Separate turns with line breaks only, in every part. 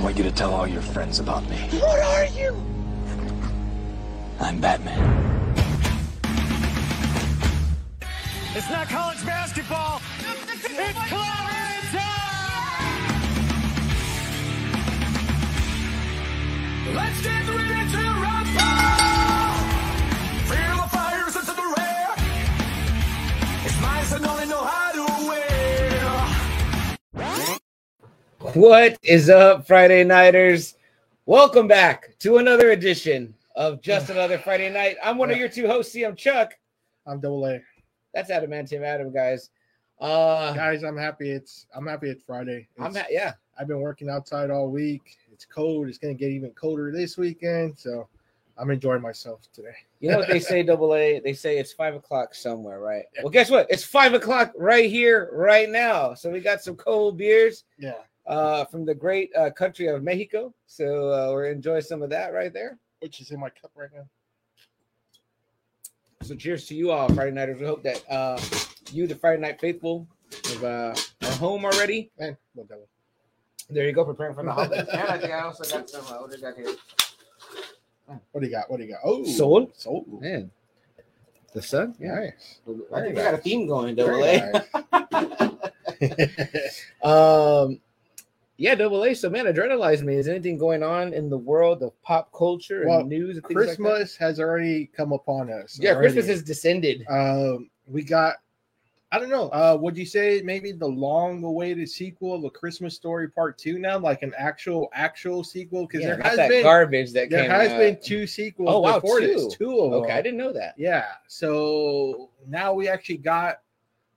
want you to tell all your friends about me.
What are you?
I'm Batman.
It's not college basketball. It's clobbering time. Let's get ready to rumble. Feel the fires into the rear. It's mine, so don't know how to wear.
What is up, Friday Nighters? Welcome back to another edition of Just Another Friday Night. I'm one of your two hosts, CM Chuck.
I'm double A.
That's Adamantium Adam, guys. Uh,
Guys, I'm happy it's I'm happy it's Friday.
I'm
It's-
ha- yeah,
I've been working outside all week. It's cold. It's gonna get even colder this weekend. So I'm enjoying myself today.
you know what they say, double A? They say it's five o'clock somewhere, right? Well, guess what? It's five o'clock right here, right now. So we got some cold beers
Yeah.
uh, from the great uh, country of Mexico. So uh, we're enjoy some of that right there.
Which is in my cup right now.
So cheers to you all, Friday Nighters. We hope that uh, you, the Friday Night faithful, have, uh, are home already.
And no double.
There you go, preparing for the holidays. and I think I also got some. Uh, what do I got here?
What do you got? What do you got? Oh
Sol.
Soul.
Man, the sun. Yeah,
Nice.
I think we
nice.
got a theme going. Double
Very
A.
nice.
Um, yeah, double A. So man, adrenalize me. Is anything going on in the world of pop culture and
Well,
news? And things like that?
Christmas has already come upon us.
yeah, Christmas
already.
has descended.
Um, we got, I don't know, uh, would you say maybe the long awaited sequel of A Christmas Story Part 2 now, like an actual, actual sequel? Because
Yeah,
there
not
has
that
been,
garbage that
there
came
has
out.
been two sequels
Oh, wow,
before
two.
this, two of them.
Okay, I didn't know that.
Yeah, so now we actually got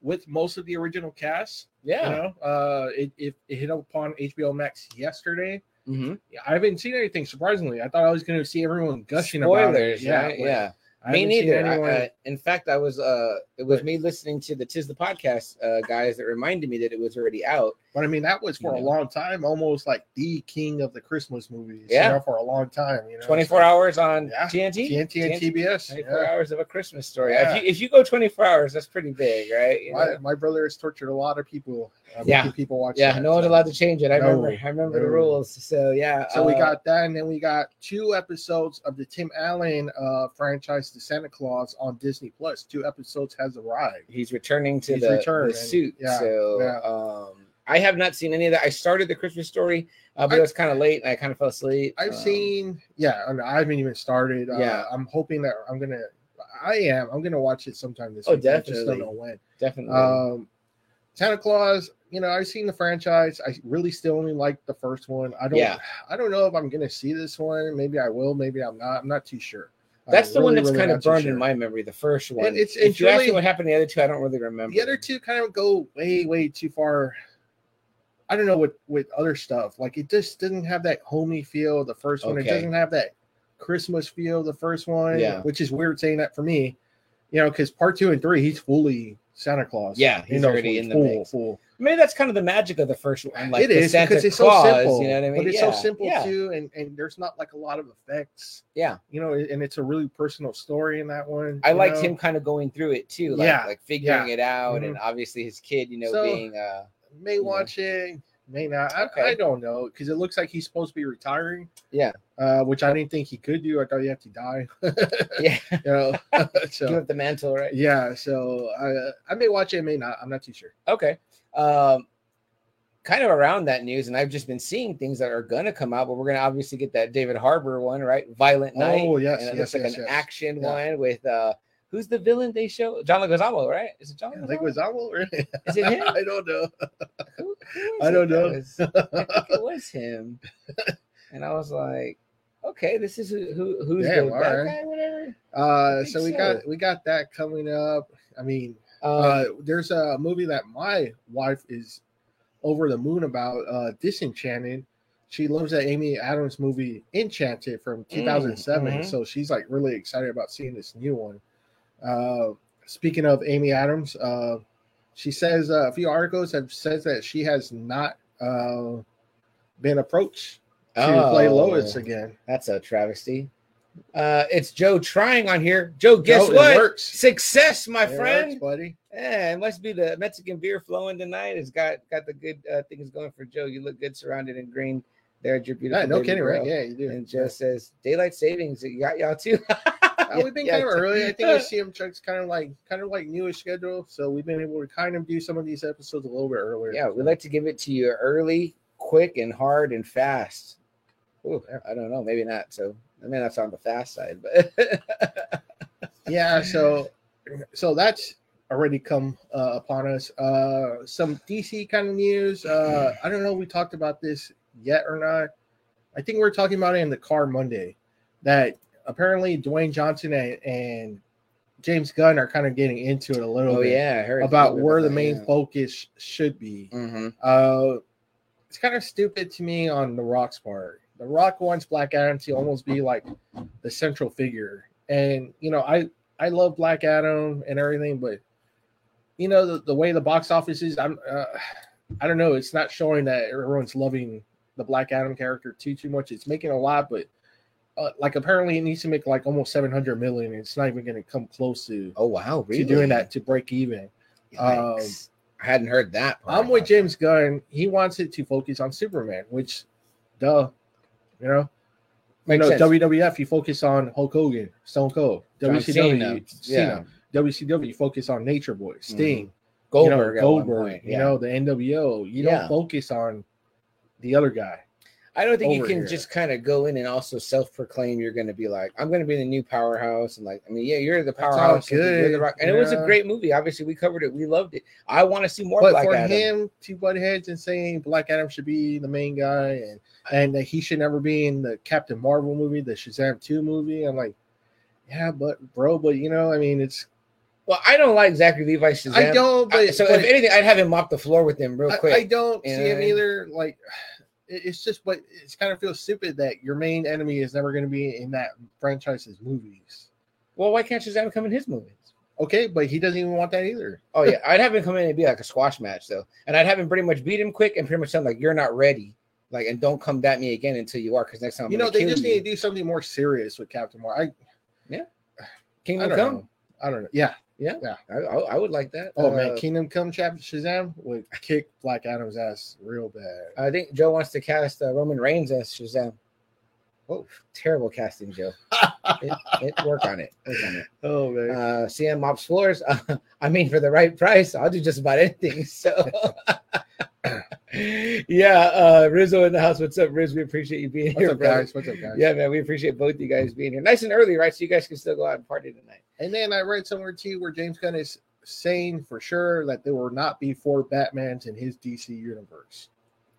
with most of the original cast,
Yeah.
you know, uh, it, it, it hit upon HBO Max yesterday.
Mm-hmm.
Yeah, I haven't seen anything surprisingly. I thought I was going to see everyone gushing about it.
Spoilers.
Yeah,
right?
but
yeah.
I
me
haven't seen
neither. I-
anyone-
uh, in fact, I was uh, it was me listening to the Tis the podcast uh, guys that reminded me that it was already out.
But I mean, that was for
Yeah.
a long time, almost like the king of the Christmas movies.
Yeah.
you know, for a long time. You know,
Twenty four
so-
hours on
Yeah.
TNT.
TNT and TBS.
Twenty four
Yeah.
hours of a Christmas story.
Yeah.
If, you, if you go twenty four hours, that's pretty big, right? You know?
My, my brother has tortured a lot of people. Uh,
Yeah.
making people watch.
Yeah,
that,
no one's
so.
allowed to change it. I
No,
remember. I remember the
no.
rules. So yeah.
So we
uh,
got that, and then we got two episodes of the Tim Allen uh, franchise, The Santa Claus, on Disney Plus. Two episodes has arrived.
he's returning to
He's
the,
returned,
the
and-
suit.
yeah,
so
yeah.
um, I have not seen any of that. I started the Christmas story, uh, but
I-
it was kind of late and I kind of fell asleep.
I've
Um,
seen, yeah, I, mean, I haven't even started. Uh,
Yeah.
I'm hoping that I'm gonna, I am, I'm gonna watch it sometime this
Oh,
week. I just
definitely.
don't know when.
definitely.
Um, Santa Claus, you know, I've seen the franchise. I really still only like the first one. I don't,
Yeah.
I don't know if I'm gonna see this one. Maybe I will. Maybe I'm not. I'm not too sure. I'm
That's the one
really,
that's
really
kind
not
of
too
burned
sure.
in my memory. The first one.
it's-
if
it's
you ask me
really-
what happened to the other two, I don't really remember.
The other two kind of go way, way too far. I don't know what with other stuff. Like it just didn't have that homey feel. of The first one,
Okay.
it doesn't have that Christmas feel. of The first one,
Yeah.
which is weird saying that for me, you know, because part two and three, he's fully Santa Claus.
Yeah,
You
he's
know,
already in the
full,
mix.
full.
maybe that's kind of the magic of the first one. Like
it
the
is
Santa
because it's
Claus,
so simple.
You know what I mean?
But it's
yeah.
so simple
yeah.
too, and and there's not like a lot of effects.
Yeah.
you know, and it's a really personal story in that one.
I
you
liked
know?
him kind of going through it too, like
Yeah,
like figuring it out, and
mhm.
obviously his kid, you know,
So-
being uh,
May
Yeah.
watch it, may not. I,
Okay.
I don't know because it looks like he's supposed to be retiring.
Yeah.
uh, which I didn't think he could do. I thought he had to die.
yeah,
you know,
give
so
up the mantle, right?
yeah. So I I may watch it, may not. I'm not too sure.
Okay. Um, kind of around that news, and I've just been seeing things that are gonna come out, but we're gonna obviously get that David Harbor one, right? Violent Night.
Oh yes,
and it looks
yes,
like
yes,
an
yes.
action
Yeah.
one with uh who's the villain they show? John Leguizamo, right? Is it John
I
Leguizamo?
think it was Owl, really.
Is it him?
I don't know.
Who- who is
I
it that
don't know.
was- I think it was him. And I was like, okay, this is who, who who's
Damn,
the
all
bad
right.
guy, whatever.
Uh,
think
so we
so.
got we got that coming up. I mean,
Um,
uh, there's a movie that my wife is over the moon about uh disenchanted she loves that amy adams movie enchanted from
Mm,
2007
mhm.
so she's like really excited about seeing this new one uh speaking of amy adams uh she says uh, a few articles have says that she has not uh been approached to play
oh,
lois again
That's a travesty. Uh, it's Joe trying on here. Joe, guess
No, it
what?
works
Success, my
It works,
friend.
buddy
Yeah, it must be the Mexican beer flowing tonight. It's got got the good uh, things going for Joe. You look good surrounded in green. There's your beautiful.
Yeah, no
baby
kidding, right?
girl.
Yeah, you do.
And Jeff says daylight savings. You got y'all too.
Uh, we've been
Yeah,
kind of
yeah.
early. I think the CM Chuck's kind of like kind of like newish schedule, so we've been able to kind of do some of these episodes a little bit earlier.
Yeah, we like to give it to you early, quick, and hard and fast. Ooh, I don't know, maybe not. So I mean, that's on the fast side, but
yeah. So, so that's already come uh, upon us. Uh, some DC kind of news. Uh, I don't know. if We talked about this yet or not? I think we are talking about it in the car Monday. That apparently Dwayne Johnson and, and James Gunn are kind of getting into it a little
oh
bit
yeah, I heard
about where the main focus sh- should be.
hmm
Uh, it's kind of stupid to me on The Rock's part. The Rock wants Black Adam to almost be like the central figure, and you know, I I love Black Adam and everything, but you know the, the way the box office is, I'm uh, I don't know. It's not showing that everyone's loving the Black Adam character too too much. It's making a lot, but uh, like apparently it needs to make like almost seven hundred million. And it's not even going to come close to
Oh wow, really?
to doing that to break even. um,
Yikes. I hadn't heard that. part
I'm with
about
James Gunn. He wants it to focus on Superman, which, duh, you know,
that. Makes
you know
sense.
WWF. You focus on Hulk Hogan, Stone Cold.
John Cena.
WCW, Cena. WCW. You focus on Nature Boy, Sting, you know,
Goldberg. at one
Mm-hmm. Goldberg.
point,
You
yeah.
know, the NWO. You
Yeah.
don't focus on the other guy.
I don't think you
over
can
here.
just kind of go in and also self-proclaim you're going to be like, I'm going to be the new powerhouse, and like, I mean, yeah, you're the
That's all
powerhouse, and you're the
good,
rock. and it was a
yeah.
great movie. Obviously, we covered it, we loved it. I want to see more
but
Black
for
Adam.
him to butt heads and saying Black Adam should be the main guy and and that he should never be in the Captain Marvel movie, the Shazam two movie, I'm like, yeah, but bro, but you know, I mean, it's
well, I don't like Zachary Levi Shazam.
I don't, but
I- so
but
if anything, I'd have him mop the floor with him real
I-
quick.
I, don't
you know
see
what I
him
mean?
either. Like, it- it's just what it's kind of feels stupid that your main enemy is never going to be in that franchise's movies.
well, why can't Shazam come in his movies?
Okay, but he doesn't even want that either.
Oh yeah, I'd have him come in and be like a squash match though, and I'd have him pretty much beat him quick and pretty much tell him like, "You're not ready." Like and don't come at me again until you are, because next time I'm
you
gonna
know, they
kill
just
you.
need to do something more serious with Captain Marvel. I, I
Kingdom
don't
Come.
know. I don't know. Yeah.
I, I, I would like that.
Oh
Uh,
man, Kingdom Come Chap Shazam would kick Black Adam's ass real bad.
I think Joe wants to cast uh, Roman Reigns as Shazam. Oh, terrible casting, Joe. it, it, work on it. Work on it.
Oh man.
Uh, CM mops floors. I mean, for the right price, I'll do just about anything. So, yeah, uh, Rizzo in the house. What's up, Riz? We appreciate you being
What's
here,
up,
brother.
guys? What's up, guys?
Yeah, man, we appreciate both you guys being here. Nice and early, right? So you guys can still go out and party tonight.
And then I read somewhere too where James Gunn is saying for sure that there will not be four Batmans in his DC universe.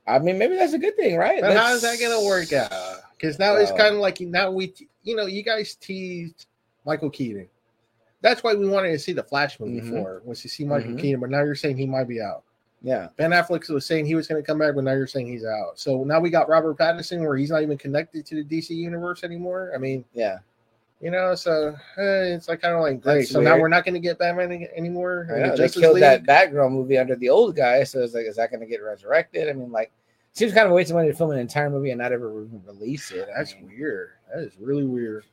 I mean, maybe that's a good thing, right?
But how
Let's-
is that gonna work out? Because now it's
Wow.
kind of like now we, you know, you guys teased Michael Keaton. That's why we wanted to see the Flash movie
Mhm.
for was to see Michael
Mhm.
Keaton. But now you're saying he might be out.
Yeah,
Ben Affleck was saying he was going to come back, but now you're saying he's out. So now we got Robert Pattinson, where he's not even connected to the DC universe anymore. I mean,
yeah.
you know, so eh, it's like kind of like great.
That's
So now
weird.
we're not going to get Batman any- anymore.
I
in the
know, they
Justice
killed that
League?
Batgirl movie under the old guy, so it's like, is that going to get resurrected? I mean, like, seems kind of a waste of money to film an entire movie and not ever re- release it. I
That's
mean,
weird. That is really weird.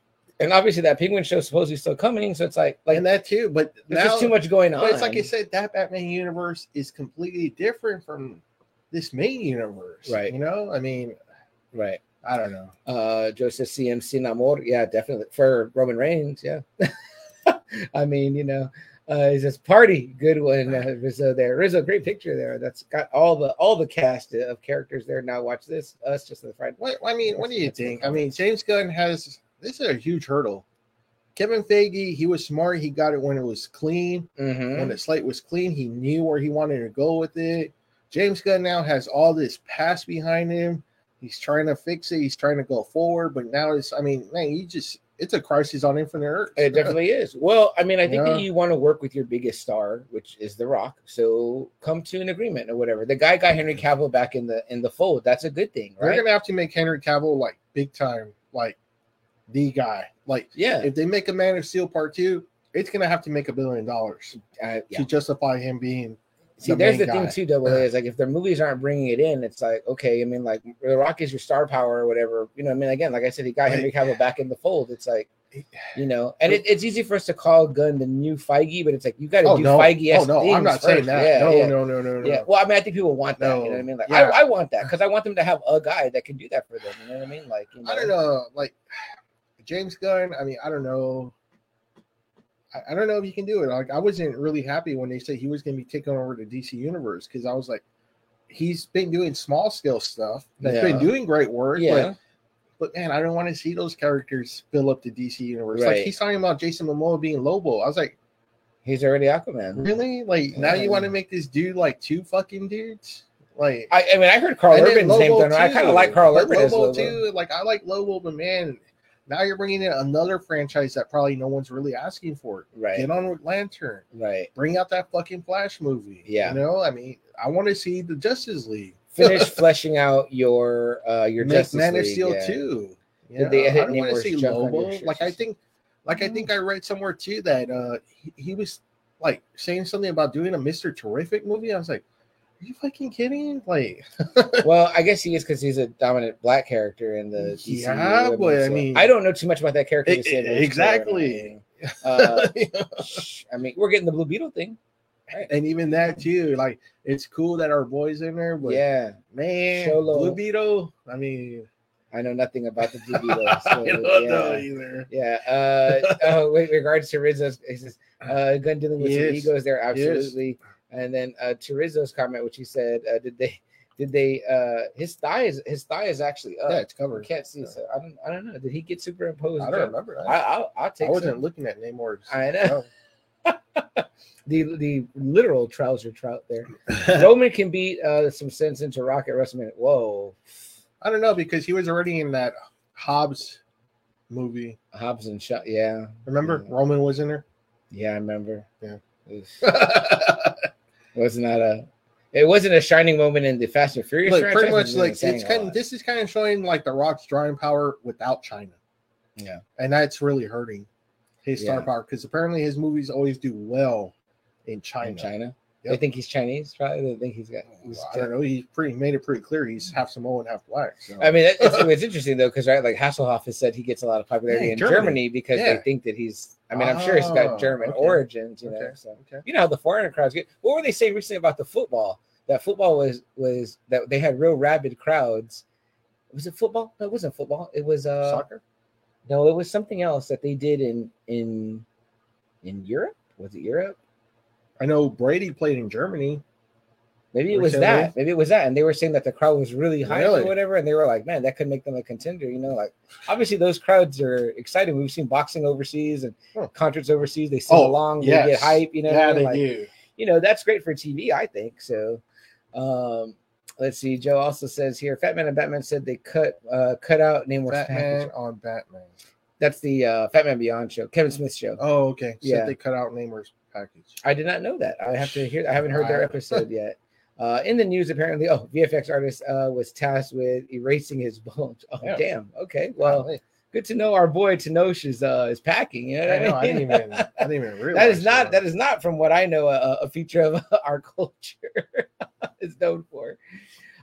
and obviously that Penguin show supposedly still coming, so it's like, like
and that too, but
there's
now
just too much going on.
But it's like I said, that Batman universe is completely different from this main universe.
Right.
You know, I mean,
right?
I don't know.
Uh, Joseph CMC Namor, yeah, definitely for Roman Reigns, yeah. I mean, you know, uh, he says party, good one, uh, Rizzo. There, Rizzo, great picture there. That's got all the all the cast of characters there. Now watch this, us just on the Friday.
What I mean, what do you think? I mean, James Gunn has this is a huge hurdle. Kevin Feige, he was smart. He got it when it was clean. When
Mm-hmm.
the slate was clean, he knew where he wanted to go with it. James Gunn now has all this past behind him. He's trying to fix it. He's trying to go forward. But now it's, I mean, man, you just, it's a crisis on Infinite Earth.
It definitely is. Well, I mean, I think
Yeah.
that you want to work with your biggest star, which is The Rock. So come to an agreement or whatever. The guy got Henry Cavill back in the in the fold. That's a good thing,
They're
right?
gonna have to make Henry Cavill like big time, like the guy. Like
yeah,
if they make a Man of Steel Part Two, it's gonna have to make a billion dollars
uh, yeah.
to justify him being.
See,
the
there's the
main
thing
guy.
too. Double A is like if their movies aren't bringing it in, it's like okay. I mean, like The Rock is your star power or whatever. You know, what I mean, again, like I said, he got Henry Cavill back in the fold. It's like you know, and it, it's easy for us to call Gunn the new Feige, but it's like you got to
Oh
do
no!
Feige.
oh no! I'm not saying that.
Yeah,
no,
yeah.
no, no, no, no,
Yeah. Well, I mean, I think people want that. You know
No.
what I mean? Like,
Yeah.
I, I want that because I want them to have a guy that can do that for them. You know what I mean? Like, you know,
I don't know, like James Gunn. I mean, I don't know. I, I don't know if he can do it. Like, I wasn't really happy when they said he was going to be taking over the DC universe because I was like, he's been doing small scale stuff. That's been
Yeah.
doing great work.
Yeah.
But, but man, I don't want to see those characters fill up the DC universe. Like
Right.
he's talking about Jason Momoa being Lobo. I was like,
He's already Aquaman.
really? Like now you want to
Yeah.
make this dude like two fucking dudes? Like
I, I mean, I heard Carl
and then
Urban's name
Lobo
thrown around. I
too.
kind of like Carl
But
Urban as
Lobo
Lobo.
too. Like I like Lobo, but man, now you're bringing in another franchise that probably no one's really asking for.
Right.
Get on with Lantern.
Right.
Bring out that fucking Flash movie.
Yeah.
You know, I mean, I want to see the Justice League.
Finish fleshing out your uh your
Make
Justice
Man
League,
of Steel
yeah.
too. You
Did they
know, I
hit
don't want to
Namor's
see
jump on your
Lobo. Like I
shoulders?
think, like I think I read somewhere too that uh he, he was like saying something about doing a Mister Terrific movie. I was like, are you fucking kidding? Like.
Well, I guess he is because he's a dominant black character in the DCU.
Yeah, but, I
so-
mean- E,
I don't know too much about that character. to say that it's fair,
Exactly.
I mean. Uh, sh- I mean, we're getting the Blue Beetle thing.
and even that too. Like it's cool that our boys in there, but
yeah,
man,
Solo.
Blue Beetle. I mean,
I know nothing about the Blue Beetle.
I
So,
don't
yeah.
know either.
Yeah. Uh, oh, with regards to Rizzo's, he says, uh, gun dealing with some
Yes.
egos there,
Yes.
absolutely. And then uh, to Rizzo's comment, which he said, uh, did they, did they, uh, his thigh is his thigh is actually up.
Yeah, it's
I
covered.
can't see. So I don't, I don't know. Did he get superimposed?
I don't remember.
I,
I,
I'll, I'll
I
take.
wasn't Oh.
some.
looking at Namor.
I know.
No.
the the literal trouser trout there. Roman can beat uh, some sense into Rocket WrestleMania. Whoa,
I don't know because he was already in that Hobbs movie.
Hobbs and Shaw. Yeah,
Remember
Yeah.
Roman was in there.
yeah, I remember.
Yeah.
Oof. was not a it wasn't a shining moment in the Fast and Furious.
Like
franchise,
pretty
but
much
it
like
was saying
it's
a
kind of
lot.
this is kind of showing like the Rock's drawing power without China.
Yeah.
and that's really hurting his star
Yeah.
power because apparently his movies always do well in China.
in China.
Yep.
They think he's Chinese, probably. They think he's got. he's-
I don't know. oh, He pretty made it pretty clear he's half Samoan, half black. So.
I mean, it- it's, it's interesting though, because right, like Hasselhoff has said, he gets a lot of popularity
Yeah,
in Germany,
Germany.
because they
Yeah.
think that he's. I mean, I'm sure he's got
Oh,
German
okay.
origins, you know.
Okay,
So
okay.
you know how the foreigner crowds get. What were they saying recently about the football? That football was was that they had real rabid crowds. Was it football? No, it wasn't football. It was uh
soccer.
No, it was something else that they did in in in Europe. Was it Europe?
I know Brady played in Germany.
Maybe it was
Recently.
that. Maybe it was that. And they were saying that the crowd was really high
Really?
or whatever. And they were like, man, that could make them a contender. You know, like obviously those crowds are excited. We've seen boxing overseas and
Huh.
concerts overseas. They sing
Oh,
along, they get
yes.
hype. You know, what I
yeah,
mean?
they
Like,
do.
you know that's great for TV, I think. So, um, let's see. Joe also says here, Fat Man and Batman said they cut uh, cut out Namor's
Batman
package.
on Batman.
That's the uh, Fat Man Beyond show, Kevin Smith show.
Oh, okay. So
Yeah.
they cut out Namor's package.
I did not know that. I have to hear. I haven't heard their
Wow.
episode yet. Uh, in the news, apparently, oh, VFX artist uh, was tasked with erasing his bones. Oh,
Yeah.
damn. Okay. Well,
Golly.
good to know our boy Tanosh is uh, is packing. You know
I
what
know. I
I
didn't
mean?
even. I didn't even realize
that is not that is not from what I know a, a feature of our culture is known for.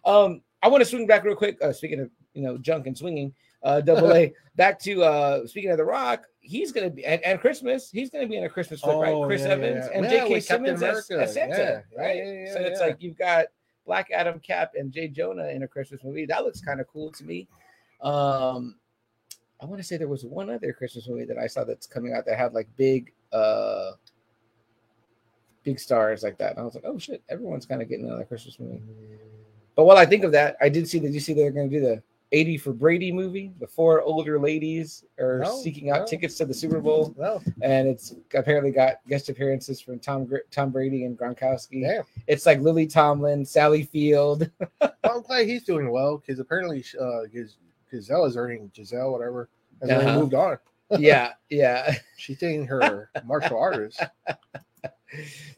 Um, I want to swing back real quick. Uh, speaking of you know junk and swinging, uh, double A back to uh, speaking of The Rock, he's gonna be and, and Christmas, he's gonna be in a Christmas flick,
Oh,
right? Chris
yeah, yeah,
Evans
yeah.
and
Yeah,
J.K.
with Captain
Simmons as,
America.
as Santa,
Yeah, yeah,
right?
yeah, yeah,
so it's
yeah.
like you've got Black Adam Cap and Jay Jonah in a Christmas movie. That looks kind of cool to me. Um, I want to say there was one other Christmas movie that I saw that's coming out that had like big uh big stars like that. And I was like, oh shit, everyone's kind of getting another Christmas movie. But while I think of that, I did see that you see they're gonna do the 80 for Brady movie. The four older ladies are
No,
seeking out
no.
tickets to the Super Bowl,
Well,
and it's apparently got guest appearances from Tom Gr- Tom Brady and Gronkowski.
Damn.
It's like Lily Tomlin, Sally Field.
I'm glad he's doing well because apparently uh, Giz- Giselle is earning Giselle whatever has
Uh-huh.
already moved on.
yeah, yeah.
She's dating her martial artist.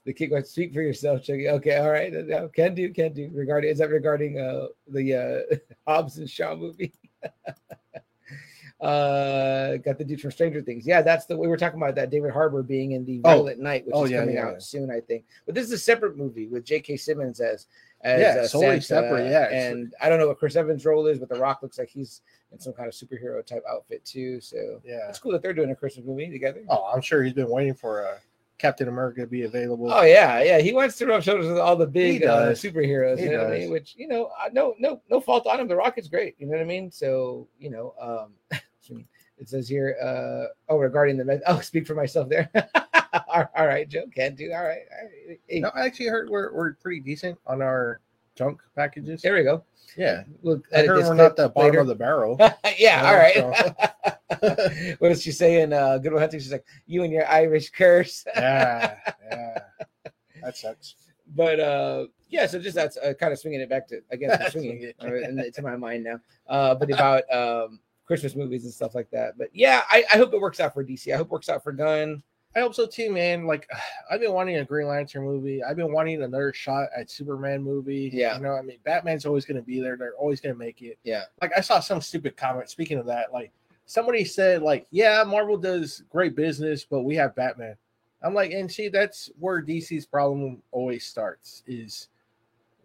the kick was speak for yourself, Chucky. Okay, all right. No, can do, can do. Regarding is that regarding uh the uh Hobbs and Shaw movie? Uh, got the dude from Stranger Things. Yeah, that's the we were talking about that David Harbour being in the
Oh.
Violent Night, which
Oh,
is
yeah,
coming
yeah,
out
yeah.
soon, I think. But this is a separate movie with J.K. Simmons as, as
Yeah,
uh,
totally
Santa,
separate, yeah, it's-
and I don't know what Chris Evans' role is, but The Rock looks like he's in some kind of superhero type outfit too. So
Yeah.
it's cool that they're doing a Christmas movie together.
Oh, I'm sure he's been waiting for uh, Captain America to be available.
Oh yeah, yeah. He wants to rub shoulders with all the big uh,
does.
superheroes.
He
you know what I
does.
mean? Which you know, I- no, no, no fault on him. The Rocket's great. You know what I mean? So you know, um, it says here. Uh, oh, regarding the med- oh, speak for myself there. all all right, Joe can do. All right, all right. Hey,
No, I actually heard we're, we're pretty decent on our junk packages.
There we go.
Yeah.
Look,
I
edit
heard
this
we're not
clip
the bottom
later.
of the barrel.
yeah,
you know,
all right. what does she say in uh, Good Will Hunting? She's like, "You and your Irish curse."
yeah. Yeah. That sucks.
but uh yeah so just that's uh, kind of swinging it back to i guess the swinging
Swing
or in- to my mind now uh but about um christmas movies and stuff like that but yeah I, I hope it works out for dc i hope it works out for gunn
I hope so too, man. Like, I've been wanting a Green Lantern movie. I've been wanting another shot at Superman movie.
Yeah.
you know, I mean, Batman's always going to be there. They're always going to make it.
Yeah.
Like, I saw some stupid comment. Speaking of that, like somebody said, like, yeah, Marvel does great business, but we have Batman. I'm like, and see, that's where DC's problem always starts. Is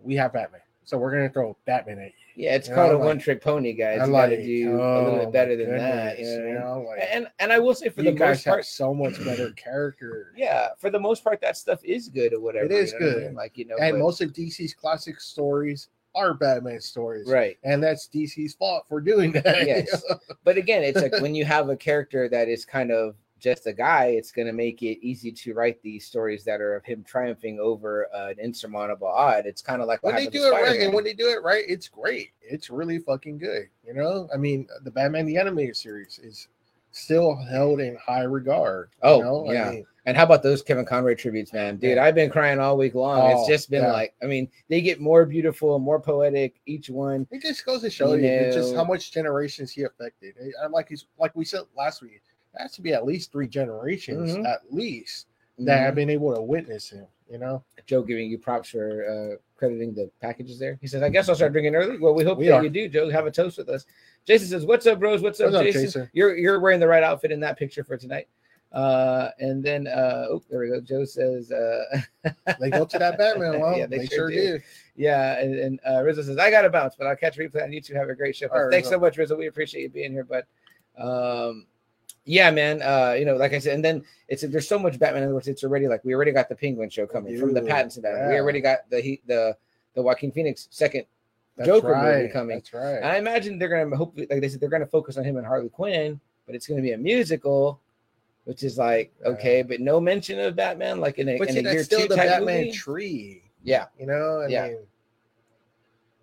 we have Batman, so we're going to throw Batman at you.
yeah it's
Yeah,
called
I'm
a
like-
one-trick pony guys
I'm
you
like,
gotta do a
oh
little
my
bit better than that you know
goodness,
what I
you
mean?
know, like,
and and i will say for
you
the
guys
most
have
part
so much better character.
yeah for the most part that stuff is good or whatever you
is
know what I
good.
mean? like you know
and
but-
most of DC's classic stories are Batman stories,
right
And that's DC's fault for doing that.
Yes. But again, it's like when you have a character that is kind of just a guy, it's going to make it easy to write these stories that are of him triumphing over uh, an insurmountable odd. It's kind of like what
when they
happened to
do it right, and
Spider-Man.
when they do it right, it's great. It's really fucking good. You know, I mean, the Batman the animated series is still held in high regard. you
Oh,
know? I
yeah.
mean,
and how about those Kevin Conroy tributes, man? Dude,
Yeah.
I've been crying all week long.
Oh,
it's just been
yeah.
like, I mean, they get more beautiful and more poetic each one.
it just goes to show
You
you, it's just
know.
how much generations he affected. I- I like he's like we said last week. It has to be at least three generations,
Mhm.
at least, that
Mm-hmm.
have been able to witness him. You know,
Joe giving you props for uh, crediting the packages there. He says, I guess I'll start drinking early. Well, we hope
We
that
are.
you do, Joe. Have a toast with us. Jason says, What's up, bros? What's up,
What's up,
Jason?
Jason?
You're you're wearing the right outfit in that picture for tonight. Uh, and then uh oh, there we go. Joe says, uh
they go to that Batman. Well,
Yeah,
they, sure did.
yeah, and, and uh Rizzo says, I gotta bounce, but I'll catch a replay on YouTube. Have a great show.
All right,
Thanks
Rizzo.
so much, Rizzo. We appreciate you being here, but um yeah, man. Uh, you know, like I said, and then it's there's so much Batman. In other words, it's already like we already got the Penguin show coming from the
Dude,
Pattinson Batman. We
yeah.
already got the he the the Joaquin Phoenix second
That's
Joker movie
right.
coming.
That's right.
And I imagine they're gonna hopefully, like they said, they're gonna focus on him and Harley Quinn, but it's gonna be a musical, which is like
Yeah.
okay, but no mention of Batman, like in a,
but
in
see,
a year
that's
two
still the
type
Batman
movie.
tree.
yeah,
You know, I
Yeah.
mean,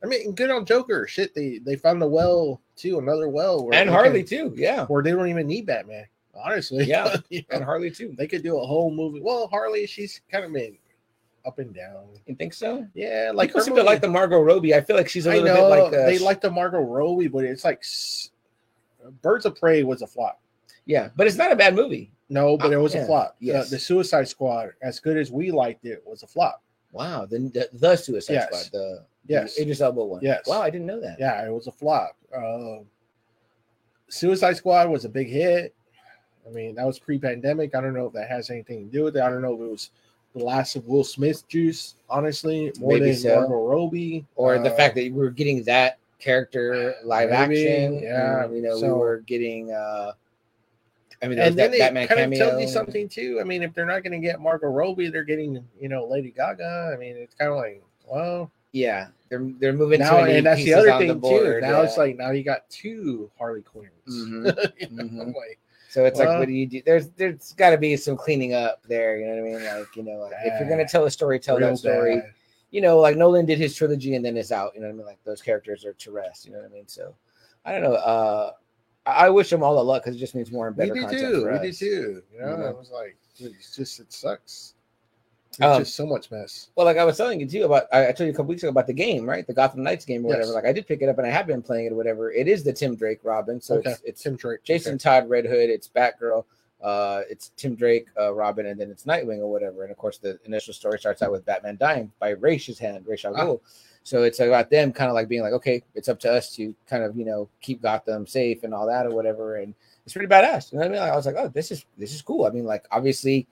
I mean, good on Joker. Shit, they they found a well too, another well, where
and
they
Harley
can-
too. Yeah,
where they don't even need Batman. Honestly,
Yeah.
You
and
know,
Harley too.
they could do a whole movie. Well, Harley, she's kind of been up and down.
You think so?
Yeah,
Like
like
people
her
seem to like
movie-
the Margot Robbie. I feel like she's a
I
little
know
bit like uh,
they like the Margot Robbie, but it's like s- Birds of Prey was a flop.
yeah, but it's not a bad movie.
No, but
Ah,
it was
yeah,
a flop. The-
yes.
the Suicide Squad, as good as we liked it, was a flop.
Wow, the the, the Suicide
Yes.
Squad, the
Yes.
the Idris Elba one.
Yes.
Wow, I didn't know that.
yeah, it was a flop. Um, Suicide Squad was a big hit. I mean, that was pre-pandemic. I don't know if that has anything to do with it. I don't know if it was the last of Will Smith's juice, honestly, more
Maybe
than
so.
Margot Robbie,
Or the
Uh,
fact that we were getting that character live
maybe,
action.
yeah,
and, you know,
so-
we were getting. uh I mean, there was
and then
that
it
Batman
kind
cameo.
of tells you something too. I mean, if they're not going to get Margot Robbie, they're getting you know Lady Gaga. I mean, it's kind of like well,
Yeah, they're they're moving.
now
too many
and that's the
pieces
other
on
thing
the
too.
board,
Now
yeah.
it's like now you got two Harley Quinns.
Mhm.
You know,
Mhm.
like,
so it's like,
well-
what do you do? There's there's got to be some cleaning up there. You know what I mean? Like you know, like if you're gonna
Bad.
tell a story, tell
real
that story.
bad.
You know, like Nolan did his trilogy and then it's out. You know what I mean? Like those characters are to rest. You know what I mean? So I don't know. Uh, I I wish them all the luck because it just means more and
We
better
do
content
too.
for
We do
us.
too. You know,
You know?
I was like, dude, it's just it sucks. It's
Um,
just so much mess.
Well, like I was telling you too about, I I told you a couple weeks ago about the game, right? The Gotham Knights game or whatever.
Yes.
Like I did pick it up and I have been playing it or whatever. It is the Tim Drake Robin, so
okay,
it's, it's
Tim Drake.
Jason
Okay.
Todd Red Hood, it's Batgirl, uh, it's Tim Drake, uh, Robin, and then it's Nightwing or whatever. And of course, the initial story starts out with Batman dying by Ra's hand, Ra's al
Ah.
Ghul. So it's about them kind of like being like, okay, it's up to us to kind of you know keep Gotham safe and all that or whatever. And it's pretty badass. You know what I mean? Like, I was like, oh, this is this is cool. I mean, like obviously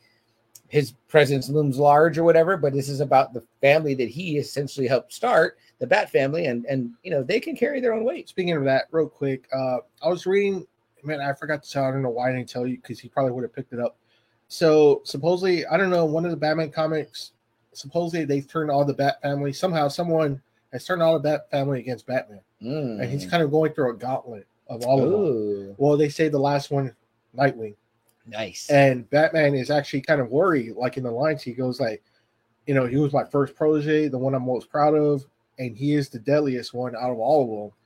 his presence looms large or whatever, but this is about the family that he essentially helped start, the Bat family, and and you know they can carry their own weight.
Speaking of that, real quick, uh, I was reading. Man, I forgot to tell. I don't know why I didn't tell you because he probably would have picked it up. So supposedly, I don't know. One of the Batman comics, supposedly they've turned all the Bat family somehow. Someone has turned all the Bat family against Batman, and he's kind of going through a gauntlet of all of them.
Mm. Ooh,
Well, they say the last one, Nightwing.
nice.
and Batman is actually kind of worried. Like in the lines, he goes like, "You know, he was my first protege, the one I'm most proud of, and he is the deadliest one out of all of them."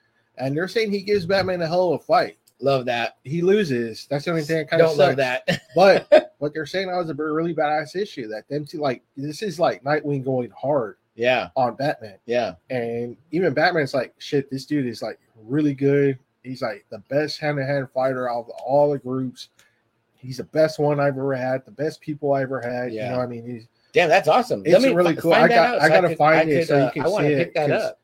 And they're saying he gives Batman a hell of a fight.
love that.
He loses. That's the only thing I kind
Don't
of
love that.
But what they're saying that was a really badass issue. That them two like this is like Nightwing going hard
yeah,
on Batman,
yeah,
and even Batman's like, "Shit, this dude is like really good. He's like the best hand-to-hand fighter out of all the groups." He's the best one I've ever had, the best people I ever had. You
Yeah.
know, what I mean, he's
damn, that's awesome.
It's really
fi-
cool.
find
I
that
got-
out
I
so
gotta
could-
find
I
it
could,
so you
uh,
can
I want
see
to
it,
pick that
'cause-
up.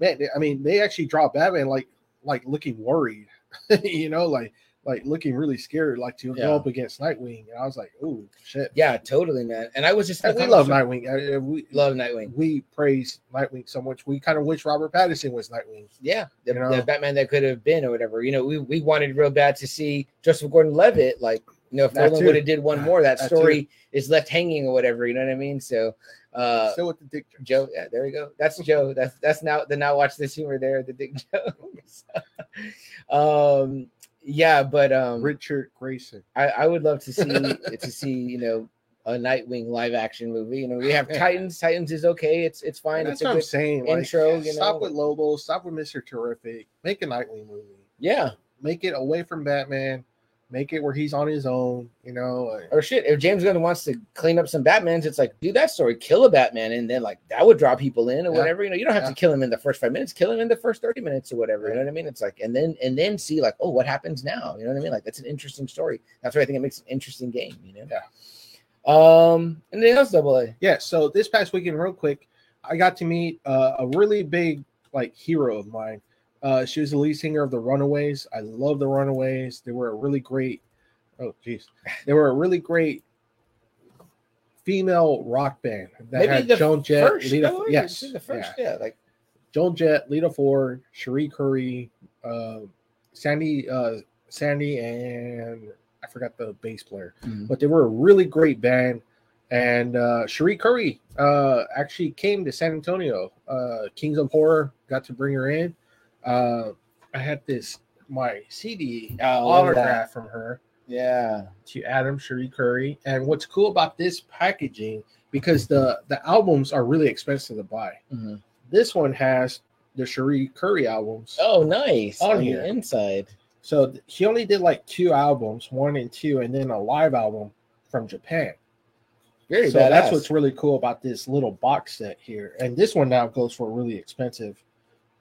man, they- I mean, they actually draw Batman like like looking worried, you know, like like looking really scared, like to
Yeah.
go up against Nightwing. And I was like, oh shit.
Yeah, totally, man. And I was just
And we love Nightwing. I- I- we
love Nightwing.
we praise Nightwing so much. We kind of wish Robert Pattinson was Nightwing.
yeah, the,
You know?
the Batman that could have been or whatever. You know, we, we wanted real bad to see Joseph Gordon-Levitt. Like, you know, if
That
Nolan
too.
would have did one more, that,
That
story is left hanging or whatever. You know what I mean? So, uh,
Still with the dick jokes.
Joe, yeah, there we go. That's Joe. That's that's now the now watch this humor there. The Dick jokes. um, yeah, but um,
Richard Grayson.
I, I would love to see to see you know a Nightwing live action movie. You know, we have
Yeah.
Titans. Titans is okay. It's it's fine.
That's
it's a
what I'm
good,
saying. Like,
intro, you
stop
know?
with Lobo. Stop with Mister Terrific. Make a Nightwing movie.
yeah.
Make it away from Batman. Make it where he's on his own. You know. like-
Or shit, if James Gunn wants to clean up some Batmans, it's like do that story, kill a Batman, and then like that would draw people in or
Yeah.
whatever. You know, you don't have
Yeah.
to kill him in the first five minutes, kill him in the first thirty minutes or whatever. You know what I mean? It's like and then and then see like oh what happens now. You know what I mean? Like that's an interesting story. That's why I think it makes an interesting game. You know? Yeah. Um. Anything else? Double A.
Yeah, so this past weekend, real quick, I got to meet uh, a really big like hero of mine. Uh, she was the lead singer of the Runaways. I love the Runaways. They were a really great. Oh, jeez, they were a really great female rock band that had Joan Jett, Lita.
oh,
yes,
the first.
yeah.
Yeah. Like
Joan Jett, Lita Ford, Cherie Curry, uh, Sandy, uh, Sandy, and I forgot the bass player
Hmm.
but they were a really great band. And uh, Cherie Curry uh, actually came to San Antonio. Uh, Kings of Horror got to bring her in. Uh, I had this my CD
I love that.
autograph from her
yeah.
to Adam Cherie Curry. And what's cool about this packaging because the the albums are really expensive to buy.
Mhm.
This one has the Cherie Curry albums.
Oh, nice.
On
On
here.
the inside.
So th- she only did like two albums, one and two, and then a live album from Japan.
Very
so
badass.
that's what's really cool about this little box set here. And this one now goes for really expensive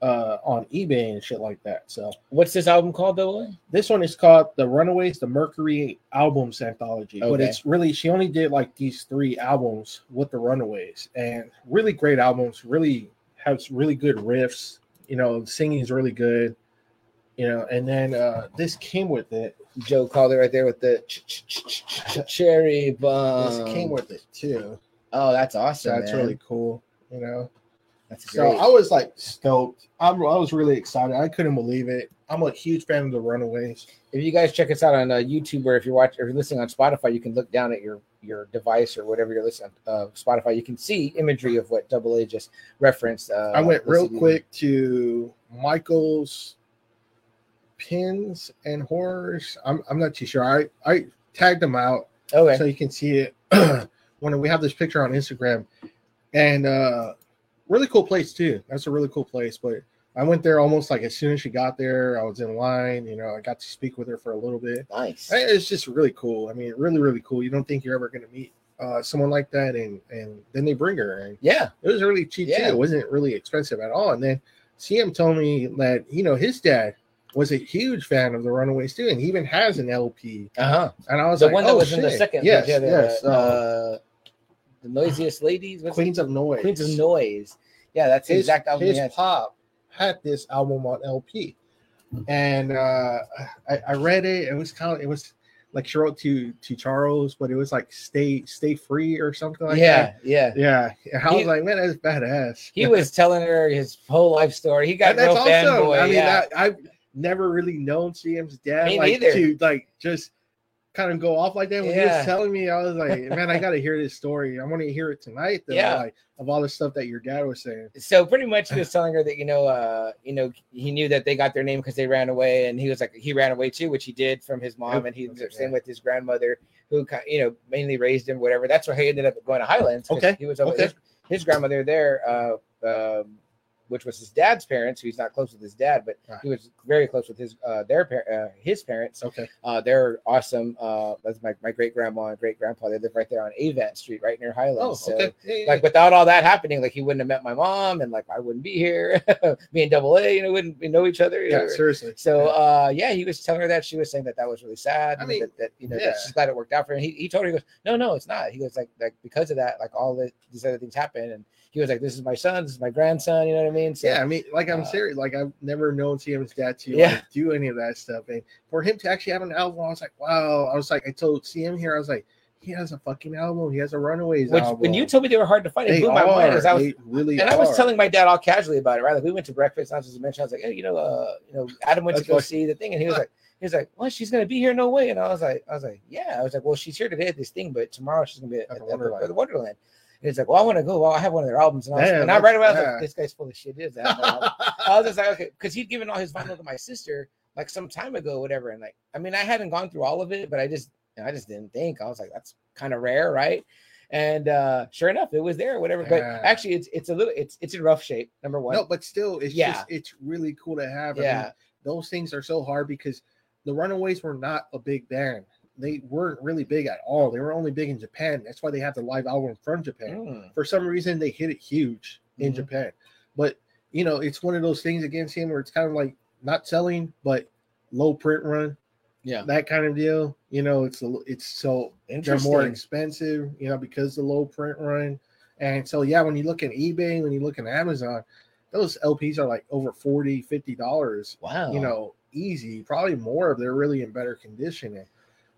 uh on eBay and shit like that. So
what's this album called, Double A?
this one is called The Runaways, the Mercury Albums Anthology. But
Okay.
it's really she only did like these three albums with the Runaways and really great albums, really has really good riffs, you know, singing is really good, you know, and then uh this came with it.
Joe called it right there with the ch- ch- ch- ch- ch- cherry bomb.
this came with it too.
oh, that's
So
awesome.
that's
man.
really cool, you know.
that's
So
great.
I was like stoked. I'm, I was really excited. I couldn't believe it. I'm a huge fan of the Runaways.
if you guys check us out on uh, YouTube or if you're watching or you're listening on Spotify, you can look down at your your device or whatever you're listening on uh, Spotify. You can see imagery of what Double A just referenced. Uh,
I went real
listening-
quick to Michael's pins and horrors. I'm, I'm not too sure. I, I tagged them out
Okay.
so you can see it when we have this picture on Instagram. And uh, really cool place too. That's a really cool place. But I went there almost like as soon as she got there. I was in line. You know, I got to speak with her for a little bit.
nice.
I- it's just really cool. I mean, really, really cool. You don't think you're ever going to meet uh, someone like that, and and then they bring her, and
Yeah.
it was really cheap
Yeah.
too. It wasn't really expensive at all. And then CM told me that you know his dad was a huge fan of the Runaways too, and he even has an LP.
Uh huh.
And I was
The
like,
one that
oh,
was in the
shit.
second.
yes,
yeah, the,
yes,
Uh,
uh,
the noisiest ladies. What's it
Queens of Noise,
Queens of Noise. Yeah, that's the
his,
exact album.
his
he had.
pop had this album on LP, and uh, I, I read it. It was kind of it was like she wrote to to Charles, but it was like stay stay free or something like
yeah,
that.
yeah.
Oh, Yeah, yeah. I
He-
was like, man, that's badass.
He was telling her his whole life story. He got
And
real fanboy.
I mean,
yeah.
that, I've never really known CM's dad
Me
like
neither.
to like just kind of go off like that. When he
Yeah.
was telling me, I was like, man, I got to hear this story. I want to hear it tonight. Though,
Yeah.
like of all the stuff that your dad was saying.
so pretty much he was telling her that you know uh you know he knew that they got their name because they ran away and he was like he ran away too which he did from his mom and he was the same with his grandmother who ki- you know mainly raised him whatever that's where he ended up going to highlands 'cause
Okay,
he was over
okay.
his, his grandmother there uh um which was his dad's parents who's not close with his dad but
Ah.
he was very close with his uh their par- uh, his parents
Okay.
uh they're awesome uh that's my, my great grandma and great grandpa they live right there on avant street right near
Oh,
highlands so
okay. Yeah, yeah,
like without all that happening, like he wouldn't have met my mom, and like I wouldn't be here. Me and Double A, you know, wouldn't we know each other?
yeah,
or-
seriously.
so uh, yeah, he was telling her that she was saying that that was really sad.
I
and
mean,
that, that you know
yeah.
that she's glad it worked out for him. He, he told her he goes, no, no, it's not. He goes like like because of that, like all the, these other things happen, and he was like, this is my son, this is my grandson. You know what I mean? So,
yeah, I mean, like I'm
uh,
serious. Like I've never known CM's dad to
Yeah.
like, do any of that stuff, and for him to actually have an album, I was like, wow. I was like, I told CM here, I was like, he has a fucking album. He has a Runaways
Which
album.
when you told me they were hard to find, it
uh, they
blew my
are,
mind. 'cause I was
they really
and I was
are.
telling my dad all casually about it, right? Like we went to breakfast, and I was just mentioning, I was like, hey, you know, uh, you know, Adam went to
That's
go
right.
see the thing, and he was like, he was like, well, she's gonna be here, no way. And I was like, I was like, yeah. I was like, well, she's here today at this thing, but tomorrow she's gonna be at,
At
at,
the
the,
Wonderland.
at the Wonderland. And he's like, well, I want to go. Well, I have one of their albums, and I was,
Yeah,
and I right away, I was
yeah.
like, this guy's full of shit. Is that? I was just like, okay, because he'd given all his vinyl to my sister like some time ago, whatever. And like, I mean, I hadn't gone through all of it, but I just, I just didn't think. I was like, that's kind of rare, right? And uh sure enough, it was there, whatever. But
Yeah.
actually, it's it's a little, it's it's in rough shape. Number one,
no, but still, it's
Yeah.
just it's really cool to have. I mean,
yeah,
those things are so hard because the Runaways were not a big band. They weren't really big at all. They were only big in Japan. That's why they have the live album from Japan.
Mm.
for some reason they hit it huge in
Mhm.
Japan. But you know, it's one of those things against him where it's kind of like not selling, but low print run,
yeah,
that kind of deal. You know, it's a, l- it's so they're
interesting.
more expensive, you know, because the low print run. And so yeah, when you look at eBay, when you look at Amazon, those LPs are like over 40 dollars,
wow,
you know, easy, probably more if they're really in better condition. And,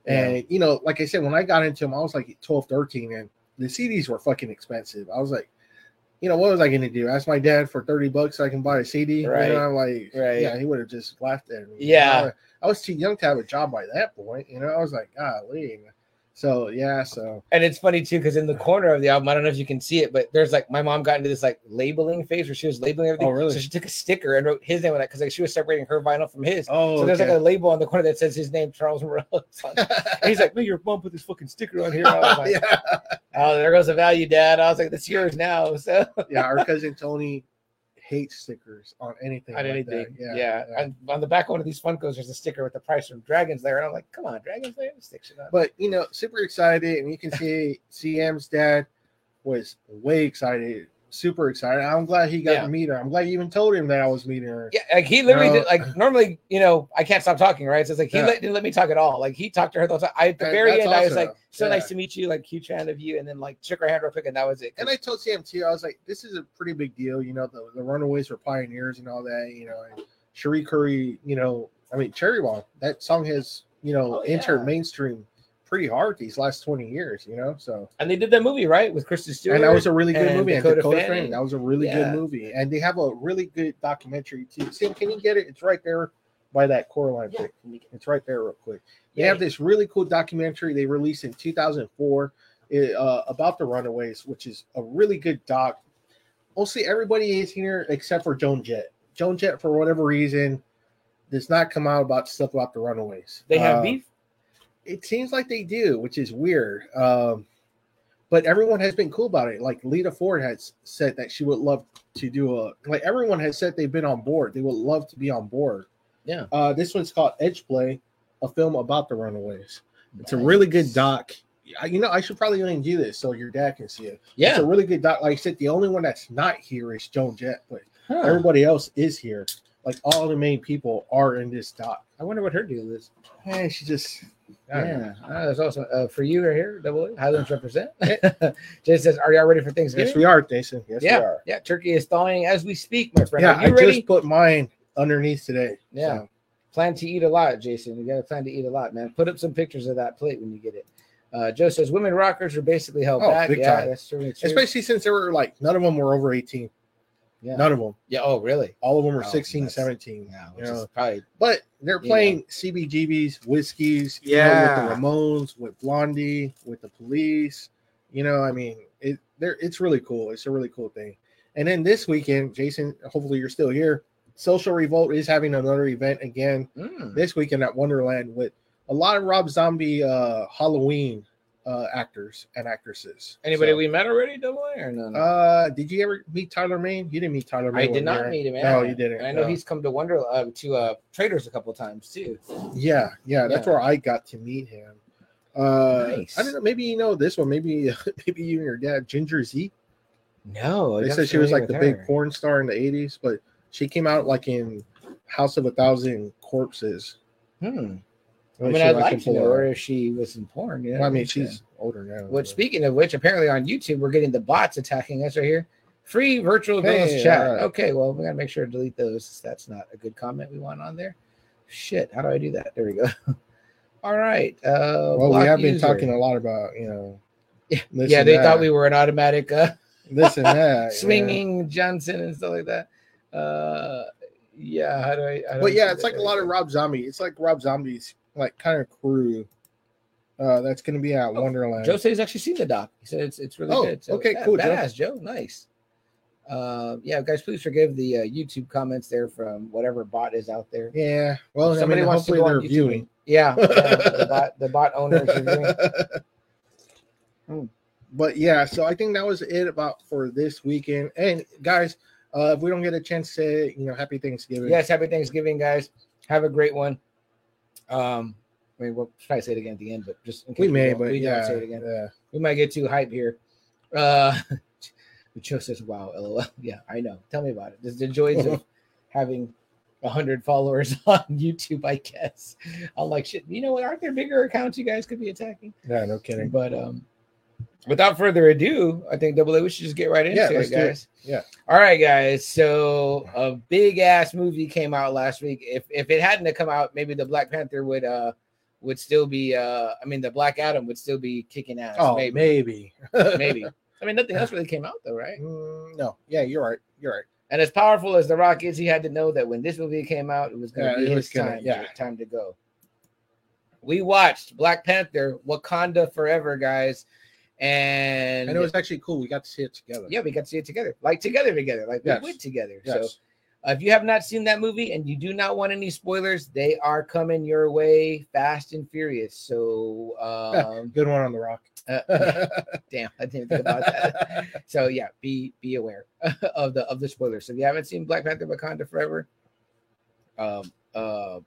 and you know, like I said, when I got into them, I was like 12, 13, and the CDs were fucking expensive. I was like, you know, what was I gonna do? Ask my dad for 30 bucks so I can buy a CD.
Right.
You know, I'm like,
Right.
yeah, he would have just laughed at me.
Yeah.
I, I was too young to have a job by that point, you know. I was like, golly. So yeah, so
and it's funny too because in the corner of the album, I don't know if you can see it, but there's like my mom got into this like labeling phase where she was labeling everything.
Oh, really?
So she took a sticker and wrote his name on it because like she was separating her vinyl from his.
oh
so there's like a label on the corner that says his name, Charles Morales. on it. And he's like, "No, your mom put this fucking sticker on here." And I was like,
yeah.
"Oh, there goes the value, Dad." I was like, "That's yours now." So
yeah, our cousin Tony hates stickers on anything.
on
like that.
anything, yeah.
yeah.
And on the back of one of these Funkos, there's a sticker with the price from Dragon's Lair, and I'm like, "Come on, Dragon's Lair, stick shit on."
but you know, super excited, and you can see CM's dad was way excited, super excited. I'm glad he got
Yeah.
to meet her. I'm glad you even told him that I was meeting her.
Yeah, like he literally
No.
did. Like normally, you know, I can't stop talking, right? So it's like he
Yeah.
let, didn't let me talk at all. Like he talked to her the whole time. I at the
That-
very
that's
end, I was
awesome.
like, "So
Yeah.
nice to meet you," like huge fan of you, and then like shook her hand real quick, and that was it.
And I told CM too, I was like, this is a pretty big deal. You know, the, the Runaways were pioneers and all that. You know, and Sheree Curry. You know, I mean, Cherry Bomb. That song has you know
Oh,
entered
yeah.
mainstream pretty hard these last 20 years. You know, so.
and they did that movie right with Kristen Stewart.
and that was a really good
and
movie.
Dakota
and Dakota
Fanning.
Fanning. that was a really
Yeah.
good movie. And they have a really good documentary too. Sam, can you get it? It's right there by that Coraline
Yeah,
pic. It's right there, real quick. They
Yeah.
have this really cool documentary they released in 2004 it, uh, about the Runaways, which is a really good doc. Mostly everybody is here except for Joan Jett. Joan Jett, for whatever reason, does not come out about stuff about the Runaways.
They have
Uh,
beef.
it seems like they do, which is weird. Um, but everyone has been cool about it. Like Lita Ford has said that she would love to do a like everyone has said they've been on board. They would love to be on board.
Yeah.
Uh, this one's called Edge Play, a film about the Runaways. It's a really good doc. I, you know, I should probably link you this so your dad can see it. It's
Yeah.
a really good doc. Like I said, the only one that's not here is Joan Jett, but
Huh.
everybody else is here. like all the main people are in this doc.
I wonder what her deal is.
And she just I don't know.
Yeah, uh, that's awesome. Uh, for you right here, double A, Highlands represent. Jay says, "Are y'all ready for Thanksgiving?"
Yes, we are, Jason. Yes,
yeah,
we are.
yeah. Turkey is thawing as we speak, my friend.
Yeah,
are
I
you ready?
just put mine underneath today.
Yeah.
so.
Plan to eat a lot, Jason. You got to plan to eat a lot, man. Put up some pictures of that plate when you get it. Uh, Joe says women rockers are basically held
Oh,
back.
big
Yeah,
time.
that's true. true.
especially since there were like none of them were over 18.
Yeah.
None of them.
yeah. Oh, really?
All of them were
Oh,
16,
that's-
17.
Yeah,
you
which is
know.
probably
But they're
Yeah.
playing CBGBs, whiskeys, you know,
Yeah.
with the Ramones, with Blondie, with the police. You know, I mean, it there it's really cool. It's a really cool thing. And then this weekend, Jason, hopefully you're still here. Social Revolt is having another event again
Mm.
this weekend at Wonderland with a lot of Rob Zombie uh Halloween uh actors and actresses.
anybody
So-
we met already, double A or no? no?
Uh, did you ever meet Tyler Maine? You didn't meet Tyler Maine.
I did
when
not
you're-
meet him. yeah.
No, you didn't.
And I know
no.
he's come to Wonder uh, to uh, Traders a couple of times too.
Yeah, yeah. That's
Yeah.
where I got to meet him. Uh,
Nice.
I don't know. Maybe you know this one. Maybe maybe you and your dad, Ginger Z.
No,
They said she was like the big porn star in the '80s, but she came out like in House of a Thousand Corpses.
Hmm. I
She
mean, I'd
was
like
in
to know
Polaroid.
her if she was in porn. Yeah,
Well, I mean, she's older now.
Which,
but-
speaking of which, apparently on YouTube, we're getting the bots attacking us right here. Free virtual girls
Hey,
chat.
alright.
Okay, well, we gotta make sure to delete those. That's not a good comment we want on there. Shit, how do I do that? There we go. All right. Uh,
Well,
block
we have been
user.
talking a lot about you know.
Yeah,
this
yeah,
and
they thought
that,
we were an automatic uh,
this and that you know.
swinging Johnson and stuff like that. Uh, yeah, how do I? How do I
but
do
yeah,
that?
it's like a
There we
lot
go.
of Rob Zombie. It's like Rob Zombie's like kind of crew. Uh, that's gonna be
Oh,
at Wonderland.
Joe said he's actually seen the doc. He said it's it's really
Oh,
good.
okay,
yeah,
cool, Joe.
Badass, Joe. Nice. Uh, yeah, guys, please forgive the uh, YouTube comments there from whatever bot is out there.
yeah. Well, I
Somebody
mean,
wants to
hopefully
go on
they're
YouTube.
viewing.
Yeah, yeah, the bot the bot owners. Are doing. Hmm.
but yeah, so I think that was it about for this weekend. And guys, uh, if we don't get a chance to say, it, you know, happy Thanksgiving.
Yes, happy Thanksgiving, guys. Have a great one. Um, I mean, we'll try to say it again at the end, but just in case
we may,
don't-
but
we
yeah,
don't say it again.
yeah.
we might get too hype here. Uh, but Joe says, "Wow, lol." Yeah, I know. Tell me about it. Just the joys of having a hundred followers on YouTube. I guess I'm like, shit. You know what? Aren't there bigger accounts you guys could be attacking?
Yeah, no kidding.
But um, without further ado, I think Double A, we should just get right into
Yeah,
it,
let's do it.
guys.
Yeah.
All right, guys. So a big ass movie came out last week. If if it hadn't have come out, maybe the Black Panther would uh would still be uh I mean the Black Adam would still be kicking ass.
Oh,
maybe
maybe.
maybe. I mean, nothing else really came out though, right?
Mm, no. Yeah, you're right. You're right.
And as powerful as The Rock is, he had to know that when this movie came out, it was going to
Yeah,
be
it was
his
gonna-
time.
yeah.
time to go. We watched Black Panther: Wakanda Forever, guys, and
And it was actually cool. We got to see it together.
yeah, we got to see it together, like together, together, like
Yes.
we went together. So,
Yes.
uh, if you have not seen that movie and you do not want any spoilers, they are coming your way, fast and furious. So, um,
Good one on the rock.
uh, damn, I didn't think about that. so yeah be be aware of the of the spoilers so if you haven't seen black panther wakanda forever um uh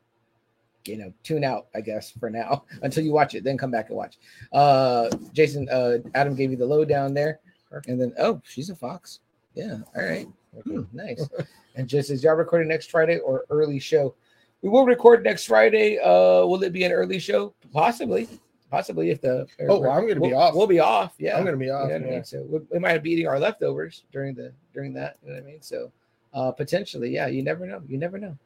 you know tune out i guess for now until you watch it then come back and watch uh jason uh adam gave you the lowdown there and then oh she's a fox yeah all right Hmm, nice and just as y'all recording next friday or early show we will record next friday uh will it be an early show possibly possibly if the
Oh, well, I'm gonna be
we'll-
off.
we'll be off yeah
I'm gonna be off.
you know what I mean? So we, we might be eating our leftovers during the during that. You know what I mean? So uh potentially, yeah, you never know. You never know.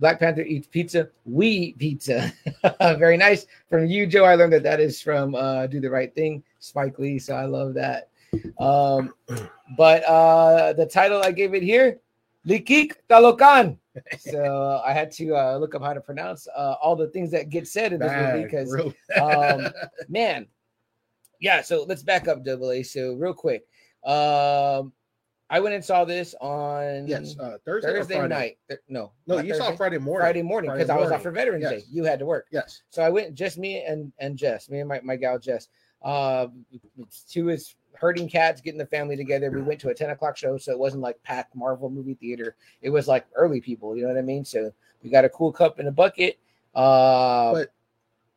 Black Panther eats pizza. We eat pizza. Very nice from you, Joe. I learned that that is from uh Do the Right Thing, Spike Lee. So I love that. Um, but uh the title I gave it here, Likik Talokan. So I had to uh, look up how to pronounce uh, all the things that get said in this movie
Bad,
because
real
um, man. Yeah, so let's back up double A. So real quick. Um I went and saw this on
yes, uh, Thursday, or
Thursday
Friday.
night. Th- no,
No,
not
you saw
Thursday.
Friday morning.
Friday morning because I was out
morning.
for Veterans
Yes.
Day. You had to work.
Yes.
So I went just me and and Jess, me and my, my gal Jess. Um, two is herding cats, getting the family together. We went to a 10 o'clock show, so it wasn't like packed Marvel movie theater. It was like early people, you know what I mean? So we got a cool cup in a bucket. Uh,
But-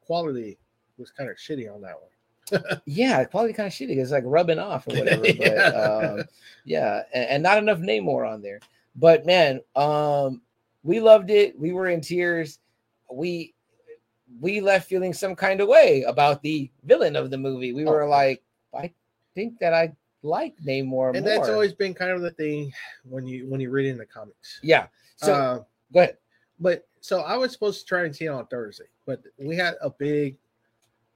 Quality was kind of shitty on that one.
yeah, quality kind of shitty. It's like rubbing off or whatever. But
Yeah.
um, yeah, and, and not enough Namor on there. But man, um, we loved it. We were in tears. We we left feeling some kind of way about the villain of the movie. We were
Oh.
like, I think that I like Namor more.
and that's always been kind of the thing when you when you read it in the comics.
yeah. So
Uh,
go ahead.
but so I was supposed to try and see it on Thursday, but we had a big,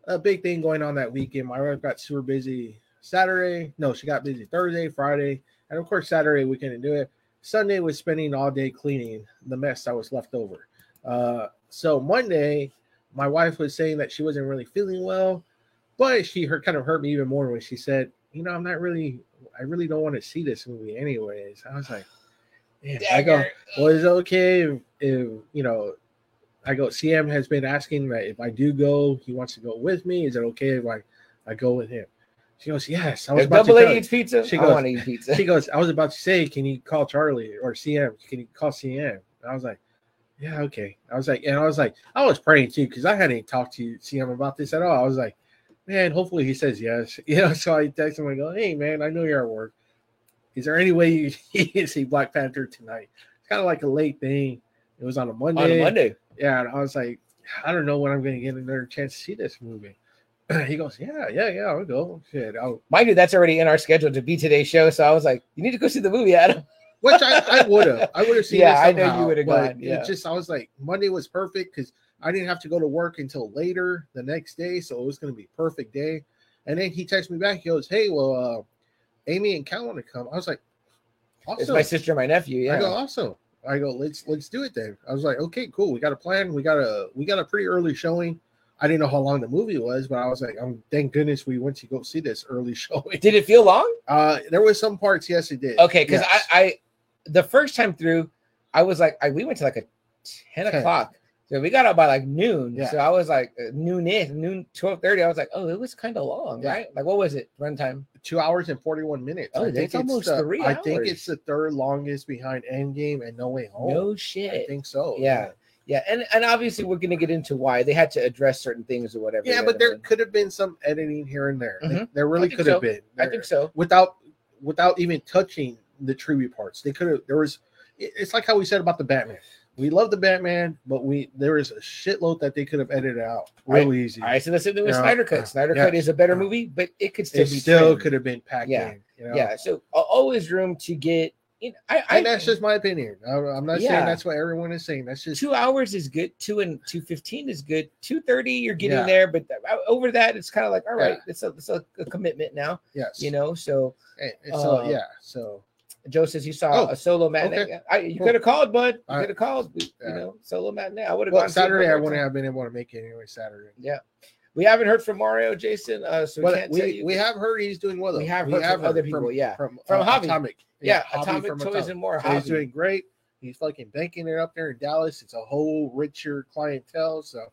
a big thing going on that weekend. My wife got super busy Saturday. No, she got busy Thursday, Friday, and of course Saturday we couldn't do it. Sunday was spending all day cleaning the mess that was left over. Uh, so Monday, my wife was saying that she wasn't really feeling well, but she hurt, kind of hurt me even more when she said, "You know, I'm not really, I really don't want to see this movie, anyways." I was like, "Damn, I go."
Dagger.
well, it's okay if, if you know. I go. CM has been asking that if I do go, he wants to go with me. Is it okay if I, I go with him? She goes, yes. I was
If
about to
double
tell
A
you.
eats pizza,
She
she
goes-
I want to eat pizza.
She goes, I was about to say, can you call Charlie or CM? Can you call CM? And I was like, yeah, okay. I was like, and I was like, I was praying too because I hadn't talked to CM about this at all. I was like, man, hopefully he says yes. You know, so I text him and go, hey, man, I know you're at work. Is there any way you can see Black Panther tonight? It's kind of like a late thing. It was on a Monday.
on Monday.
Yeah, and I was like, I don't know when I'm going to get another chance to see this movie. he goes, yeah, yeah, yeah, I'll go. Shit, I'll,
Mind you, that's already in our schedule to be today's show. So I was like, you need to go see the movie, Adam.
Which I, I would have. I would have seen.
Yeah,
it
I know you
somehow,
would've
but
gone, yeah.
It just I was like Monday was perfect because I didn't have to go to work until later the next day, so it was going to be a perfect day. And then he texts me back. He goes, "Hey, well, uh, Amy and Cal want to come." I was like,
It's
"Awesome."
my sister, and my nephew. Yeah.
I go, "Awesome." I go, "Let's let's do it then." I was like, "Okay, cool. We got a plan. We got a we got a pretty early showing." I didn't know how long the movie was, but I was like, "I'm thank goodness we went to go see this early showing."
Did it feel long?
Uh, there was some parts, yes, it did.
Okay, because
Yes.
I, I, the first time through, I was like, I, we went to like a ten,
10.
o'clock, so we got out by like noon.
Yeah.
So I was like uh, noon is noon twelve thirty. I was like, oh, it was kind of long,
Yeah.
right? Like, what was it runtime?
two hours and 41 minutes.
Oh,
I
that's
think it's
almost
the,
three
I think
hours.
it's the third longest behind Endgame and No Way Home.
no
Oh, I
shit.
think so.
Yeah. Yeah, and and obviously we're gonna get into why they had to address certain things or whatever.
Yeah,
the
but
other
there
one.
could have been some editing here and there.
Mhm.
There really
I think
could have
so.
been.
I think so.
Without without even touching the tribute parts. They could have there was it- it's like how we said about the Batman. We love the Batman, but we there is a shitload that they could have edited out
I-
really easy.
All right, so let's do it with
Yeah.
Snyder Cut. Snyder
Yeah.
Cut is a better movie, but it could still
it
be
still
trimmed.
could have been packed
Yeah.
in. You know?
Yeah, so a- always room to get. You know, I, I
And that's just my opinion. I- I'm not saying
Yeah.
that's what everyone is saying. That's just
two hours is good. Two and two fifteen is good. Two thirty, you're getting
Yeah.
there, but th- over that, it's kind of like all right,
Yeah.
it's a it's a, a commitment now,
yes.
you know. So
And, and so
Uh,
Eh, yeah, so
Joe says you saw
Oh,
a solo matinee.
okay.
I, you
Cool.
could have called, bud. You
All right.
could have called. We-
Yeah.
You know, solo matinee. I would have
well,
gone see it
Saturday I
before
wouldn't
time.
have been able to make it anyway. Saturday,
Yeah, we haven't heard from Mario Jason, uh, so we
but
can't tell
we,
you.
we have heard he's doing well. Though.
We have heard from other people, yeah.
from
From
uh,
Javi.
Atomic,
yeah,
Javi
Atomic
from
Toys
Atomic.
and more.
So he's
hobby.
doing great. He's fucking banking it up there in Dallas. It's a whole richer clientele. So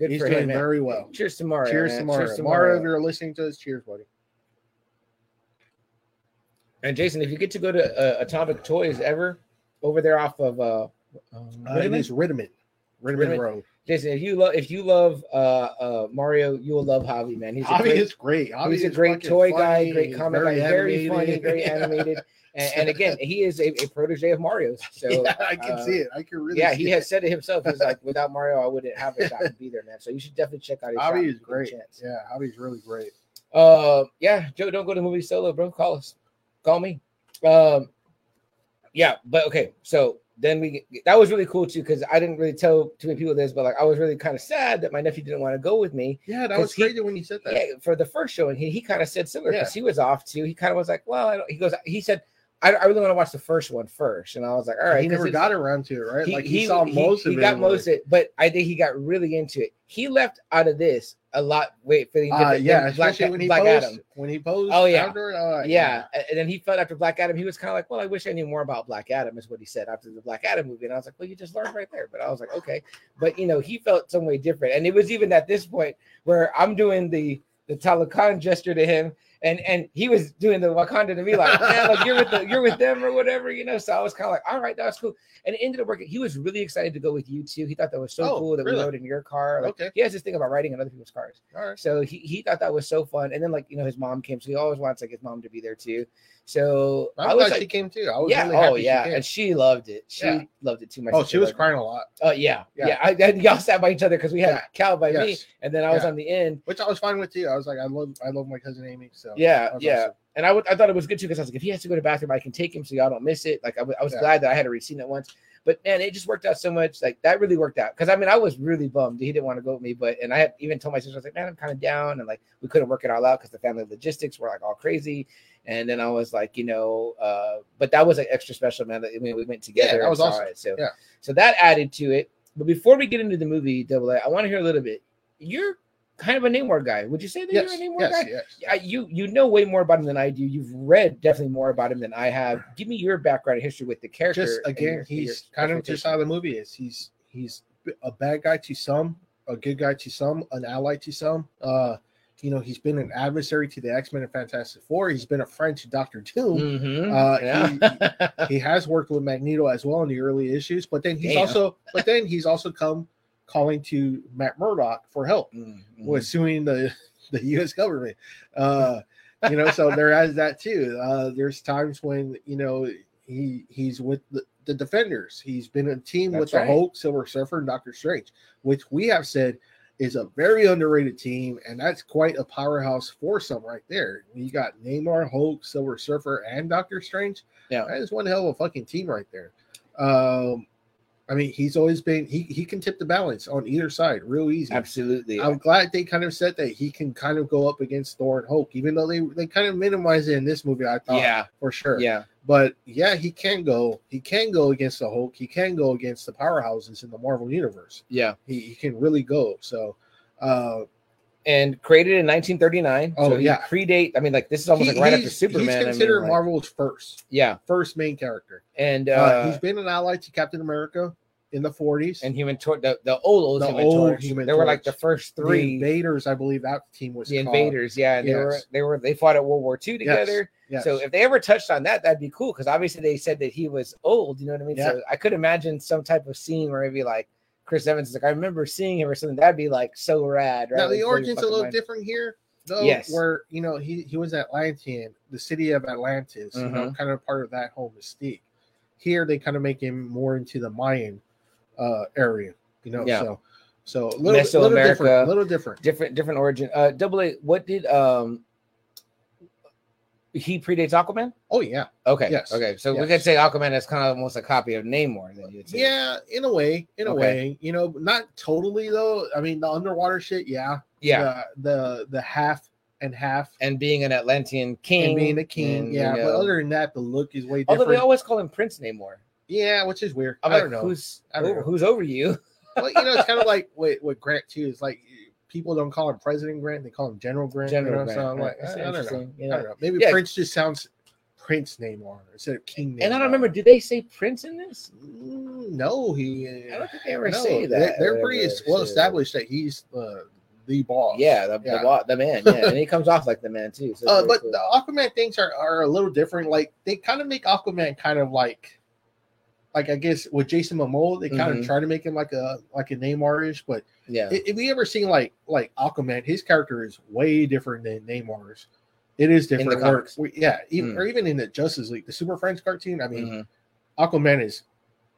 Good
he's
for
doing
him, man.
very well.
Cheers to Mario.
cheers,
man.
tomorrow.
Cheers to
tomorrow.
Mario.
If you're listening to us, cheers, buddy.
And Jason, if you get to go to uh, Atomic Toys ever over there off of uh, um,
Uh, it is Riddiman, Riddiman
Riddiman.
Road.
Jason, if you love if you love uh, uh, Mario, you will love Javi, man. He's a
Javi
great,
is great. Javi
he's a
is
great
fucking
toy
funny.
guy, great
He's
comic guy, very funny,
animated.
very
Yeah.
animated. And, and again, he is a, a protege of Mario's. So
yeah, I can
uh,
see it. I can really.
yeah,
see
he
it.
has said it himself. He's like, without Mario, I wouldn't have a shot to be there, man. So you should definitely check out his shop if
Javi
you
is
get a
great.
chance.
Yeah, Javi's really great.
Uh, yeah, Joe, don't go to movie solo, bro. Call us, call me. Um, yeah, but okay. So then we that was really cool too because I didn't really tell too many people this, but like I was really kind of sad that my nephew didn't want to go with me.
Yeah, that
'Cause
was
he-
crazy when you said that.
Yeah, for the first showing, he, he kind of said similar
Yeah.
because he was off too. He kind of was like, well, I don't, he goes, he said, I, I really want to watch the first one first, and I was like, all right,
he
'cause
never
it's-
got around to it, right?
he,
like he,
he,
saw
he-
most
he
of it.
got
and
most
like,
of it, but I think he got really into it. He left out of this a lot. Wait, feeling
uh,
different than
yeah,
Black,
especially when he
Black
posed.
Adam.
When he posed.
Oh, yeah.
after, uh,
yeah. a- And then he felt after Black Adam, he was kind of like, Well, I wish I knew more about Black Adam, is what he said after the Black Adam movie. And I was like, Well, you just learned right there. But I was like, Okay. But you know, he felt some way different. And it was even at this point where I'm doing the the Talakan gesture to him, and and he was doing the Wakanda to me, like, yeah, like you're with the, you're with them or whatever, you know. So I was kind of like, all right, that was cool. And it ended up working. He was really excited to go with you too. He thought that was so
Oh,
cool that
really?
we rode in your car. Like,
Okay.
He has this thing about riding in other people's cars.
All right.
So he, he thought that was so fun. And then like, you know, his mom came. So he always wants like his mom to be there too. So
I'm
I was
glad
like,
she came too. I was
yeah,
really happy
oh yeah,
she came.
and she loved it. She
Yeah.
loved it too much.
oh, she was crying a lot.
Oh yeah,
Yeah.
yeah. I, and y'all sat by each other because we had
Yeah.
Cal by me,
Yes.
and then I was
Yeah.
on the end.
Which I was fine with too. I was like, I love I love my cousin Amy. So
Yeah,
that was
yeah.
awesome.
And I would, I thought it was good too because I was like, if he has to go to the bathroom, I can take him so y'all don't miss it. Like I wa- I was
Yeah.
glad that I had already seen it once. But man, it just worked out so much. Like that really worked out because I mean I was really bummed he didn't want to go with me. But and I had even told my sister I was like, man, I'm kind of down, and like we couldn't work it all out because the family logistics were like all crazy. And then I was like, you know, uh, but that was like extra special, man. That I mean, we went together.
that
and
was
saw
awesome.
it, so
Yeah.
so that added to it. But before we get into the movie Double A, I want to hear a little bit. You're kind of a Namor guy. Would you say that
Yes,
you're a Namor guy?
yes, yes.
I, you you know way more about him than I do. You've read definitely more about him than I have. Give me your background and history with the character.
Just
and
again,
your-
he's
your
kind of just how the movie is. He's he's a bad guy to some, a good guy to some, an ally to some. Uh, you know, he's been an adversary to the X Men and Fantastic Four. He's been a friend to Doctor Doom.
Mhm.
Uh,
Yeah.
he has worked with Magneto as well in the early issues, but then he's
Damn.
also but then he's also come calling to Matt Murdock for help
Mhm.
with suing the the U.S. government. Uh, you know, so there has that too. Uh, there's times when you know he he's with the, the defenders. He's been a team with
That's
the
right.
Hulk, Silver Surfer, and Doctor Strange, which we have said is a very underrated team, and that's quite a powerhouse foursome right there. You got Neymar, Hulk, Silver Surfer, and Doctor Strange.
Yeah.
that is one hell of a fucking team right there. Um, I mean, he's always been he he can tip the balance on either side real easy.
Absolutely.
I'm glad they kind of said that he can kind of go up against Thor and Hulk, even though they they kind of minimize it in this movie. I thought,
yeah.
for sure.
Yeah.
But yeah, he can go. He can go against the Hulk. He can go against the powerhouses in the Marvel universe.
Yeah.
He, he can really go. So, uh,
And created in 1939.
Oh,
so he
yeah.
predate. I mean, like this is almost
he-
like right after
he's-
Superman. I
He's
mean,
considered
like-
Marvel's first
yeah.
first main character.
And uh,
Uh, he's been an ally to Captain America in the 40s.
and Human Torch. The, the old old
The
Human
old
Torch.
Human
they were like the
Torch.
first
the
three.
invaders, I believe that team was
The
called.
invaders, yeah, and they were
Yes.
they were they fought at World War II
Yes.
together.
Yes.
So if they ever touched on that, that'd be cool because obviously they said that he was old. You know what I mean?
Yeah.
So I could imagine some type of scene where maybe like Chris Evans is like, I remember seeing him or something. That'd be like so rad, right?
Now
Like, blow
the
your
origin's a
fucking
little
mind.
different here, though.
Yes.
Where you know he he was Atlantean, the city of Atlantis, you
Mm-hmm.
know, kind of part of that whole mystique. Here they kind of make him more into the Mayan uh area, you know.
Yeah.
So so a little, little
Mesoamerica.
different, little different.
different, different origin. Uh, Double A, what did um he predates Aquaman?
Oh yeah,
Okay,
Yes.
okay. So we
Yes.
could say Aquaman is kind of almost a copy of Namor. Then you would say.
yeah. In a way, in a
Okay.
way, you know, not totally though. I mean, the underwater shit, yeah,
yeah.
The the, the half and half.
And being an Atlantean king,
And being the king,
and,
yeah,
you
but
know-
other than that, the look is way
although
different.
they always call him Prince Namor.
yeah, which is weird.
I'm
I
like,
don't know.
who's
I don't
over-
know.
who's over you?
well, you know, it's kind of like what, what Grant too is like. eh, People don't call him President Grant; they call him General Grant. you
General
know,
Grant,
so I'm
right.
like, "Eh,
That's
I, I don't know.
interesting, yeah.
I don't know. Maybe
Yeah.
Prince just sounds Prince Namor instead of King Namor.
And I don't remember. Did they say Prince in this?
Mm, No, he. eh,
I don't think they ever
no,
say
They,
that.
they're
or
pretty
whatever,
well
so-
established that he's uh, the boss.
Yeah, the,
Yeah.
The, wa- the man. Yeah, and he comes off like the man too. So it's
Uh,
very
but
cool.
the Aquaman things are, are a little different. Like they kind of make Aquaman kind of like, like I guess with Jason Momoa, they kind of
Mhm.
try to make him like a like a Namor-ish, but
yeah,
I- if we ever seen like like Aquaman, his character is way different than Namor's. It is different.
the
where-
comics.
where- yeah, even,
Mm.
or even in the Justice League, the Super Friends cartoon. I mean,
Mhm.
Aquaman is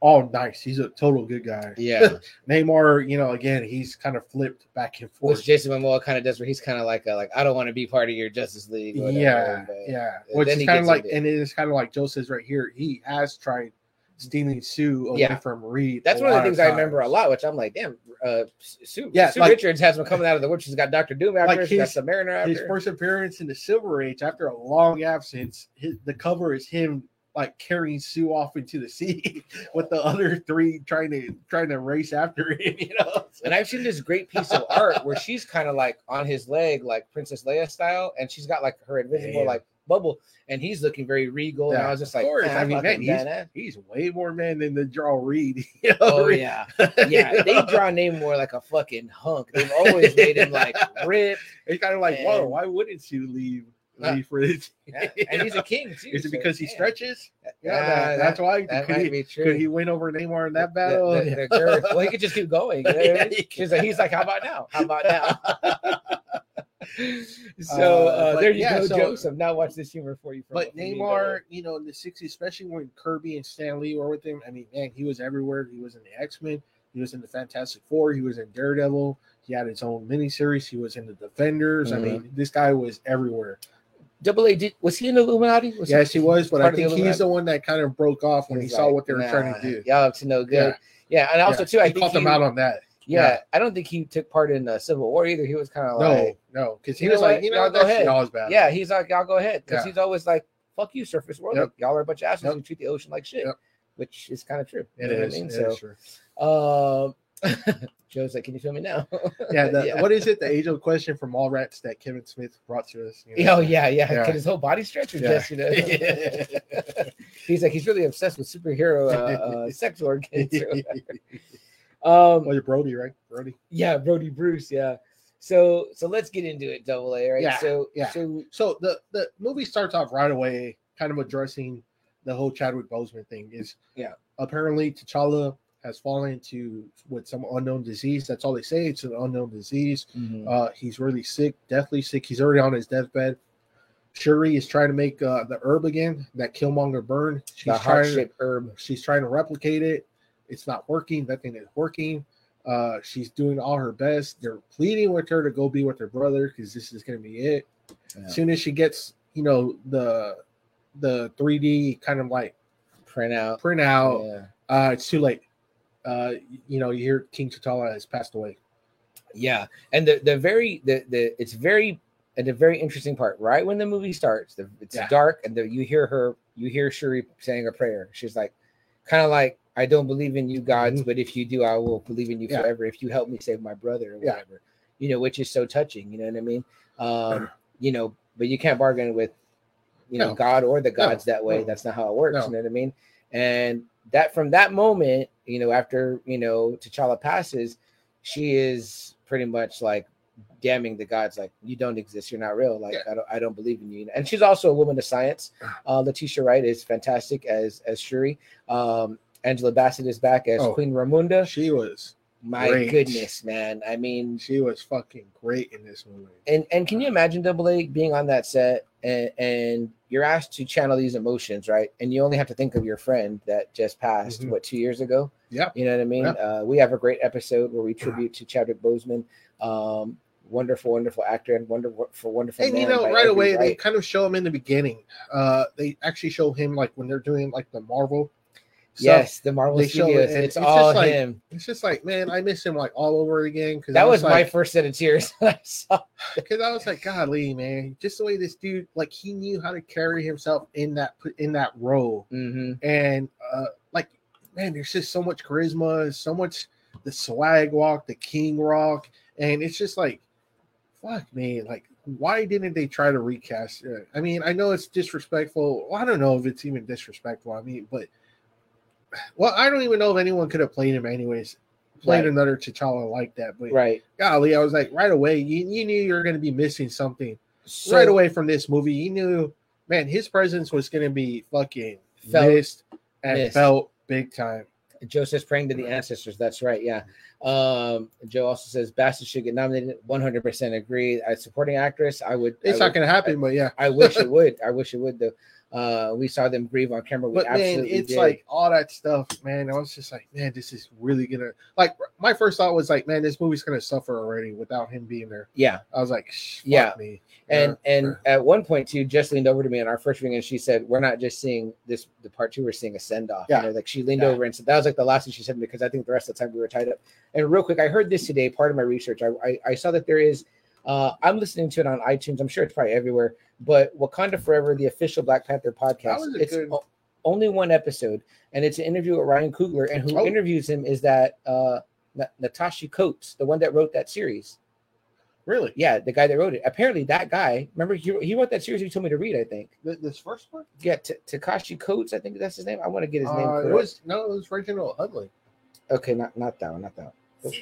all nice. He's a total good guy.
yeah.
Namor, you know, again, he's kind of flipped back and forth.
Which Jason Momoa kind of does, where he's kind of like, a, like I don't want to be part of your Justice League. or whatever,
yeah,
but-
yeah.
and
Which
then
is
he
kind of
gets
like,
into it.
and it is kind of like Joe says right here. He has tried stealing Sue away
Yeah.
from Reed.
That's
a
one of
lot
the things I remember a
times.
lot, which I'm like, damn, uh, Sue,
Yeah,
Sue
like-
Richards has him coming out of the wood. She's got Doctor Doom after
Like
her, she's got
his-
the Mariner after
his
her.
first appearance in the Silver Age after a long absence. His, the cover is him like carrying Sue off into the sea with the other three trying to trying to race after him. You know,
And I've seen this great piece of art where she's kind of like on his leg, like Princess Leia style, and she's got like her invisible
Damn.
like bubble, and he's looking very regal. And
Yeah,
I was just
of
like,
course.
"Man,
I mean,
fucking
man, he's-
badass."
he's way more man than the draw Reed. you know,
Oh
Reed-
yeah, yeah. They draw Namor like a fucking hunk. They've always made him like ripped,
it's kind of like, whoa,
And-
why wouldn't Sue leave?
Uh,
Leave for this?
Yeah, and he's a king too.
Is
so,
it because he
damn,
stretches? Yeah,
Yeah,
that-
that-
that's why.
That
could,
might
he,
be true.
could he win over Neymar in that
The-
battle?
the- the girth. Well, he could just keep going. You know what I
Oh, Yeah,
mean?
he
She's like, he's like, how about now? How about now? so
Uh,
uh,
but
there you
yeah,
go,
so-
Joseph. Now watch this humor for you. From
But
from me,
Neymar, you know, in the 60s, especially when Kirby and Stan Lee were with him, I mean, man, he was everywhere. He was in the X Men, he was in the Fantastic Four, he was in Daredevil, he had his own miniseries, he was in the Defenders. I
Mm-hmm.
mean, this guy was everywhere.
Double A, did, was he in Illuminati? Was
yes, he was, but I
part of the
think he's
Illuminati?
the one that kind of broke off when he
He's
saw
like,
what they were
"Nah,
trying to do.
Y'all up to no good. Yeah, and also
Yeah.
too, I
he
think
caught them
he-
out on that.
Yeah,
yeah.
I don't think he took part in the Civil War either. He was kind of
No,
like,
no, because he
You know
was like,
what?
you know,
Y'all
what,
go
that shit
ahead.
all is bad.
yeah, he's like, y'all go ahead, because
Yeah.
he's always like, fuck you, surface world,
Yep.
y'all are a bunch of asses
Yep.
who treat the ocean like shit,
Yep.
which is kind of true. You
it
know what
is.
I mean,
it
so
is true.
Um, Joe's like, "Can you feel me now?"
Yeah, the,
yeah.
what is it? The age old question from all rats that Kevin Smith brought to us. you know?
Oh yeah, yeah.
Yeah.
Can his whole body stretch or
Yeah.
just you know? he's like, he's really obsessed with superhero uh, uh, sex organs. or whatever.
well,
Um,
you're Brody, right? Brody.
yeah, Brody Bruce. Yeah. So so let's get into it. Double A, right?
Yeah,
So
yeah.
so
So the the movie starts off right away, kind of addressing the whole Chadwick Boseman thing. Is
Yeah.
apparently T'Challa has fallen into with some unknown disease. That's all they say. It's an unknown disease. Uh, he's really sick, deathly sick. He's already on his deathbed. Shuri is trying to make uh, the herb again that Killmonger burned. She's
the heart
trying.
shaped herb.
She's trying to replicate it. It's not working. Nothing is working. Uh, she's doing all her best. They're pleading with her to go be with her brother because this is going to be it.
Yeah.
As soon as she gets, you know, the the 3D kind of like
Print out.
printout,
Yeah.
uh, it's too late. Uh, you know, you hear King T'Challa has passed away.
Yeah, and the the very the the it's very and a very interesting part. Right when the movie starts, the, it's
Yeah.
dark, and the, you hear her, you hear Shuri saying a prayer. She's like, kind of like, "I don't believe in you, gods, but if you do, I will believe in you
Mm-hmm. Yeah.
forever. If you help me save my brother, or
Yeah.
whatever." You know, which is so touching. You know what I mean? Um, you know, but you can't bargain with, you know,
Uh-huh. No.
God or the
No.
gods that way.
No.
That's not how it works.
No.
You know what I mean? And that from that moment, you know, after you know T'Challa passes, she is pretty much like damning the gods, like you don't exist, you're not real, like I don't, I don't believe in you. And she's also a woman of science. Uh, Letitia Wright is fantastic as as Shuri. Um, Angela Bassett is back as
Oh.
Queen Ramunda.
She was
My
Great.
goodness, man! I mean,
she was fucking great in this movie.
and and can you imagine double a being on that set and and you're asked to channel these emotions right and you only have to think of your friend that just passed
Mhm.
what two years ago
Yeah.
you know what i mean
Yeah.
uh, we have a great episode where we tribute to chadwick boseman um wonderful wonderful actor and wonderful for wonderful
And you
man
know,
by
right
every
away they
right.
kind of show him in the beginning. Uh, they actually show him like when they're doing like the Marvel. stuff.
yes the marvel
they show it,
studios
and
it's,
it's just
all
like-
him
it's just like man, I miss him like all over again. Because
that was my
like,
first set of tears when I saw-
because I was like, golly, man, just the way this dude like he knew how to carry himself in that in that role,
Mhm.
and uh, like man, there's just so much charisma, so much the swag walk, the king rock, and it's just like, fuck, man, like why didn't they try to recast? it? I mean, I know it's disrespectful. Well, I don't know if it's even disrespectful. I mean, but well, I don't even know if anyone could have played him anyways. Played
Right.
another T'Challa like that, but
right
golly, I was like, right away, you, you knew you were going to be missing something
so,
right away from this movie. You knew, man, his presence was going to be fucking
Felt-
missed and
missed.
felt big time.
Joe says praying to the ancestors. That's right. Yeah. Um, Joe also says Bassett should get nominated. 100% agree. As supporting actress, I would.
It's
I,
not
would
going to happen, but yeah.
I wish it would. I wish it would. Though. Uh, we saw them grieve on camera. We
But man,
absolutely
it's
did.
like all that stuff, man. I was just like, man, this is really gonna like. My first thought was like, man, this movie's gonna suffer already without him being there.
yeah.
I was like, Shh, fuck
Yeah.
me.
And and
sure.
at one point too, Jess leaned over to me in our first ring and she said, "We're not just seeing this the part two, we're seeing a send off."
Yeah.
You know, like she leaned
Yeah.
over and said that was like the last thing she said because I think the rest of the time we were tied up. And real quick, I heard this today. Part of my research, I I, I saw that there is. Uh, I'm listening to it on iTunes. I'm sure it's probably everywhere. But Wakanda Forever, the official Black Panther
That
podcast,
was a
it's
good-
o- only one episode, and it's an interview with Ryan Coogler, and who
Oh.
interviews him is that uh, Na- Natasha Coates, the one that wrote that series.
really,
Yeah, the guy that wrote it. Apparently, that guy. Remember, he, he wrote that series you told me to read. I think.
Th- this first one?
Yeah, T- Takashi Coates. I think that's his name. I want to get his name.
Uh, it
correct.
was no, it was Reginald Uh, Hudley.
okay, not not that one. Not that one. Oh,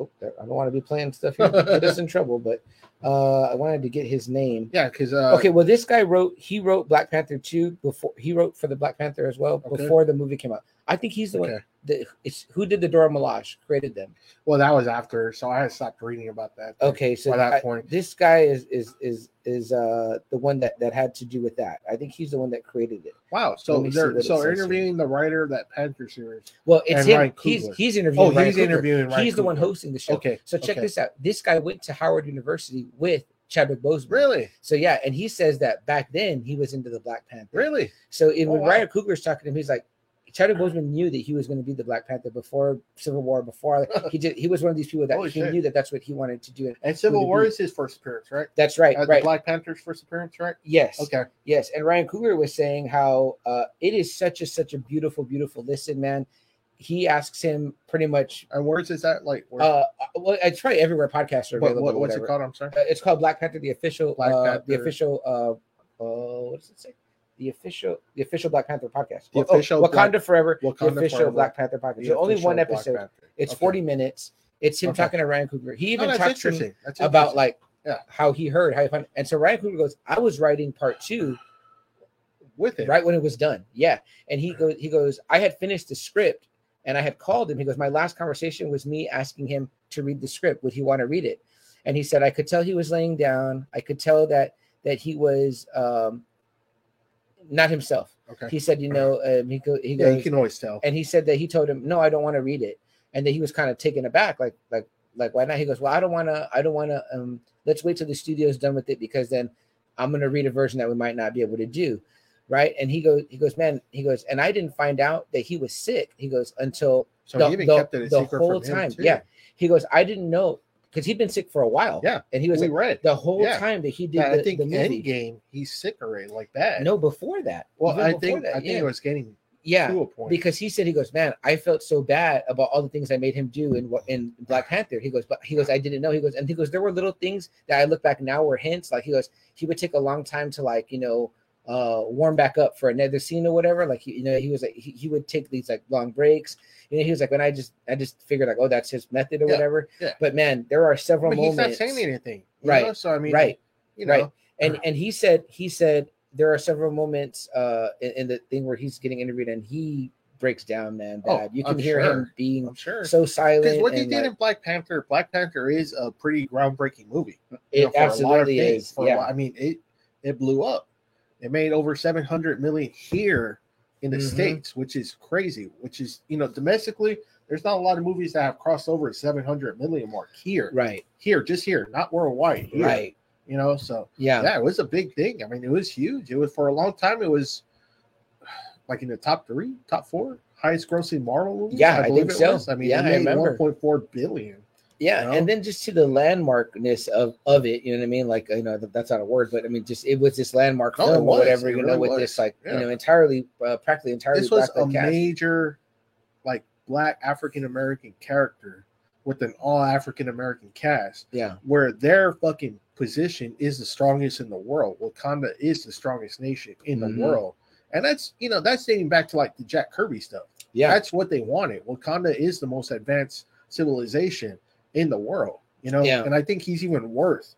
oh, there- I don't want to be playing stuff here. Get us in trouble. But uh, I wanted to get his name.
Yeah, because uh,
okay, well, this guy wrote. He wrote Black Panther two before. He wrote for the Black Panther as well
Okay.
before the movie came out. I think he's the one.
Okay.
the, it's, who did the Dora Milash? Created them.
Well, that was after, so I had stopped reading about that.
Okay, so
by that
I-
point,
this guy is is is is uh the one that that had to do with that. I think he's the one that created it.
wow.
Let
So
me see
they're
what it
so they're
says here.
interviewing the writer of that Panther series.
Well, it's
And
him.
Ryan
He's
Coogler.
he's interviewing.
Oh,
Ryan
he's
Coogler.
interviewing Ryan
he's the one
Coogler.
hosting the show.
Okay,
So check
okay.
this out. This guy went to Howard University with Chadwick Boseman.
Really,
So yeah, and he says that back then he was into the Black Panther.
really.
So it, when
Oh, wow.
Ryan Coogler's talking to him, he's like, Chadwick Boseman knew that he was going to be the Black Panther before Civil War. Before he did, he was one of these people that
Holy
he
shit.
knew that that's what he wanted to do.
And
Would
Civil
it
War
be-
is his first appearance, right?
That's right,
Uh, The
right?
Black Panther's first appearance, right?
yes.
Okay.
Yes, and Ryan Coogler was saying how uh, it is such a such a beautiful, beautiful listen, man. He asks him pretty much.
And where is that? Like, where,
Uh, well, it's probably everywhere podcasts are
what,
available.
what- what's
whatever.
it called? I'm sorry.
Uh, it's called Black Panther, the official,
Black
uh, the
Panther.
official. Uh, uh, what does it say? The official, the official Black Panther podcast.
The
Wa- oh,
official
Wakanda
Black-
Forever. the
Wakanda
official
Forever.
Black Panther podcast.
The
So only
official
one
Black
episode.
Panther.
It's
Okay.
forty minutes. It's him
Okay.
talking to Ryan Coogler. He
Oh,
even
that's
talks to him
interesting. That's
about
interesting.
like
Yeah.
how he heard, how he found. And so Ryan Coogler goes, "I was writing part two
with it,
right when it was done. Yeah. And he goes, he goes, I had finished the script and I had called him. He goes, My last conversation was me asking him to read the script. Would he want to read it? And he said, I could tell he was laying down. I could tell that that he was um not himself.
Okay.
He said, you know, um, he go, he
yeah,
goes,
you can always tell.
and he said that he told him, No, I don't want to read it. And that he was kind of taken aback, like, like, like, why not? He goes, Well, I don't wanna, I don't wanna um let's wait till the studio's done with it because then I'm gonna read a version that we might not be able to do. Right. And he goes, he goes, man, he goes, and I didn't find out that he was sick. He goes, until
So
the-
he even
the-
kept it a
the
secret
whole
from him,
time,
too.
yeah. he goes, I didn't know because he'd been sick for a while.
Yeah,
And he
we
was like,
read.
the whole
yeah.
time that he did
Yeah,
the,
I think
the movie.
Endgame, he's sick already like that.
No, before that.
well,
even
I
before
think
that,
I think
yeah.
it was getting
yeah.
to a point.
because he said he goes, man, I felt so bad about all the things I made him do in what in Black Panther. He goes, but he goes, I didn't know. He goes, and he goes, there were little things that I look back now were hints. Like he goes, he would take a long time to like you know uh warm back up for another scene or whatever. Like he, you know, he was like he, he would take these like long breaks. You know, he was like, when I just I just figured like, oh, that's his method or
Yeah,
whatever.
yeah.
But man, there are
I
several
mean, he's not
moments.
saying anything, you
Right,
know? So I mean,
right
you know,
right. and and he said he said there are several moments uh in, in the thing where he's getting interviewed and he breaks down man
Oh,
bad you can
I'm
hear him
sure.
being
I'm sure.
so silent
Because what they
and,
did
like,
in Black Panther, Black Panther is a pretty groundbreaking movie.
it
you know, for a lot of
absolutely
things,
is
for a
yeah
lot- I mean, it it blew up. It made over seven hundred million here in the
Mhm.
states, which is crazy. Which is you know domestically, there's not a lot of movies that have crossed over seven hundred million mark here,
right
here, just here, not worldwide, here,
right
You know, so
yeah,
yeah, it was a big thing. I mean, it was huge. It was for a long time. It was like in the top three, top four highest grossing Marvel movies.
Yeah, I think
it
so.
was. I mean,
Yeah,
it
I
made
remember.
one point four billion.
yeah,
know?
and then just to the landmarkness of of it, you know what I mean? Like, you know, th- that's not a word, but I mean, just it was this landmark
No, it
film or
was.
whatever,
It
you know,
really
with
was.
this like, you
Yeah.
know, entirely, uh, practically entirely
this was
black
a
cast.
major like black african american character with an all african american cast
Yeah,
where their fucking position is the strongest in the world wakanda is the strongest nation in
Mhm.
the world and that's you know that's dating back to like the jack kirby stuff
yeah,
that's what they wanted wakanda is the most advanced civilization in the world you know
Yeah.
and i think he's even worth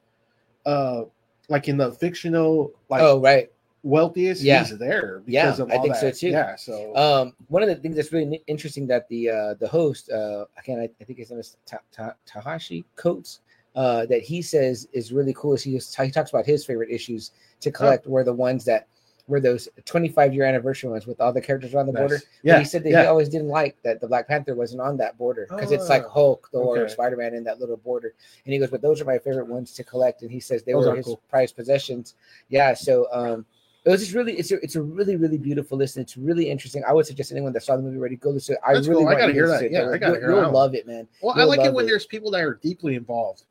uh like in the fictional like
oh, right.
wealthiest
Yeah.
he's there
Yeah,
because of
I
all
think so
that.
too.
yeah so
Um, one of the things that's really ni- interesting that the uh, the host, uh, again, I, I think his name is Ta- Ta- Tahashi Coates, uh, that he says is really cool. Is he, just, he talks about his favorite issues to collect were the ones that were those 25 year anniversary ones with all the characters on the border.
Nice.
But
Yeah.
he said that he
yeah.
always didn't like that the Black Panther wasn't on that border because it's like
Ah,
Hulk, Thor,
okay.
Spider Man in that little border. And he goes, but those are my favorite ones to collect. And he says they
Those
were
are
his
cool.
prized possessions. Yeah. So um, it was just really, it's a, it's a really, really beautiful listen. It's really interesting. I would suggest anyone that saw the movie already go listen. I
That's
really
cool. I
want you
gotta
to
hear that.
listen to it.
Yeah, I gotta
You'll-
hear
You'll
that one.
love it, man.
Well, I
You'll
like it
love
when
it.
there's people that are deeply involved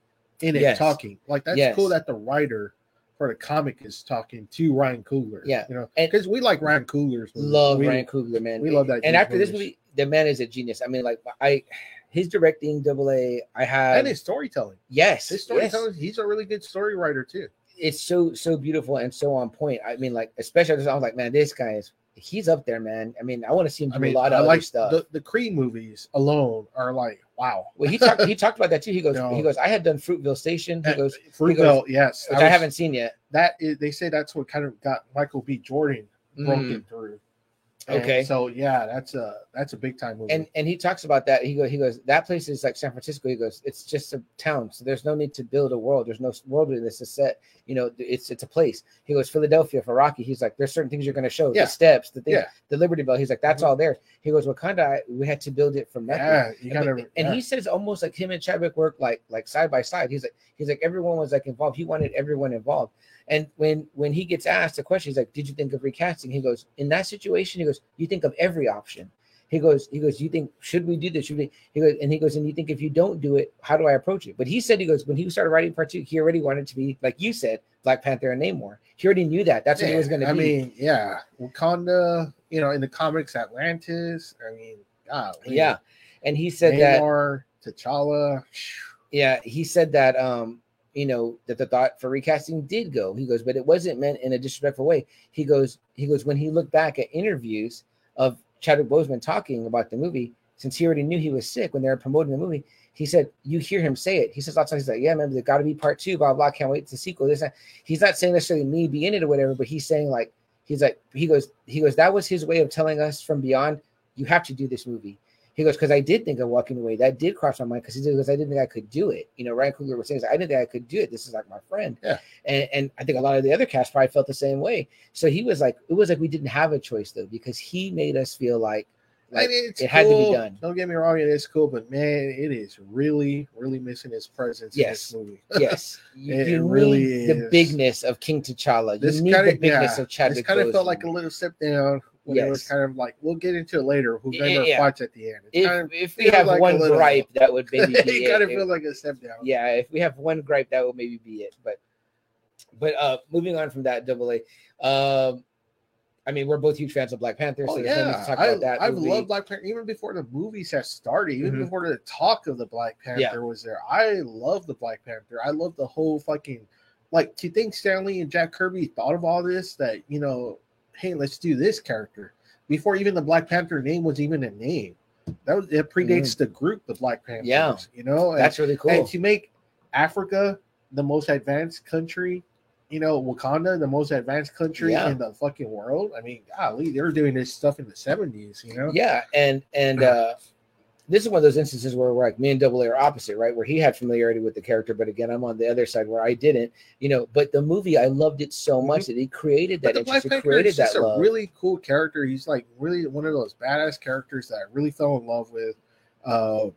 in it
Yes.
talking. Like that's
Yes.
cool that the writer for the comic is talking to Ryan Coogler.
Yeah.
you know,
And-
because we like Ryan Coogler's. movies.
Love
Mm-hmm. we,
Ryan Coogler, man.
we love that
And
dude's
after this
movies.
movie, the man is a genius. I mean, like I, his directing, double A. I have
and his storytelling.
yes,
His
yes.
storytelling. He's a really good story writer too.
it's so so beautiful and so on point. I mean, like especially I was like, man, this guy is he's up there, man. I mean, I want to see him do
I mean,
a lot
I
of other
like
stuff.
the the Creed movies alone are like wow.
well, he talked he talked about that too. He goes,
No.
he goes, I had done Fruitville Station. He
That-
goes,
Fruitvale,
goes-
yes,
which
that
I
was-
haven't seen yet.
That is, they say that's what kind of got Michael B. Jordan broken
Mm,
through And
Okay.
so yeah, that's a that's a big time movie.
and and he talks about that. He go he goes that place is like San Francisco. He goes it's just a town, so there's no need to build a world. There's no world in this is set. You know, it's it's a place. He goes Philadelphia for Rocky. He's like there's certain things you're going to show
Yeah.
the steps, the things,
Yeah. Mm-hmm.
the Liberty Bell. He's like that's all there. He goes Wakanda. We had to build it from nothing.
yeah, you
And-
gotta.
and
yeah.
he says almost like him and Chadwick worked like like side by side. He's like he's like everyone was like involved. He wanted everyone involved. And when when he gets asked a question, he's like, "Did you think of recasting?" He goes, "In that situation, he goes, you think of every option." He goes, he goes, "You think should we do this? Should we?" He goes, and he goes, and you think if you don't do it, how do I approach it? But he said, he goes, when he started writing part two, he already wanted to be like you said, Black Panther and Namor. He already knew that. That's what
Yeah,
he was going to
I
be.
mean, yeah, Wakanda. You know, in the comics, Atlantis. I mean, God,
yeah. And he said that
Namor, T'Challa.
yeah he said that um you know that the thought for recasting did go he goes but it wasn't meant in a disrespectful way he goes he goes when he looked back at interviews of chadwick boseman talking about the movie since he already knew he was sick when they were promoting the movie he said you hear him say it he says lots of times he's like yeah man there got to be part two blah blah can't wait to sequel this that. he's not saying necessarily me be in it or whatever but he's saying like he's like he goes he goes that was his way of telling us from beyond you have to do this movie he goes, because I did think of walking away. That did cross my mind because he did because I didn't think I could do it. You know, Ryan Coogler was saying, I didn't think I could do it. This is like my friend.
Yeah.
And and I think a lot of the other cast probably felt the same way. So he was like, it was like we didn't have a choice though, because he made us feel like,
I
like
mean, it's
it had to be
cool.
done.
Don't get me wrong, it is cool, but man, it is really, really missing his presence
Yes.
in this movie.
yes, you,
It
you
really
need the
is.
bigness of King T'Challa. You
This
need
kinda-
the bigness
yeah,
of Chadwick.
This kind of felt
Boseman.
like a little step down when it was
Yes.
kind of like we'll get into it later. Whoever
Yeah.
fights at the end, It
if,
kind
if we
feels
have
like a
one
little-
gripe, that would maybe
of,
be
it
it.
kind of
It-
feels like a step down.
yeah, if we have one gripe, that will maybe be it. But but uh moving on from that double A. Um I mean, we're both huge fans of Black Panther, so
Oh
there's no need to
yeah,
talk
I,
about that.
I
movie.
love Black Panther even before the movies had started, even
Mhm.
before the talk of the Black Panther
Yeah.
was there. I love the Black Panther. I love the whole fucking like. Do you think Stanley and Jack Kirby thought of all this? That you know, hey, let's do this character before even the Black Panther name was even a name. That was, it predates the group, the Black
Mm-hmm.
Panthers.
Yeah.
you know, and
That's really cool.
and to make Africa the most advanced country, you know, Wakanda the most advanced country
Yeah.
in the fucking world. I mean, golly, they were doing this stuff in the seventies, you know.
yeah, and and uh this is one of those instances where we're like me and Double A are opposite, right? Where he had familiarity with the character, but again, I'm on the other side where I didn't, you know. But the movie, I loved it so much that he created
Mm-hmm. But
that
the
interest,
Black
he
Panther is
created
just
that
a
love.
really cool character. He's like really one of those badass characters that I really fell in love with. Uh,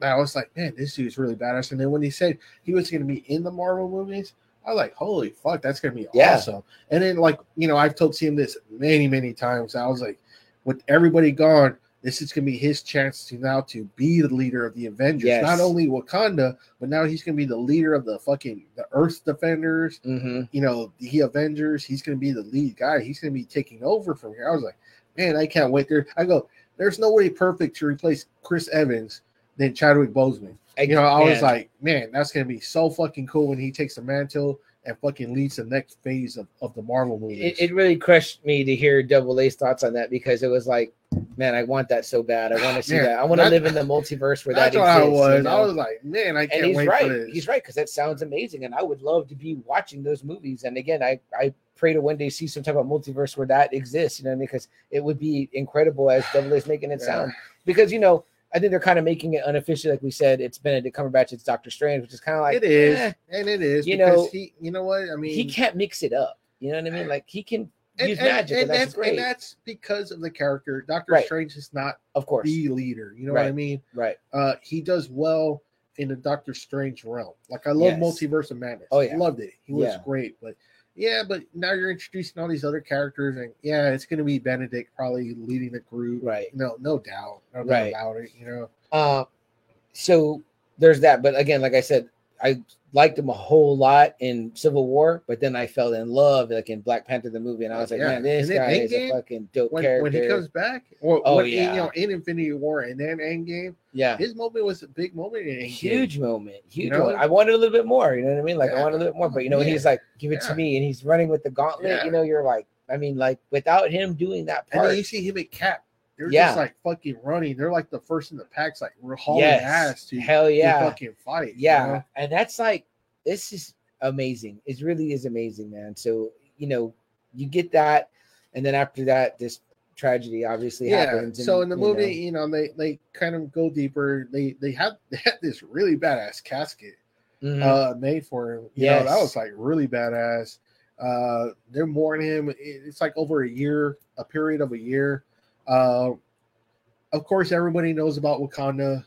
that I was like, man, this dude's really badass. And then when he said he was going to be in the Marvel movies, I was like, holy fuck, that's going to be
Yeah.
awesome. And then like you know, I've told him this many many times. I was like, with everybody gone. This is gonna be his chance to now to be the leader of the Avengers.
Yes.
Not only Wakanda, but now he's gonna be the leader of the fucking the Earth Defenders
Mhm.
you know, the Avengers, he's going to be the lead guy. He's going to be taking over from here. I was like, man, I can't wait there. I go, there's no way perfect to replace Chris Evans than Chadwick Boseman. You know, I was
Again.
like, man, that's going to be so fucking cool when he takes the mantle and fucking leads the next phase of, of the Marvel movies.
it, it really crushed me to hear double a's thoughts on that because it was like man i want that so bad i want to see
Yeah,
that i want to
that-
live in the multiverse where
that's
that exists
what I was.
you know?
I was like, man, I
and
can't
he's
wait for
right
this.
he's right because that sounds amazing and i would love to be watching those movies and again i i pray to one day see some type of multiverse where that exists you know what I mean? because it would be incredible as double a's making it
Yeah.
sound because you know i think they're kind of making it unofficially like we said it's benedict cumberbatch it's dr strange which is kind of like
it is,
eh,
and it is.
you
because
know,
he, you know what I mean.
he can't mix it up you know what i mean like he can
and,
use
and-
magic and,
and
that's, great
and that's because of the character. Doctor
Right.
Strange is not
of course
the leader. You know what I
Right.
mean?
right
uh, he does well in the Doctor Strange realm. Like I love
Yes.
Multiverse of Madness.
Oh, yeah.
loved it. He was
Yeah.
great, but yeah, but now you're introducing all these other characters, and yeah, it's gonna be Benedict probably leading the group.
right
No, no doubt, no doubt
Right.
about it. You know,
Uh, so there's that. But again, like I said, I liked him a whole lot in Civil War, but then I fell in love like in Black Panther the movie, and I was like,
Yeah.
man, this
And then
guy is a
Endgame,
fucking dope
when,
character.
when he comes back, or
Oh,
when,
yeah.
you know, in Infinity War and then Endgame,
yeah.
his moment was a big moment. In Endgame.
Huge moment, huge.
You know?
moment. I wanted a little bit more. You know what I mean? Like
Yeah.
I wanted a little bit more, but you know when
Yeah.
he's like, "Give it
Yeah.
to me," and he's running with the gauntlet.
Yeah.
You know, you're like, I mean, like without him doing that
And
part,
then you see him and Cap. They're
Yeah.
just like fucking running. They're like the first in the packs, like we're hauling ass
yes,
to,
hell
to
yeah,
fucking fight. you
yeah
know?
and that's like this is amazing it really is amazing man so you know you get that and then after that this tragedy obviously
yeah.
happens. and,
so in the
you
movie,
know,
you know, they they kind of go deeper. They they had they had this really badass casket
mhm.
uh made for him. You know, that
Yes.
was like really badass. Uh they're mourning him. It- It's like over a year, a period of a year. Uh of course everybody knows about Wakanda,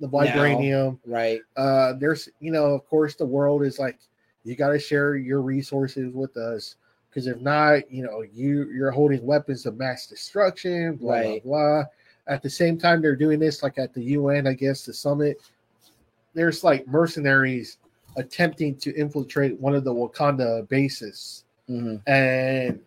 the vibranium.
right.
Uh there's you know, of course the world is like you gotta share your resources with us. Because if not, you know, you you're holding weapons of mass destruction, blah
Right.
blah blah. At the same time, they're doing this like at the UN, I guess, the summit. There's like mercenaries attempting to infiltrate one of the Wakanda bases,
Mhm.
and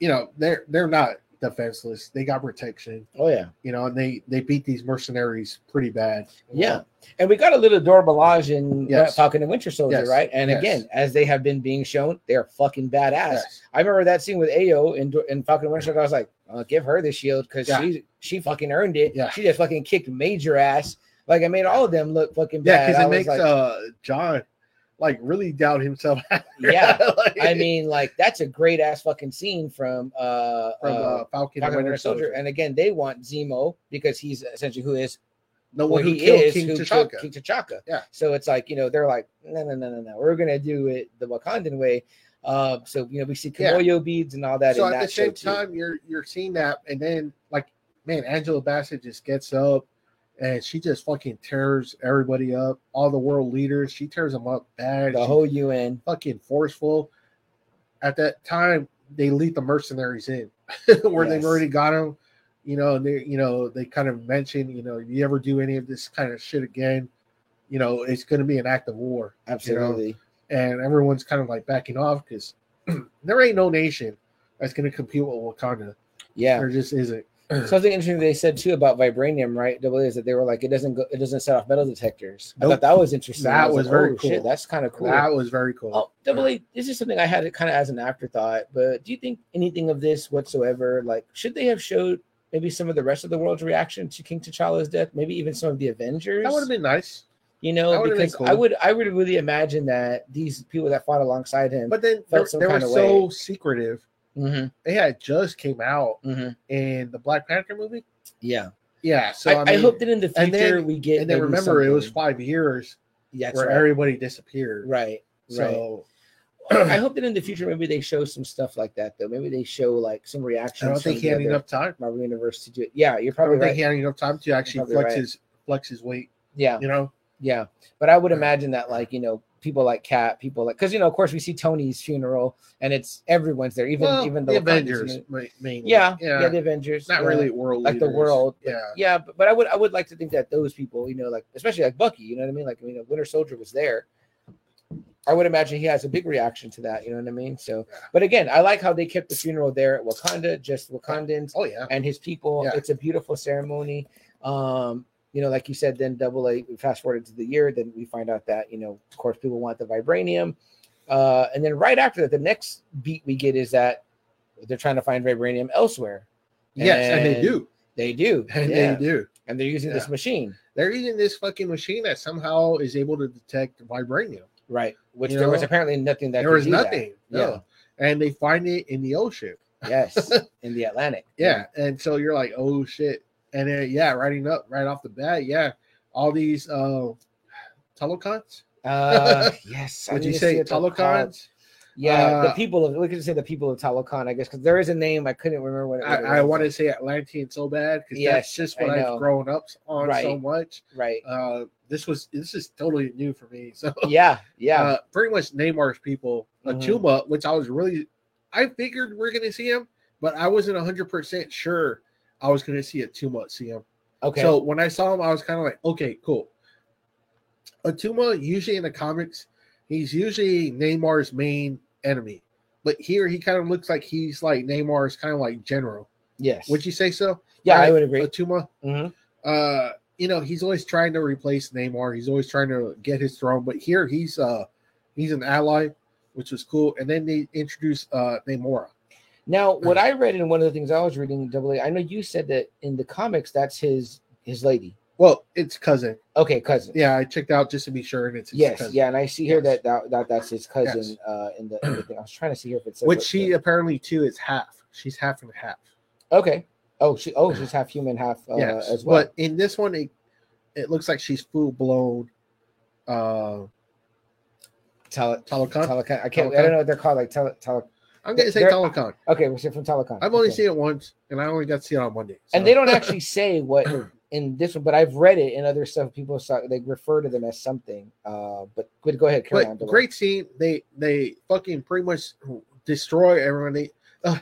you know they're they're not defenseless. They got protection,
Oh yeah.
you know, and they they beat these mercenaries pretty bad.
Yeah. And we got a little Dora Milaje in uh,
Yes.
Falcon and Winter Soldier,
Yes.
right? And
Yes.
again, as they have been being shown, they're fucking badass.
Yes.
I remember that scene with Ayo in, in Falcon and Winter Soldier. I was like, uh, give her the shield because
Yeah.
she she fucking earned it.
Yeah.
She just fucking kicked major ass. Like I made all of them look fucking
Yeah,
bad.
because
I
it
was
makes
like,
uh John like really doubt himself.
Yeah.
Like,
I mean, like that's a great ass fucking scene from uh uh,
from uh, Falcon, and
Falcon and
Winter
Winter
Soldier,
Soldier. And again, they want Zemo because he's essentially who is
the
well,
one who
he
killed
is
King
who
T'Chaka.
killed King T'Chaka.
Yeah.
So it's like you know they're like no no no no no we're gonna do it the Wakandan way. Uh, so you know we see
Yeah.
Kamoyo beads and all that.
so
in
at
that
the
show
same
too.
time, you're you're seeing that, and then like, man, Angela Bassett just gets up, and she just fucking tears everybody up, all the world leaders. She tears them up bad.
the
She's
whole UN.
fucking forceful. At that time, they lead the mercenaries in, where they've
Yes.
already got them. You know, and they you know they kind of mention, you know, if you ever do any of this kind of shit again, you know, it's going to be an act of war.
Absolutely.
and everyone's kind of like backing off because there ain't no nation that's going to compete with Wakanda.
Yeah.
There just isn't.
Something interesting they said too about vibranium, right? Double A, is that they were like it doesn't go, it doesn't set off metal detectors. I
Nope.
thought that was interesting. I
That was
like,
very
"Oh, shit,
cool.
that's kind of cool.
That was very cool.
Oh, double A, this is something I had kind of as an afterthought, but do you think anything of this whatsoever, like, should they have showed maybe some of the rest of the world's reaction to King T'Challa's death? Maybe even some of the Avengers?
that would have been nice.
you
that
know,
would've been
because
cool.
I would I would really imagine that these people that fought alongside him.
But then they,
Felt some
they were
kind of
so secretive.
Mhm,
They had just came out
mhm,
in the Black Panther movie.
yeah.
Yeah, so
I,
I,
I
mean,
hope that in the
and
future
then-
we get
and then
maybe
remember it was
something.
five years
Yeah, that's
where
right.
everybody disappeared.
right. right.
So
I hope that in the future maybe they show some stuff like that though. Maybe they show like some reactions.
I don't think
from
he
the
had
other
enough time.
Marvel Universe to do it. Yeah, you're
I don't
probably
think
right.
he had enough time to actually
probably
flex
right.
his flex his weight.
yeah,
You know,
yeah. But I would imagine that like you know people like Cat, people like because you know of course we see Tony's funeral and it's everyone's there, even
Well,
even
the
Wakandans,
Avengers
you know.
ma- mainly.
Yeah, yeah,
yeah,
the Avengers.
not
yeah.
really world
like the
leaders.
world,
Yeah,
Yeah, but, but I would I would like to think that those people, you know, like especially like Bucky, you know what I mean? Like you know, Winter Soldier was there. I would imagine he has a big reaction to that, you know what I mean? So, but again, I like how they kept the funeral there at Wakanda, just Wakandans
oh yeah,
and his people.
Yeah.
It's a beautiful ceremony. Um, you know, like you said, then double A, we fast forward to the year, then we find out that, you know, of course, people want the vibranium. Uh, and then right after that, the next beat we get is that they're trying to find vibranium elsewhere.
yes, and, they
And-
do,
They do.
and
yeah.
they do.
And they're using this
Yeah.
machine.
They're using this fucking machine that somehow is able to detect vibranium.
Right. Which
You
there was
know,
apparently nothing that
there
could
was
do that.
nothing, no, and they find it in the ocean.
Yes. In the Atlantic.
Yeah, and so you're like, oh shit, and then yeah, writing up right off the bat, yeah, all these uh telecons.
Uh, yes. I
Would
need
you
to
say
see what they're called.
telecons?
Yeah. the
Uh,
people of, we could say the people of Talocon, I guess, because there is a name. I couldn't remember what it
I,
what it
I
was.
want to say Atlantean so bad because that's
Yes,
just
I
what I've
know.
grown up on so
Right.
much.
Right.
Uh, this was this is totally new for me. So
Yeah. Yeah.
uh, pretty much Neymar's people,
Mhm.
Achuma, which I was really, I figured we're gonna see him, but I wasn't hundred percent sure I was gonna see Achuma see him.
okay.
Uh, So when I saw him, I was kind of like, okay, cool. Atuma usually in the comics, he's usually Neymar's main enemy, but here he kind of looks like he's like Neymar's kind of like general.
yes.
Would you say so?
yeah, I
right,
would agree.
Atuma
Mhm.
uh you know he's always trying to replace Neymar. He's always trying to get his throne, but here he's uh he's an ally, which was cool. And then they introduce uh Neymora.
Now, what I read in one of the things I was reading, double A, I know you said that in the comics that's his his lady.
Well, it's cousin.
Okay, cousin.
Yeah, I checked out just to be sure, and it's his
Yes,
cousin,
yeah, and I see here
Yes.
that, that that that's his cousin
Yes.
uh in the, in the thing. I was trying to see here if it's
which she apparently too is half. She's half and half.
Okay. Oh, she. Oh, she's half human, half uh,
yes,
as well.
but in this one, it it looks like she's full blown. Uh,
Tele-
Telecon.
Telecon. I can't. I
Telecon.
don't know what they're called. Like tele. tele
I'm gonna say
They're-
Telecon.
okay, we're from Telecon.
I've only
Okay.
seen it once, and I only got to see it on Monday.
And they don't actually say what in this one, but I've read it in other stuff. People saw, they refer to them as something. Uh, but but go ahead, carry on.
But
Bilal.
great scene. They they fucking pretty much destroy everyone. They, uh,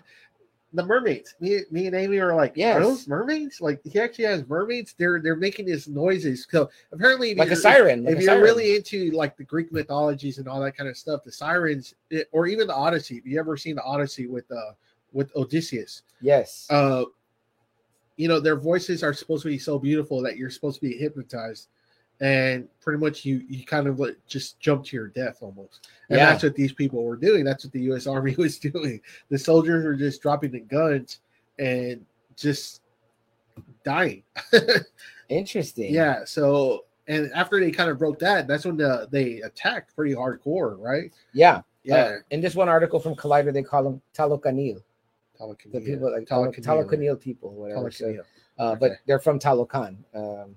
the mermaids. Me, me and Amy are like, yeah,
Yes.
are those mermaids? Like he actually has mermaids. They're they're making these noises. So apparently, if
like a
you're-
siren.
If
Like a
you're
siren.
really into like the Greek mythologies and all that kind of stuff, the sirens it, or even the Odyssey. If you ever seen the Odyssey with uh with Odysseus,
yes,
uh, you know, their voices are supposed to be so beautiful that you're supposed to be hypnotized, and pretty much you you kind of like just jump to your death almost. And
Yeah.
that's what these people were doing. That's what the U.S. Army was doing. The soldiers were just dropping the guns and just dying.
interesting.
yeah. So and after they kind of broke that, that's when the, they attacked pretty hardcore, right?
yeah,
Yeah.
Uh, in this one article from Collider, they call them Talocanil.
Talocan-
The
yeah.
people like
Talocan-
Talocanil people, whatever. So,
Talocan-
uh,
Okay.
but they're from Talocan. Um,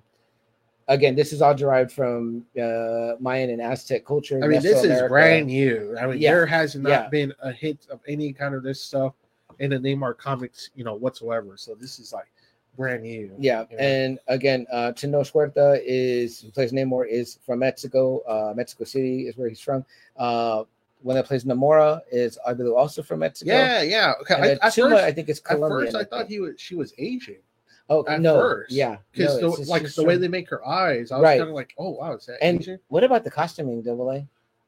again, this is all derived from uh, Mayan and Aztec culture.
I mean, this is
Mesoamerica.
brand new. I mean,
Yeah.
there has not
Yeah.
been a hint of any kind of this stuff in the Neymar comics, you know, whatsoever. So this is like brand new.
Yeah,
you know.
and again, uh, Tino Huerta is who plays Namor is from Mexico. Uh, Mexico City is where he's from. Uh, one that plays Namora is I believe also from Mexico.
yeah, yeah. Okay.
and
I,
then
at,
Tula,
first,
I think it's
at
Colombian.
first, I thought
think.
he was she was Asian
Oh
at
no!
first,
yeah,
because
no, it's
the,
just-
like
just
the way
from-
they make her eyes, I was
Right.
kind of like, oh wow, is that
And-
Asian?
What about the costuming, Double A?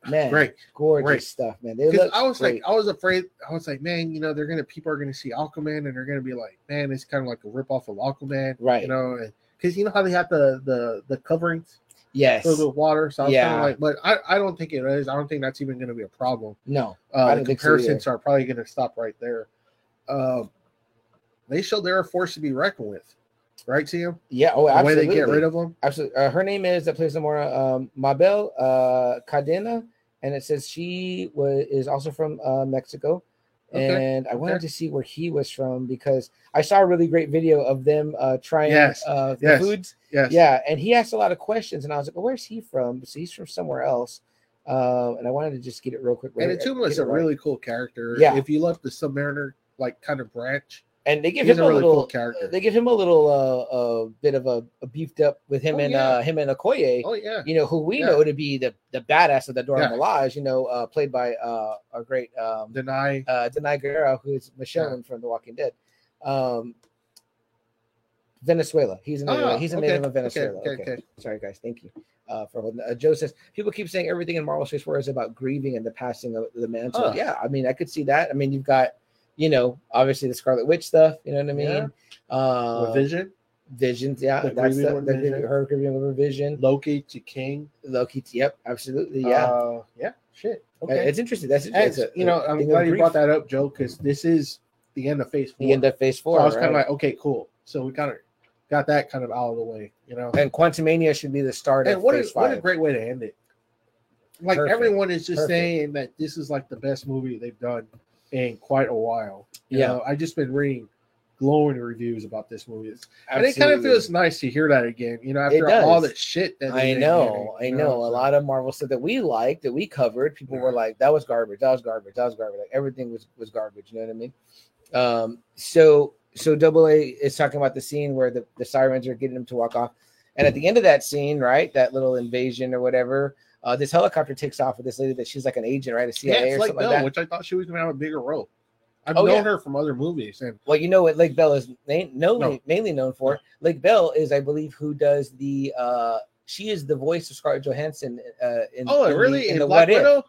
Man,
Great.
gorgeous
great.
stuff, man. They
Because
look.
I was
great.
like, I was afraid. I was like, man, you know, they're gonna people are gonna see Aquaman and they're gonna be like, man, it's kind of like a rip off of Aquaman,
Right.
You know, because you know how they have the the the coverings.
yes,
a little bit of water. So I was
Yeah.
kind of like, but I, I don't think it is. I don't think that's even going to be a problem.
no, I
Uh, the
don't think so either.
comparisons are probably going to stop right there. Um, they show they're a force to be reckoned with, right, Sam?
yeah. Oh,
The
absolutely.
way they get rid of them.
absolutely. Uh, her name is that plays Namora um, Mabel uh, Cadena, and it says she was is also from uh, Mexico.
Okay,
And I wanted
okay.
to see where he was from because I saw a really great video of them uh, trying
Yes,
uh, the
yes,
foods.
Yes.
Yeah, and he asked a lot of questions, and I was like, well, "Where's he from?" So he's from somewhere else, uh, and I wanted to just get it real quick.
And
right-
Atuma is
get
a
it right.
really cool character.
Yeah.
If you love the Submariner, like kind of branch,
and they give
he's
him
a
a,
really
little uh,
cool character.
They give him a little uh, uh, bit of a, a beefed up with him
Oh,
and
yeah.
uh, him and Okoye.
oh, yeah.
you know, who we
Yeah.
know to be the, the badass of the Dora
Yeah.
Milaje, you know, uh, played by uh, our great um,
Deny.
uh, Denai Guerrero, who is Michonne from The Walking Dead. Um, Venezuela. He's a native,
Ah,
he's a
okay,
native of
okay,
Venezuela.
okay,
Okay,
okay.
Sorry, guys. Thank you uh, for holding. Uh, Joe says people keep saying everything in Marvel Space War is about grieving and the passing of the mantle.
Huh.
Yeah, I mean, I could see that. I mean, you've got, you know, obviously the Scarlet Witch stuff. You know what I mean?
Yeah.
Uh,
Vision.
Visions. Yeah,
The
that's
grieving
the,
one,
the
Vision.
grieving- her grieving over Vision.
Loki to King.
Loki. Yep, absolutely. Yeah,
Uh, yeah. Shit.
Uh,
Okay.
it's interesting. That's
And,
it's a-
you know,
a
I'm
thing of
glad you
grief.
brought that up, Joe, because this is the end of phase four.
The end of phase
So
four,
I was
right?
kind of like, okay, cool. So we kind of got that kind of out of the way, you know.
and Quantumania should be the start
And
of
what a,
phase
what
five.
a great way to end it. Like
Perfect.
everyone is just
Perfect.
saying that this is like the best movie they've done in quite a while. You
Yeah.
know, I just been reading glowing reviews about this movie, It's- and it
Absolutely.
kind of feels nice to hear that again. You know,
It
after all
does.
the shit that
I
they've been
know, I
getting, you
know. A
so-
lot of Marvel stuff that we liked, that we covered, people were
Yeah.
like, "That was garbage. That was garbage. That was garbage. Like everything was was garbage." You know what I mean? Um. So so Double A is talking about the scene where the the sirens are getting him to walk off, and at the end of that scene, right, that little invasion or whatever, uh, this helicopter takes off with this lady that she's like an agent, right, a
Yeah,
CIA
it's
or
like
something
Belle,
like that.
which I thought she was gonna have a bigger role. I've
Oh,
known
yeah.
her from other movies, and
Well, you know what Lake Bell is na- no,
No.
mainly known for. Lake Bell is, I believe, who does the. uh She is the voice of Scarlett Johansson. Uh, in,
oh,
in the-
really?
in
in
the
Black
what if?
Widow?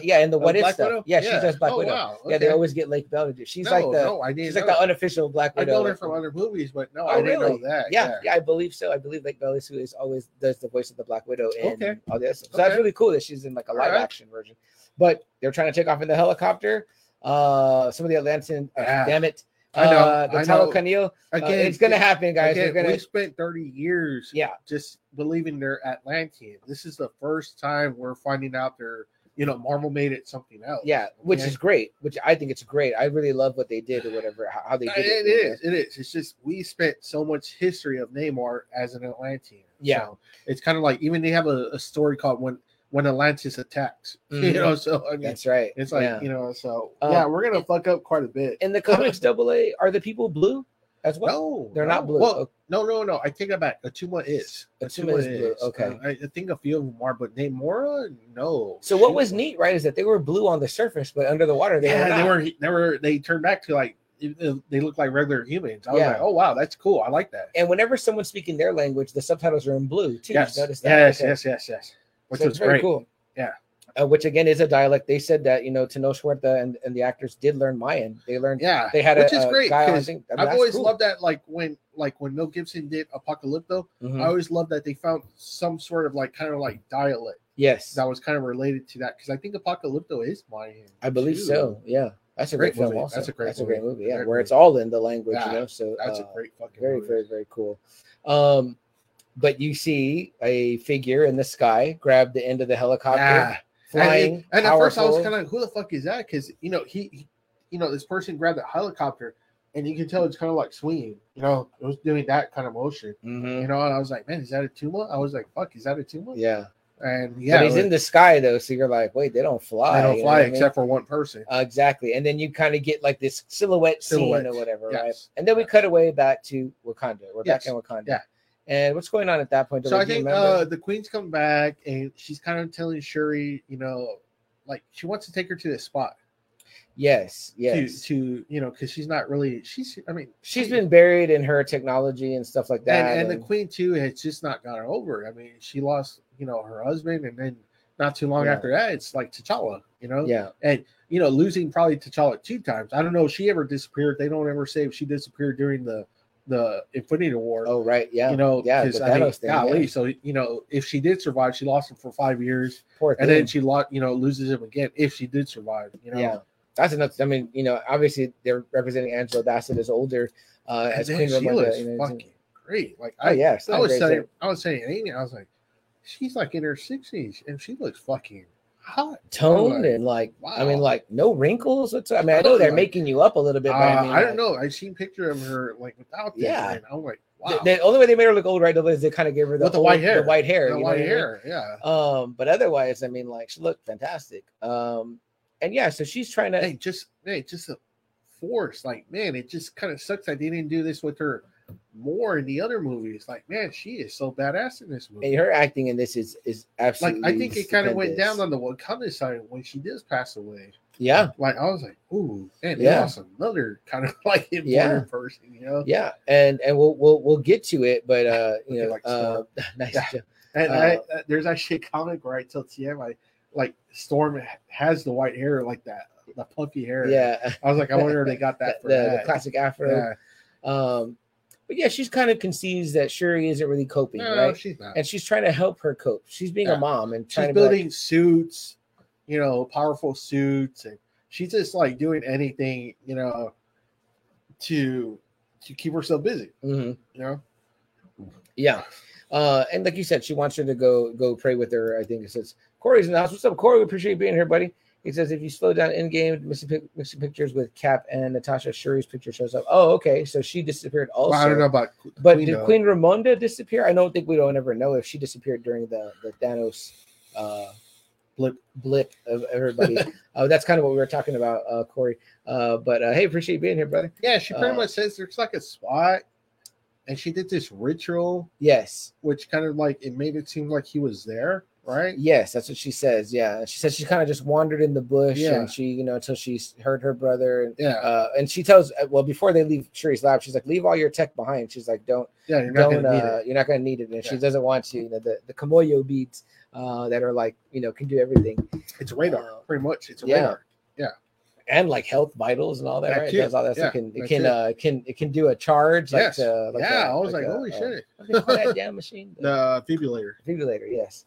Yeah, in the
Uh,
what if
Black
stuff.
Widow?
Yeah, she does Black
Oh,
Widow.
wow,
Yeah, they
okay.
always get Lake Bell to do. She's
No,
like the.
no, I didn't
She's like
know
the
that.
unofficial Black
I
Widow.
know her from other movies, but no,
Oh,
I didn't
really?
know that.
yeah, yeah, I believe so. I believe Lake Bell is who is always does the voice of the Black Widow and
Okay.
all this. So that's
Okay.
really cool that she's in like a
All
live
right.
action version. But they're trying to take off in the helicopter. Uh, some of the Atlantean, uh,
Yeah.
damn it,
I know,
uh, the
I know.
Talocanil. Uh,
Again,
it's gonna happen, guys.
again,
We're gonna,
we spent 30 years
yeah,
just believing they're Atlantean. This is the first time we're finding out they're you know, Marvel made it something else.
Yeah, which
okay?
is great. Which I think it's great. I really love what they did or whatever how how they did it.
Uh, it is. It is. It's just we spent so much history of Namor as an Atlantean.
Yeah.
So it's kind of like even they have a, a story called when when Atlantis attacks. You
Mhm.
know, so I mean,
That's right.
it's like
Yeah.
you know, so
Um,
yeah, we're gonna fuck up quite a bit.
in the comics double A are the people blue as well?
no,
They're
no.
not blue.
Well,
Okay.
no, no, no. I take that back. Atuma is.
Atuma is blue, okay.
Uh, I, I think a few of them are, but Namora, no.
So what
She-
was neat, right, is that they were blue on the surface, but under the water they were
yeah,
not.
they were they were they turned back to like they look like regular humans. I was
Yeah.
like, oh wow, that's cool. I like that.
And whenever someone's speaking their language, the subtitles are in blue too.
yes,
You notice that?
yes,
Okay.
yes, yes, yes. Which
So
was
it's very
great.
cool.
Yeah.
Uh, which again is a dialect. They said that you know Tenoch Huerta and, and the actors did learn Mayan. They learned.
Yeah,
They had
which
a,
is
a
great.
guy on, I
'cause
think- I mean,
I've
that's
always
cool.
loved that, like when like when Mel Gibson did Apocalypto.
Mhm.
I always loved that they found some sort of like kind of like dialect
Yes,
that was kind of related to that because I think Apocalypto is Mayan.
I believe
too.
so. Yeah, that's a great,
Great
film.
movie.
Also,
That's a great
movie.
movie.
Yeah,
Great
where
movie.
it's all in the language,
Yeah,
you know. So
That's
uh,
a great fucking
very,
movie.
very, very cool. Um, but you see a figure in the sky grab the end of the helicopter,
Yeah.
flying.
And, and at first I was
powerful.
kind of like, who the fuck is that? Because you know he, he- you know this person grabbed that helicopter, and you can tell it's kind of like swinging. You know, it was doing that kind of motion.
Mhm.
You know, and I was like, man, is that a Tuma? I was like, fuck, is that a Tuma?
Yeah,
And yeah,
yeah. But he's
like,
in the sky though, so you're like, wait, they don't fly.
I don't
you know
fly
what I mean?
except for one person.
Uh, exactly. And then you kind of get like this silhouette,
Silhouette.
scene or whatever, right?
Yes.
And then we
Yes.
cut away back to Wakanda. We're back
Yes.
in Wakanda.
Yeah.
And what's going on at that point?
So I
Dylan? Do you
think
remember?
uh, the queen's come back, and she's kind of telling Shuri, you know, like she wants to take her to this spot
yes, yes.
to, to you know, because she's not really she's. I mean,
She's been buried in her technology and stuff like that.
and, and the queen too has just not gotten over. it. I mean, she lost you know her husband, and then not too long
Yeah.
after that, it's like T'Challa, you know,
yeah,
and you know losing probably T'Challa two times. I don't know if she ever disappeared. They don't ever say if she disappeared during the the Infinity War.
oh right, yeah,
You know,
yeah,
because
the
I mean,
Thanos thing, yeah.
golly, so you know, if she did survive, she lost him for five years,
poor
and
thing.
then she lost, you know, loses him again if she did survive. You know,
yeah, that's enough. I mean, you know, obviously they're representing Angela Bassett as older, uh,
and
as
then
Queen
she
Ramonda.
looks
You know,
fucking great. Like
oh
I,
yeah,
I was saying,
saying
I was saying, Amy, I was like, she's like in her sixties, and she looks fucking hot.
toned and like, I mean,
oh wow.
like no wrinkles. What's I mean, I
I
know
was
they're
like-
making you up a little bit.
Uh,
but I, mean,
I
like,
don't know. I seen picture of her like without this,
Yeah.
and I'm like,
The-
wow,
The, only way they made her look old, right, though, is they kind of gave her the,
With the
old-
white hair.
The white hair.
the
you know
white
what I mean?
hair, yeah.
Um, but otherwise, I mean, like she looked fantastic. Um, and yeah, so she's trying to.
Hey, just hey, just a force. Like, man, it just kind of sucks that they didn't do this with her more in the other movies. Like, man, she is so badass in this movie.
and her acting in this is is
like,
absolutely.
I think it kind of went
stupendous.
down on the Wakanda side when she does pass away.
Yeah,
Like, I was like, ooh, man,
Yeah.
yeah. lost another kind of like important
Yeah.
person, you know.
yeah, and and we'll we'll we'll get to it, but uh, you know,
Like
uh, nice.
Yeah.
job.
And
Uh,
I, uh, there's actually a comic where I tell TM I like Storm ha- has the white hair like that, the puffy hair.
Yeah,
I was like, I wonder if they got
the,
that for
the
that.
classic afro.
Yeah.
Um, but yeah, she's kind of concedes that Shuri isn't really coping,
No,
right?
she's not.
And she's trying to help her cope. She's being a
Yeah.
mom and trying
she's
to be like,
building suits, you know, powerful suits, and she's just like doing anything, you know, to to keep herself busy,
mhm.
you know.
Yeah. Uh, and like you said, she wants her to go go pray with her. I think it says Corey's in the house. What's up, Corey? We appreciate you being here, buddy. He says if you slow down in game, missing, pic- mixing pictures with Cap and Natasha Shuri's picture shows up. Oh, okay. So she disappeared also.
Well, I don't know about
But
Queen, uh,
did
though.
Queen Ramonda disappear? I don't think we don't ever know if she disappeared during the the Thanos uh, blip blip of everybody. uh, that's kind of what we were talking about, uh, Corey. Uh, but uh, hey, appreciate you being here, brother.
Yeah, she pretty
uh,
much says there's like a spot, and she did this ritual,
Yes,
which kind of like it made it seem like he was there, right?
Yes, that's what she says. Yeah, she says she kind of just wandered in the bush,
Yeah.
and she, you know, until she s- heard her brother, and
Yeah,
uh, and she tells, uh, well, before they leave Shuri's lab, she's like, leave all your tech behind. She's like, don't,
yeah, you're not
don't,
gonna need
uh,
it.
you're not gonna need it, and she
Yeah.
doesn't want to, you know, the the Kamoyo beads uh, that are like, you know, can do everything,
It's radar,
uh,
pretty much. It's
yeah.
radar.
and like health vitals and all that,
That
right? It
too.
does all that stuff.
Yeah,
Can, it
that's
can,
it.
uh, can it can do a charge? Like
yes.
to- like
yeah,
a-
I was uh, like,
a,
holy
uh,
shit. uh,
what do they call that damn machine.
The defibrillator.
defibrillator, yes.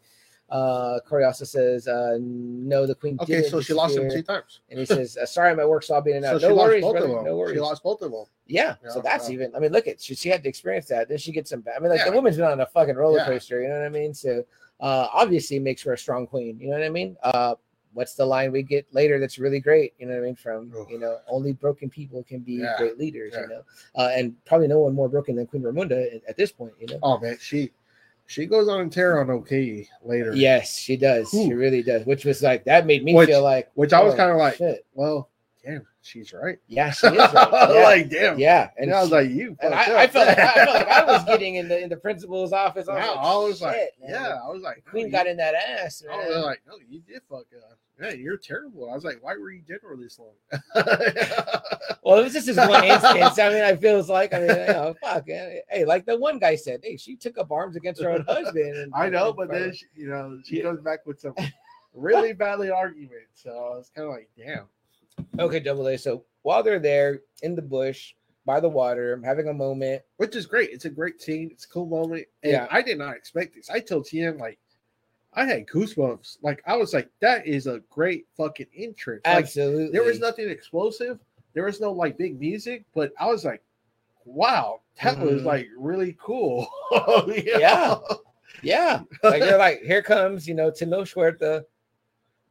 Uh, Corey also says, uh, no, the queen.
Okay,
didn't
so she lost him
disappear.
two times.
And he says, uh, "Sorry, my work's all being in and
So
out.
she
no
lost
worries,
both
brother.
of them.
No worries.
She lost both of them.
Yeah. So
Yeah,
that's
so-
even. I mean, look at she, she had to experience that. Then she gets some. I mean, like the
Yeah.
woman's been on a fucking roller
Yeah.
coaster. You know what I mean? So uh, obviously, it makes her a strong queen. You know what I mean? Uh, what's the line we get later that's really great? You know what I mean? From
Oof.
you know, only broken people can be
Yeah,
great leaders.
yeah.
You know, uh, and probably no one more broken than Queen Ramunda at, at this point. You know.
Oh man, she she goes on a tear on OK later.
Yes, she does. She
Ooh.
really does. Which was like that made me
Which-
feel like
which I was
oh,
kind of like,
shit.
well, damn, she's right.
yeah, she is. right. Yeah.
like damn,
yeah,
and
and
I was
she-
like, you.
and
fucked
I, I
up.
felt like I, felt like I was getting in the in the principal's office. I was
Wow,
like,
I was like,
"Shit, man,
yeah, I was like,
Queen
no,
got in that ass.
you-
Man.
I was like, no, you did fuck up. Yeah, you're terrible. I was like, why were you general this long?
Well, it was just this one instance. I mean, I feels like I mean, you know, fuck. eh, Hey, like the one guy said, hey, she took up arms against her own husband. And,
I know,
and-
but then she, you know she
Yeah.
goes back with some really valid argument. So I was kind of like, damn.
okay, double A. So while they're there in the bush by the water, having a moment.
which is great. It's a great scene. It's a cool moment. And
Yeah.
I did not expect this. I told TM like I had goosebumps. Like I was like, that is a great fucking entrance. Like
Absolutely,
there was nothing explosive. There was no like big music, but I was like, wow, that was
Mhm.
like really cool.
Yeah. Yeah, like they're like, here comes you know Tino Schwerta,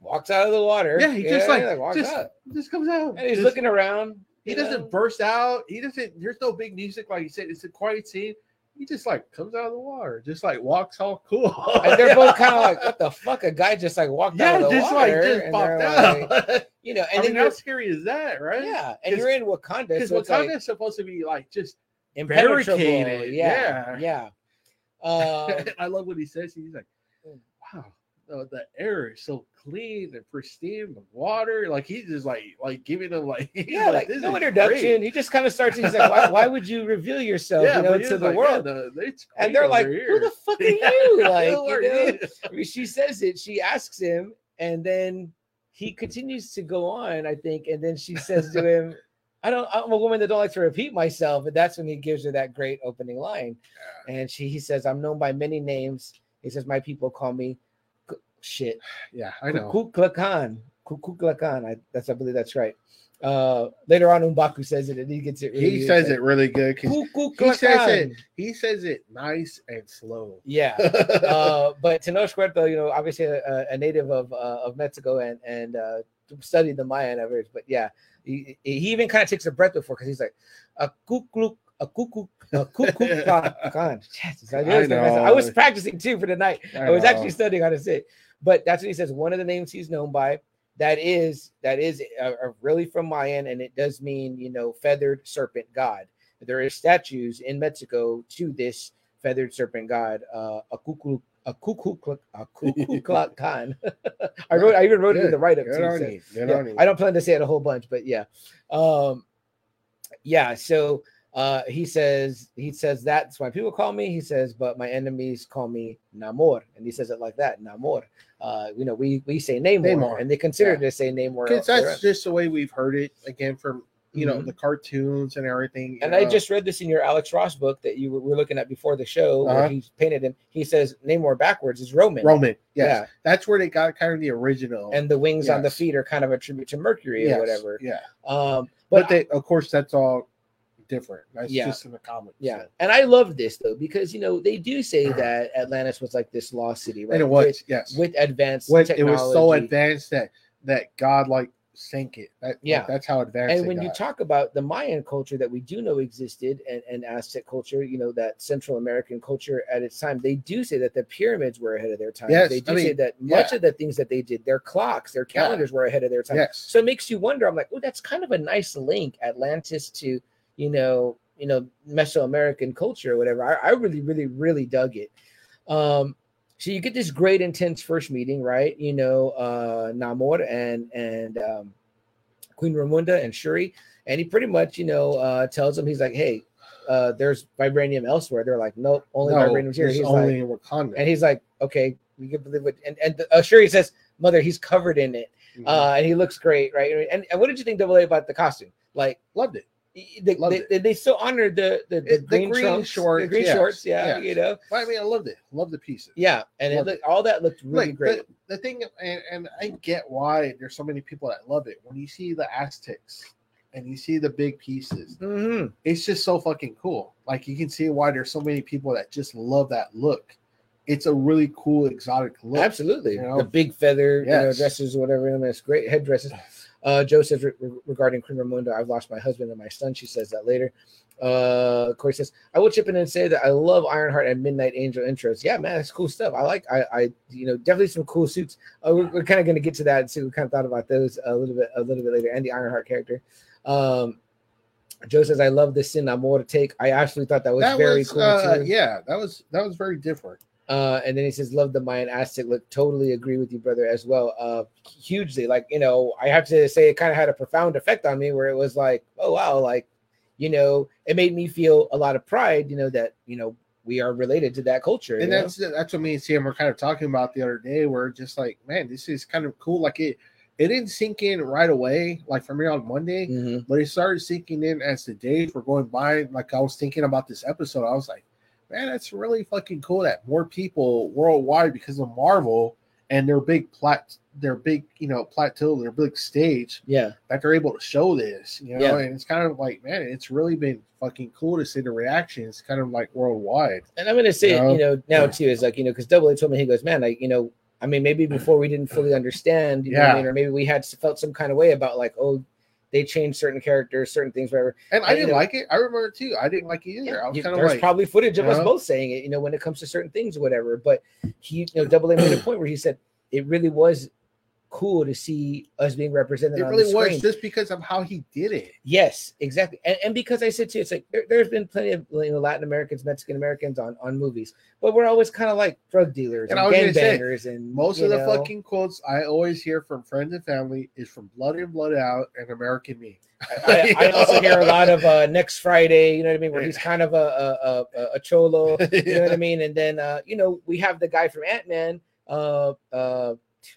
walks out of the water.
Yeah, he just like,
walks
just,
out,
just comes out.
and he's
Just-
looking around.
He
you
doesn't
know?
burst out. He doesn't. There's no big music, like you said. It's a quiet scene. He just like comes out of the water, just like walks all cool.
And they're both kind of like, what the fuck? A guy just like walked out
yeah,
of the
just like
water,
just
and
popped
they're
out.
like, you know, and
I
then
mean,
you're
how scary is that, right?
Yeah, and
'Cause-
you're in Wakanda,
because
so it's
Wakanda's
like
supposed to be like just.
impenetrable.
barricaded,
Yeah, yeah. Um,
I love what he says. He's like,
Mm.
wow. The, the air is so clean and pristine. The water, like he's just like like giving them like he's
yeah, like
this
no
is
introduction.
great.
He just kind of starts. He's like, why, why would you reveal yourself,
yeah,
you know,
but he's
to the
like, yeah,
world?
the- it's
and
great
they're
over
like,
here.
who the fuck are you?
Yeah,
Like,
who are
you know?
you?
I mean, she says it. She asks him, and then he continues to go on. I think, and then she says to him. I don't. I'm a woman that don't like to repeat myself, and that's when he gives her that great opening line. And she, he says, "I'm known by many names." He says, "My people call me K- shit."
Yeah, I know.
Ku Klux Klan. Ku Ku Klux Klan. I, that's I believe that's right. Uh, later on, Umbaku says it and he gets it.
He says it really good. 'cause
Ku Ku
he
Klux
says
Klan.
it. He says it nice and slow.
Yeah. Uh, but Tenoch Huerta, you know, obviously a, a native of uh, of Mexico and and uh, studied the Mayan of it. But yeah, he, he even kind of takes a breath before because he's like a kukluk. A cuckoo, a cuckoo Klan. Jesus, I, knew
I
it was gonna mess up. I
know.
was practicing too for the night. I was actually studying how to say, it. but that's what he says. One of the names he's known by that is that is uh, uh, really from Mayan, and it does mean you know feathered serpent god. There is statues in Mexico to this feathered serpent god, uh, a cuckoo. A cuckoo clock, a cuckoo clock con. I wrote, I even wrote it in the write up.
Good on you. Good on you.
I don't plan to say it a whole bunch, but yeah. Um yeah, so uh he says he says that's why people call me. He says, but my enemies call me Namor, and he says it like that, Namor. Uh you know, we we say Namor,
Namor,
and they consider
yeah.
to say Namor.
Because
elsewhere.
that's just the way we've heard it again from you know
Mhm.
the cartoons and everything. you
and I
know.
just read this in your Alex Ross book that you were, were looking at before the show
Uh-huh.
where he painted him. He says Namor backwards is Roman.
Roman. Yes.
Yeah.
That's where they got kind of the original.
And the wings on the
Yes.
feet are kind of a tribute to Mercury
Yes,
or whatever.
Yeah.
Um
But,
but,
they, of course, that's all different. That's
Yeah.
just in the comics.
Yeah,
so.
and I love this though because you know they do say that Atlantis was like this lost city, right?
And it was
with,
yes.
with advanced
When it
technology.
was so advanced that that God like sank it. That, like,
Yeah.
that's how advanced.
And
it
when you
got.
talk about the Mayan culture that we do know existed and, and Aztec culture, you know, that Central American culture at its time, they do say that the pyramids were ahead of their time.
Yes,
they do
I
say
mean,
that much of the things that they did, their clocks, their
Yeah.
calendars were ahead of their time.
yes,
So it makes you wonder. I'm like, oh, that's kind of a nice link, Atlantis to you know, you know, Mesoamerican culture or whatever. I, I really, really, really dug it. Um, so you get this great intense first meeting, right? You know, uh Namor and and um Queen Ramunda and Shuri, and he pretty much, you know, uh tells them he's like, Hey, uh there's vibranium elsewhere. They're like, Nope, only
No,
vibranium's here.
there's
He's like,
only in Wakanda.
and he's like, Okay, we can believe it. And and uh, Shuri says, Mother, he's covered in it
Mhm.
uh, and he looks great, right? And, and what did you think, Double A, about the costume? Like,
loved it.
y- they,
Loved
they, they, they still honored the the, the,
It- the
green,
green
trunks,
shorts,
the green
yes,
shorts, yeah,
yes.
you know,
But, I mean, I loved it. Loved the pieces.
yeah, and it
Loved it.
looked, all that looked really
Like,
great.
The, the thing, and, and I get why there's so many people that love it. When you see the Aztecs and you see the big pieces,
Mhm.
it's just so fucking cool. Like you can see why there's so many people that just love that look. it's a really cool exotic look.
Absolutely.
you know?
The big feather you know,
Yes.
dresses, or whatever. I mean, it's great headdresses. Uh, Joe says re- re- regarding Crimermundo, I've lost my husband and my son. She says that later. Uh, Corey says, I will chip in and say that I love Ironheart and Midnight Angel intros. Yeah, man, that's cool stuff. I like, I, I you know, definitely some cool suits. Uh, we're we're kind of going to get to that and see what we kind of thought about those a little bit, a little bit later. And the Ironheart character. Um, Joe says, I love the Sin Amor take. I absolutely thought that was
that
very
was
cool.
uh,
too.
yeah, that was that was very different.
Uh, and then he says, "Love the Mayan Aztec look." Totally agree with you, brother, as well. Uh, hugely, like you know, I have to say, it kind of had a profound effect on me, where it was like, "Oh wow!" Like, you know, it made me feel a lot of pride, you know, that you know we are related to that culture.
And
you know?
that's that's what me and Sam were kind of talking about the other day. We're just like, man, this is kind of cool. Like it it didn't sink in right away, like for me on Monday,
Mhm.
but it started sinking in as the days were going by. Like I was thinking about this episode, I was like, man, that's really fucking cool that more people worldwide because of Marvel and their big plat their big, you know, plateau, their big stage
yeah,
that they're able to show this, you know,
Yeah.
and it's kind of like, man, it's really been fucking cool to see the reactions kind of like worldwide.
and I'm gonna say,
Yeah.
it, you know, now too is like you know, because Double A told me he goes, "Man, like you know." I mean, maybe before we didn't fully understand, you know what I
Yeah.
mean? or maybe we had felt some kind of way about like, oh, they changed certain characters, certain things, whatever.
And I
And, you
didn't
know-
like it. I remember it too. I didn't like it either. I was
you-
kind of
there's
like,
probably footage of us
yeah.
both saying it, you know, when it comes to certain things or whatever. But he, you know, Double A made a point where he said it really was cool to see us being represented.
it
on
really
the
was
screen.
just because of how he did it.
Yes, exactly. And, and because I said too, it's like there, there's been plenty of you know, Latin Americans, Mexican Americans on on movies, but we're always kind of like drug dealers and,
And I was gonna say,
gangbangers and
Most
you
of the
know,
fucking quotes I always hear from friends and family is from Blood and Blood Out and American Me.
I, I also hear a lot of uh, next Friday. You know what I mean? Where he's kind of a a, a, a- a cholo. You know what I mean? And then uh, you know, we have the guy from Ant Man, uh uh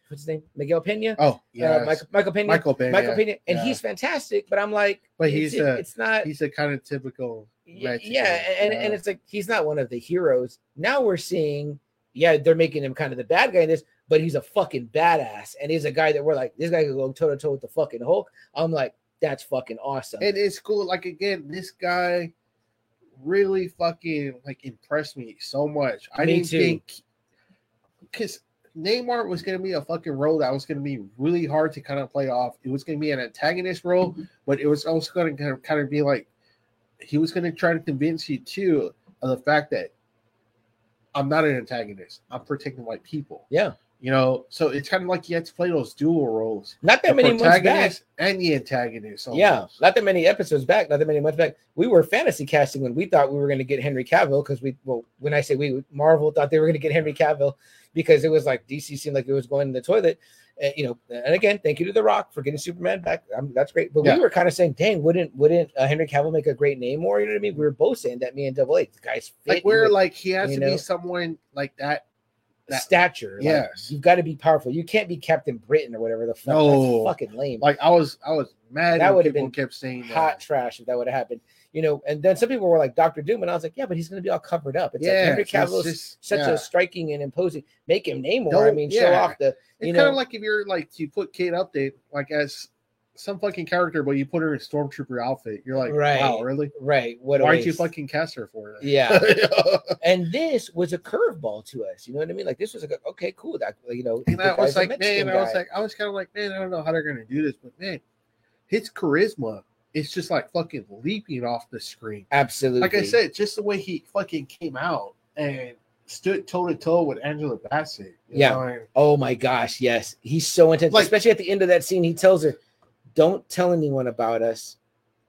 what's his name? Miguel Pena.
Oh, yeah.
Uh, Michael, Michael Pena. Michael,
Michael Bay. yeah.
Pena. And
yeah.
he's fantastic, but I'm like,
But
it's-
he's
it-
a-
it's not
He's a kind of typical.
y-
Mexican,
yeah, and,
yeah.
and it's like he's not one of the heroes. Now we're seeing, yeah, they're making him kind of the bad guy in this, but he's a fucking badass. And he's a guy that we're like, this guy could go toe to toe with the fucking Hulk. I'm like, that's fucking awesome.
And it's cool. Like, again, this guy really fucking like impressed me so much. I
Me
didn't
too.
think because Neymar was going to be a fucking role that was going to be really hard to kind of play off. It was going to be an antagonist role, but it was also going to kind of be like he was going to try to convince you too of the fact that I'm not an antagonist. I'm protecting white people.
yeah.
You know, so it's kind of like you had to play those dual roles.
Not that
the
many months back.
protagonist and the antagonist.
Yeah,
almost.
not that many episodes back, not that many months back, we were fantasy casting when we thought we were going to get Henry Cavill because we, well, when I say we, Marvel thought they were going to get Henry Cavill because it was like DC seemed like it was going in the toilet, and, you know. And again, thank you to The Rock for getting Superman back. I mean, that's great. But
Yeah.
we were kind of saying, dang, wouldn't wouldn't uh, Henry Cavill make a great name more? You know what I mean? We were both saying that. Me and Double A, the guys fit
like
in
where
with
like he has
you
to
know?
be someone like that. that-
stature. like,
yes.
you've got to be powerful. You can't be Captain Britain or whatever the fuck.
No.
That's fucking lame.
Like I was, I was mad.
That
when
would've
people
been
kept saying
hot
that.
trash if that would have happened, you know. And then some people were like Doctor Doom, and I was like, yeah, but he's going to be all covered up. It's like
Yeah,
Henry
so it's
Cavill's
just-
such
yeah.
a striking and imposing. Make him Namor. I
Don't-
mean, show
yeah.
off the you
It's
know.
kind of like if you're like you put Kate Update like as some fucking character, but you put her in a stormtrooper outfit. You're like,
Right.
wow, really?
right. What? a
Why'd you
waste.
fucking cast her for that?
Yeah. And this was a curveball to us. You know what I mean? Like this was like okay, cool. That you know.
and
the
I was
guy's a
like, man,
Mexican
I was
guy.
like, I was kind of like, man, I don't know how they're gonna do this, but man, his charisma is just like fucking leaping off the screen.
absolutely.
Like I said, just the way he fucking came out and stood toe to toe with Angela Bassett. you
Yeah.
know, and-
Oh my gosh, yes. He's so intense.
Like-
Especially at the end of that scene, he tells her, "Don't tell anyone about us,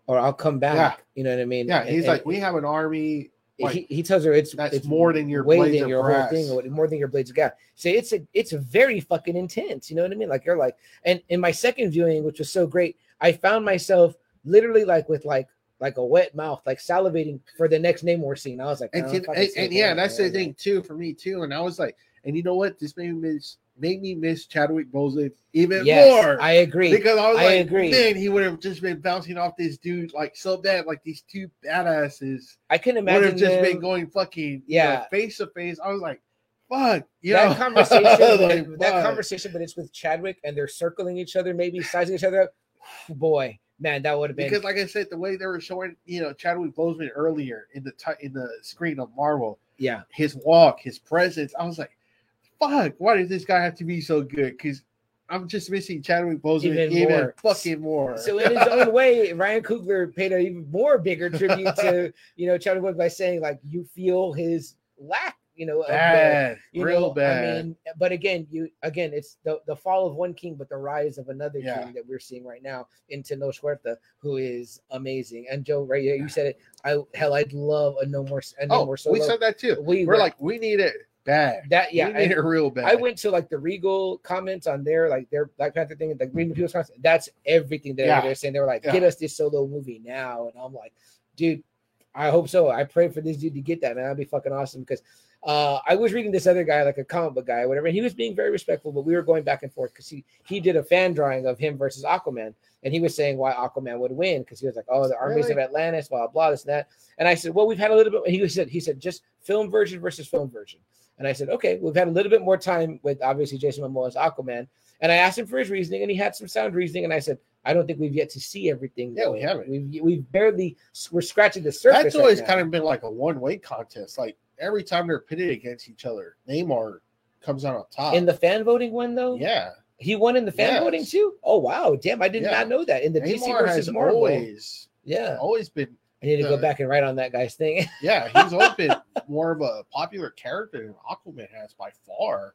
or I'll come back." You know what I mean?
yeah,
And-
he's
and-
like, we have an army like,
he, he tells her it's
that's
it's
more than your
way
blades
than
of
your whole
grass.
thing, or what- more than your blades of grass. So it's a it's a very fucking intense. You know what I mean? Like you're like, and in my second viewing, which was so great, I found myself literally like with like like a wet mouth, like salivating for the next Namor scene. I was like,
and,
"Oh,
and,
fucking
and-
same
and yeah,
thing,
that's
man."
the thing too for me too. And I was like, and you know what? This made me miss made me miss Chadwick Boseman even
Yes,
more.
I agree.
because I was
I
like,
agree.
man, he would have just been bouncing off this dude like so bad. Like these two badasses
I can
would
imagine
have just
them-
been going fucking
Yeah.
face to face. I was like, fuck, you
that
know?
conversation,
Like,
that, that
fuck.
conversation, but it's with Chadwick, and they're circling each other, maybe sizing each other up. Boy, man, that would have been
Because, like I said, the way they were showing, you know, Chadwick Boseman earlier in the ti- in the screen of Marvel,
yeah,
his walk, his presence. I was like, fuck, why does this guy have to be so good? Because I'm just missing Chadwick Boseman
Even
even,
more.
fucking more.
So in his own way, Ryan Coogler paid an even more bigger tribute to you know Chadwick Boseman by saying like you feel his lack, you know, of the-
bad,
you
real
know,
bad.
I mean, but again, you again, it's the the fall of one king, but the rise of another
Yeah.
king that we're seeing right now in Tenoch Huerta, who is amazing. And Joe, right? You said it. I hell, I'd love a no more, a no
oh,
more
we
solo.
said that too.
we
We're
were-
like, we need it bad.
that, yeah.
we
I-
need it real bad.
I went to like the Regal comments on their like their Black Panther thing, like reading people's comments. That's everything that
Yeah.
they're saying. They were like,
Yeah.
"Get us this solo movie now," and I'm like, "Dude, I hope so. I pray for this dude to get that man. That'd be fucking awesome." Because uh, I was reading this other guy, like a comic book guy, or whatever, and he was being very respectful, but we were going back and forth because he he did a fan drawing of him versus Aquaman, and he was saying why Aquaman would win because he was like, "Oh, the armies of
Really?
Atlantis, blah blah, this and that." And I said, "Well, we've had a little bit." And he said, "He said just film version versus film version." And I said, okay, we've had a little bit more time with obviously Jason Momoa as Aquaman. And I asked him for his reasoning, and he had some sound reasoning. And I said, I don't think we've yet to see everything.
Yeah, we
though.
haven't.
We've, we've barely we're scratching the surface.
That's always kind of been like a one way contest. Like every time they're pitted against each other, Neymar comes out on top.
in the fan voting one though.
yeah,
he won in the fan
Yes.
voting too. Oh wow, damn! I did
Yeah.
not know that in the DC
Neymar
versus
has
Marvel.
always
Yeah,
always been.
I need to go
uh,
back and write on that guy's thing.
Yeah, he's always been more of a popular character than Aquaman has by far.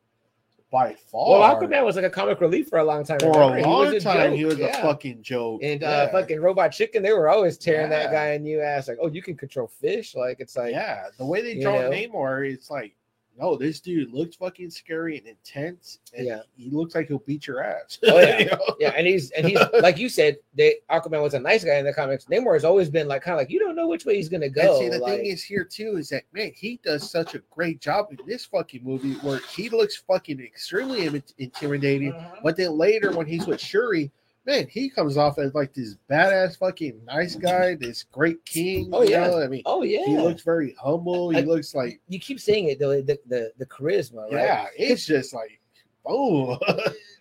By far,
well, Aquaman was like a comic relief for a long time.
for
remember?
a long
a
time he
joke,
was
yeah.
a fucking joke.
and
yeah.
uh, fucking Robot Chicken, they were always tearing that
Yeah.
guy a new ass. Like, oh, you can control fish. Like, it's like,
yeah, the way they
you
draw
know.
Neymar, it's like, no, this dude looks fucking scary and intense, and
Yeah.
he looks like he'll beat your ass.
Oh, yeah.
You know?
yeah, and he's and he's like you said, they Aquaman was a nice guy in the comics. Namor has always been like kind of like you don't know which way he's gonna
And
go.
see, the
like,
thing is here too is that man, he does such a great job in this fucking movie where he looks fucking extremely Im- intimidating,
Mm-hmm.
but then later when he's with Shuri, man, he comes off as like this badass fucking nice guy, this great king.
Oh,
you
yeah.
know? I mean,
oh yeah,
he looks very humble. He
I-
looks like
you keep saying it though the the, the charisma, right?
yeah, it's just like oh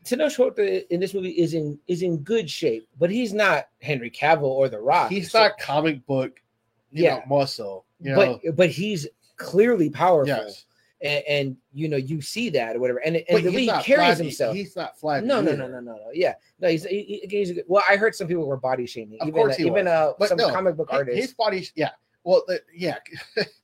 Tenoch Huerta in this movie is in is in good shape, but he's not Henry Cavill or The Rock.
he's
So-
not comic book, you
Yeah.
know, muscle. You know,
but but he's clearly powerful,
yes,
and, and you know you see that or whatever, and and
but
the
he's
way he
not
carries
flabby.
himself.
He's not flat.
no, no, no, no, no, no. Yeah, no. He's he, he- he's a good, well. I heard some people were body shaming.
Of
even
course
uh,
he
even uh,
was. But
some
no,
comic book artists.
His body, yeah. Well, the, yeah,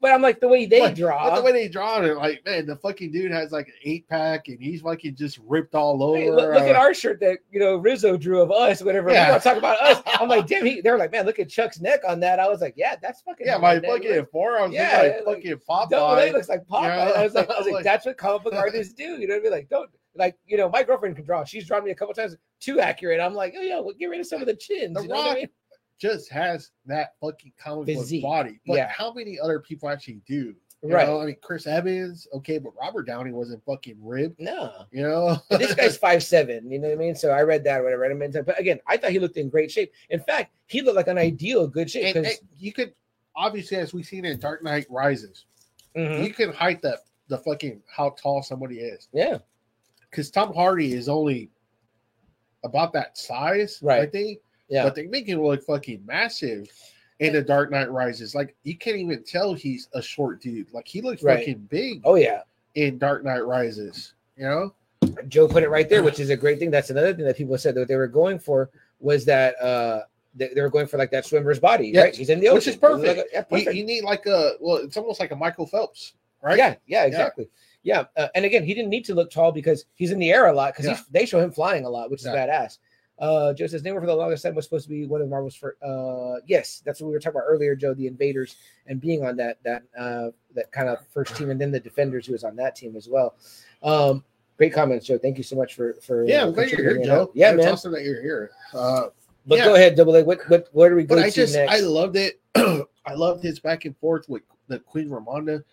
But I'm like the way they
But-
draw.
But the way they draw it, like man, the fucking dude has like an eight pack, and he's fucking just ripped all over.
Hey, look, look at
uh,
our shirt that you know Rizzo drew of us, whatever.
Yeah.
We don't talk about us. I'm like, damn. He, they're like, man, look at Chuck's neck on that. I was like, yeah, that's fucking.
yeah, my
that
fucking
looks-
forearms
Yeah,
yeah,
like,
like fucking Popeye.
double A looks like Popeye.
Yeah.
I was like, I was like,
Like-
that's what comic book artists do. You know what I mean? Like, don't like you know, my girlfriend can draw. She's drawn me a couple times too accurate. I'm like, oh yeah, well, get rid of some of the chins.
The
you know what I
Rock
mean?
just has that fucking comic
Physique,
book body. But
yeah.
how many other people actually do? You
Right.
know, I mean, Chris Evans, okay, but Robert Downey wasn't fucking ribbed.
No.
You know,
But this guy's five seven, you know what I mean? So I read that or whatever. and I meant to- But again, I thought he looked in great shape. In fact, he looked like an ideal good shape.
and,
'cause-
and you could obviously, as we've seen in Dark Knight Rises,
Mhm.
you can hide that the fucking how tall somebody is.
yeah,
because Tom Hardy is only about that size, I
Right.
think.
yeah.
But they make him look fucking massive in the Dark Knight Rises. Like you can't even tell he's a short dude. Like he looks
Right.
fucking big
oh yeah.
in Dark Knight Rises. You know?
Joe put it right there, which is a great thing. That's another thing that people said that they were going for was that uh they, they were going for like that swimmer's body,
Yes,
right? He's in the ocean,
which is
It was like
perfect.
a- yeah,
You-
perfect.
You, need like a well, it's almost like a Michael Phelps, right?
Yeah, yeah, exactly. Yeah, Uh, and again, he didn't need to look tall because he's in the air a lot because
Yeah.
they show him flying a lot, which
Yeah.
is badass. Uh, Joe says Namor for the longest time was supposed to be one of Marvel's for. Uh, yes, that's what we were talking about earlier, Joe. The Invaders and being on that that uh, that kind of first team, and then the Defenders who was on that team as well. Um, great comments, Joe. Thank you so much for for
Yeah,
uh,
I'm glad you're here,
contributing that.
Joe.
Yeah,
it's
man.
awesome that you're here. Uh,
But
Yeah.
go ahead, double A. What what where do we go
but I
to
just
next?
I loved it. I loved his back and forth with the Queen Ramonda.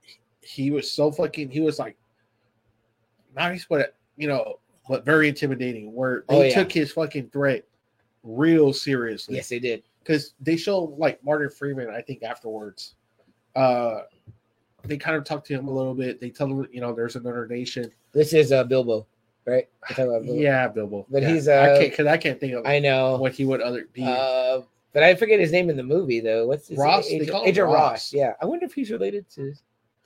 He- He was so fucking. He was like nice, but you know, but very intimidating. Where they
Oh, yeah.
took his fucking threat real seriously.
yes, they did.
because they show like Martin Freeman. I think afterwards, uh, they kind of talk to him a little bit. They tell him, you know, there's another nation.
This is uh, Bilbo, right? We're talking about Bilbo.
Yeah, Bilbo.
But
Yeah.
he's, uh,
I can't because I can't think of
I know.
what he would other be.
Uh, but I forget his name in the movie though. What's his
Ross? They
Agent,
call him
Agent Ross.
Ross.
Yeah, I wonder if he's related to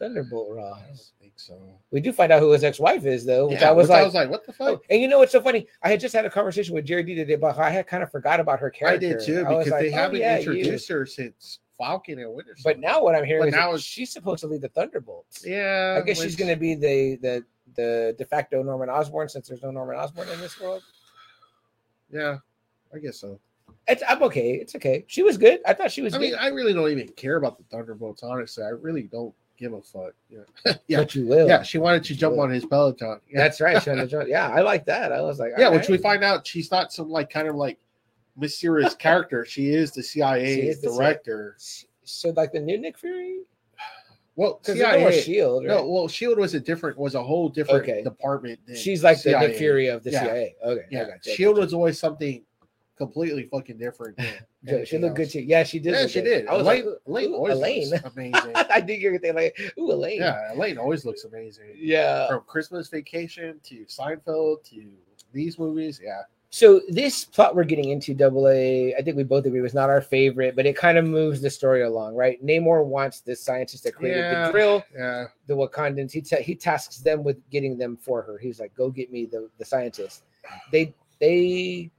Thunderbolt Ross.
I don't think so.
We do find out who his ex-wife is, though, which
Oh. Yeah,
I was
which
like,
I was like, what the
Oh,
fuck?
and you know what's so funny? I had just had a conversation with Jerry D today, but I had kind of forgot about her
I
character.
did too
I was
because
like,
they
oh,
haven't
yeah, you.
introduced her since Falcon and Winter.
But
Soldier.
now what I'm hearing
But
is
now
that
it's-
she's supposed to lead the Thunderbolts.
yeah,
I guess she's
which-
going to be the the the de facto Norman Osborn since there's no Norman Osborn in this world.
Yeah, I guess so.
It's I'm okay. It's okay. She was good. I thought she was
I
good.
mean, I really don't even care about the Thunderbolts. Honestly, I really don't give a fuck. Yeah, yeah.
But you will.
yeah. She wanted to jump on his Peloton. Yeah,
That's right, Shonda Jones. Yeah, I like that. I was like,
yeah.
all
Which we
right.
find out she's not some like kind of like mysterious character. She is the CIA
She is the
director.
so like the new Nick Fury
Well,
because there was
CIA.
Shield. E Right?
No, uh, well, Shield E was a different was a whole different
Okay.
department. than
she's like the Nick
CIA.
Fury of the
Yeah.
CIA. Okay, I
Yeah,
got you.
Shield was always something completely fucking different. than
Yeah, she
anything
looked good
else.
too. Yeah, she did.
Yeah,
look
she
good.
did.
I was
Elaine,
like,
Elaine
ooh,
always
Elaine.
looks amazing.
I did your thing like, ooh, Elaine.
yeah, Elaine always looks amazing.
Yeah.
From Christmas Vacation to Seinfeld to these movies, yeah,
So this plot we're getting into, Double A, I think we both agree was not our favorite, but it kind of moves the story along, right? Namor wants the scientist that created
Yeah.
the drill,
yeah.
the Wakandans. He ta- he tasks them with getting them for her. He's like, "Go get me the the scientist." They they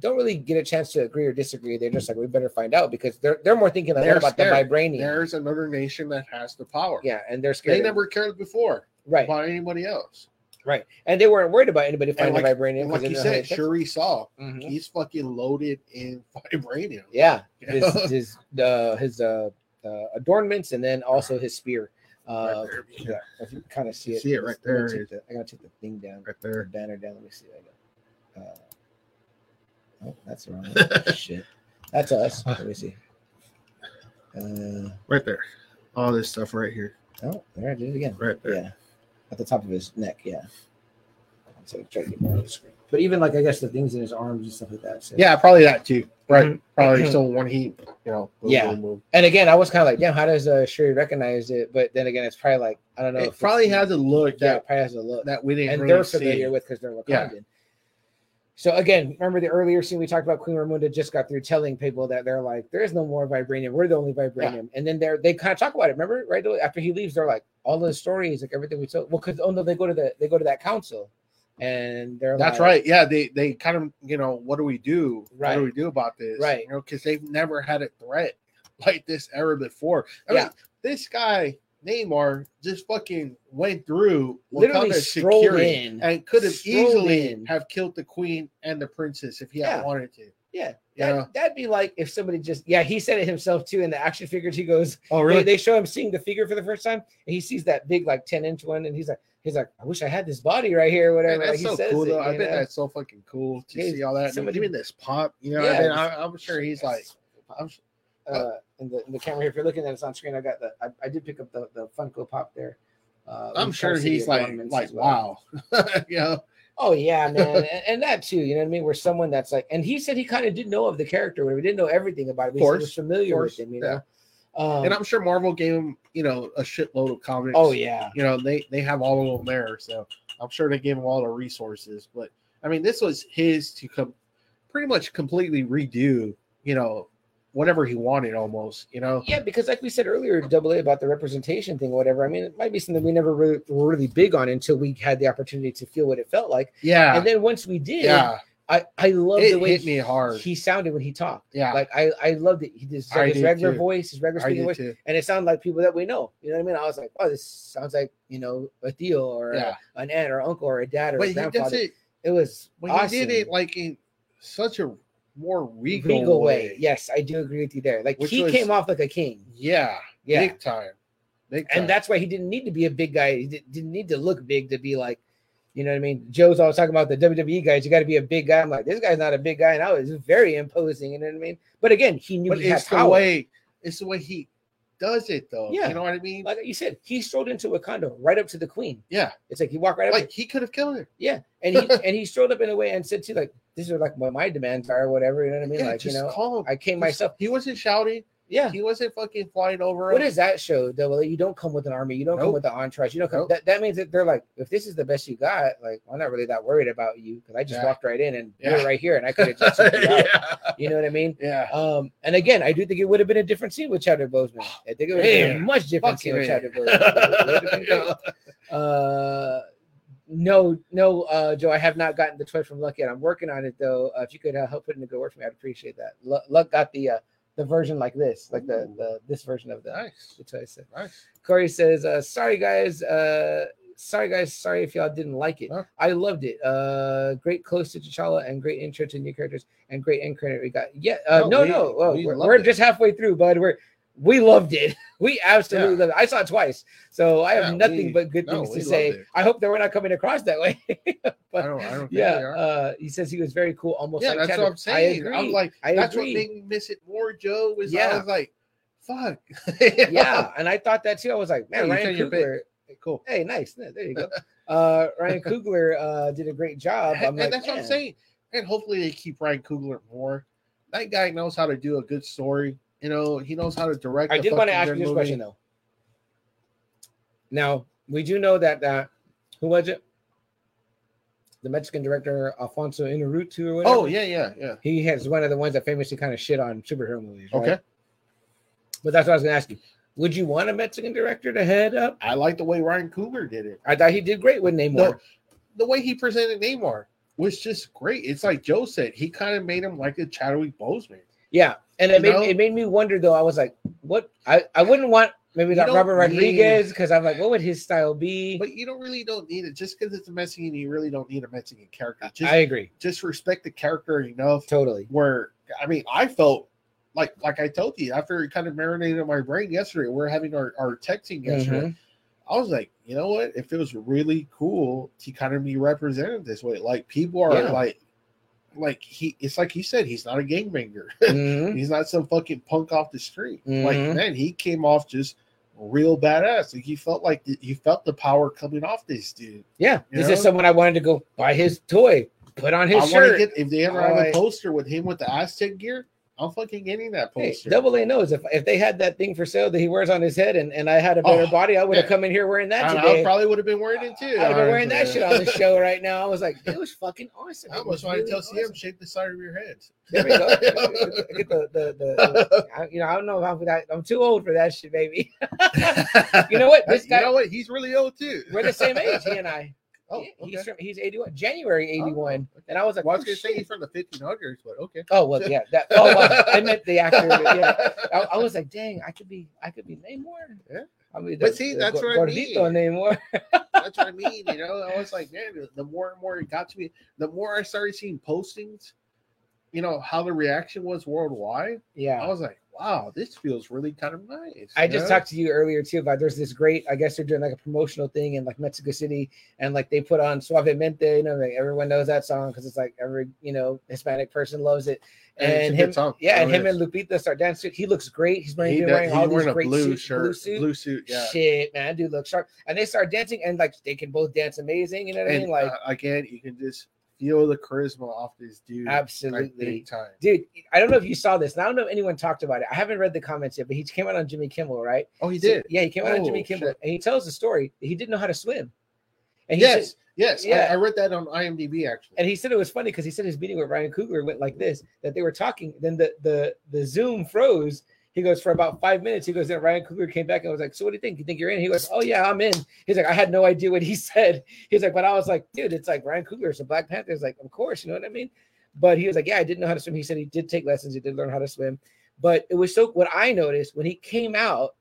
don't really get a chance to agree or disagree. They're just like, "We better find out," because they're they're more thinking like,
They're
what about
scared.
the vibranium.
There's another nation that has the power.
yeah, and they're
they
scared. of-
never cared before
right.
about anybody else.
Right. And they weren't worried about anybody finding
like-
vibranium.
And
'cause
like
they
you
know how they
said,
fix
Mm-hmm. Shuri saw
it. Mhm.
he's fucking loaded in vibranium.
Yeah. His his uh, his uh, uh, adornments and then also his spear. Uh,
Right there.
yeah, if you kind of see
You
it.
see it right
Let me
there.
take the- I gotta take the thing down.
right
The
there.
banner down. Let me see. I got. Uh, oh, that's the wrong. one. Shit. That's us. Let me see. Uh,
right there. All this stuff right here,
oh, there I did it again.
right
Yeah. At the top of his neck, yeah. So try to get more of the screen. But even like I guess the things in his arms and stuff like that. So.
Yeah, probably that too. Right,
Mhm.
probably still one heat. You know, boom,
Yeah.
boom, boom.
And again, I was kind of like, damn, how does uh, Shuri recognize it? But then again, it's probably like I don't know.
it probably has a look
yeah,
that
it probably has a look,
that we didn't
and
really
they're
see.
familiar with because they're Wakandan.
Yeah.
So again, remember the earlier scene we talked about Queen Ramunda just got through telling people that they're like, there is no more vibranium. We're the only vibranium. And then they're they kind of talk about it. Remember, right after he leaves, they're like, all the stories, like everything we told. Well, because oh no, they go to the they go to that council, and they're
That's
like-
right. Yeah, they they kind of you know what do we do? What
Right.
do we do about this?
Right.
You know, because they've never had a threat like this ever before. I
Yeah.
mean, this guy Neymar just fucking went through
Literally
Wakanda's
strolled in.
and could have
strolled
easily
in.
have killed the queen and the princess if he
Yeah.
had wanted to.
Yeah,
You know?
that, that'd be like if somebody just yeah he said it himself too in the action figures he goes
Oh
they, they show him seeing the figure for the first time and he sees that big like 10 inch one and he's like he's like i wish i had this body right here or whatever
Man, that's
like, he
so cool,
it,
though. I
you
bet
know?
that's so fucking cool to
Yeah,
see all that.
somebody-
Somebody, even this pop, you know.
Yeah,
what I mean,
just-
I, I'm sure he's like, I'm, s-
uh in the, in the camera here if you're looking at us on screen i got the i, I did pick up the, the funko pop there uh,
I'm
with Star
sure
City
he's like,
Adornments
like,
as well.
wow, you know.
Oh yeah, man, and, and that too. You know what I mean? Where someone that's like, and he said he kind of didn't know of the character, whatever. He didn't know everything about him. He
Course,
was familiar
course,
with him, you
yeah.
know. Um,
and I'm sure Marvel gave him, you know, a shitload of comics.
oh yeah,
you know they they have all of them there, so I'm sure they gave him all the resources. But I mean, this was his to come, pretty much completely redo, you know, whatever he wanted almost, you know.
Yeah, because like we said earlier, double A about the representation thing, whatever. I mean, it might be something we never really, were really big on until we had the opportunity to feel what it felt like.
Yeah,
And then once we did,
yeah,
I I love
it
the way
hit me hard.
he sounded when he talked.
yeah,
Like I I loved it. He just
I
his
did
regular
too.
voice, his regular
I
speaking
did
voice,
too.
and it sounded like people that we know. You know what I mean? I was like, oh, this sounds like you know a deal or a-
Yeah.
an aunt or uncle or a dad or
But
a
he does
grandfather. It,
it.
was
But
awesome.
he did it like in such a more regal,
Regal
way.
way. Yes, I do agree with you there. Like
Which
he
was-
came off like a king.
Yeah,
Yeah.
big time, big time.
and that's why he didn't need to be a big guy. He did, didn't need to look big to be like, you know what I mean? Joe's always talking about the WWE guys. You got to be a big guy. I'm like, this guy's not a big guy, and I was very imposing. You know what I mean? But again, he knew
but
he had
it's the
power.
way it's the way he does it though.
Yeah.
you know what I mean.
like you said, he strolled into Wakanda right up to the Queen.
yeah,
It's like he walked right up,
like he could have killed her.
yeah, and he and he strolled up in a way and said to like, these are like what my demands are, or whatever. You know what I mean?
Yeah,
like you
just
know,
calm
I came
Just-
myself.
He wasn't shouting.
Yeah.
He wasn't fucking flying over.
What
him.
is that show? Though you don't come with an army, you don't come
Nope.
with an entourage, you don't come.
Nope.
That, that means that they're like, if this is the best you got, like I'm not really that worried about you because I just
Yeah.
walked right in and
Yeah.
you're right here, and I could have just. checked you out.
yeah.
You know what I mean?
Yeah.
Um, and again, I do think it would have been a different scene with Chadwick Boseman. I think it would have been a
Man.
much different scene
Fucking
with
man.
Chadwick Boseman. It would have been great. Uh, no, no, uh, Joe, I have not gotten the toy from Luck yet. I'm working on it though. Uh, if you could uh, help put in a good word for me, I'd appreciate that. Lu- Luck got the uh, the version like this, like the, the this version of the,
nice.
the toy set.
Nice.
Corey says, uh, sorry guys, uh, sorry guys, sorry if y'all didn't like it.
Huh?
I loved it. Uh, great close to T'Challa and great intro to new characters and great end credit we got. Yeah, uh,
No,
no,
we-
no, oh,
we
we're,
loved
we're
it.
just halfway through, bud. We're we loved it. We absolutely
Yeah.
loved it. I saw it twice, so I have
Yeah,
nothing
we-
but good
no,
things
we
to say.
loved it.
I hope that we're not coming across that way.
I
but
don't. I don't think
yeah,
they are.
uh, he says he was very cool, almost
yeah,
like
that's
Chadwick.
what I'm saying.
I agree.
I'm like,
I
that's
agree.
what made me miss it more, Joe. Is I
Yeah.
was like, fuck.
yeah, and I thought that too. I was like, man,
Hey, you
Ryan
turn your pick.
Coogler.
Cool.
Hey, nice. There there you go. Uh, Ryan Coogler uh, did a great job.
and
I'm like,
that's what I'm
man.
saying. And hopefully they keep Ryan Coogler more. That guy knows how to do a good story. You know, he knows how to direct.
I
the
did want to
fucking
ask you
good
this
movie.
question though. Now we do know that uh, who was it? The Mexican director Alfonso Inarritu or whatever.
Oh yeah, yeah, yeah.
he has one of the ones that famously kind of shit on superhero movies. right?
Okay.
but that's what I was gonna ask you. Would you want a Mexican director to head up?
I like the way Ryan Coogler did it.
I thought he did great with Namor.
No, the way he presented Neymar was just great. It's like Joe said, he kind of made him like a Chadwick Boseman.
Yeah, and it
You
made
know?
it made me wonder though. I was like, what? I I wouldn't want maybe
You
not
don't
Robert
need-
Rodriguez because I'm like, what would his style be?
But you don't really don't need it just because it's a Mexican. You really don't need a Mexican character. Just
I agree
just respect the character enough.
totally.
Where I mean, I felt like like I told you after it kind of marinated in my brain yesterday. We are having our our texting yesterday.
Mhm.
I was like, you know what? It feels really cool to kind of be represented this way. Like people are
Yeah.
like, like he. It's like he said, he's not a gangbanger.
Mhm.
He's not some fucking punk off the street.
Mhm.
Like man, he came off just real badass. Like you felt like th- you felt the power coming off this dude.
Yeah,
You
this
know?
is someone I wanted to go buy his toy, put on his
I want to
shirt.
get if they ever have a
I-
poster with him with the Aztec gear. I'm fucking getting that
Hey,
poster.
Double A knows if, if they had that thing for sale that he wears on his head and, and I had a better
Oh,
body, I would have
yeah.
come in here wearing that
And
today.
I probably would have been wearing it too.
I'd have been wearing that
honestly.
shit on the show right now. I was like, it was fucking awesome.
I
It was
almost wanted to tell
really
CM
awesome.
shake the side of your head.
There we go. Get the, the, the, the- I, you know, I don't know if I'm, that, I'm too old for that shit, baby. You know what? This
you
guy,
know what? He's really old too.
we're the same age, he and I.
Oh,
Yeah,
okay.
he's, from, he's 81, January 81.
Oh, okay.
And I was like,
Well, I
oh,
was gonna say
shit.
he's from the 1500s, but okay.
oh, well, yeah. That, oh, well, I meant the actor. but yeah. I, I was like, dang, I could be, I could be Namor.
Yeah.
I mean,
But see, that's what I
gordito
mean.
Namor.
That's what I mean. You know, I was like, man, the more and more it got to me, the more I started seeing postings. You know how the reaction was worldwide. I
Yeah.
was like, wow, this feels really kind of nice.
I
you
just
know?
talked to you earlier too about there's this great, I guess they're doing like a promotional thing in like Mexico City and like they put on Suavemente, you know, like everyone knows that song because it's like every, you know, Hispanic person loves it.
And it's a
And
good
him,
song.
yeah, and
It
him
is.
and Lupita start dancing. He looks great. He's wearing,
He
been
does-
wearing
he's
all
wearing
these
a
great
blue
suits,
shirt,
blue suit.
yeah.
Shit, man, dude looks sharp. And they start dancing and like they can both dance amazing. You know what I
And
mean? Like,
uh, again, you can just feel the charisma off this dude. like,
absolutely.
big time.
dude i don't know if you saw this and i don't know if anyone talked about it i haven't read the comments yet but he came out on jimmy kimmel right
Oh, he
So-
did.
yeah he came out on jimmy
Oh,
kimmel
shit.
and he tells the story that he didn't know how to swim and he
yes,
said,
yes. I-
Yeah.
I, read that on IMDb actually.
and he said it was funny because he said his meeting with ryan coogler went like this that they were talking then the the the zoom froze he goes for about five minutes. He goes, then Ryan Coogler came back and was like, "So what do you think? You think you're in?" He goes, "Oh yeah, I'm in." He's like, "I had no idea what he said." He's like, "But I was like, dude, it's like Ryan Coogler, it's a Black Panther." He's like, "Of course, you know what I mean?" But he was like, "Yeah, I didn't know how to swim." He said he did take lessons. He did learn how to swim. But it was so. What I noticed when he came out,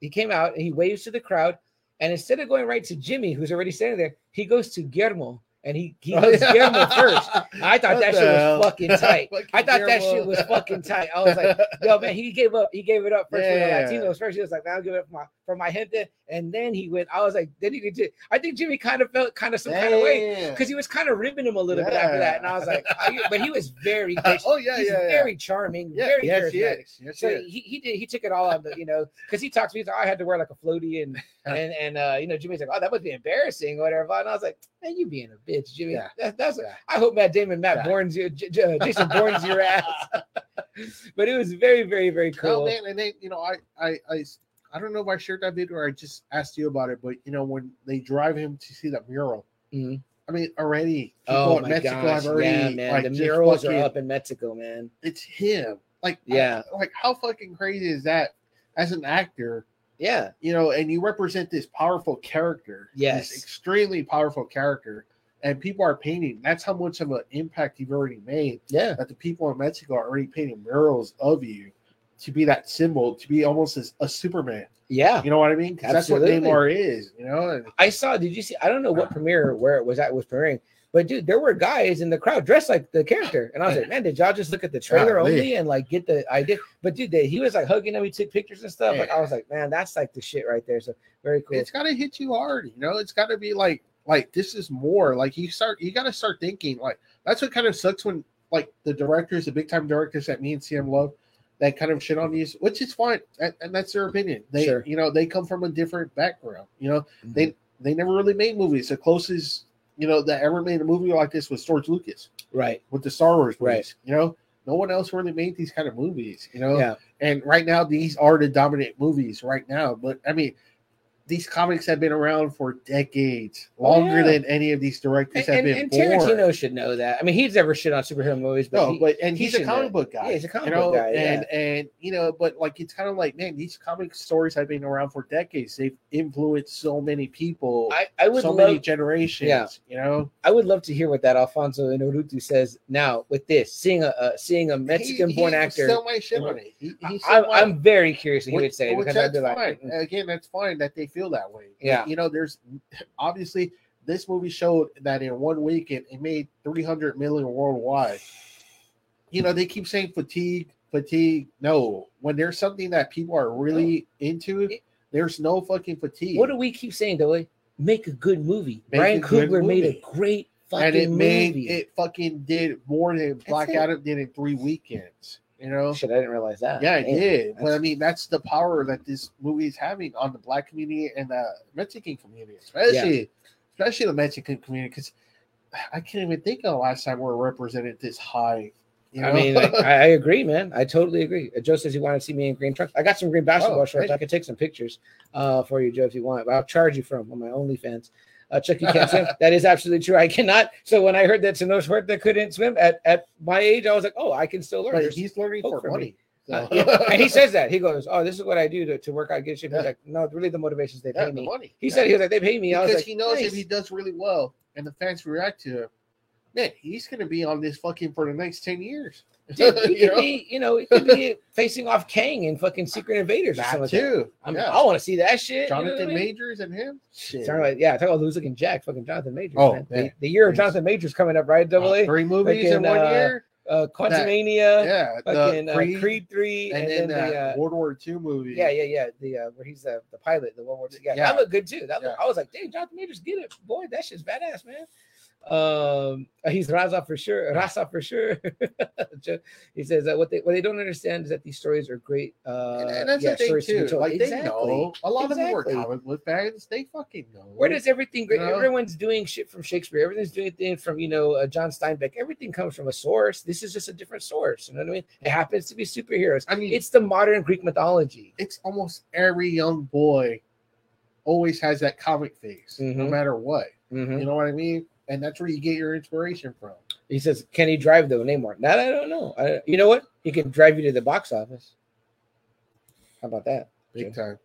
he came out and he waves to the crowd, and instead of going right to Jimmy, who's already standing there, he goes to Guillermo and he he hugs Guillermo first. I thought
What
that
the
shit was
hell?
fucking tight.
Fucking
I thought that
Guillermo.
shit was fucking tight. I was like, Yo, man, he gave up. He gave it up first
Yeah.
for the Latinos. First, he was like, "I'll give it up for my for my gente," and then he went. I was like, "Then he did." I think Jimmy kind of felt kind of some kind of way
Damn.
because he was kind of ribbing him a little bit after that, and I was like, "Are you-" "But he was very, gracious.
oh yeah,
he's
yeah, yeah.
very charming,
Yeah,
very
yes, he
charismatic."
is. Yes, he
So
is.
he, he did he took it all on the you know because he talked to me he's like, "Oh, I had to wear like a floaty and and and uh you know Jimmy's like oh that must be embarrassing or whatever and I was like man you being a bitch Jimmy
Yeah.
that, that's
Yeah.
I hope Matt Damon Matt
Yeah.
Bourne's your J- J- Jason Bourne's your ass but it was very, very, very
No,
cool.
Oh, man, and they, you know, I, I, I, I don't know if I shared that video or I just asked you about it, but you know, when they drive him to see that mural,
Mhm.
I mean, already people
Oh
in
my
Mexico
gosh,
have already
yeah, man!
like
the
just
murals
fucking-
are up in Mexico, man.
It's him, like,
Yeah.
I- like how fucking crazy is that? As an actor,
Yeah,
you know, and you represent this powerful character,
Yes.
this extremely powerful character, and people are painting. That's how much of an impact you've already made.
yeah,
that the people in Mexico are already painting murals of you to be that symbol, to be almost as a Superman.
yeah.
You know what I mean? 'Cause that's what
Absolutely.
Neymar is. You know, and
I saw. Did you see? I don't know what premiere where it was at was premiering, but dude, there were guys in the crowd dressed like the character, and I was like, man, did y'all just look at the trailer
Golly.
only and like get the idea? But dude, they, he was like hugging him. We took pictures and stuff. Like I was like, man, that's like the shit right there. So very cool.
it's got to hit you hard. You know, it's got to be like, like this is more. Like you start, you got to start thinking. Like that's what kind of sucks when like the directors, the big time directors that me and CM love, that kind of shit on these, which is fine, and, and that's their opinion. They,
Sure.
you know, they come from a different background. You know, they they never really made movies. The closest, you know, that ever made a movie like this was George Lucas.
Right.
with the Star Wars movies.
Right.
You know, no one else really made these kind of movies. You know,
Yeah.
and right now these are the dominant movies right now. But I mean, these comics have been around for decades,
Oh,
longer
yeah.
than any of these directors
And,
have
and,
been
and
born.
Tarantino should know that. I mean, he's never shit on superhero movies, but,
no,
he-
but and
he
he's a
should know.
comic book guy.
Yeah, he's a comic
you know?
book guy, yeah.
And and you know, but like it's kind of like, man, these comic stories have been around for decades. They've influenced so many people,
I, I would
so
love
many generations.
Yeah.
You know,
I would love to hear what that Alfonso Inorutu says now with this seeing a uh, seeing a Mexican born
He- he
actor.
Sell my shit on it. He, he sell
I'm,
my-
I'm very curious what he
Which-
would say
which
because I'd be
that's
like,
fine. Again, that's fine that they feel that way.
Yeah.
you know, there's obviously this movie showed that in one weekend it made 300 million worldwide. You know, they keep saying fatigue, fatigue. No, when there's something that people are really into, there's no fucking fatigue.
what do we keep saying, Dolly? Make a good movie.
Make
Brian
a good
Coogler made a
movie.
great fucking
and it made
movie.
it fucking did more than Black
it.
Adam did in three weekends. You know,
Shit, I didn't realize that.
Yeah, it
Damn.
did. But I
that's-
mean, that's the power that this movie is having on the black community and the Mexican community, especially, especially the Mexican community, because I can't even think of the last time we are represented this high. You know?
I mean, like, I, I agree, man. I totally agree. Uh, Joe says he wanted to see me in green trunks. I got some green basketball
Oh,
shorts.
hey.
I could take some pictures uh, for you, Joe, if you want. But I'll charge you for them on my OnlyFans. Uh, Chuck, you can't swim. That is absolutely true. I cannot. So when I heard that Sano that couldn't swim at, at my age, I was like, oh, I can still learn.
But
There's-
he's learning
hope
for
for
money.
Uh,
So.
yeah. and he says that he goes, "Oh, this is what I do to, to work out, get shit." He's
Yeah.
like, "No, really, the motivations they
Yeah,
pay
the
me."
money.
He
Yeah.
said he was like, "They pay me." I
because
was like,
he knows if
"Nice."
he does really well and the fans react to him, man, he's going to be on this fucking for the next 10 years.
Dude, he
You
could
know?
be, you know, he could be facing off Kang in fucking Secret Invaders or
That
something. like that.
too.
I mean,
yeah.
I want to see that shit. you know what
Jonathan
I mean?
Majors and him. Shit.
Sorry, like, yeah, talk about who's looking Jack, fucking Jonathan Majors.
Oh,
man.
yeah.
The, the year of
Yes.
Jonathan Majors coming up, right? Double A,
Three movies in
Fucking,
one
uh,
year.
uh, Quantumania,
yeah,
fucking
the
uh,
Creed,
Creed, three,
and, then, the uh, World War II movie.
Yeah, yeah, yeah. The uh, where he's uh, the pilot, the World War II. Yeah,
Yeah.
that looked good too. That looked,
Yeah.
I was like, dang, Jonathan Majors, get it, boy. That shit's badass, man. Um, he's Raza for sure. Raza for sure. Jo- he says that what they what they don't understand is that these stories are great. Uh,
and, and that's
yeah,
the thing
stories to be
too.
told.
Like they
Exactly.
know a lot of them
Exactly.
were comic book fans. They fucking know.
Where does everything great?
You know?
Everyone's doing shit from Shakespeare. Everything's doing things from you know uh, John Steinbeck. Everything comes from a source. This is just a different source. You know what I mean? It happens to be superheroes.
I mean? It's
It's the modern Greek mythology.
it's almost every young boy always has that comic face, no
Mhm.
matter what.
Mhm.
You know what I mean? And that's where you get your inspiration from.
He says, "Can he drive though, Neymar?" That I don't know. I, you know what? He can drive you to the box office. How about that?
Big time.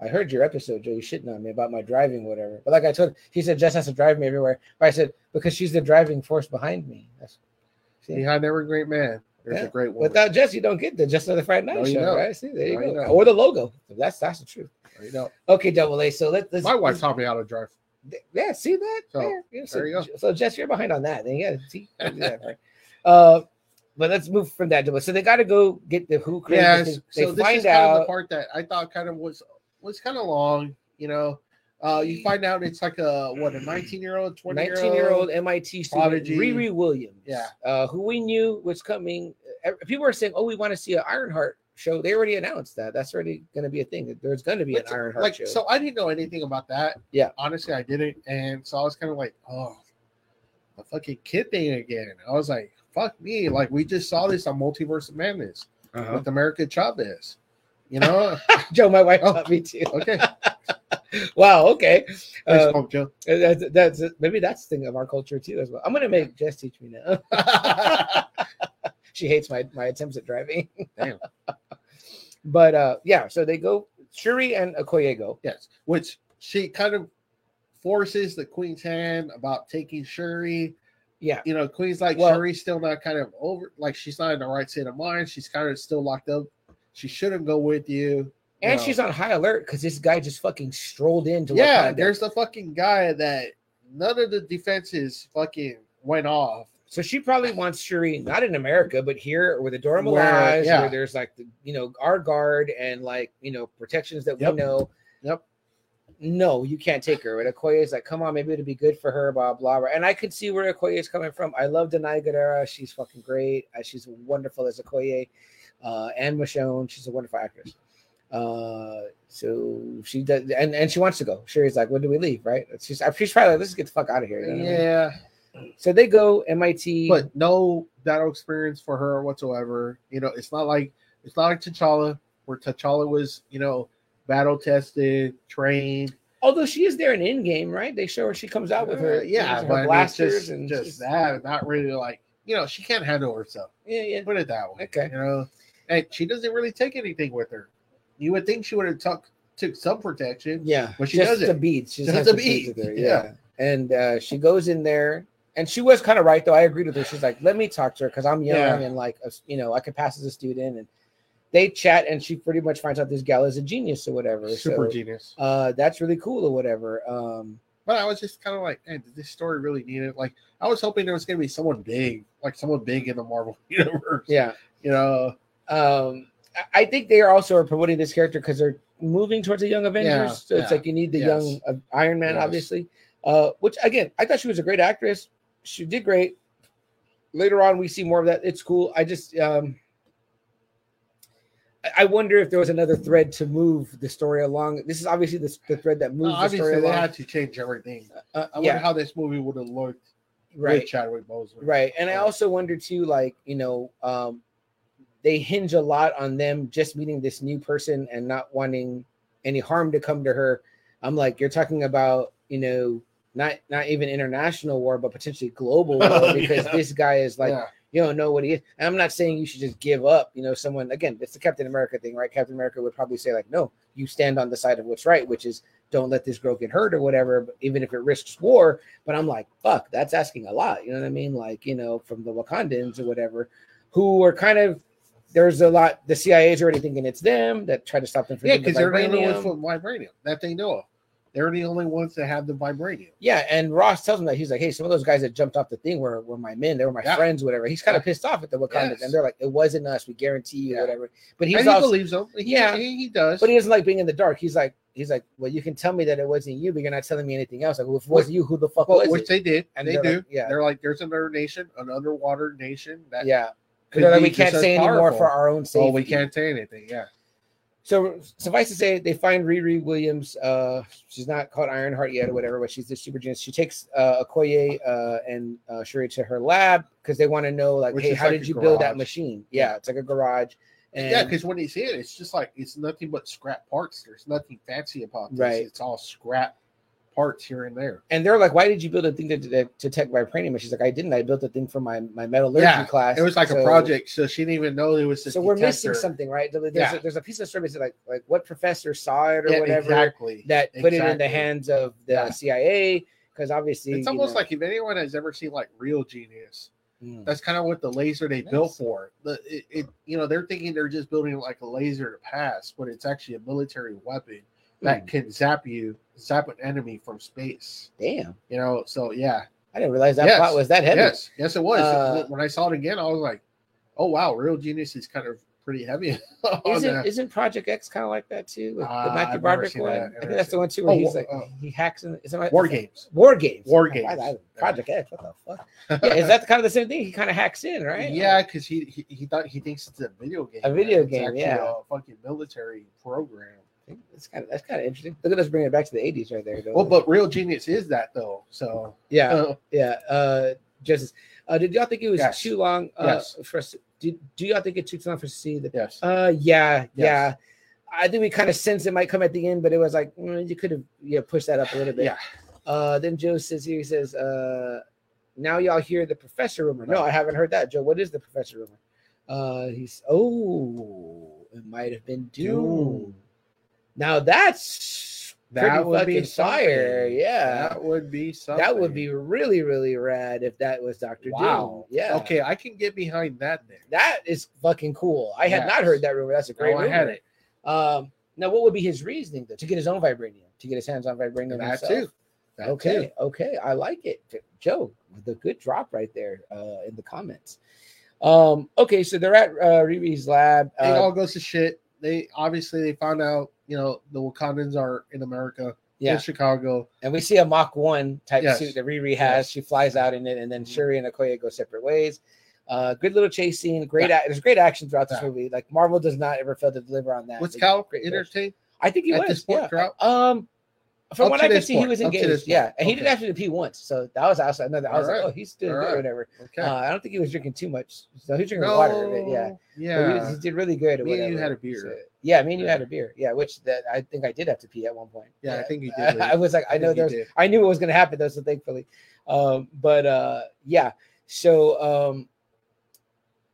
I heard your episode, Joe. You shitting on me about my driving, whatever. But like I told, he said Jess has to drive me everywhere. But I said because she's the driving force behind me. That's, see,
Behind every great man, there's
Yeah.
a great woman.
without Jess, you don't get the Just Another Friday Night
No, you
show,
don't.
right? See, there you
No, you
go,
don't.
or the logo. That's that's the truth.
you know,
Okay, Double A. So let, let's
my wife taught me how to drive.
Yeah, see that?
So,
There, yeah, so,
there you
so, Jess, you're behind on that. Then you gotta see. you do that, right? uh, but let's move from that to so they got to go get the who created
yeah,
this
s-
thing.
so
they
this is
find
kind of the
out.
part that I thought kind of was was kind of long, you know. Uh, you find out it's like a what a 19 year old, 20 year old,
19 year old MIT student
prodigy.
Riri Williams,
Yeah.
uh, who we knew was coming. Ev- People are saying, "Oh, we want to see an Ironheart show." They already announced that. That's already going to be a thing. that There's going to be an
Which,
Ironheart
like
show.
so I didn't know anything about that.
Yeah.
honestly, I didn't, and so I was kind of like, oh, the fucking kid thing again. I was like, fuck me. Like we just saw this on Multiverse of Madness
Uh-huh.
with America Chavez. You know?
Joe, my wife
Oh.
taught me too.
okay.
Wow. Okay.
Nice
Uh,
pump, Joe.
that's, that's maybe that's the thing of our culture too as well. I'm gonna make Jess teach me now. she hates my my attempts at driving.
Damn.
but uh, yeah, so they go Shuri and Okoye go.
Yes. Which she kind of forces the Queen's hand about taking Shuri.
Yeah,
You know, Queen's like
Well-
Shuri's still not kind of over like she's not in the right state of mind. She's kind of still locked up. She shouldn't go with you. you
and
know.
she's on high alert because this guy just fucking strolled into
yeah,
Wakanda.
there's the fucking guy that none of the defenses fucking went off.
So she probably wants Shuri not in America, but here with the Dora
Where-
Milaje,
yeah.
where there's like the, you know our guard and like you know protections that
Yep.
we know.
Yep.
No, you can't take her. And Okoye is like, come on, maybe it'll be good for her, blah blah. blah. And I can see where Okoye is coming from. I love Denai Guerrera. She's fucking great. Uh, She's wonderful as Okoye, uh, and Michonne. She's a wonderful actress. Uh, so she does, and, and she wants to go. Shuri's like, when do we leave? Right? She's she's probably like, let's get the fuck out of here. you know what I mean?
Yeah.
So they go MIT.
but no battle experience for her whatsoever. You know, it's not like it's not like T'Challa, where T'Challa was, you know, battle tested, trained.
Although she is there in Endgame, right? They show her she comes out with her,
Uh, yeah,
her
but I mean,
blasters
just,
and
just that, not really like you know, she can't handle herself.
Yeah, yeah.
Put it that way.
Okay.
You know, and she doesn't really take anything with her. You would think she would have took took some protection.
Yeah,
But she
just
does it.
the beads. She just, has
Just the
the beads.
beads,
with her,
yeah.
yeah. and uh, she goes in there, and she was kind of right though. I agreed with her. She's like, "Let me talk to her because I'm young
Yeah.
and like a s- you know I could pass as a student." And they chat, and she pretty much finds out this gal is a genius or whatever.
Super
so,
genius.
Uh, that's really cool or whatever. Um,
But I was just kind of like, man, did this story really need it? Like, I was hoping there was going to be someone big, like someone big in the Marvel universe.
yeah.
You know,
um I- I think they are also are promoting this character because they're moving towards the young Avengers.
Yeah,
so it's
yeah,
like you need the
yes.
young uh, Iron Man,
Yes.
obviously. Uh, which again, I thought she was a great actress. She did great. Later on, we see more of that. It's cool. I just um I- I wonder if there was another thread to move the story along. This is obviously the, the thread that moves the story
obviously they
along.
had to change everything.
Uh,
I wonder
yeah,
how this movie would have looked
right.
with Chadwick Boseman.
Right. And I
Yeah.
also wonder too, like, you know, um, they hinge a lot on them just meeting this new person and not wanting any harm to come to her. I'm like, you're talking about, you know, not not even international war, but potentially global war because
Yeah.
this guy is like
yeah.
you don't know what he is. And I'm not saying you should just give up. You know, someone again, it's the Captain America thing, right? Captain America would probably say like, no, you stand on the side of what's right, which is don't let this girl get hurt or whatever, but even if it risks war. But I'm like, fuck, that's asking a lot. You know what I mean? Like, you know, from the Wakandans or whatever, who are kind of there's a lot. The CIA is already thinking it's them that try to stop them from
Yeah,
getting the
because they're the only ones
vibranium.
with vibranium that they know of. They're the only ones that have the vibranium.
Yeah, and Ross tells him that he's like, hey, some of those guys that jumped off the thing were, were my men, they were my
Yeah.
friends, whatever. He's kind of pissed off at the Wakandans,
Yes.
and they're like, it wasn't us, we guarantee you,
Yeah.
whatever. But
And
he's
he
also,
believes them. He,
Yeah.
he, he does.
but he doesn't like being in the dark. He's like, he's like, well, you can tell me that it wasn't you, but you're not telling me anything else. Like, well, if it wasn't you, who the fuck
Well,
was
which
it?
they did,
And
and
they're
they do.
like- yeah.
They're like, there's another nation, an underwater nation that.
yeah,
could
they're like,
be
we
just
can't
as
say anymore
powerful.
for our own safety.
Well, we can't say anything. Yeah.
So suffice to say, they find Riri Williams. Uh, she's not called Ironheart yet or whatever, but she's the super genius. She takes uh, Okoye uh, and uh, Shuri to her lab because they want to know, like,
Which
hey,
is
how
like
did
a
you build that
garage.
machine? Yeah, it's like a garage. And
yeah, because when you see it, it's just like it's nothing but scrap parts. There's nothing fancy about this.
Right.
It's all scrap parts here and there.
and they're like, why did you build a thing to, to, to tech vibranium? And she's like, I didn't. I built a thing for my my metallurgy
Yeah,
class.
It was like a
So-
project, so she didn't even know it was. A
So we're missing
detector.
something, right? There- There's,
Yeah.
a, there's a piece of service that like like what professor saw it or
Yeah,
whatever
Exactly.
that put it in the
exactly.
hands of the
Yeah.
CIA because obviously
It's
you
almost
know,
like if anyone has ever seen like real genius,
mm.
that's kind of what the laser they
Nice.
built for. The it, it you know they're thinking they're just building like a laser to pass, but it's actually a military weapon
Hmm.
that can zap you, zap an enemy from space.
damn.
You know, so yeah,
I didn't realize that
Yes.
plot was that heavy.
yes, yes, it was.
Uh,
when I saw it again, I was like, oh wow, real genius is kind of pretty heavy. on
Isn't
that.
isn't Project X kind of like that too? With
Ah,
the Matthew
I've never
Broderick
seen
one.
that.
I
I've
think
never
that's the
seen
one too
Oh,
where he's
wa-
like
oh.
he hacks in. Isn't
War games.
War games.
War
Why- why-
Games.
Project X. What the fuck? Yeah, is that kind of the same thing? He kind of hacks in, right?
Yeah, because he, he he thought he thinks it's a video game.
A video
It's
game,
actually
yeah.
a fucking military program.
That's kind of that's kind of interesting. Look at us bringing it back to the '80s right there. though.
Well, but real genius is that though. So
yeah,
uh,
Yeah, uh, justice. Uh, did y'all think it was
Yes.
too long? Uh,
Yes.
For us, do, do y'all think it took too long for us to see the?
Yes.
Uh, yeah,
Yes.
yeah. I think we kind of sensed it might come at the end, but it was like mm, you could have yeah pushed that up a little bit.
yeah.
Uh, then Joe says here, he says, uh, now y'all hear the professor rumor. No, I haven't heard that, Joe. What is the professor rumor? Uh, he's oh, it might have been Doom.
Doom.
Now that's
That
pretty
would be
fucking fire.
something.
Yeah,
That would be
that,
something.
would be really really rad if that was Doctor
wow.
Doom. Yeah.
Okay, I can get behind that then.
That is fucking cool. I had not
Yes.
heard that rumor. That's a great
No, I
rumor.
had it.
Um, now, what would be his reasoning though to get his own vibranium, to get his hands on vibranium?
That
himself?
too. That
okay,
too.
okay, I like it, Joe. The good drop right there uh, in the comments. Um, okay, so they're at uh, Riri's lab.
it
Uh,
all goes to shit. They obviously they found out, you know, the Wakandans are in America,
yeah,
in Chicago.
and we see a Mach One type
Yes.
suit that Riri has.
Yes.
She flies out in it, and then
Mhm.
Shuri and Okoye go separate ways. Uh, good little chase scene. Great, ac there's great action throughout this
Yeah.
movie. Like Marvel does not ever fail to deliver on that.
What's
They-
Cal
great push.
entertained?
I think he
at
was.
this point
yeah.
throughout?
Um, from
Up
what
to
I could
this
see, he
point,
was
up to this
engaged.
point.
Yeah, and he didn't
Okay.
have to pee once, so that was also another. I was like,
Alright.
oh, he's doing good
Alright.
or whatever.
Okay.
Uh, I don't think he was drinking too much. So he was drinking water. But yeah, But he,
No,
was-
Yeah.
he did really good. Or
Me and you
whatever.
had a beer.
So- yeah, me and you had a beer. Yeah, which that I think I did have to pee at one point.
yeah, I think you did.
I,
Lee.
was like, I, know
think you
there's.
did.
I knew what was going to happen though, so thankfully. Um, but uh, yeah, so um,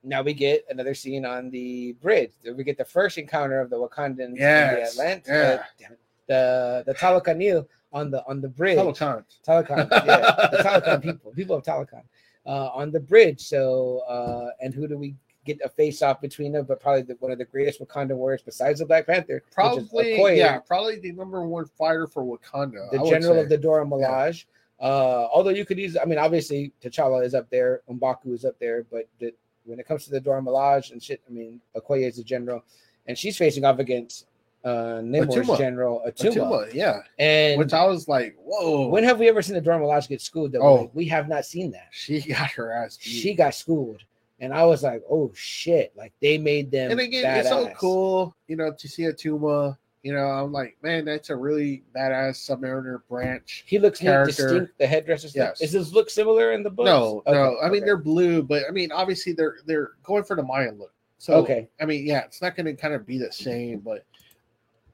now we get another scene on the bridge. We get the first encounter of the Wakandans
Yes,
and the Atlant-
yeah.
uh, damn it, the the Talakanil on the on the bridge.
Telecons.
Talakan, yeah, the Talakan people, people of Talakan, uh, on the bridge. So, uh, and who do we get a face off between them? But probably the, one of the greatest Wakanda warriors besides the Black Panther, which is
Probably,
Okoye,
yeah, probably the number one fighter for Wakanda.
the
I would
general of
say.
the Dora Milaje. Uh, although you could use, I mean, obviously T'Challa is up there, Mbaku is up there, but the, when it comes to the Dora Milaje and shit, I mean, Okoye is the general, and she's facing off against uh, Namor's
Atuma.
general Atuma,
Atuma, yeah.
and.
Which I was like, whoa.
when have we ever seen the Dora Milaje get schooled? Though?
Oh.
we have not seen that.
she got her ass beat.
she got schooled and i was like oh shit like they made them
and again, it's so
badass.
cool, you know, to see a Tuma. You know, I'm like, man, that's a really badass Submariner branch.
he looks not
character.
distinct the headdress is yes.
Yes.
is his look similar in the books
No, no,
Okay,
I mean
okay.
they're blue, but I mean obviously they're they're going for the Mayan look. So
okay
I mean, yeah, it's not going to kind of be the same, but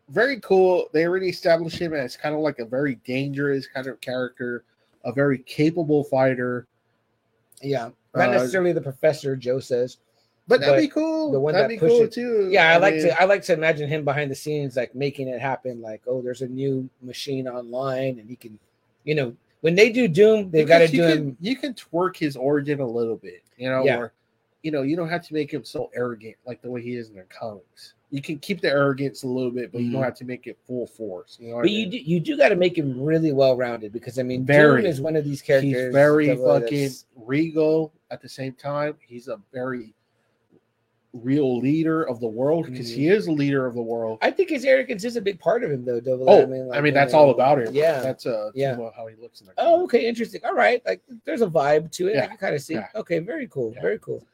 very cool. They already established him as kind of like a very dangerous kind of character, a very capable fighter.
yeah not
uh,
necessarily the professor joe says
But that'd
But
be cool.
the one
that'd
that
be cool
pushes-
too.
yeah i, like
mean,
to i like to imagine him behind the scenes like making it happen like oh there's a new machine online and he can you know when they do doom they've got to
because
do
you
him
Can, you can twerk his origin a little bit, you know,
Yeah.
or you know, you don't have to make him so arrogant like the way he is in the comics. You can keep the arrogance a little bit, but you don't
Mhm.
have to make it full force. You know, what
but
I
you
mean?
do, you do got to make him really well rounded because I mean Doom
Very.
is one of these characters
he's very
that was-
fucking regal at the same time. He's a very real leader of the world because he is a leader of the world.
Mm-hmm. I think his arrogance is a big part of him, though. Double.
oh,
I mean, like,
that's
you know,
all about him.
Yeah.
that's uh,
Yeah.
how he looks in the.
oh,
comics.
okay, interesting. All right, like there's a vibe to it. I
Yeah,
can kind of see.
yeah.
Okay, very cool,
Yeah.
very cool.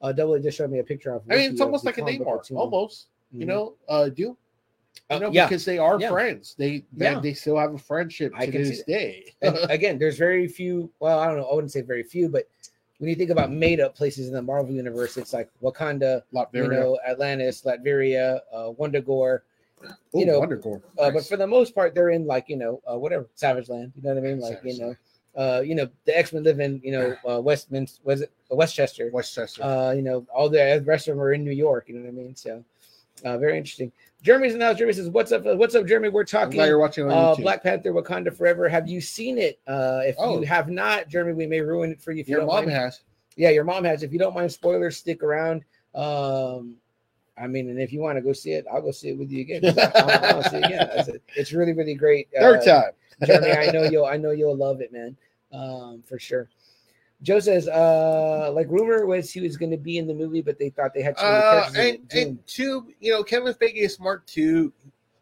Uh, Double just showed me a picture of.
I mean,
Luffy
it's
of
almost
the
like a
comic book
Neymar,
team.
almost. You
Mhm.
know, uh, do
Uh,
you know,
yeah.
because they are
yeah.
friends. They they,
Yeah.
they still have a friendship to
I can see
this day.
And again, there's very few. Well, I don't know. I wouldn't say very few, but when you think about made-up places in the Marvel universe, it's like Wakanda, you
Latveria,
know, Atlantis, Latveria, uh, Wondergore.
Ooh,
you know,
Wondergore.
Uh, but
Nice.
for the most part, they're in like you know uh, whatever Savage Land. You know what I mean? Like
Sorry,
you know, uh, you know the X Men live in you know uh, Westminster. Was it Uh, Westchester?
sorry. Westchester.
uh, you know, all the rest of them are in New York. You know what I mean? So, uh, very interesting. Jeremy's in the house. Jeremy says, "What's up? uh, What's up, Jeremy? We're
I'm glad
talking
you're watching on
uh,
Oh, YouTube.
Black Panther: Wakanda Forever. Have you seen it? Uh, if
Oh.
you have not, Jeremy, we may ruin it for you. If you
Your
don't
mom
mind.
has.
yeah, your mom has. If you don't mind spoilers, stick around. Um, I mean, and if you want to go see it, I'll go see it with you again. 'cause I, I want to see it again. It's, it's really, really great.
Third
Uh,
time.
Jeremy, I know you'll I know you'll love it, man. Um, for sure. Joe says, uh, like rumor was he was gonna be in the movie, but they thought they had too many
Uh,
characters. in
and,
it. Doom.
and two, you know, Kevin Feige is smart too.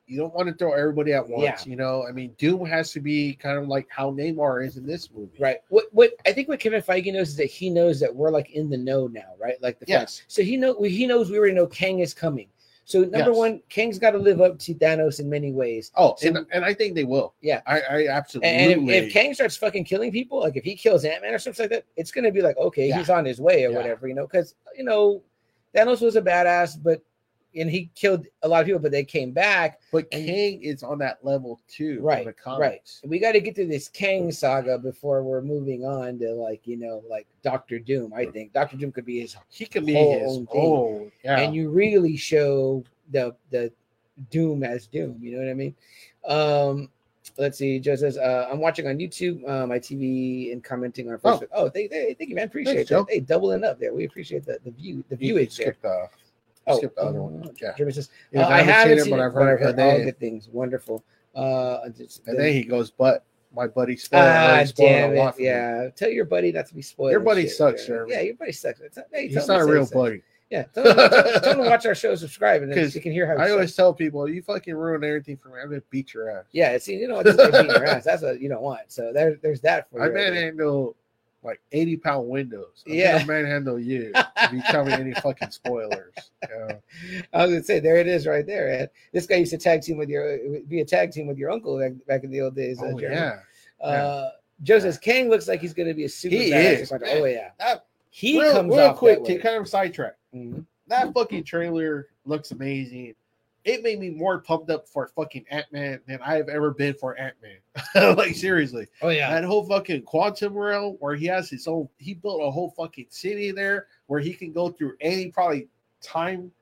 You don't want to throw everybody at once.
Yeah.
You know, I mean, Doom has to be kind of like how Neymar is in this movie.
right. What what I think what Kevin Feige knows is that he knows that we're like in the know now, right? Like the fact-
Yes.
so he know he knows we already know Kang is coming. So number
Yes.
one, King's got to live up to Thanos in many ways.
Oh,
So-
and, and I think they will.
Yeah.
I, I absolutely.
And and if, if Kang starts fucking killing people, like if he kills Ant Man or something like that, it's gonna be like, okay,
Yeah.
he's on his way or
Yeah.
whatever, you know, because you know, Thanos was a badass, but and he killed a lot of people, but they came back.
but
and-
King is on that level too.
Right,
For the
right.
comics.
We got to get through this Kang saga before we're moving on to like you know, like Doctor Doom. I think Doctor Doom could be his,
He can be
Whole
his
own thing.
own. Yeah.
and you really show the the Doom as Doom. You know what I mean? Um, let's see. Joe says, uh, "I'm watching on YouTube, uh, my TV, and commenting on
Oh.
Facebook." Oh, they, they thank you, man. Appreciate
Thanks,
that.
Joe.
Hey, doubling up there. We appreciate the the view the
You can
viewage there.
skip the
Oh,
skip the other
um,
one. Yeah.
Jeremy says,
Yeah,
uh, I haven't seen it, but I've heard,
that
all
name.
good things. Wonderful. Uh, just-
And then he goes, but my buddy spoiled. I
Ah,
already spoiled
damn
a lot
it.
for me."
Yeah. Tell your buddy not to be spoiled.
Your
and
buddy
shit,
sucks,
Jeremy.
Jeremy.
Yeah, your buddy sucks. It's not, hey, tell
He's
him
not
he
a real
sucks.
buddy.
Yeah. Tell him, tell, tell him to watch our show, subscribe, and then
'Cause
you can hear how he
I
sucks.
always tell people, you fucking ruin everything for me. I'm gonna beat your ass.
Yeah, see, you know what? Just like beating your ass. That's what you don't want. So there, there's that for
I
you. right there.
manhandle like 80 pound windows. I'm
Yeah.
gonna manhandle you if you tell me any fucking spoilers. Yeah.
I was gonna say, there it is, right there. man. This guy used to tag team with your, be a tag team with your uncle back, back in the old days. uh,
Oh
Jeremy.
yeah.
Uh, Joe says Kang looks like he's gonna be a super.
He
badass
is,
fighter.
man.
Oh yeah.
That-
he
real,
comes
real
off
quick
That way.
to kind of sidetrack.
Mhm.
That fucking trailer looks amazing. It made me more pumped up for fucking Ant Man than I have ever been for Ant Man. like seriously,
Oh yeah.
that whole fucking quantum realm where he has his own. He built a whole fucking city there where he can go through any probably time,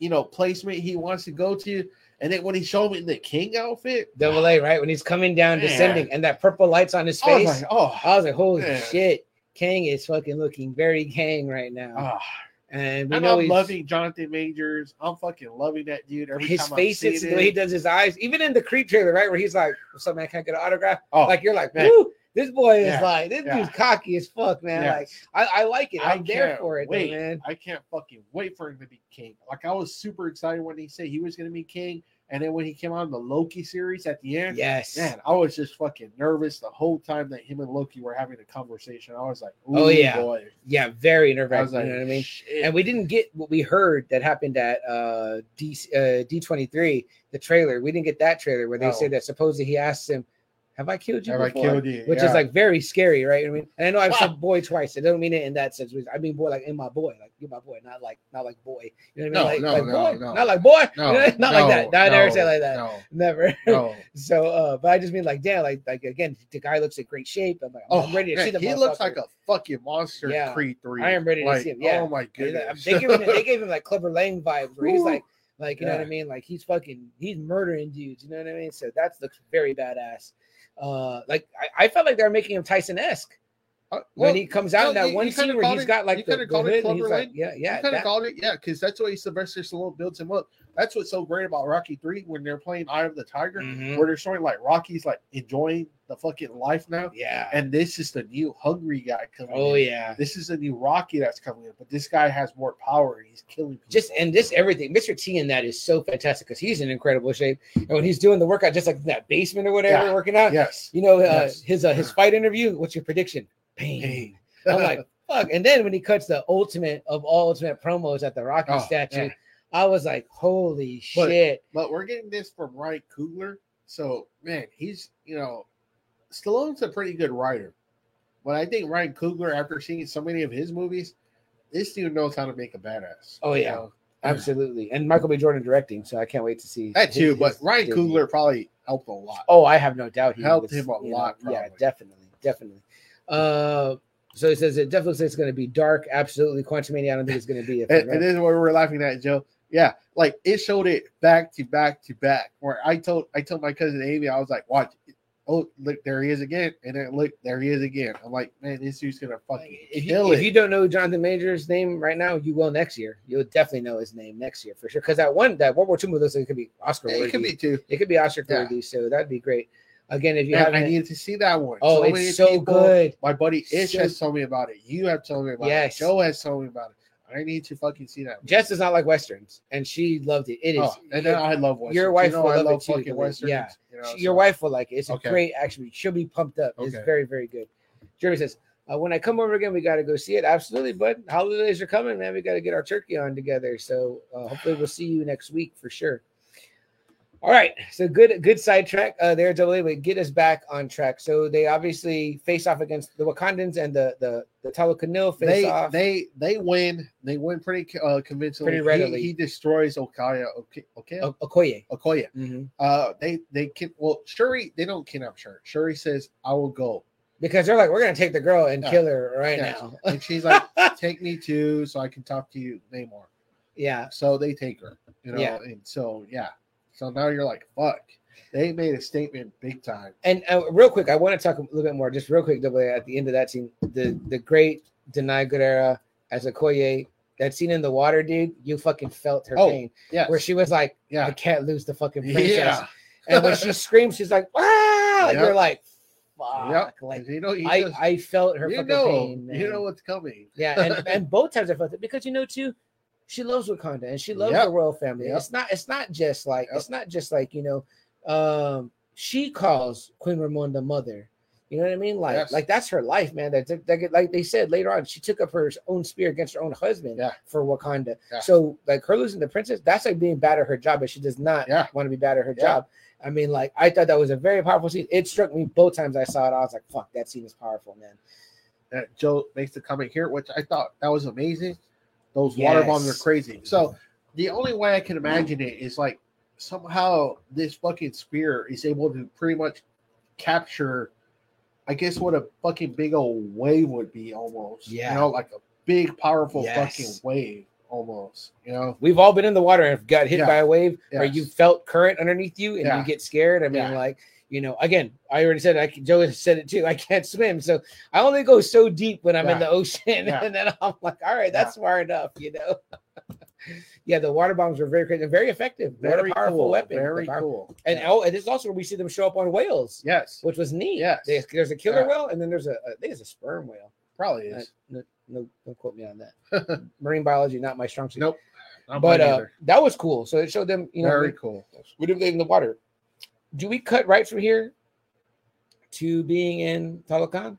you know, placement he wants to go to. And then when he showed me in the king outfit,
Double A, right? When he's coming down,
Man.
descending, and that purple light's on his
I was
face.
like, oh,
I was like, holy
Man.
shit, Kang is fucking looking very Kang right now.
ah.
and we
And
know
I'm
he's,
loving Jonathan Majors. I'm fucking loving that dude. Every
his
time
face,
I'm
it's the way he
it.
does his eyes, even in the creep trailer, right? Where he's like, What's up, man? Can I get an autograph?
Oh,
like, you're like,
man.
Woo, this boy is
Yeah,
like, this
yeah.
dude's cocky as fuck, man.
yeah.
Like, I, I like it.
I
I'm there
can't
for it, though,
wait.
man.
I can't fucking wait for him to be king. Like I was super excited when he said he was gonna be king, and then when he came on the Loki series at the end,
Yes.
man, I was just fucking nervous the whole time that him and Loki were having a conversation. I was like,
Oh,
"Ooh,
yeah.
boy.
Yeah, very nerve
I was
wracking.
like,
you know what I mean?
Shit.
And we didn't get what we heard that happened at uh, D, uh, D23, the trailer. We didn't get that trailer where they
No.
say that supposedly he asks him, Have I killed you?
Oh. Have I
before?
killed you?
which
Yeah.
is like very scary, right? I mean, and I know I've
Wow.
said boy twice. I don't mean it in that sense. I mean boy, like in my boy, like you're my boy, not like not like boy. You know what I mean?
No,
like,
no,
like
no,
boy,
no.
not like boy,
No,
You know, not
no,
like that. No, I never
no,
say it like that.
No,
Never.
no.
so, uh, but I just mean like, damn, like like again, the guy looks in great shape. I'm like,
Oh,
I'm ready to see
man,
the
he looks like
motherfucker.
a fucking monster. in
Yeah.
Creed three.
I am ready to
Like,
see him, yeah.
Oh my goodness.
They, gave him, they gave him like clever Lang vibes where he's like, like you know what I
Yeah.
mean? Like he's fucking he's murdering dudes. You know what I mean? So that looks very badass. Uh, like I, I felt like they're making him Tyson esque
Uh,
when
well,
he comes out
no,
in that
you-
one
you kinda
scene where
called
he's
it-
got
you
like the,
kinda
the
called it
hood and he's
Clover
like,
Lane.
yeah,
You
yeah,
kind of
that-
called it, yeah, because that's the way Sylvester Stallone builds him up. That's what's so great about Rocky Three when they're playing Eye of the Tiger,
Mhm.
where they're showing like Rocky's like enjoying the fucking life now,
yeah.
and this is the new hungry guy coming.
Oh
in.
yeah.
this is the new Rocky that's coming in, but this guy has more power. and He's killing people.
Just and this everything, Mr. T in that is so fantastic because he's in incredible shape. And when he's doing the workout, just like in that basement or whatever,
Yeah.
working out,
yes,
you know, uh,
Yes.
his uh, his fight interview. What's your prediction? Pain.
Pain.
I'm like, fuck. And then when he cuts the ultimate of all ultimate promos at the Rocky
Oh,
statue,
man.
I was like, holy
But-
shit.
But we're getting this from Ryan Coogler. So, man, he's, you know, Stallone's a pretty good writer. But I think Ryan Coogler, after seeing so many of his movies, this dude knows how to make a badass.
Oh,
you
yeah.
know?
Absolutely. And Michael B. Jordan directing, so I can't wait to see
That too.
his-
But
his
Ryan
debut.
Coogler probably helped a lot.
Oh, I have no doubt he
Helped
was,
him a
you know,
lot,
Yeah,
probably.
definitely, definitely. Uh, so he says it definitely looks like it's going to be dark. Absolutely, Quantum Mania. I don't think it's going to be. If
And, and this is what we were laughing at, Joe. Yeah, like it showed it back to back to back. Where I told I told my cousin Amy, I was like, watch. Oh, look, there he is again. And then look, there he is again. I'm like, man, this dude's gonna fucking
if,
kill
you, if
it.
you don't know Jonathan Major's name right now, you will next year. You'll definitely know his name next year for sure. Because that one, that World War II movie looks like it could be Oscar
it could
worthy.
be too.
It could be Oscar
Yeah.
worthy. So that'd be great. Again, if you
Man,
haven't,
I needed to see that one.
oh,
many
it's so
people-
good.
My buddy Ish
So-
has told me about it. You have told me about
Yes.
it. Joe has told me about it. I need to fucking see that.
Jess does not like westerns, and she loved it. It is.
Oh, and then I love westerns.
your wife
you know,
will
I
love it
love
too,
fucking
because-
westerns.
yeah.
you know,
She- your
so-
wife will like it. It's a
Okay.
great actually. She'll be pumped up. It's
Okay.
very, very good. Jeremy says, uh, Uh, when I come over again, we got to go see it. Absolutely, bud. Holidays are coming, man. We got to get our turkey on together. So uh, hopefully, we'll see you next week for sure. All right, so good, good sidetrack uh, there, Double A, but get us back on track. So they obviously face off against the Wakandans and the the the Talakanil face
they
off.
they they win. They win pretty uh, convincingly.
Pretty
He-
readily.
He, destroys Okaya. Okay,
O-
Okaya.
Okoye.
Okoya.
Mhm.
Uh, they they kid. Well, Shuri. They don't kidnap Shuri. Shuri says, "I will go,"
because they're like, we're gonna take the girl and
Yeah.
kill her right
Yeah.
now.
and she's like, "Take me too, so I can talk to you, Namor."
Yeah,
So they take her. You know.
Yeah.
And so yeah. So now you're like, "Fuck." They made a statement big time.
and uh, real quick, I want to talk a little bit more, just real quick, double A, at the end of that scene, the the great Denai Guerrera as Okoye, that scene in the water, dude, you fucking felt her
Oh,
pain,
Yeah.
where she was like, I
Yeah.
can't lose the fucking princess,
Yeah.
and when she screams, she's like, ah, and
Yep.
you're like, fuck,
Yep.
like
you know. You,
I
just-
I felt her
you
fucking
know.
pain, man.
you know what's coming.
Yeah, and, and both times I felt it because you know too, she loves Wakanda and she loves
Yep.
the royal family.
Yep.
It's not it's not just like
Yep.
it's not just like you know, um, she calls Queen Ramonda mother. You know what I mean? Like
Yes.
like that's her life, man. That that- that- like they said later on, she took up her own spear against her own husband
Yeah.
for Wakanda.
Yeah.
So like her losing the princess, that's like being bad at her job, but she does not
Yeah.
want to be bad at her
Yeah.
job. I mean, like I thought that was a very powerful scene. It struck me both times I saw it. I was like, "Fuck, that scene is powerful, man."
that Joe makes the comment here, which I thought that was amazing. Those water bombs are
Yes.
crazy. So the only way I can imagine it is like somehow this fucking spear is able to pretty much capture, I guess, what a fucking big old wave would be almost.
Yeah.
You know, like a big powerful
Yes.
fucking wave almost. You know.
We've all been in the water and got hit
Yeah.
by a wave, or
Yes.
you felt current underneath you and
Yeah.
you get scared. I mean,
Yeah.
like you know, again, I already said I can, Joe has said it too. I can't swim, so I only go so deep when I'm in
Yeah.
the ocean,
Yeah.
and then I'm like, all right, that's far enough, you know. yeah, the water bombs were very crazy, and very effective, very
Very
powerful
cool.
weapon, The
Very
power-
cool.
And
yeah.
oh, and this is also where we see them show up on whales,
yes,
which was neat.
Yes.
There's, there's a killer
Yeah.
whale, and then there's a, I think it's a sperm whale.
probably
Uh,
is.
no, no, don't quote me on that. Marine biology, not my strong suit.
Nope. Not
but
mine
uh,
either.
that was cool. So it showed them, you know,
very
we-
cool.
we did in the water. Do we cut right from here to being in Talakan?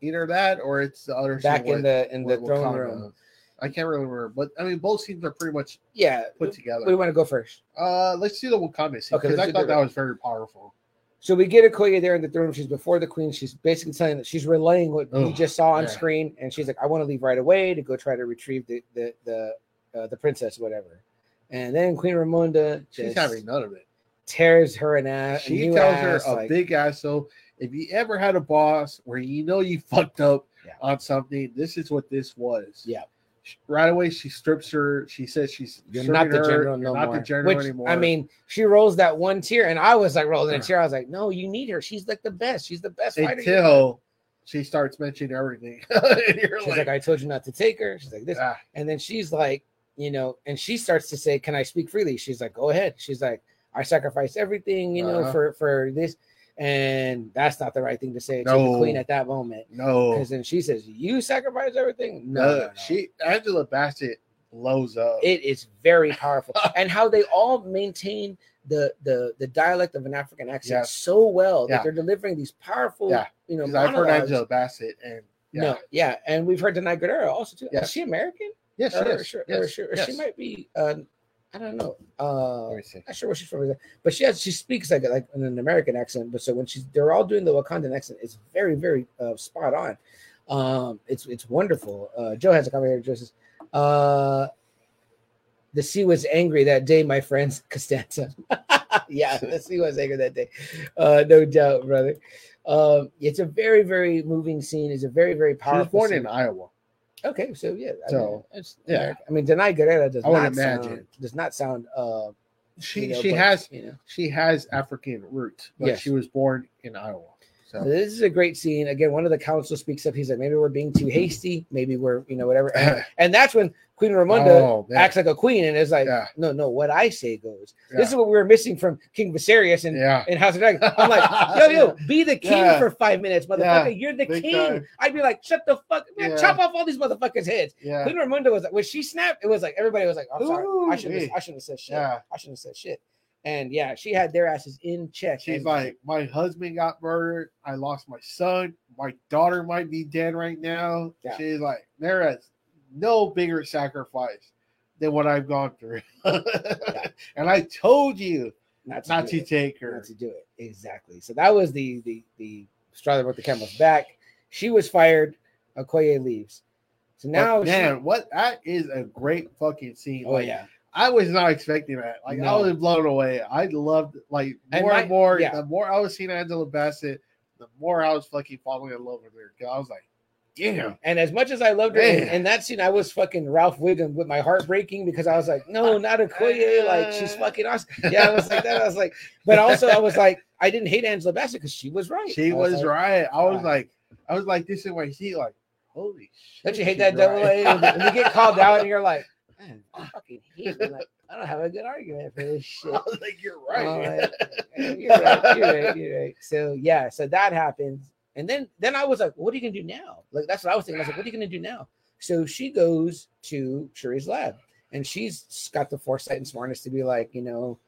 Either that or it's the other
Back
scene
in the in the
with
throne
Wakanda.
room.
I can't remember, but I mean, both scenes are pretty much
Yeah.
put
Where do you
together.
want to go first?
Uh, let's do the Wakanda scene
Okay,
because
let's
I
do
thought
the-
that was very powerful.
So we get Okoye there in the throne room. She's before the queen. She's basically telling that she's relaying what we
Ugh,
just saw on
yeah.
screen, and she's like, "I want to leave right away to go try to retrieve the the the uh, the princess, whatever." And then Queen Ramonda
She's
just
having none of it.
tears her an ass.
She
uh, new
tells her
ass,
a
like,
big ass. So if you ever had a boss where you know you fucked up
Yeah.
on something, this is what this was.
Yeah.
Sh- Right away, she strips her. She says she's
You're not
stripping
the
her,
general
you're
no
not
more.
the general
Which,
anymore.
I mean, she rolls that one tear, and I was like rolling a
Ugh.
tear. I was like, "No, you need her. She's like the best. She's the best fighter." you have."
until she starts mentioning everything. And you're
she's like, "I told you not to take her." She's like this,
ah,
and then she's like, you know, and she starts to say, "Can I speak freely?" She's like, "Go ahead." She's like, "I sacrificed everything, you know,
Uh-huh.
for for this," and that's not the right thing to say to the
No.
queen at that moment.
no,
Because then she says, "You sacrificed everything." No,
no,
no, no.
she Angela Bassett blows up.
it is very powerful and how they all maintain the the the dialect of an african accent
Yes.
so well that
Yeah.
they're deliving these powerful
Yeah.
you know
'Cause I've heard
monologues.
Angela Bassett, and yeah,
no yeah and we've heard Denai Guerrero also too
Yeah.
is she american
yes,
Or-
yes,
or, she- or
yes,
she, or
yes.
she might be uh i don't know
Let
uh
me see.
not sure where she's from, but she has she speaks like like in an American accent. But so when she's they're all doing the Wakandan accent, it's very very uh, spot on. Um, it's it's wonderful. Uh, Joe has a comment here. Joe says, uh, "The sea was angry that day, my friends, Costanza." yeah, the sea was angry that day, uh, no doubt, brother. Um, it's a very very moving scene. It's a very very
She was
powerful.
born
scene.
in Iowa.
Okay, so yeah, I
So,
mean, it's
yeah.
American. I mean, Denai Guerrera does
I would
not
imagine.
sound, does not sound. Uh,
She
you know,
she
but,
has
you know.
she has African roots, but
Yes.
she was born in Iowa. So
This is a great scene. Again, one of the council speaks up. He's like, maybe we're being too hasty. Maybe we're, you know, whatever. And, and that's when Queen Ramonda
Oh, man.
acts like a queen and is like,
Yeah.
no, no, what I say goes.
Yeah.
This is what we were missing from King Viserys and,
yeah.
and House of Dragon. I'm like, yo, yo, be the king
Yeah.
for five minutes, motherfucker.
Yeah.
You're the
Big
king.
time.
I'd be like, shut the fuck, man,
Yeah.
chop off all these motherfuckers' heads.
Yeah.
Queen Ramonda was like, when she snapped, it was like everybody was like, I'm sorry, I
Ooh,
shouldn't, have,
wee.
I shouldn't have said shit.
Yeah.
I shouldn't have said shit. And yeah, she had their asses in check.
She's
And-
like, my husband got murdered. I lost my son. My daughter might be dead right now.
Yeah.
She's like, there is no bigger sacrifice than what I've gone through. and I told you
not to,
not
do
to
it.
take her.
Not to do it exactly. So that was the the the straw that broke the camel's back. She was fired. Okoye leaves. So now,
But
she-
man, what that is a great fucking scene.
oh
Like,
yeah,
I was not expecting that. Like I
No.
was blown away. I loved like more
And
and,
my-
more.
yeah.
The more I was seeing Angela Bassett, the more I was fucking falling in love with her. 'Cause I was like, damn.
And as much as I loved her in,
Man.
in that scene, I was fucking Ralph Wiggum with my heart breaking because I was like, no, not Okoye. Like she's fucking awesome. Yeah, I was like that. I was like, but also I was like, I didn't hate Angela Bassett because she was right.
She
I
was,
like,
right. I was
God.
like, I was like this in my seat, like, holy shit.
Don't you
she's
hate that double
right.
A? When when you get called out and you're like, man, I fucking hate. it. Like I don't have a good argument for this
I
shit.
was like, you're right.
Oh, I'm like, you're right. You're right. You're right. So yeah, so that happened, and then then I was like, what are you gonna do now? Like that's what I was thinking. I was like, what are you gonna do now? So she goes to Shuri's lab, and she's got the foresight and smartness to be like, you know,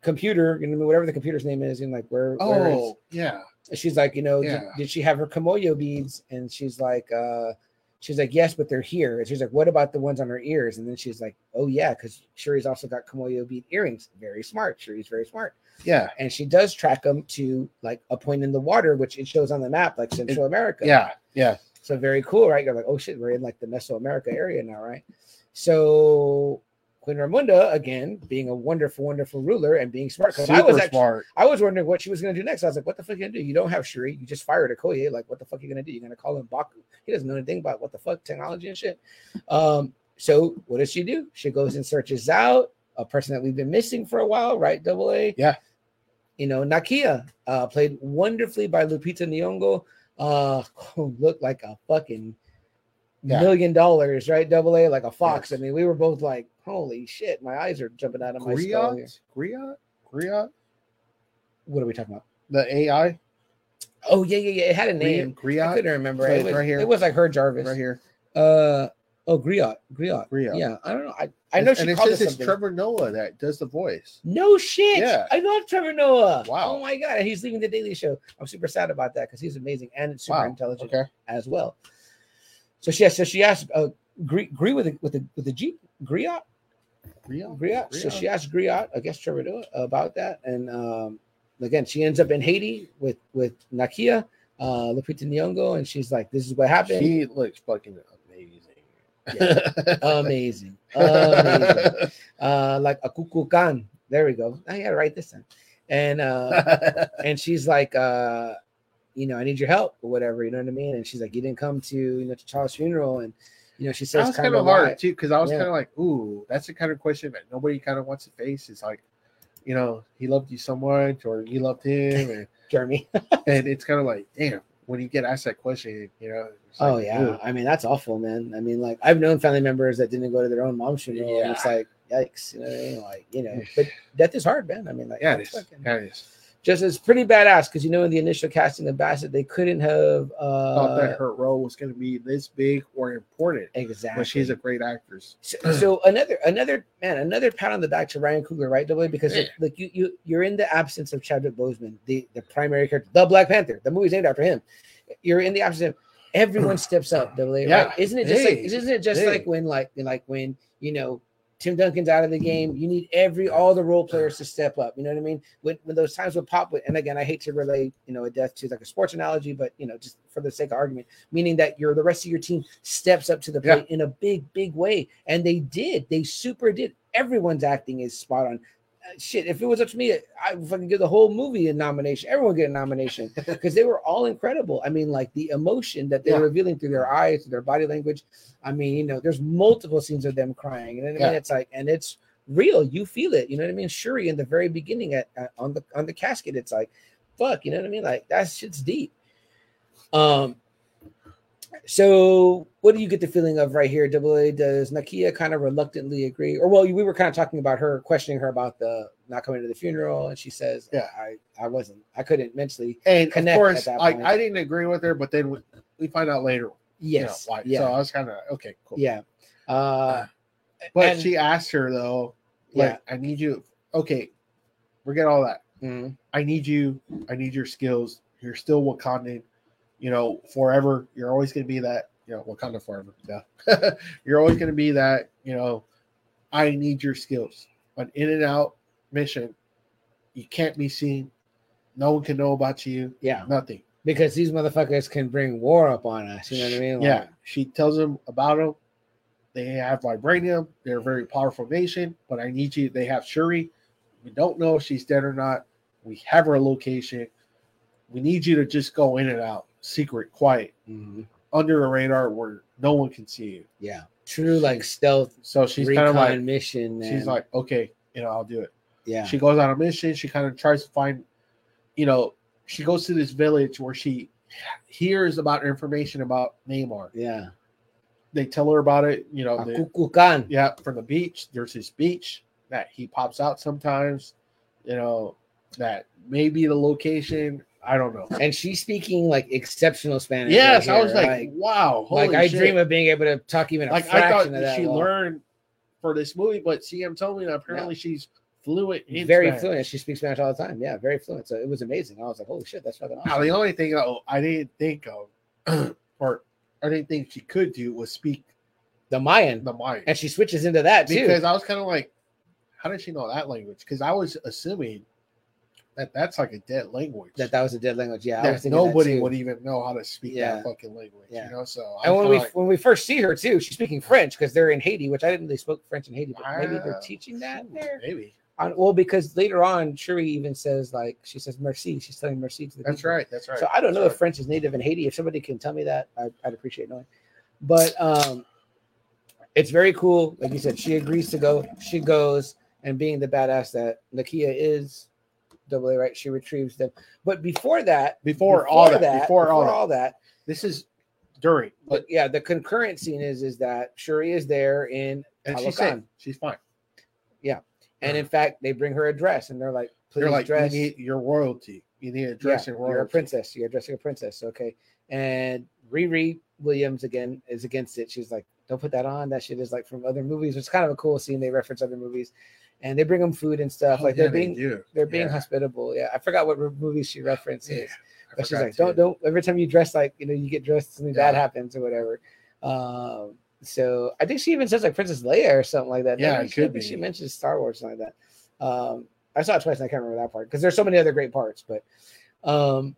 computer, you know, whatever the computer's name is, and like where, where is-
oh yeah.
she's like, you know, did,
Yeah.
did she have her Kamoyo beads? And she's like, uh, she's like, yes, but they're here. And she's like, what about the ones on her ears? And then she's like, oh yeah, because Shuri's also got Kamoyo bead earrings. Very smart. Shuri's very smart.
Yeah.
And she does track them to like a point in the water, which it shows on the map, like Central America.
Yeah. Yeah.
So very cool, right? You're like, oh shit, we're in like the Mesoamerica area now, right? So Queen Ramunda, again, being a wonderful, wonderful ruler and being smart. Because
Super
I was actually,
smart.
I was wondering what she was going to do next. I was like, what the fuck are you going to do? You don't have Shuri. You just fired Okoye. Like, what the fuck are you going to do? You're going to call him Baku. He doesn't know anything about what the fuck technology and shit. Um, so what does she do? She goes and searches out a person that we've been missing for a while, right? Double A.
Yeah.
You know, Nakia, uh, played wonderfully by Lupita Nyong'o, uh, who looked like a fucking
Yeah.
million dollars, right? Double A, like a fox.
Yes.
I mean, we were both like, holy shit, my eyes are jumping out of my skull here.
Griot? Griot? Griot?
What are we talking about?
The AI?
Oh yeah, yeah, yeah. It had a name.
Griot?
I
Griot?
couldn't remember.
Right,
it was,
right here.
It was like her Jarvis.
Right here.
Uh oh, Griot. Griot.
Griot.
Yeah, I don't know. I, I know she
and it
called
says
it
it's
something.
Trevor Noah that does the voice.
no shit.
Yeah.
I love Trevor Noah.
Wow.
Oh my god, and he's leaving the Daily Show. I'm super sad about that because he's amazing and super
Wow,
intelligent
Okay.
as well. So she so she asked uh Gri, Gri with a with a with a G Griot
Griot?
Griot. So she asked Griot, I guess Trevor Noah, about that. And um, again, she ends up in Haiti with with Nakia, uh, Lupita Nyong'o, and she's like, "This is what happened."
She looks fucking amazing.
amazing, amazing. Uh, like a cuckoo can. There we go. I gotta write this down. And uh, and she's like, uh, you know, I need your help or whatever. You know what I mean? And she's like, you didn't come to you know to Charles' funeral, and you know she
that
says
was
kind of
hard
hard.
too, because I was
Yeah.
kind of like, "Ooh, that's the kind of question that nobody kind of wants to face." It's like, you know, he loved you so much, or you loved him, and,
Jeremy.
and it's kind of like, damn, when you get asked that question, you know. it's
Oh
like,
yeah.
ooh.
I mean that's awful, man. I mean like I've known family members that didn't go to their own mom's funeral, and it's like yikes. You know what I mean? Like you know, but death is hard, man. I mean like
yeah, it
that's
is.
fucking-
Yeah, it is.
just it's pretty badass because you know in the initial casting of Bassett they couldn't have
I
uh
Thought that her role was going to be this big or important,
Exactly.
but she's a great actress.
so, so another another man another pat on the back to Ryan Coogler, right? Double A, because
Yeah.
like you you you're in the absence of Chadwick Boseman, the the primary character, the Black Panther. The movie's named after him. You're in the absence of everyone steps up. Double A,
Yeah.
right? Isn't it just
Hey.
like isn't it just
Hey.
like when like like when you know. Tim Duncan's out of the game. You need every all the role players to step up. You know what I mean? When, when those times would pop, and again, I hate to relate, you know, a death to like a sports analogy, but you know, just for the sake of argument, meaning that your the rest of your team steps up to the
Yeah.
plate in a big, big way. And they did. They super did. Everyone's acting is spot on. Uh, Shit, if it was up to me, I would fucking give the whole movie a nomination. Everyone get a nomination because they were all incredible. I mean, like the emotion that they're
Yeah.
revealing through their eyes, through their body language. I mean, you know, there's multiple scenes of them crying, and I mean,
Yeah.
it's like, and it's real. You feel it. You know what I mean? Shuri in the very beginning at, at- on the on the casket, it's like, fuck. You know what I mean? Like that shit's deep. Um. So, what do you get the feeling of right here? Double A does Nakia kind of reluctantly agree, or well, we were kind of talking about her questioning her about the not coming to the funeral, and she says,
Yeah.
I I wasn't, I couldn't mentally."
And
Connect
of course,
at that
like
point.
I didn't agree with her, but then we, we find out later. you know,
Yes,
why.
yeah,
So I was kind of okay, cool.
yeah. Uh,
But
and-
she asked her though, like, I need you. Okay, Forget all that.
mm,
Mhm.
I need you. I need your skills. You're still Wakandan, you know, forever. You're always going to be that, you know, Wakanda forever. Yeah. You're always going to be that, you know, I need your skills. An in and out mission. You can't be seen. No one can know about you.
Yeah,
Nothing.
because these motherfuckers can bring war up on us. You know what I mean? Like,
yeah. She tells him about him. They have vibranium. They're a very powerful nation, but I need you. They have Shuri. We don't know if she's dead or not. We have her location. We need you to just go in and out, secret, quiet,
mhm.
under the radar where no one can see you.
yeah. True, like stealth
So she's kind
recon
of like,
mission.
she's
and-
like, okay, you know, I'll do it.
yeah,
She goes on a mission. She kind of tries to find, you know, she goes to this village where she hears about information about Neymar.
yeah.
They tell her about it. You know, the-
Akukukan.
Yeah, from the beach. There's this beach that he pops out sometimes. You know, that may be the location. I don't know.
And she's speaking like exceptional Spanish.
Yes,
right
I was
here,
like, wow. Holy
like I
shit.
dream of being able to talk even a
like I
fraction
thought
of that.
she
long.
learned for this movie, but CM told me that apparently she's fluent in
very
Spanish.
fluent. She speaks Spanish all the time. Yeah, very fluent. So it was amazing. I was like, holy shit, that's fucking
Now,
awesome.
Uh, the only thing I, I didn't think of, or I didn't think she could do, was speak
The Mayan,
the Mayan.
and she switches into that too.
because I was kind of like, how does she know that language? Because I was assuming that that's like a dead language.
that that was a dead language. Yeah, I was
that
thinking that,
nobody
too.
would even know how to speak
Yeah.
that fucking language.
Yeah.
You know, so I
And when
felt
we
like,
when we first see her too, she's speaking French because they're in Haiti, which I didn't really spoke French in Haiti, but maybe they're
Wow.
teaching that there.
maybe
On, well, because later on, Shuri even says like she says mercy. She's telling mercy to the
that's
people.
right, that's right.
So I don't
that's
know if
right.
French is native in Haiti. If somebody can tell me that, I, I'd appreciate knowing. But um, it's very cool. Like you said, she agrees to go. She goes, and being the badass that Nakia is, double A right, she retrieves them. But before that,
before, all that, before, all, that,
all that,
this is during,
but
but
yeah, the concurrent scene is is that Shuri is there in,
and
Talo
she's safe,
Khan.
she's fine.
and in fact, they bring her a dress, and they're like, "Please
They're like,
dress."
you need your royalty, you need a dress
yeah,
and royalty.
you're a princess. You're dressing a princess. Okay. And Riri Williams again is against it. She's like, don't put that on. That shit is like from other movies. It's kind of a cool scene. They reference other movies, and they bring them food and stuff.
Oh,
like
yeah,
they're
they
being
do.
they're being
Yeah,
hospitable. Yeah, I forgot what re- movie she references.
yeah, I
But she's
forgot
like, don't
too.
don't every time you dress like you know you get dressed something bad
Yeah.
happens or whatever. Um, so I think she even says like Princess Leia or something like that.
Yeah,
doesn't
it
she?
could
I think She
be.
mentions Star Wars something like that. Um, I saw it twice and I can't remember that part because there's so many other great parts. But um,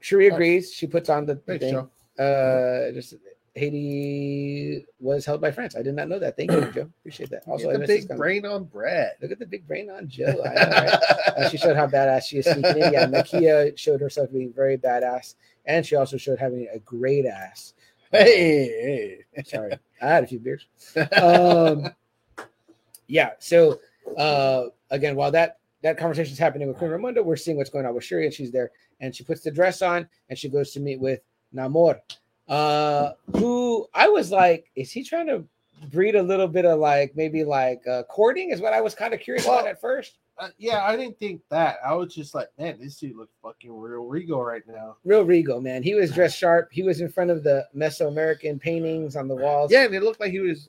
Shuri
Oh.
agrees. She puts on the, the
Thanks,
thing.
Joe.
Uh, just Haiti was held by France. I did not know that. Thank you, Joe. Appreciate that. Also,
Get
I
the
missed this
big
comment.
brain on bread.
Look at the big brain on Joe. I know, right? Uh, she showed how badass she is sneaking in. Yeah, Nakia showed herself being very badass, and she also showed having a great ass. Um,
hey,
Sorry, I had a few beers.
hey.
Um, yeah. So uh, again, while that that conversation is happening with Queen Ramonda, we're seeing what's going on with Shuri, and she's there, and she puts the dress on, and she goes to meet with Namor, uh, who I was like, is he trying to? breed a little bit of like maybe like uh, courting is what i was kind of curious about
Well,
at first
Uh, yeah, I didn't think that. I was just like, man, this dude looks fucking real Rigo right now.
real regal man. He was dressed sharp. He was in front of the Mesoamerican paintings on the walls.
Yeah, and it looked like he was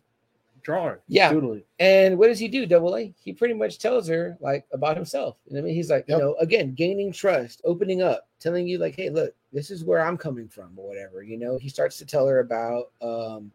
drawing.
Yeah.
doodling.
And what does he do? Double A. He pretty much tells her like about himself. You know what I mean, he's like,
Yep.
you know, again, gaining trust, opening up, telling you like, hey, look, this is where I'm coming from, or whatever. You know, he starts to tell her about, um,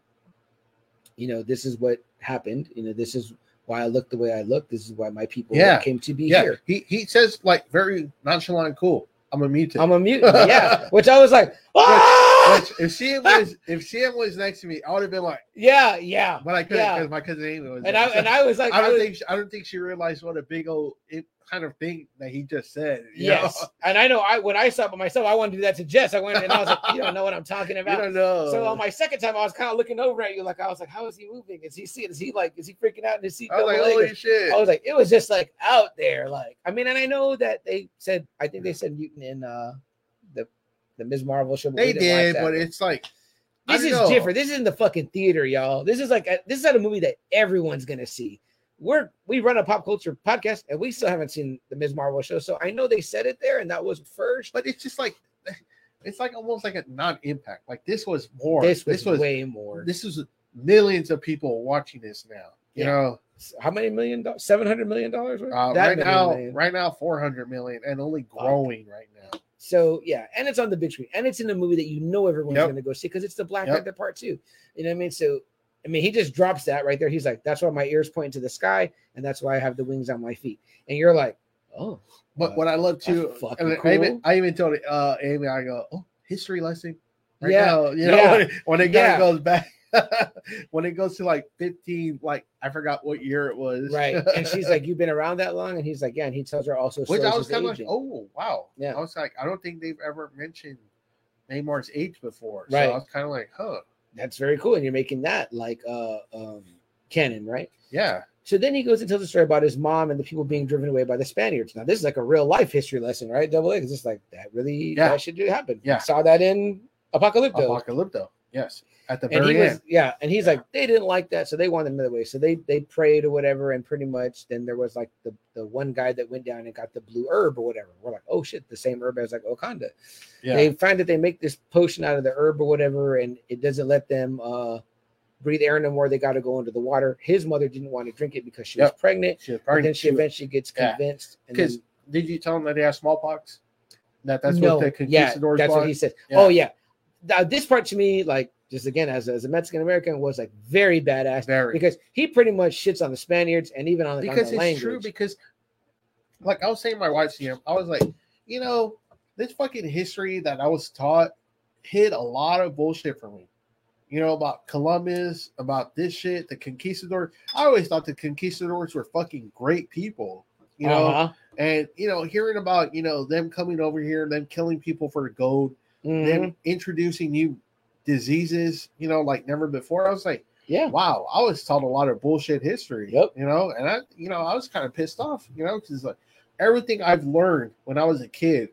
you know, this is what happened. You know, this is why I look the way I look. This is why my people
Yeah.
came to be
Yeah,
here.
he he says like very nonchalant, and cool. I'm a mutant.
I'm a mutant. yeah, which I was like, ah!
Which, if CM was if CM was next to me, I would have been like,
yeah, yeah.
but I couldn't
Yeah.
because my cousin Amy was.
And I
there.
and I was like,
I
I
don't
was-
think she, I don't think she realized what a big old it kind of thing that he just said. you
Yes, and I know I when I saw it by myself, I wanted to do that to Jess. I went and I was like, "You don't know what I'm talking
know? you
about."
don't know.
So on my second time, I was kind of looking over at you, like I was like, "How is he moving? Is he seeing? Is he like? Is he freaking out in his seat?"
I was like,
double
holy
leg?
shit!
I was like, it was just like out there, like I mean, and I know that they said, I think they said mutant in uh the the Ms. Marvel show. but
they
we didn't watch
did,
that.
but it's like I
this
don't
is
know.
different. This isn't the fucking theater, y'all. This is like a, this is not a movie that everyone's gonna see. We're we run a pop culture podcast, and we still haven't seen the Ms. Marvel show, so I know they said it there, and that was first.
but it's just like it's like almost like a non-impact. Like this was more.
This was,
this was
way more.
this was millions of people watching this now. You
Yeah.
know,
how many million dollars? Seven hundred million dollars. worth?
Uh,
That
right
many
now,
million.
right now, four hundred million and only growing right now.
So yeah, and it's on the big screen, and it's in a movie that you know everyone's
Yep.
going to go see because it's the Black
Yep.
Panther Part Two. You know what I mean? So I mean, he just drops that right there. He's like, "That's why my ears point to the sky, and that's why I have the wings on my feet." And you're like, "Oh,
But what I love too,
That's fucking
and I even
cool.
I even told uh, Amy, I go, oh, history lesson. Right
Yeah,
now, you know,
yeah,
when, it- when it
yeah.
goes back, when it goes to like fifteen, like I forgot what year it was.
right." and she's like, "You've been around that long?" And he's like, "Yeah." And he tells her also.
which I
slows
was
his
kind of like,
aging.
oh wow.
Yeah.
I was like, I don't think they've ever mentioned Neymar's age before.
Right.
So I was kind of like, huh,
that's very cool." And you're making that like uh um canon, right?
yeah,
So then he goes and tells the story about his mom and the people being driven away by the Spaniards. Now this is like a real life history lesson, right? Double A, because it's like that really
Yeah.
that should do happen.
Yeah.
saw that in Apocalypto.
Apocalypto. Yes, at the
and
very
he
end.
was, yeah, and he's like they didn't like that, so they wanted another way. So they they prayed or whatever, and pretty much then there was like the the one guy that went down and got the blue herb or whatever. We're like, oh shit, the same herb as like Wakanda.
yeah,
They find that they make this potion out of the herb or whatever, and it doesn't let them uh breathe air no more. They got to go into the water. His mother didn't want to drink it because she was
Yep.
pregnant.
she was
And
pregnant.
then she
She was-
eventually gets
yeah.
convinced. and
'Cause
then-
did you tell him that he has smallpox? That that's
no,
what the
yeah,
conquistadors
that's what
want?
he said.
Yeah.
Oh yeah, Now, this part to me, like just again as as a Mexican American, was like very badass
Very.
because he pretty much shits on the Spaniards and even on the,
because
on the
it's
language.
true. Because, like I was saying, to my wife, CM, I was like, you know, this fucking history that I was taught hid a lot of bullshit for me. You know about Columbus, about this shit, the conquistadors. I always thought the conquistadors were fucking great people. You know,
Uh-huh.
and you know, hearing about you know them coming over here, them killing people for gold,
Mhm.
them introducing new diseases, you know, like never before. I was like
yeah,
wow, I was taught a lot of bullshit history.
Yep.
You know, and I, you know, I was kind of pissed off, you know, because like everything I've learned when I was a kid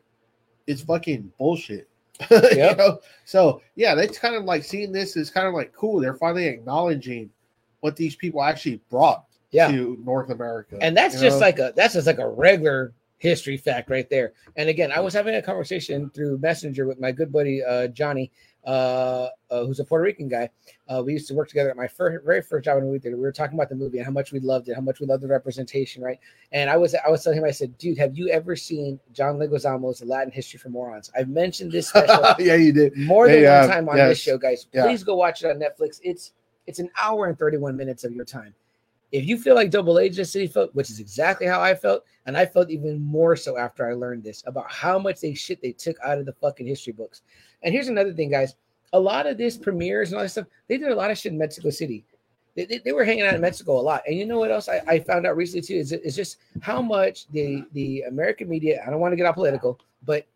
is fucking bullshit. you
Yep.
know? So yeah, that's kind of like seeing this is kind of like cool. They're finally acknowledging what these people actually brought
yeah,
to North America.
and that's
you
just
know?
like a that's just like a regular history fact right there. And again, I was having a conversation through Messenger with my good buddy uh, Johnny, uh, uh, who's a Puerto Rican guy. Uh, we used to work together at my fir- very first job in the movie theater. We were talking about the movie and how much we loved it, how much we loved the representation, right? And I was I was telling him, I said, "Dude, have you ever seen John Leguizamo's Latin History for Morons?" I've mentioned this special
yeah, you did.
more than
They
one
have,
time on this
uh, yes.
show, guys.
Yeah.
Please go watch it on Netflix. It's it's an hour and 31 minutes of your time. If you feel like double A just city felt, which is exactly how I felt, and I felt even more so after I learned this about how much they shit they took out of the fucking history books. And here's another thing, guys. A lot of this premieres and all this stuff, they did a lot of shit in Mexico City. They, they, they were hanging out in Mexico a lot. And you know what else I, I found out recently too is it's just how much the the American media, I don't want to get all political, but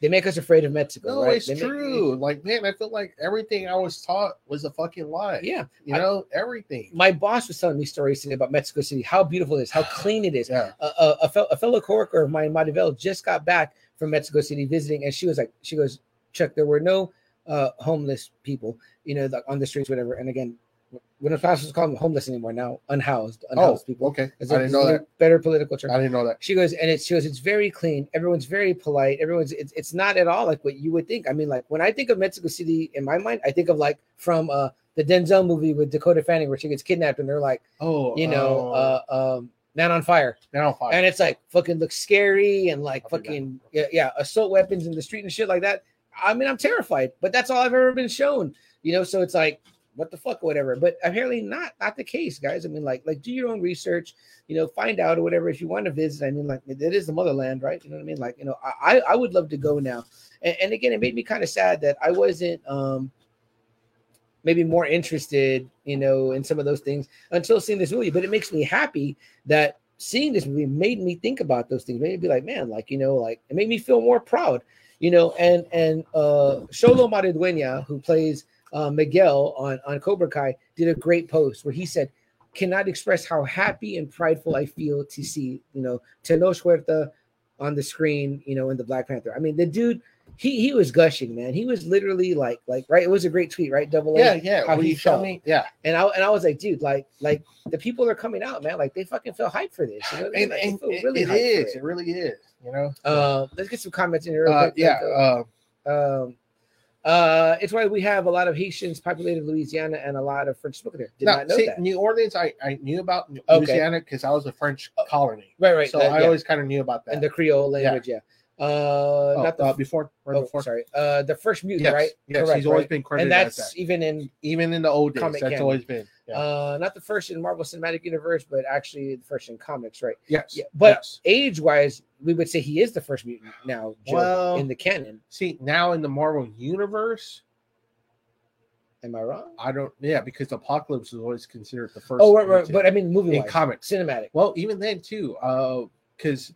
they make us afraid of Mexico.
No,
right?
it's
They make-
true. Like, man, I feel like everything I was taught was a fucking lie.
Uh, Yeah.
You
I-
know, everything.
My boss was telling me stories today about Mexico City, how beautiful it is, how clean it is.
Yeah.
A, a, a, fel- a fellow coworker of mine, Maribel, just got back from Mexico City visiting, and she was like, she goes, Chuck, there were no uh, homeless people, you know, like on the streets, whatever. And again, we're not supposed to call them homeless anymore now, unhoused,
Oh,
unhoused people.
okay. I
It's a-
didn't
it's
know
a
that.
Better political term.
I didn't know that.
She goes, and it shows it's very clean. Everyone's very polite. Everyone's it's, it's not at all like what you would think. I mean, like when I think of Mexico City in my mind, I think of like from uh the Denzel movie with Dakota Fanning where she gets kidnapped and they're like,
Oh,
you know,
oh,
uh um man on fire.
now five.
And it's like fucking looks scary and like
I'll be back.
fucking yeah, yeah, assault weapons in the street and shit like that. I mean, I'm terrified, but that's all I've ever been shown, you know. So it's like, what the fuck, or whatever. But apparently, not not the case, guys. I mean, like, like do your own research, you know, find out or whatever if you want to visit. I mean, like, it it is the motherland, right? You know what I mean? Like, you know, I I I would love to go now. And, and again, it made me kind of sad that I wasn't um maybe more interested, you know, in some of those things until seeing this movie. But it makes me happy that seeing this movie made me think about those things. Made me be like, man, like you know, like it made me feel more proud, you know. And and uh Sholo Mariduena, who plays uh, Miguel on on Cobra Kai, did a great post where he said, "Cannot express how happy and prideful I feel to see you know Tenoch Huerta on the screen, you know, in the Black Panther. I mean, the dude." He, he was gushing, man. He was literally like like right. It was a great tweet, right? Double A
yeah, yeah.
how
when
he
you tell
felt.
me, yeah.
and I and I was like, dude, like like the people are coming out, man. Like they fucking feel hype for this. You know what I mean?
And,
Like, they
and
feel
it-
really
it
hype for Um,
is.
it.
It really is. You know.
Uh, let's get some comments in here. Real
Uh,
quick,
yeah.
Like,
Uh,
uh, um, Uh, it's why we have a lot of Haitians populated Louisiana and a lot of French spoken there. Did
Now,
not know
see,
that.
New Orleans, I, I knew about New-
Okay.
Louisiana because I was a French colony.
Right, right.
so
that-
I
yeah.
always kind of knew about that.
and the Creole language. Yeah. Uh,
Oh,
not the.
uh, before, right
oh,
before.
sorry. Uh, the first mutant,
Yes,
right?
yes,
Correct,
he's always
right?
been credited
And
as
that's even in
that. Even in the old days,
Comic
that's
canon.
always been. Yeah.
uh, not the first in Marvel Cinematic Universe, but actually the first in comics, right?
yes.
yeah, but-
yes.
Age wise, we would say he is the first mutant now Joe,
Well-
in the canon.
see now in the Marvel universe,
Am I wrong?
I don't. Yeah, because Apocalypse is always considered the first.
Oh, right, right.
mutant.
But I mean, movie
in comics.
cinematic.
Well, even then too, because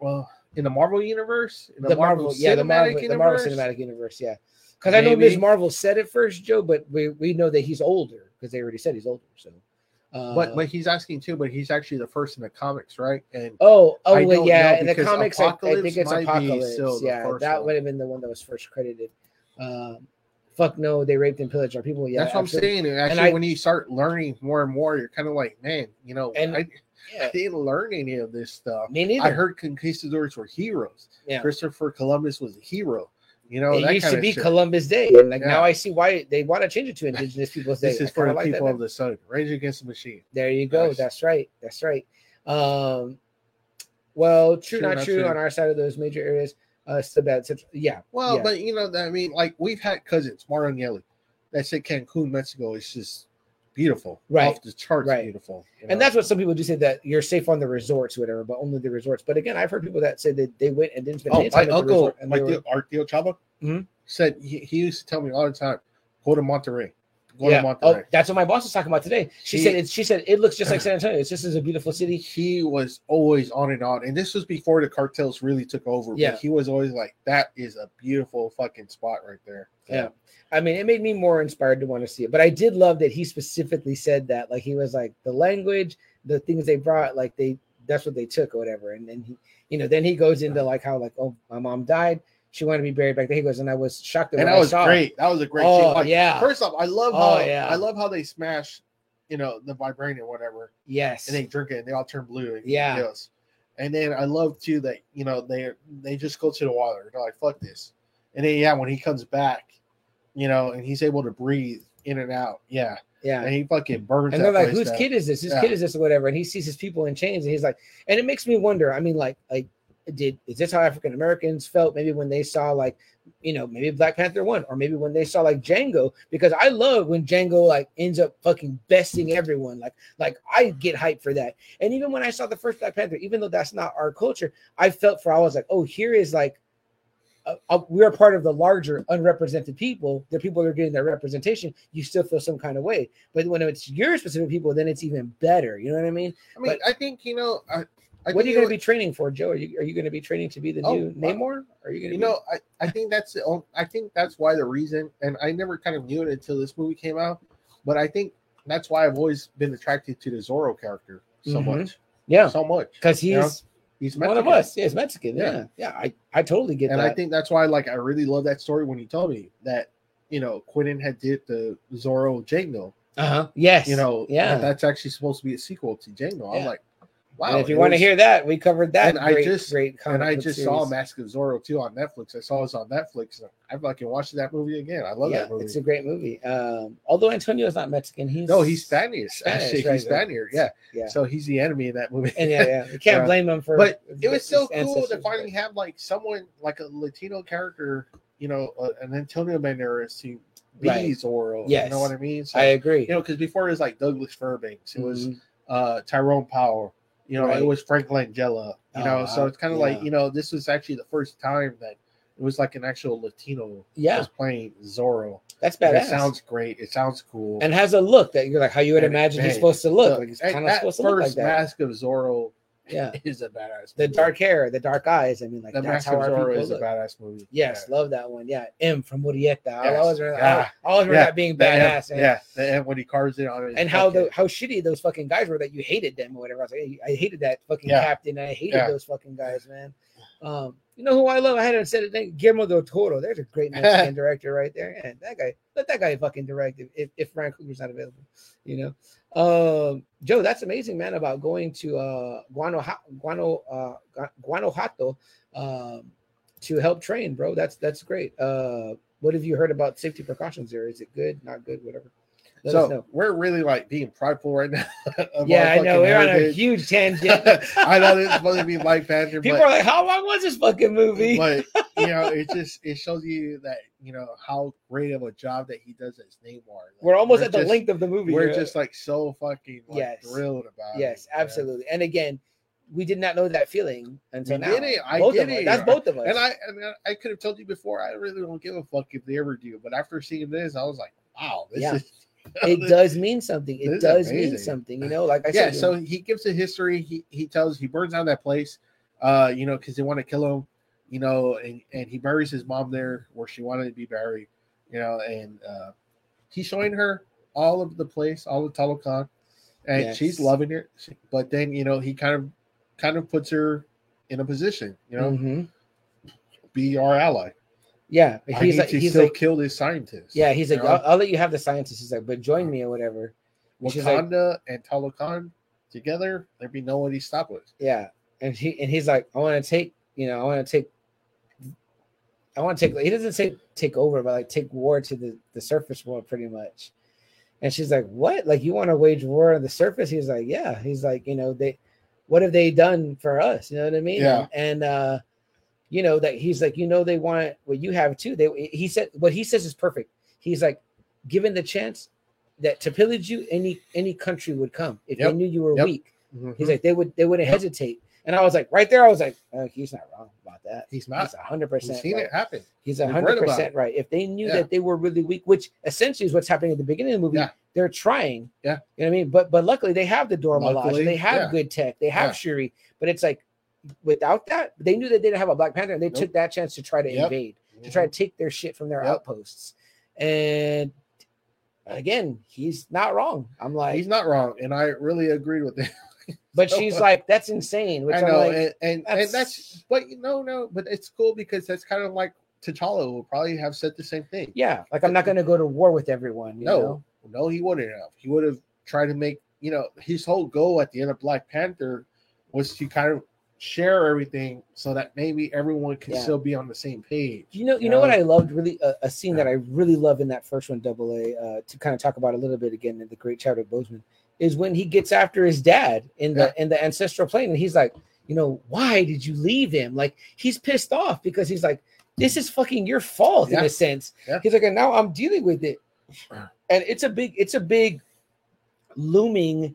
well, in the Marvel universe, in
the, Marvel, yeah, the Marvel, the Marvel
universe,
Cinematic Universe, yeah. Because I know Ms.
Maybe.
Marvel said it first, Joe, but we, we know that he's older because they already said he's older. So, uh,
But but he's asking too. But he's actually the first in the comics, right? And
oh, oh,
I
well,
don't
yeah,
know
in the
because
comics, I, I think
Apocalypse
it's
might be
Apocalypse.
still the
Yeah,
first
that
one.
would have been the one that was first credited. Um, fuck no, they raped and pillaged our people. Oh, Yeah,
that's what
absolutely.
I'm saying. And actually,
I-
when you start learning more and more, you're kind of like, man, you know,
And-
I, I
Yeah.
didn't learn any of this stuff.
Me neither.
I heard conquistadors were heroes.
Yeah.
Christopher Columbus was a hero. You know,
it
Oh, that
used to
kinda
be
shit.
Columbus Day, and like
Yeah.
now I see why they want to change it to Indigenous Peoples Day.
This is
I
for the
kinda like that
people
now.
of the sun. Rage against the machine.
There you go.
Nice.
That's right. That's right. Um, well, true,
True,
not,
not
true,
true.
on our side of those major areas. Uh, still bad. Such, yeah.
Well,
yeah.
but you know, I mean, like we've had cousins, Mario Nelly. That's at Cancun, Mexico. It's just beautiful,
Right,
Off the charts,
right.
beautiful. you
and
know?
that's what some people do say that you're safe on the resorts, whatever, but only the resorts. But again, I've heard people that say that they went and didn't spend
oh,
any time
my
at the
uncle,
resort and
my
they were-
deal, our deal Chava
Mhm.
said he, he used to tell me all the time, go to Monterey, go to
yeah. Oh,
Monterey.
that's what my boss was talking about today. She
She-
said it. She said it looks just like San Antonio. It's just as a beautiful city.
He was always on and on, and this was before the cartels really took over.
Yeah.
but he was always like, "That is a beautiful fucking spot right there."
Yeah. I mean, it made me more inspired to want to see it. But I did love that he specifically said that. Like he was like the language, the things they brought, like they that's what they took or whatever. And then he, you know, then he goes into like how like oh my mom died, she wanted to be buried back there. He goes and I was shocked that
and
when
that
I
was
saw it.
great. That was a great.
Oh
scene. Like,
yeah,
First off, I love
Oh,
how
yeah.
I love how they smash, you know, the vibranium, whatever,
yes,
and they drink it and they all turn blue. And
Yeah.
yes. And then I love too that you know they they just go to the water. They're like, fuck this. And then yeah, when he comes back, you know, and he's able to breathe in and out. Yeah.
yeah.
And he fucking burns.
and they're
that
like,
place
whose
down.
kid is this? Whose
Yeah.
kid is this or whatever? And he sees his people in chains, and he's like, and it makes me wonder. I mean, like, like did is this how African Americans felt maybe when they saw like, you know, maybe Black Panther one, or maybe when they saw like Django? Because I love when Django like ends up fucking besting everyone. Like, like I get hyped for that. And even when I saw the first Black Panther, even though that's not our culture, I felt for I was like, oh, here is like uh, uh, we're part of the larger unrepresented people, the people that are getting their representation, you still feel some kind of way. But when it's your specific people, then it's even better. You know what I mean?
I mean,
but-
I think you know. I, I
what
think
are you
it
going
was-
to be training for, Joe? Are you are you going to be training to be the
Oh,
new
wow.
Namor? Are you going to?
you know I, I think that's the only, i think that's why the reason and i never kind of knew it until this movie came out but i think that's why i've always been attracted to the zorro character so
Mhm.
much
yeah,
so much
because he's
you know, he's
one of
Mexican.
us. Yeah, he's Mexican. Yeah, yeah.
Yeah.
I I totally get
and
that.
i think that's why like i really love that story when you told me that you know quentin had did the zorro jango
uh-huh. Yes.
you know
Yeah.
and that's actually supposed to be a sequel to jango i'm
Yeah.
like wow
and if you
it
want to
was-
hear that, we covered that.
And I
great,
just-
great.
and
comic
I
book
just
series.
saw Mask of Zorro too on Netflix. I saw this on Netflix. And I fucking watched that movie again. I love
yeah,
that movie.
it's a great movie. Um, although Antonio is not Mexican, he's
No, he's Spanish.
Spanish,
actually,
right,
he's
right.
Spanish. Yeah.
Yeah.
So he's the enemy in that movie.
And yeah, yeah, you can't
Yeah.
blame him for.
but it was so cool
his
to
ancestors, but-
finally have like someone like a Latino character, you know, uh, an Antonio Banderas to be
Right.
Zorro.
Yes.
You know what I mean? So,
I agree.
you know, because before it was like Douglas Fairbanks, it was
Mhm.
uh, Tyrone Powell, you know,
Right.
it was Frank Langella, you
Oh,
know.
wow.
So it's kind of
Yeah.
like you know, this was actually the first time that it was like an actual Latino
yeah,
was playing Zorro.
that's
And
badass.
It sounds great. It sounds cool.
and has a look that you're like how you would
And it-
imagine he's
hey,
supposed to look.
So,
like he's
and
kind of
that
supposed to look like
first
that.
mask of Zorro
yeah,
is a badass.
the
movie.
dark hair, the dark eyes. I mean, like
the mask
that's how
of
our
Zorro
people
is a
look.
badass movie.
Yes, love that one. Yeah, M from Murieta. I
Yes.
always remember,
Yeah.
I always remember
Yeah.
that being
The end-
badass. and-
yeah, the end when he carves it on his
And how the
bucket.
how shitty those fucking guys were that you hated them or whatever. I was like, "Hey, I hated that fucking
Yeah.
captain. I hated
Yeah.
those fucking guys, man. Um, you know who I love? I hadn't said it. name, Guillermo del Toro. There's a great Mexican director right there. Yeah, that guy. Let that guy fucking direct if- if if Ryan Coogler's not available. You know, um, Joe, that's amazing, man. About going to uh, Guano Guano uh, Gua- Guanajuato um, to help train, bro. That's that's great. Uh, What have you heard about safety precautions there? Is it good, not good, whatever? Let us know.
So we're really like being prideful right now. of
yeah,
our
I know.
fucking
We're on a
heritage.
huge tangent.
I know this is supposed to be light banter,
People
but,
are like, how long was this fucking movie?
but you know, it just it shows you that you know how great of a job that he does as Neymar. Like,
we're almost at the
just-
length of the movie.
We're
here.
just like so fucking like,
Yes.
thrilled about. it,
yes,
man.
absolutely. And again, we did not know that feeling until
We
now.
did it. I
both
did
of us.
it.
That's both of us.
And I and I could have told you before. I really don't give a fuck if they ever do. But after seeing this, I was like, wow, this
Yeah.
is.
it does mean something.
This
It
is
does mean
amazing.
something. You know, like I
yeah
said.
so he gives the history he he tells he burns down that place uh you know because they want to kill him you know and and he buries his mom there where she wanted to be buried you know and uh he's showing her all of the place all of Talokan, and
Yes.
she's loving it She- but then you know he kind of kind of puts her in a position you know
Mhm.
be our ally
yeah, but
I
he's
need
like,
to
he's
still
like,
kill this scientist
yeah, he's like,
you know?
I'll, I'll let you have the scientist. He's like, but join me or whatever. and she's like-
wakanda and Talokan together there'd be nobody to stop us
Yeah, and he and he's like, I want to take, you know, I want to take, I want to take. He doesn't say take over, but like take war to the the surface world, pretty much. And she's like, what? Like you want to wage war on the surface? He's like, yeah. He's like, you know, they, what have they done for us? You know what I mean?
Yeah.
And uh, you know that he's like, you know, they want what you have too. They he said what he says is perfect. He's like, given the chance that to pillage you, any any country would come if
Yep.
they knew you were
Yep.
weak.
Mhm.
He's like, they would they wouldn't hesitate. And I was like, right there, I was like, oh, he's not wrong about that.
he's
He's
not
hundred
we've
percent
seen
right.
it happen
He's
We've read
hundred
about
percent
it.
right. If they knew
Yeah.
that they were really weak, which essentially is what's happening at the beginning of the movie,
Yeah.
they're trying.
Yeah.
You know what I mean? But but luckily they have the Dormilaje,
Luckily,
they have
yeah.
good tech, they have
Yeah.
Shuri, but it's like without that, they knew they didn't have a Black Panther and they
Nope.
took that chance to try to
Yep. Mm-hmm.
invade to try to take their shit from their
Yep.
outposts. And again, he's not wrong. I'm like,
He's not wrong, and I really agreed with him.
but she's like, that's insane. Which
I
I
know,
am like,
and, and, and that's
that's-
but you know, no, but it's cool because that's kind of like T'Challa will probably have said the same thing.
Yeah, like I'm not going to go to war with everyone. You
no,
know?
no, he wouldn't have. He would have tried to make you know his whole goal at the end of Black Panther was to kind of share everything so that maybe everyone could
Yeah.
still be on the same page.
you know, you know what I loved really a, a scene that I really love in that first one, Double A, uh, to kind of talk about a little bit again in the great Chadwick Boseman is when he gets after his dad in the in the ancestral plane, and he's like, you know, why did you leave him? Like he's pissed off because he's like, this is fucking your fault in
Yeah.
a sense.
Yeah.
He's like, and now I'm dealing with it, and it's a big, it's a big looming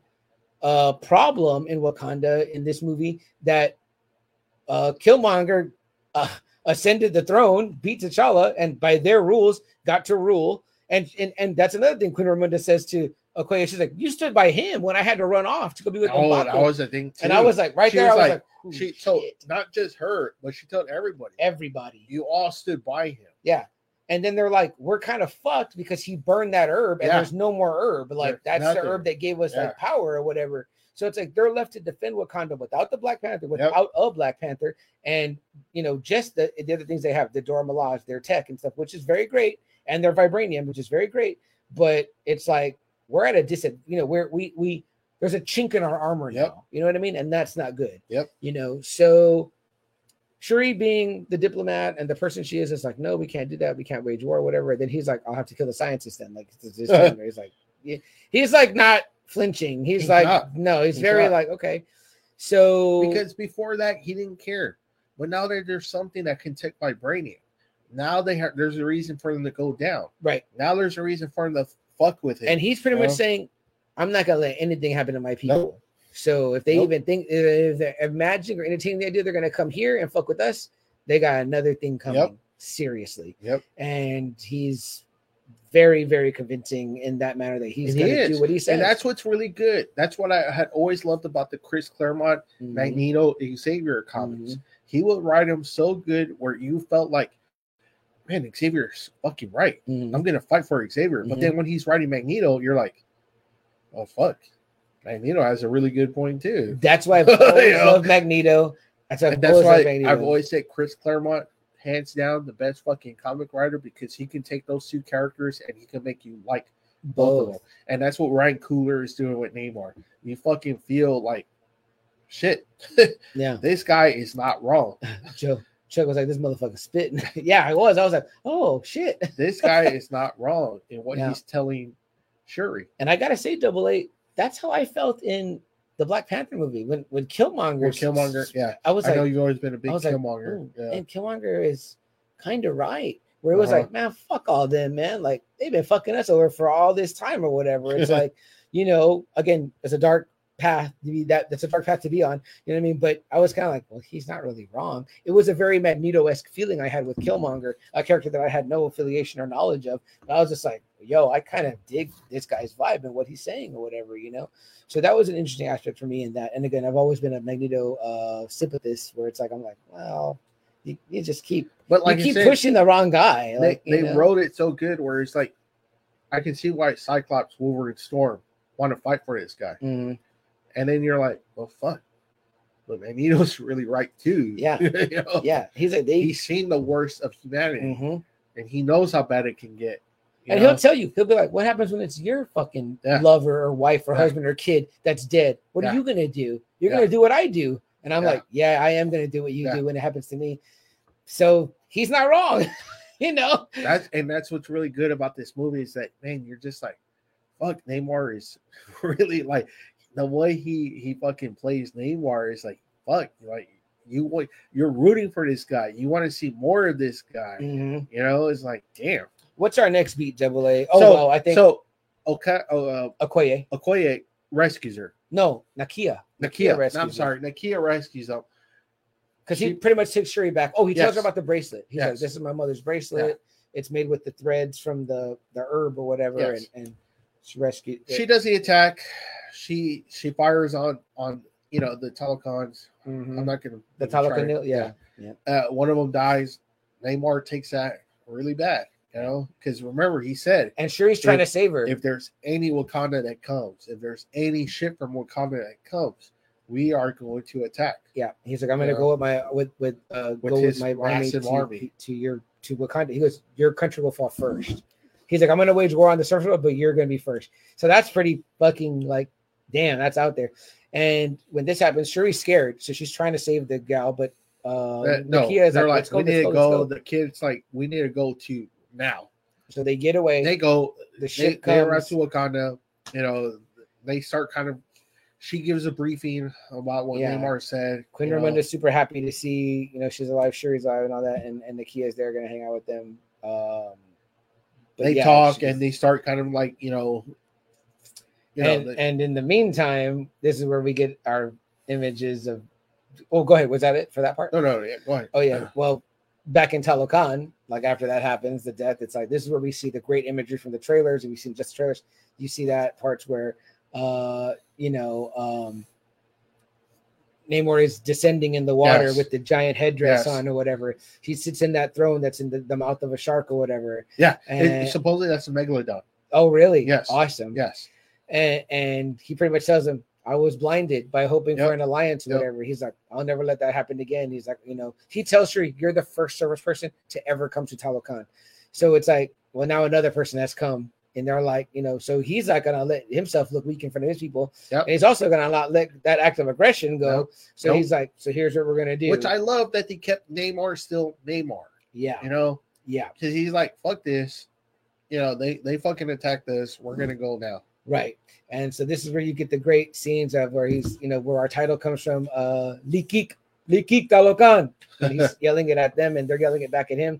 uh problem in Wakanda in this movie that uh Killmonger uh, ascended the throne, beat T'Challa, and by their rules got to rule. And and, and that's another thing Queen Ramonda says to Okoye. She's like, "You stood by him when I had to run off to go be with
oh,
M'Baku."
that was the thing,
and
too.
I was like, right
She
there,
was
I was like,
like-
"Ooh,
she told
shit,
not just her, but she told everybody,
everybody.
you all stood by him.
Yeah. And then they're like, we're kind of fucked because he burned that herb and
Yeah.
there's no more herb. Like,
There's
that's
nothing.
the herb that gave us
Yeah.
like power or whatever. So it's like they're left to defend Wakanda without the Black Panther, without a Black Panther, and you know, just the, the other things they have, the Dora Milaje, their tech and stuff, which is very great, and their vibranium, which is very great. But it's like we're at a disadvantage, you know, where we we there's a chink in our armor
Yep.
now, you know what I mean? And that's not good.
Yep.
You know, so Shuri being the diplomat and the person she is is like, no, we can't do that. We can't wage war, whatever. And then he's like, I'll have to kill the scientist then. Like this- this thing. he's like, yeah. he's like not flinching. He's,
He's
like,
not.
no, he's,
He's
very
not.
like, okay. So
because before that he didn't care, but now that there's something that can take vibranium, now they have there's a reason for them to go down.
right.
Now there's a reason for them to fuck with it.
And he's pretty much
Yeah.
saying, I'm not gonna let anything happen to my people.
no,
So if they
Nope.
even think if they're imagining or entertaining the idea they're gonna come here and fuck with us, they got another thing coming. Seriously.
Yep.
And he's very, very convincing in that manner that he's
And he
gonna
is.
do what he says.
and that's what's really good. That's what I had always loved about the Chris Claremont
Mhm.
Magneto Xavier comics.
Mm-hmm.
He would write them so good where you felt like, man, Xavier's fucking right.
Mhm.
I'm gonna fight for Xavier. But
Mhm.
then when he's writing Magneto, you're like, oh fuck, Magneto has a really good point too.
That's why I've always
Yeah.
loved Magneto. That's why I've
And that's
always loved
why
Magneto.
I've always said Chris Claremont, hands down, the best fucking comic writer because he can take those two characters and he can make you like both of them. And that's what Ryan Cooler is doing with Neymar. You fucking feel like shit.
Yeah,
this guy is not wrong.
Joe. Chuck was like, "This motherfucker spitting." yeah, I was. I was like, "Oh shit!"
This guy is not wrong in what
Yeah.
he's telling Shuri.
And I gotta say, Double A, that's how I felt in the Black Panther movie when when Killmonger.
Or Killmonger. Yeah.
I was
I
like,
know you've always been a big
I was like,
Killmonger.
"Ooh,
yeah.
and Killmonger is kind of right. Where it was
Uh-huh.
like, man, fuck all them, man. Like they've been fucking us over for all this time or whatever. It's like, you know, again, it's a dark path to be that that's a dark path to be on. You know what I mean? But I was kind of like, well, he's not really wrong. It was a very Magneto-esque feeling I had with Killmonger, a character that I had no affiliation or knowledge of. And I was just like, yo, I kind of dig this guy's vibe and what he's saying or whatever, you know. So that was an interesting aspect for me in that. And again, I've always been a Magneto uh sympathist where it's like I'm like, well, you, you just keep
But like you
you keep
said,
pushing the wrong guy.
they,
Like, you
they
know?
wrote it so good where it's like, I can see why Cyclops, Wolverine, Storm want to fight for this guy.
Mhm.
And then you're like, well, fuck. But Magneto's really right too.
Yeah.
You know?
Yeah, he's like they.
He's seen the worst of humanity
Mhm.
and he knows how bad it can get. you
And
know?
he'll tell you, he'll be like, "What happens when it's your fucking
Yeah.
lover or wife or
Yeah.
husband or kid that's dead? What
Yeah.
are you gonna do? You're
Yeah.
gonna do what I do." And I'm
Yeah.
like, "Yeah, I am gonna do what you
Yeah.
do when it happens to me." So he's not wrong, you know.
that's and that's what's really good about this movie is that man, you're just like, fuck, Neymar is really like the way he he fucking plays Neymar is like, fuck, like you want you're rooting for this guy, you want to see more of this guy,
Mhm.
you know? It's like, damn.
What's our next beat, Double A? Oh,
so,
well, I think
so. Okay, uh,
Okoye.
Okoye rescues her.
No, Nakia.
Nakia,
rescues
I'm
her.
sorry, Nakia rescues him.
because
She-
he pretty much takes Shuri back. Oh, he tells
Yes.
her about the bracelet. He's like,
Yes.
"This is my mother's bracelet. It's made with the threads from the the herb or whatever."
Yes.
And, and she rescued. it.
She does the attack. She she fires on on you know the telecons.
Mhm.
I'm not gonna
the
even try to-
Talakanil. Yeah.
uh, one of them dies. Neymar takes that really bad, you know, because remember he said
and Shuri's trying to save her.
if there's any Wakanda that comes, if there's any shit from Wakanda that comes, we are going to attack.
yeah, he's like, "I'm gonna
Yeah.
go with my with with uh,
With
go with
his
my army
massive
to,
army.
to your to Wakanda." He goes, "Your country will fall first. He's like, "I'm gonna wage war on the surface, but you're gonna be first. So that's pretty fucking like, damn, that's out there. And when this happens, Shuri's scared, so she's trying to save the gal, but uh,
Uh, no,
Nakia is
they're like,
"Let's go,
we
let's
need
go,
to
let's
go. The kid's like, we need to go to now.
So they get away.
They go,
the
they,
ship
they
comes.
arrest Wakanda. You know, they start kind of. She gives a briefing about what
Yeah.
Neymar said.
Queen
you know.
Ramonda's super happy to see, you know, she's alive, Shuri's alive, and all that. And and Nakia's there, gonna hang out with them. Um, but
They
yeah,
talk
she's-
and they start kind of like you know. You
and,
know, the-
and in the meantime, this is where we get our images of. Oh, go ahead. Was that it for that part?
no, no, yeah, go ahead.
Oh yeah. Well, back in Talokan, like after that happens, the death. It's like this is where we see the great imagery from the trailers. If you've seen just trailers, you see that parts where, uh, you know, um, Namor is descending in the water
Yes.
with the giant headdress
Yes.
on or whatever. He sits in that throne that's in the, the mouth of a shark or whatever.
Yeah,
And,
it, supposedly that's a megalodon.
oh, really?
Yes.
Awesome
Yes,
and and he pretty much tells him i was blinded by hoping
Yep.
for an alliance or
Yep.
whatever he's like i'll never let that happen again he's like you know he tells Shuri, you're the first service person to ever come to talokan so it's like well now another person has come and they're like you know so he's not gonna let himself look weak in front of his people
Yep.
and he's also gonna not let that act of aggression go
Nope.
so
Nope.
he's like so here's what we're gonna do
which I love that they kept Neymar still Neymar.
yeah
You know,
yeah
because he's like, fuck this. You know, they they fucking attacked us. We're gonna go now.
Right. And so this is where you get the great scenes of where he's, you know, where our title comes from, uh Likik, Likik Talokan. And he's yelling it at them and they're yelling it back at him.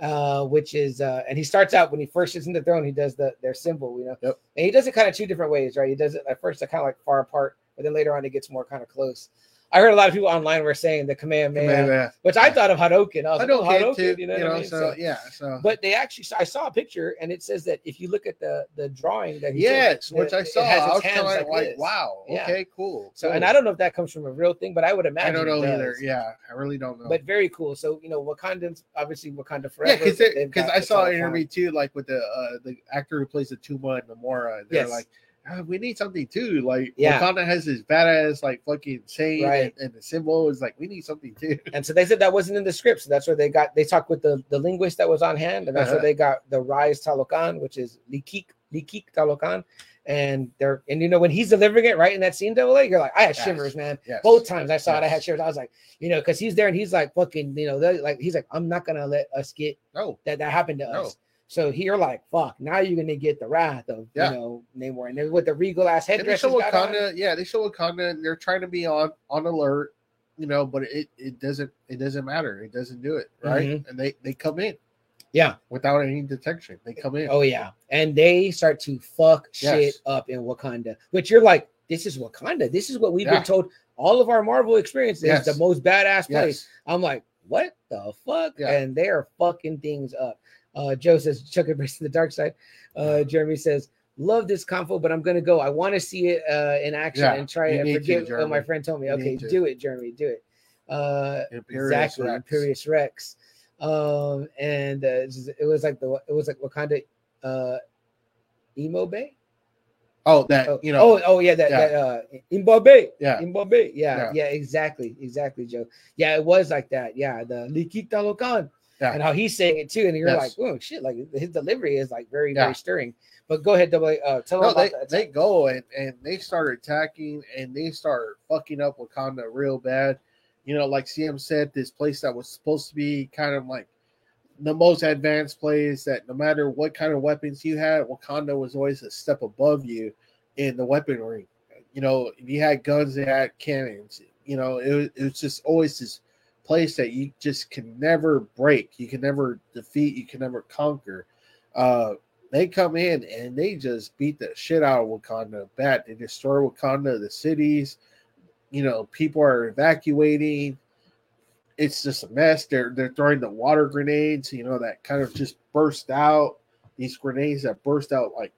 Uh, which is uh and he starts out when he first sits in the throne, he does the their symbol, you know.
Yep.
And he does it kind of two different ways, right? He does it at first they're kind of like far apart, but then later on it gets more kind of close. I heard a lot of people online were saying the Kamehameha,
Kamehameha.
which I thought of Hadoken. I was
I
like, oh,
don't care too. You
Hadoken, you
know,
know, what I mean?
so, yeah, so
but they actually I saw a picture and it says that if you look at the the drawing that he took,
yes,
it-
which I
it
saw.
has
I
its
was
hands
kind of like,
this.
wow,
Yeah.
okay, cool.
So and
cool.
I don't know if that comes from a real thing, but I would imagine.
I don't
it
know
does.
either. Yeah, I really don't know.
But very cool. So you know, Wakandans obviously Wakanda
yeah,
forever.
because
but they've
because
got
I
the
saw
Talokan.
an interview too, like with the uh, the actor who plays the Tuma and Namora. and They're
Yes.
like, "Ah, we need something too. Like
Yeah.
Wakanda has this badass like fucking saying,
Right.
and, and the symbol is like, we need something too.
and so they said that wasn't in the script. So that's where they got they talked with the the linguist that was on hand, and that's where
Uh-huh.
they got the rise Talokan, which is Likik Likik Talokan, and they're and you know when he's delivering it right in that scene double A, you're like, I had
Yes.
shivers, man.
Yes.
Both times I saw it, I
Yes.
had shivers. I was like, you know, because he's there and he's like fucking, you know, they're like he's like, I'm not gonna let us get
No.
that that happened to
No.
us. So here, like, fuck, now you're gonna get the wrath of
Yeah.
you know Namor and then with the regal ass
And they
headdress.
show
he's got on.
Wakanda. Yeah, they show Wakanda. And they're trying to be on on alert, you know, but it it doesn't it doesn't matter. It doesn't do it right. And they they come in.
Mm-hmm. Yeah.
Without any detection, they come in.
Oh yeah, and they start to fuck
Yes.
shit up in Wakanda, which you're like, this is Wakanda. This is what we've
Yeah.
been told. All of our Marvel experience is
Yes.
the most badass place.
yes.
I'm like, what the fuck?
Yeah.
And they are fucking things up. Uh, Joe says, Chuck embraces the dark side. Uh, Jeremy says, love this confo, but I'm gonna go. I want to see it uh, in action
Yeah,
and try
you
it.
need
I
to,
forget what my
Jeremy.
friend told me.
You
okay,
need to.
do it, Jeremy. Do it. Uh,
Imperious
exactly,
Rex.
Imperious Rex. Um, and uh, it's just- it was like the it was like Wakanda, uh, Emo Bay.
Oh, that
Oh,
you know.
oh, oh yeah, that,
yeah.
that uh, Imba Bay.
yeah.
Zimbabwe. Yeah, yeah, exactly, exactly, Joe. Yeah, it was like that. Yeah, the Likita Lokan.
Yeah.
And how he's saying it too, and you're
Yes.
like, oh shit! Like his delivery is like very,
Yeah.
very stirring. But go ahead, double. A, Uh, tell
No,
them about
they,
that.
they go and, and they start attacking and they start fucking up Wakanda real bad. You know, like CM said, this place that was supposed to be kind of like the most advanced place that no matter what kind of weapons you had, Wakanda was always a step above you in the weaponry. You know, if you had guns, they had cannons. You know, it was, it was just always this place that you just can never break, you can never defeat, you can never conquer. Uh, they come in and they just beat the shit out of Wakanda bad. They destroy Wakanda, the cities. You know, people are evacuating. It's just a mess. They're they're throwing the water grenades. You know that kind of just burst out. These grenades that burst out like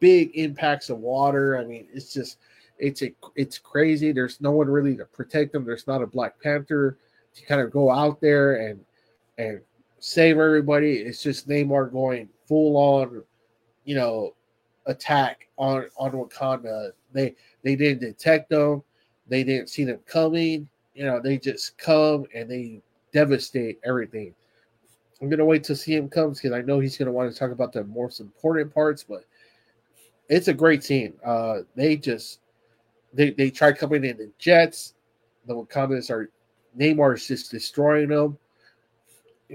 big impacts of water. I mean, it's just it's a, it's crazy. There's no one really to protect them. There's not a Black Panther to kind of go out there and and save everybody. It's just Neymar going full on, you know, attack on on Wakanda. They they didn't detect them. They didn't see them coming. You know, they just come and they devastate everything. I'm gonna wait to see him comes because I know he's gonna want to talk about the most important parts. But it's a great team. Uh, they just they they try coming in the jets. The Wakandans are Neymar is just destroying them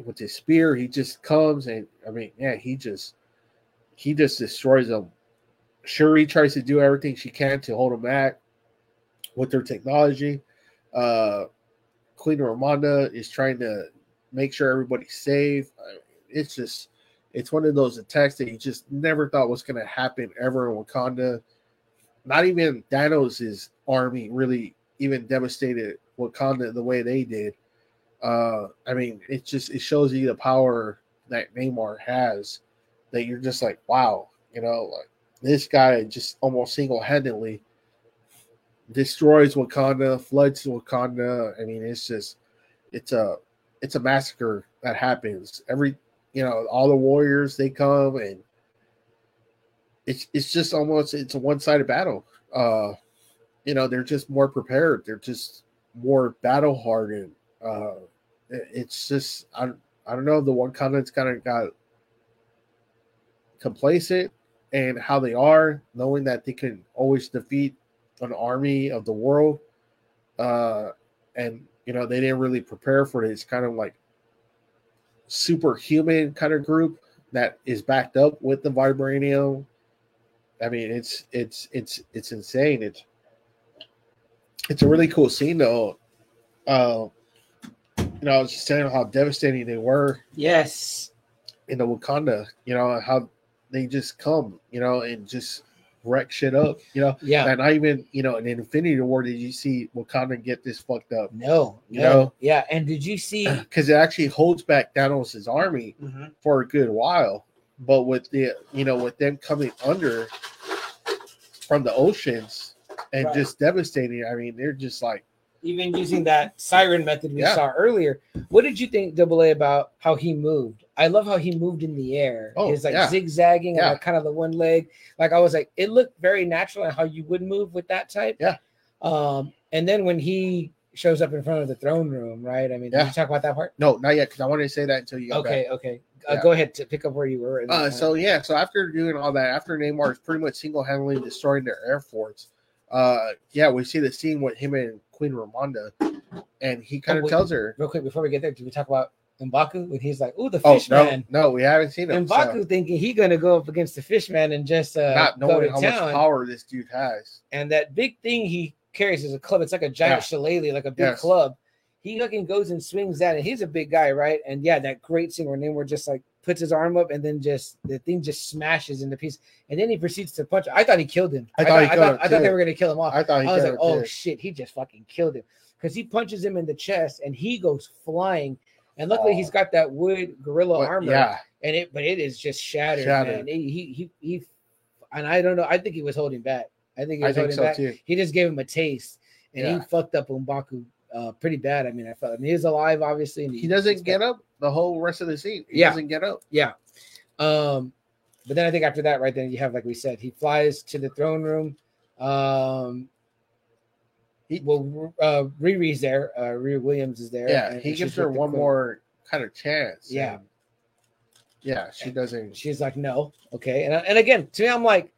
with his spear, he just comes and I mean, yeah, he just he just destroys them. Shuri tries to do everything she can to hold him back with her technology. Uh Queen Ramonda is trying to make sure everybody's safe. I- It's just it's one of those attacks that you just never thought was gonna happen ever in Wakanda. Not even Thanos' army really even devastated Wakanda the way they did uh i mean it just it shows you the power that neymar has that you're just like wow you know like this guy just almost single-handedly destroys wakanda floods wakanda i mean it's just it's a it's a massacre that happens every you know all the warriors they come and it's it's just almost it's a one-sided battle uh you know they're just more prepared they're just more battle hardened uh it- it's just I don't- I don't know the one comments kind of got complacent and how they are knowing that they can always defeat an army of the world uh and you know they didn't really prepare for this kind of like superhuman kind of group that is backed up with the vibranium i mean it's it's it's it's insane it's it's a really cool scene though uh you know, I was just saying how devastating they were
yes,
in the Wakanda, you know, how they just come, you know, and just wreck shit up, you know.
yeah.
And I even, you know, in Infinity War, did you see Wakanda get this fucked up?
No, no,
You know?
yeah. And did you see?
Because it actually holds back Thanos' army
Mm-hmm.
for a good while. But with the, you know, with them coming under from the oceans and
Right.
just devastating, I mean, they're just like,
even using that siren method we
Yeah.
saw earlier. What did you think, Double A, about how he moved? I love how he moved in the air.
Oh,
He's like
yeah.
zigzagging
Yeah.
and like kind of the one leg. Like I was like, it looked very natural and how you would move with that type.
Yeah.
Um, and then when he shows up in front of the throne room, right? I mean, did
Yeah.
you talk about that part?
no, not yet, because I wanted to say that until you got back.
Okay, okay, uh,
Yeah.
go ahead to pick up where you were. in the
Uh,
time.
so yeah, so after doing all that, after Neymar is pretty much single-handedly destroying their airports, uh, yeah, we see the scene with him and Queen Ramonda, and he kind
Oh,
of
wait.
tells her,
real quick before we get there, did we talk about Mbaku when he's like, "Ooh, the
"Oh
fish
no,
man."
no, we haven't seen him."
And
so
Baku thinking he gonna go up against the fish man and just uh,
not
go to
knowing how much
town.
power this dude has.
and that big thing he carries is a club. It's like a giant
Yeah.
shillelagh, like a big
Yes.
club. He fucking goes and swings that, and he's a big guy, right? And yeah, that great scene where Namor just like puts his arm up, and then just the thing just smashes into pieces, and then he proceeds to punch. I thought he killed him.
I thought he
I
killed
thought,
him,
I thought they
too.
were gonna kill him off.
I thought he
I was
got her
like, oh
too.
shit, he just fucking killed him because he punches him in the chest, and he goes flying. And luckily,
Oh.
he's got that wood gorilla
But,
armor
yeah,
and it but it is just shattered,
Shattered.
man. He, he he he and I don't know. I think he was holding back. I think he
I
was
think
holding
so
back.
too.
He just gave him a taste, and
Yeah.
he fucked up Umbaku uh, pretty bad. I mean, I felt. I mean, he's alive, obviously. And
He doesn't get up the whole rest of the scene. He
Yeah.
doesn't get up.
Yeah. Um, but then I think after that, right then you have like we said, he flies to the throne room. Um,
He-
well, uh, Riri's there. Uh, Riri Williams is there.
Yeah,
and-
he
and
gives
she's
her
with the
one
queen.
more kind of chance.
Yeah.
and- yeah, she doesn't.
She's like, no, okay. And, and again, to me, I'm like,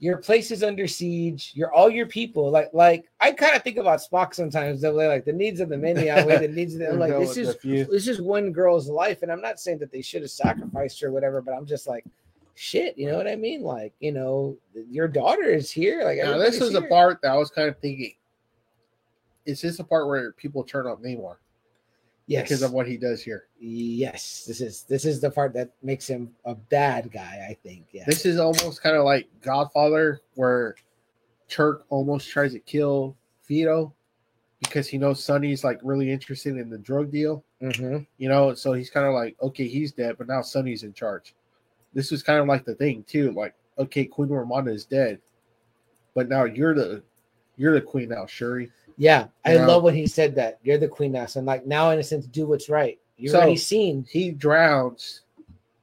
your place is under siege. You're all your people. Like, like I kind of think about Spock sometimes. That way, like the needs of the many outweigh the needs of the. I'm like,
Go
this
with
is
the few.
this is one girl's life, and I'm not saying that they should have sacrificed her or whatever, but I'm just like, shit. You know what I mean? Like, you know, th- your daughter is here. Like,
Now, this
everybody's
is the
here.
part that I was kind of thinking. Is this the part where people turn on Neymar
Yes.
because of what he does here?
yes. This is this is the part that makes him a bad guy. I think. Yeah.
This is almost kind of like Godfather, where Turk almost tries to kill Vito because he knows Sonny's like really interested in the drug deal,
Mhm.
you know. So he's kind of like, okay, he's dead, but now Sonny's in charge. This was kind of like the thing too, like okay, Queen Romana is dead, but now you're the you're the queen now, Shuri.
Yeah, I
You know?
love when he said that. You're the queen now, so I'm like now in a sense, do what's right. You're
So-
already seen.
he drowns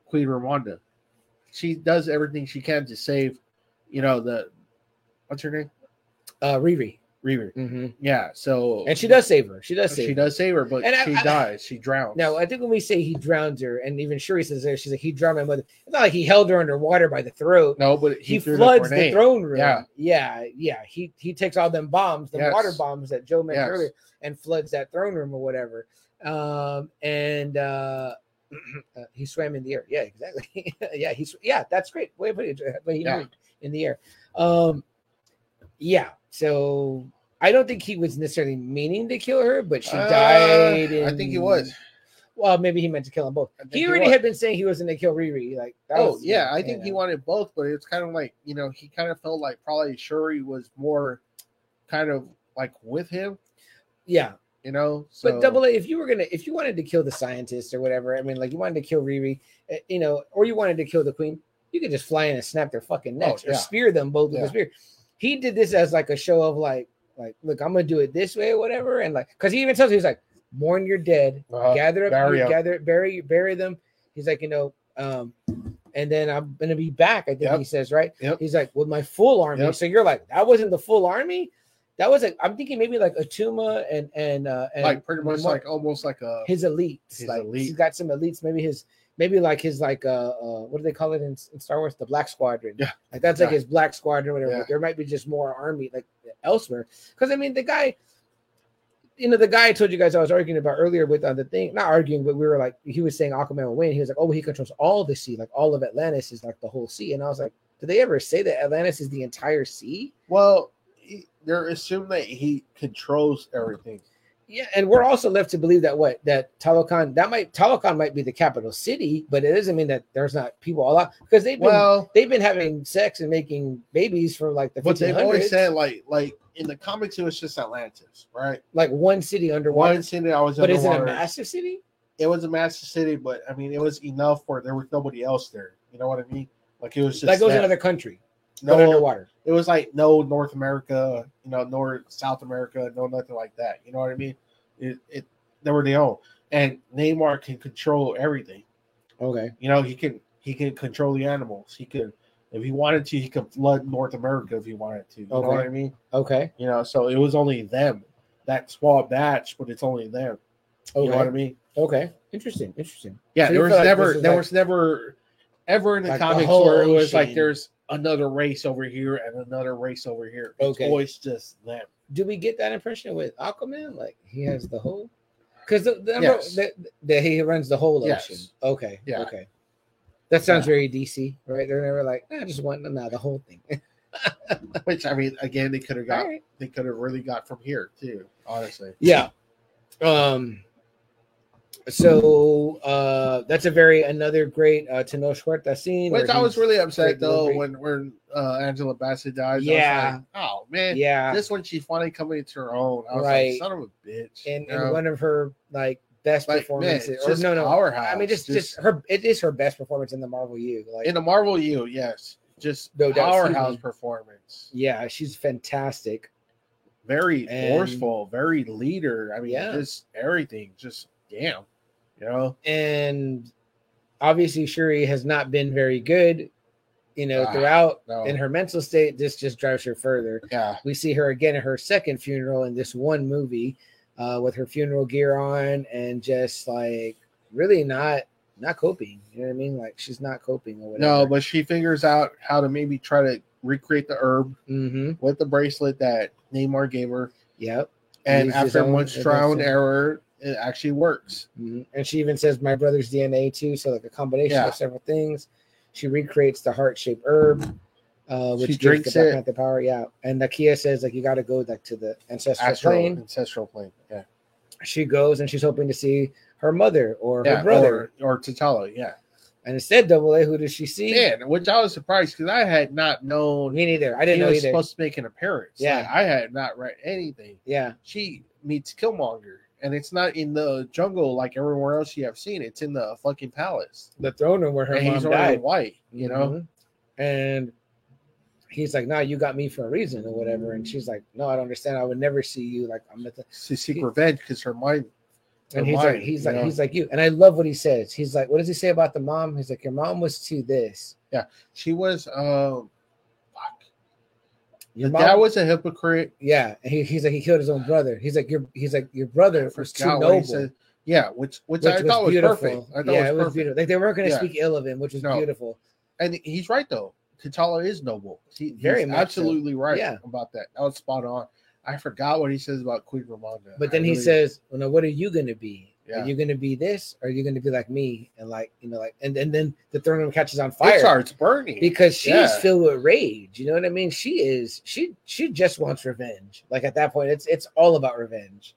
Queen Ramonda. She does everything she can to save, you know, the what's her name?
Uh, Riri,
Riri. Yeah. So
and she does save her. She does save.
Mm-hmm. she
her.
does save her, but
And I-
she
I-
dies. She drowns.
Now, I think when we say he drowned her, and even Shuri says there, she's like he drowned my mother. It's not like he held her underwater by the throat.
no, but
he,
he, threw
floods the,
grenade.
throne room.
Yeah.
yeah, yeah. He he takes all them bombs, the
Yes.
water bombs that Joe mentioned
Yes.
earlier, and floods that throne room or whatever. Um, and uh, uh, he swam in the air. Yeah, exactly. yeah, he's yeah. That's great. Way of putting it. But he
Yeah.
moved in the air. Um, yeah. So I don't think he was necessarily meaning to kill her, but she
Uh,
died. In,
I think he was.
Well, maybe he meant to kill them both.
I think
He
he
already
was.
had been saying he was going to kill Riri. Like, that
oh
was-
yeah, I think he
yeah.
wanted both, but it's kind of like you know he kind of felt like probably Shuri was more kind of like with him,
Yeah,
you know. So
But double A, if you were gonna, if you wanted to kill the scientist or whatever, I mean, like you wanted to kill Riri, eh, you know, or you wanted to kill the queen, you could just fly in and snap their fucking necks or
Oh, yeah.
spear them both with a
Yeah.
spear. He did this as like a show of like, like, look, I'm gonna do it this way or whatever, and like, cause he even tells you, he's like, mourn your dead,
Uh-huh.
gather up,
bury
your-
'em.
gather, bury, bury them. He's like, you know, um, and then I'm gonna be back. I think
Yep.
he says, right?
Yep.
He's like, with my full army.
Yep.
So you're like, that wasn't the full army. That was like, I'm thinking maybe like Atuma and and uh, and
like pretty much
Mar-
like almost like a
his
uh,
elites.
His
like
elite.
he's got some elites. Maybe his maybe like his like uh, uh what do they call it in, in Star Wars? The Black Squadron.
Yeah.
Like that's like
Yeah.
his Black Squadron, or whatever.
Yeah.
There might be just more army like elsewhere. Because I mean, the guy. You know, the guy I told you guys I was arguing about earlier with on the thing, not arguing, but we were like, he was saying Aquaman will win. He was like, oh, he controls all the sea, like all of Atlantis is like the whole sea. And I was like, did they ever say that Atlantis is the entire sea?
Well, he- they're assuming that he controls everything.
Yeah, and we're also left to believe that what that Talokan that might Talokan might be the capital city, but it doesn't mean that there's not people all out because they've been
Well,
they've been having sex and making babies for like the
but they've always
1500s,
said like like in the comics it was just Atlantis, right?
like one city underwater.
One city I was
but is it a
underwater.
massive city?
it was a massive city, but I mean it was enough where there was nobody else there. You know what I mean? Like it was just
Like it was
that.
another country, but
no,
underwater.
it was like no North America, you know, nor South America, no nothing like that. You know what I mean? It, it they were their own, and Neymar can control everything.
Okay.
You know, he can he can control the animals. He could if he wanted to, he could flood North America if he wanted to. You know
Okay.
what I mean?
Okay.
You know, so it was only them. That small batch, but it's only them. You
Okay.
know what I mean?
Okay. Interesting. Interesting.
Yeah,
So you
there was
feel like this
never,
is
there
like-
was never, ever in the
Like the
comics
whole
where it was like
ocean.
there's another race over here and another race over here. It's
Okay.
always just them.
Do we get that impression with Aquaman? Like he has the whole. Because the, the, number-
Yes.
the, the- he runs the whole
Yes.
ocean. Okay.
Yeah.
Okay. That sounds very DC, right? They're never like, I just want no, no, the whole thing.
Which I mean, again, they could have got,
All right.
they could have really got from here too. Honestly,
Yeah. Um. So uh, that's a very another great uh, Tano Huerta scene.
which
where
I was
he's-
really upset
great
though
delivery.
when when uh, Angela Bassett died. I was
Yeah.
like, oh man,
yeah.
this one she finally coming into her own. I was
Right.
like, son of a bitch.
and,
you
and
know?
one of her like best
Like, man,
performances.
it's
or
just
no, no,
powerhouse.
I mean just, just her. It is her best performance in the Marvel U. Like
in the Marvel U, yes, just
No doubt,
powerhouse
excuse me.
performance.
yeah, she's fantastic.
very
And-
forceful, very leader. I mean,
Yeah.
just everything. Just damn, you know.
And obviously Shuri has not been very good, you know,
Ah,
throughout.
no.
In her mental state, this just drives her further.
Yeah,
We see her again at her second funeral in this one movie, uh, with her funeral gear on and just like really not not coping. You know what I mean? Like she's not coping or whatever.
no, but she figures out how to maybe try to recreate the herb
mm-hmm.
with the bracelet that Neymar gave her,
Yep.
and
Use his
after
own
much trial and
medicine.
error, it actually works.
Mhm. And she even says my brother's DNA too. So like a combination
Yeah.
of several things. She recreates the heart shaped herb, uh, which
She
gives
drinks
the Black
it.
Panther power. Yeah. And Nakia says like you got to go like to the ancestral
Astral
plane.
ancestral plane, yeah,
She goes and she's hoping to see her mother or
yeah,
her brother.
or, or T'Challa, yeah,
and instead, Double A, who does she see?
man. Which I was surprised because I had not known
Me neither. I
he
didn't know
was
either.
supposed to make an appearance.
Yeah.
Like, I had not read anything.
yeah.
she meets Killmonger, and it's not in the jungle like everywhere else you have seen. It's in the fucking palace.
The throne room where her
and
mom
he's already
died.
white, you know.
Mhm. And he's like, nah, you got me for a reason or whatever. And she's like, no, I don't understand. I would never see you. Like, I'm at the
To seek revenge because her mind.
And
her
he's like,
mind,
he's
you
like,
know?
he's like you. And I love what he says. He's like, what does he say about the mom? He's like, your mom was to this.
she was. Um,
Your
that
mom,
was a hypocrite.
yeah. And he, he's like, he killed his own brother. He's like, your, he's like, your brother
I
was too
forgot what he
noble,
said. Yeah, which which,
which
I
was
thought was
beautiful.
perfect. I thought
yeah,
it was, perfect.
beautiful. Like they weren't going to
Yeah.
speak ill of him, which was
No.
beautiful.
And he's right though. T'Challa is noble. He,
Very
Very he's
much so.
absolutely right
Yeah.
about that. That was spot on. I forgot what he says about Queen Ramonda.
But
I
then he
really-
says, well, now what are you going to be?
Yeah.
Are you going to be this? Or are you going to be like me? And like, you know, like, and, and then the throne room catches on
it
fire.
starts burning.
because she's
Yeah.
filled with rage. You know what I mean? She is. She she just wants revenge. Like at that point, it's it's all about revenge.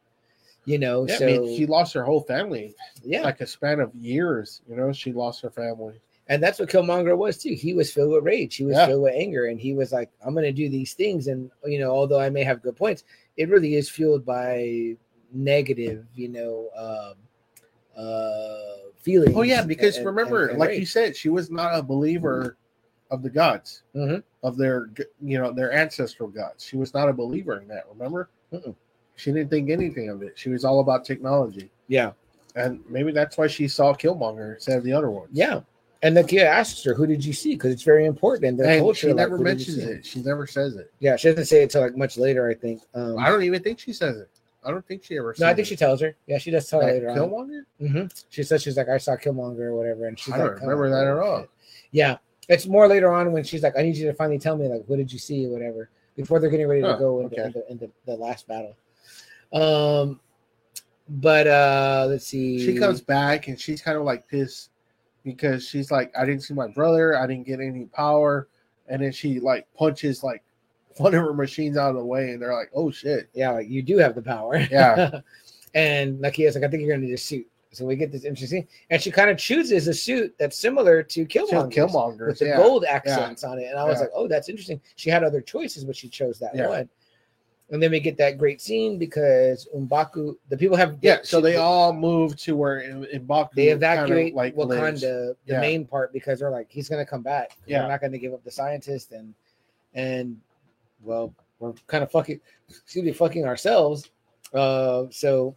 You know.
Yeah,
so
I mean, she lost her whole family
yeah,
like a span of years. You know, she lost her family.
and that's what Killmonger was too. He was filled with rage. He was
Yeah.
filled with anger, and he was like, "I'm going to do these things." And you know, although I may have good points, it really is fueled by negative. You know. um uh feelings
Oh yeah, because
and- Mm-hmm. and-
remember,
and- and
like you
rage.
said, she was not a believer of the gods
Mhm.
of their, g- you know, their ancestral gods. She was not a believer in that. Remember,
Mm-mm.
she didn't think anything of it. She was all about technology,
yeah
and maybe that's why she saw Killmonger instead of the other one.
yeah and the kid asks her who did you see because it's very important in their
and
culture
she
like,
never
who did you
mentions
see?
it. She never says it.
Yeah, she doesn't say it till like much later, I think. Um,
I don't even think she says it. I don't think she ever.
no, I
says
think she
it.
tells her. Yeah, she does tell her
Like,
later on.
Killmonger.
hmm She says she's like, I saw Killmonger or whatever, and she's
I
like,
don't
"Oh,
remember that at
shit."
all.
Yeah, it's more later on when she's like, I need you to finally tell me like what did you see or whatever before they're getting ready to
Huh,
go into,
okay.
into, into the last battle. Um, but uh, let's see.
she comes back and she's kind of like pissed because she's like, I didn't see my brother, I didn't get any power, and then she like punches like one of her machines out of the way, and they're like, oh shit,
yeah, like you do have the power.
Yeah.
and Nakia's like, I think you're gonna need a suit. So we get this interesting, and she kind of chooses a suit that's similar to
kill
Killmonger.
Killmonger
with the
yeah.
gold accents on it. And I was
Yeah.
like, oh, that's interesting. She had other choices, but she chose that
Yeah.
one. And then we get that great scene because Umbaku, the people have
Yeah, so they
they,
all move to where in, Baku
they evacuate
like
Wakanda,
lives.
the
Yeah.
main part, because they're like, he's gonna come back.
Yeah.
We're not gonna give up the scientist and and well, we're kind of fucking excuse me, fucking ourselves. Uh so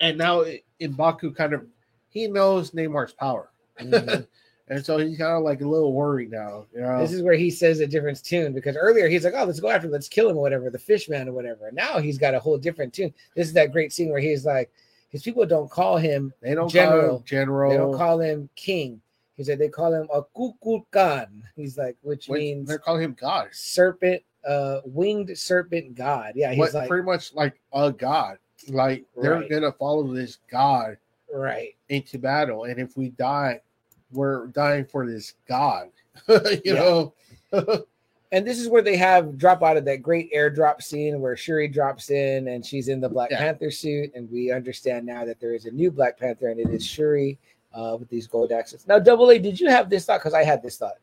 and now in Baku kind of he knows Neymar's power,
mhm.
and so he's kind of like a little worried now. You know,
This is where he says a different tune because earlier he's like, "Oh, let's go after, him, let's kill him, or whatever, the fish man or whatever." And now he's got a whole different tune. This is that great scene where he's like, because people don't call him
They don't call
General.
him general.
they don't call him king. He said they call him a kukulkan. He's like, which
Wait,
means
they're calling him God.
serpent, uh, winged serpent god. Yeah, he's
What,
like
pretty much like a God. Like they're
Right.
gonna follow this God
right.
into battle, and if we die, we're dying for this God. you
Yeah.
know,
And this is where they have drop out of that great airdrop scene where Shuri drops in and she's in the Black
Yeah.
Panther suit. And we understand now that there is a new Black Panther and it is Shuri uh, with these gold accents. Now, Double A, did you have this thought? Because I had this thought.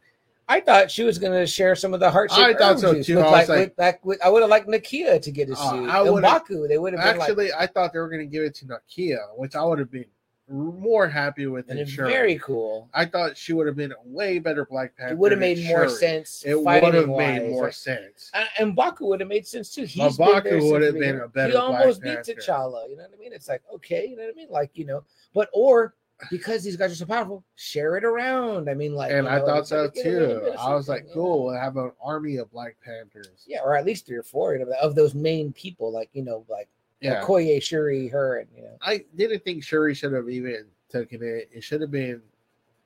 I thought she was going to share some of the heart
I
shaped
thought so too. I was
like,
like-
with- like with- I would have liked Nakia to get a
Uh,
suit.
I
and
would've-
Baku, they would have been like
actually, I thought they were gonna give it to Nakia, which I would have been more happy with.
and
Than
it's
Shuri.
very cool.
I thought she would have been a way better Black Panther.
It would have
than
made more
Shuri.
sense.
It would have made
fighting-wise.
more
Like,
sense.
And- and Baku would have made sense too. He's been
M'Baku
there since
would
the
have been
beginning.
a better
He almost beat
Black Panther.
T'Challa. You know what I mean? It's like okay, you know what I mean? Like you know, but or because these guys are so powerful, share it around. I mean, like,
and
you
I
know,
thought
it's like,
so
you get a little
too.
bit of
I was
something,
like,
you know?
cool, we'll have an army of Black Panthers.
Yeah, or at least three or four you know, of those main people, like you know, like
Yeah.
Okoye, Shuri, her, and you know,
I didn't think Shuri should have even taken it. It should have been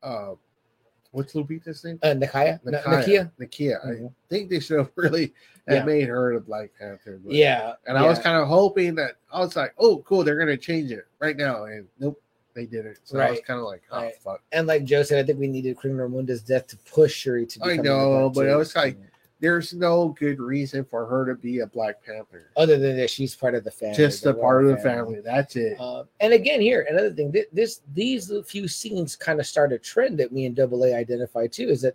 uh what's Lupita's name?
uh, Nakaya, Na- Nakia.
Nakia. I
Mhm.
think they should have really have
Yeah.
made her the Black Panther. but-
Yeah,
And I was
yeah,
kind of hoping that I was like, oh, cool, they're gonna change it right now. And nope, they didn't. So I was
Right.
kind of like, oh
Right.
fuck.
and like Joe said, I think we needed Criminal Munda's death to push Shuri to.
I
become the
know,
Black
but
Panther.
I was like- There's no good reason for her to be a Black Panther.
other than that, she's part of the family.
Just
the
a part of
royal
the family. That's it.
Uh, and again, here another thing. thi- This these few scenes kind of start a trend that me and Double A identify too. Is that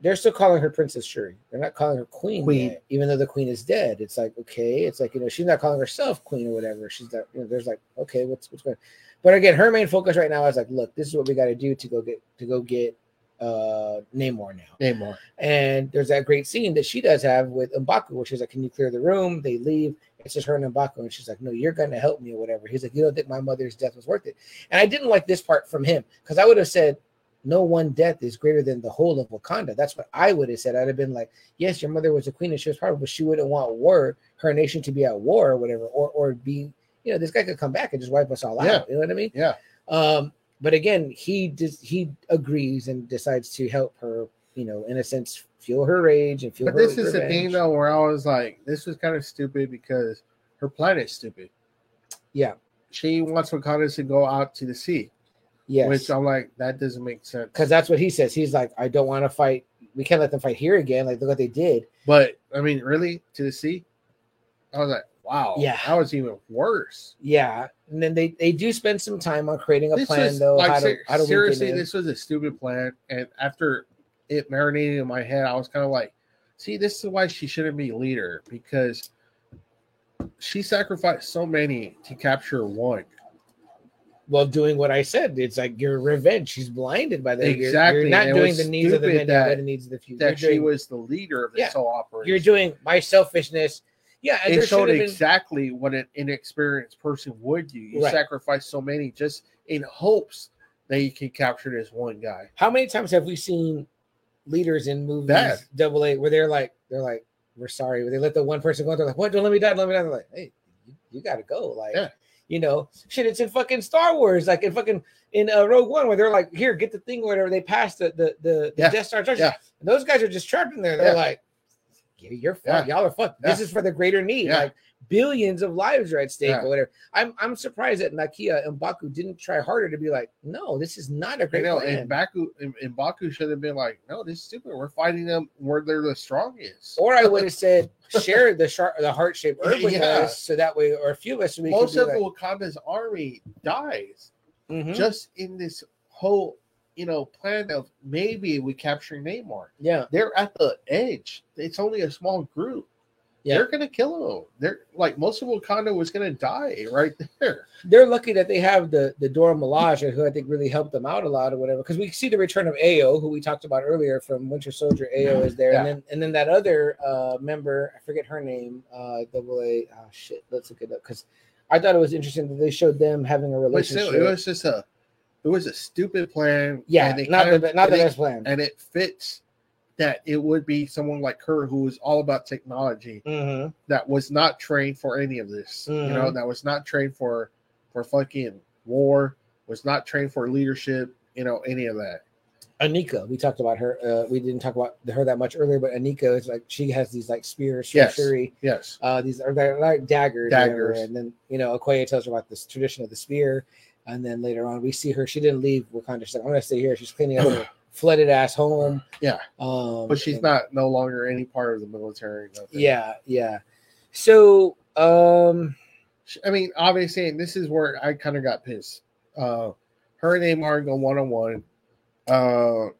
they're still calling her Princess Shuri. They're not calling her Queen,
Queen.
yet, even though the Queen is dead. It's like okay, it's like you know she's not calling herself Queen or whatever. She's not. You know, there's like okay, what's what's going? But again, her main focus right now is like, look, this is what we got to do to go get to go get uh Namor now.
Namor.
And there's that great scene that she does have with Mbaku, where she's like, Can you clear the room? They leave. It's just her and Mbaku. And she's like, No, you're going to help me or whatever. He's like, You don't think my mother's death was worth it. And I didn't like this part from him because I would have said, No one death is greater than the whole of Wakanda. That's what I would have said. I'd have been like, Yes, your mother was a queen and she was powerful, but she wouldn't want war, her nation to be at war or whatever, or, or be, you know, this guy could come back and just wipe us all
Yeah.
out. You know what I mean?
Yeah.
Um, but again, he dis- he agrees and decides to help her you know, in a sense, fuel her rage and fuel
But
her.
this is the thing
revenge.
though, where I was like, this was kind of stupid because her planet's stupid.
Yeah.
She wants Wakanda to go out to the sea,
Yes,
which I'm like, that doesn't make sense.
because that's what he says. He's like, I don't want to fight. We can't let them fight here again. Like, look what they did.
But I mean, really, to the sea? I was like, wow,
Yeah.
that was even worse.
Yeah, and then they they do spend some time on creating a
This
plan
was
though.
like,
how to,
ser-
how to
seriously,
weaken him.
this was a stupid plan. And after it marinated in my head, I was kind of like, see, this is why she shouldn't be leader because she sacrificed so many to capture one.
Well, doing what I said, it's like your revenge. She's blinded by that. You're- You're,
Exactly, and
not
it
doing
was
the needs of the
stupid
men, you're
that-
the needs of the few.
that
you're
she
doing,
was the leader of this
Yeah.
whole operation.
You're doing my selfishness. Yeah, and there
it showed
should have been.
exactly what an inexperienced person would do. You
Right.
sacrifice so many just in hopes that you can capture this one guy.
How many times have we seen leaders in movies
Bad.
double A where they're like, they're like, we're sorry. They let the one person go and they're like, what? Don't let me die. Don't let me die. They're like, hey, you, you gotta go. Like,
Yeah.
you know, shit, it's in fucking Star Wars, like in fucking in uh, Rogue One, where they're like, here, get the thing or whatever. They pass the the the, the
Yeah.
Death Star instructions.
Yeah.
And those guys are just trapped in there. They're
Yeah.
like, "Yeah, you're fucked. Y'all are fucked. This
Yeah.
is for the greater need.
Yeah.
Like billions of lives are at stake
Yeah.
or whatever. I'm I'm surprised that Nakia and Baku didn't try harder to be like, no, this is not a
You
great
know,
plan.
and Baku and, and Baku should have been like, No, this is stupid. We're fighting them where they're the strongest.
Or I would have said share the sharp, the heart shaped herb with
Yeah.
us, so that way, or a few of us, so we
Most
could
of
be like,
Wakanda's army dies
Mhm.
just in this whole, you know, plan of maybe we capture Namor.
yeah,
They're at the edge. It's only a small group.
Yeah.
They're gonna kill him. They're like most of Wakanda was gonna die right there.
they're lucky that they have the the Dora Milaje, who I think really helped them out a lot or whatever, because we see the return of Ao, who we talked about earlier from Winter Soldier. Ao is there, and
Yeah.
then and then that other uh member, I forget her name, uh double A. Oh shit, let's look it up because I thought it was interesting that they showed them having a
But still,
relationship.
it was just a it was a stupid plan.
yeah,
and it
not
kind of-
the not the
and it-
best plan.
and it fits that it would be someone like her who is all about technology
Mhm.
that was not trained for any of this. You know,
Mhm.
that was not trained for for fucking war, was not trained for leadership, you know, any of that.
Anika, we talked about her. Uh, we didn't talk about her that much earlier, but Anika is like she has these like spears,
Yes.
shuri,
Yes.
uh, these are they're like daggers, and
Daggers.
everything. and then you know Okoye tells her about this tradition of the spear, and then later on we see her. She didn't leave Wakanda. She's like, I'm gonna stay here. She's cleaning up her flooded ass home.
Yeah.
um,
But she's
and-
not no longer any part of the military. nothing.
Yeah, yeah. So, um,
She- I mean, obviously, and this is where I kind of got pissed. Uh, her and Amar go one on one. Uh,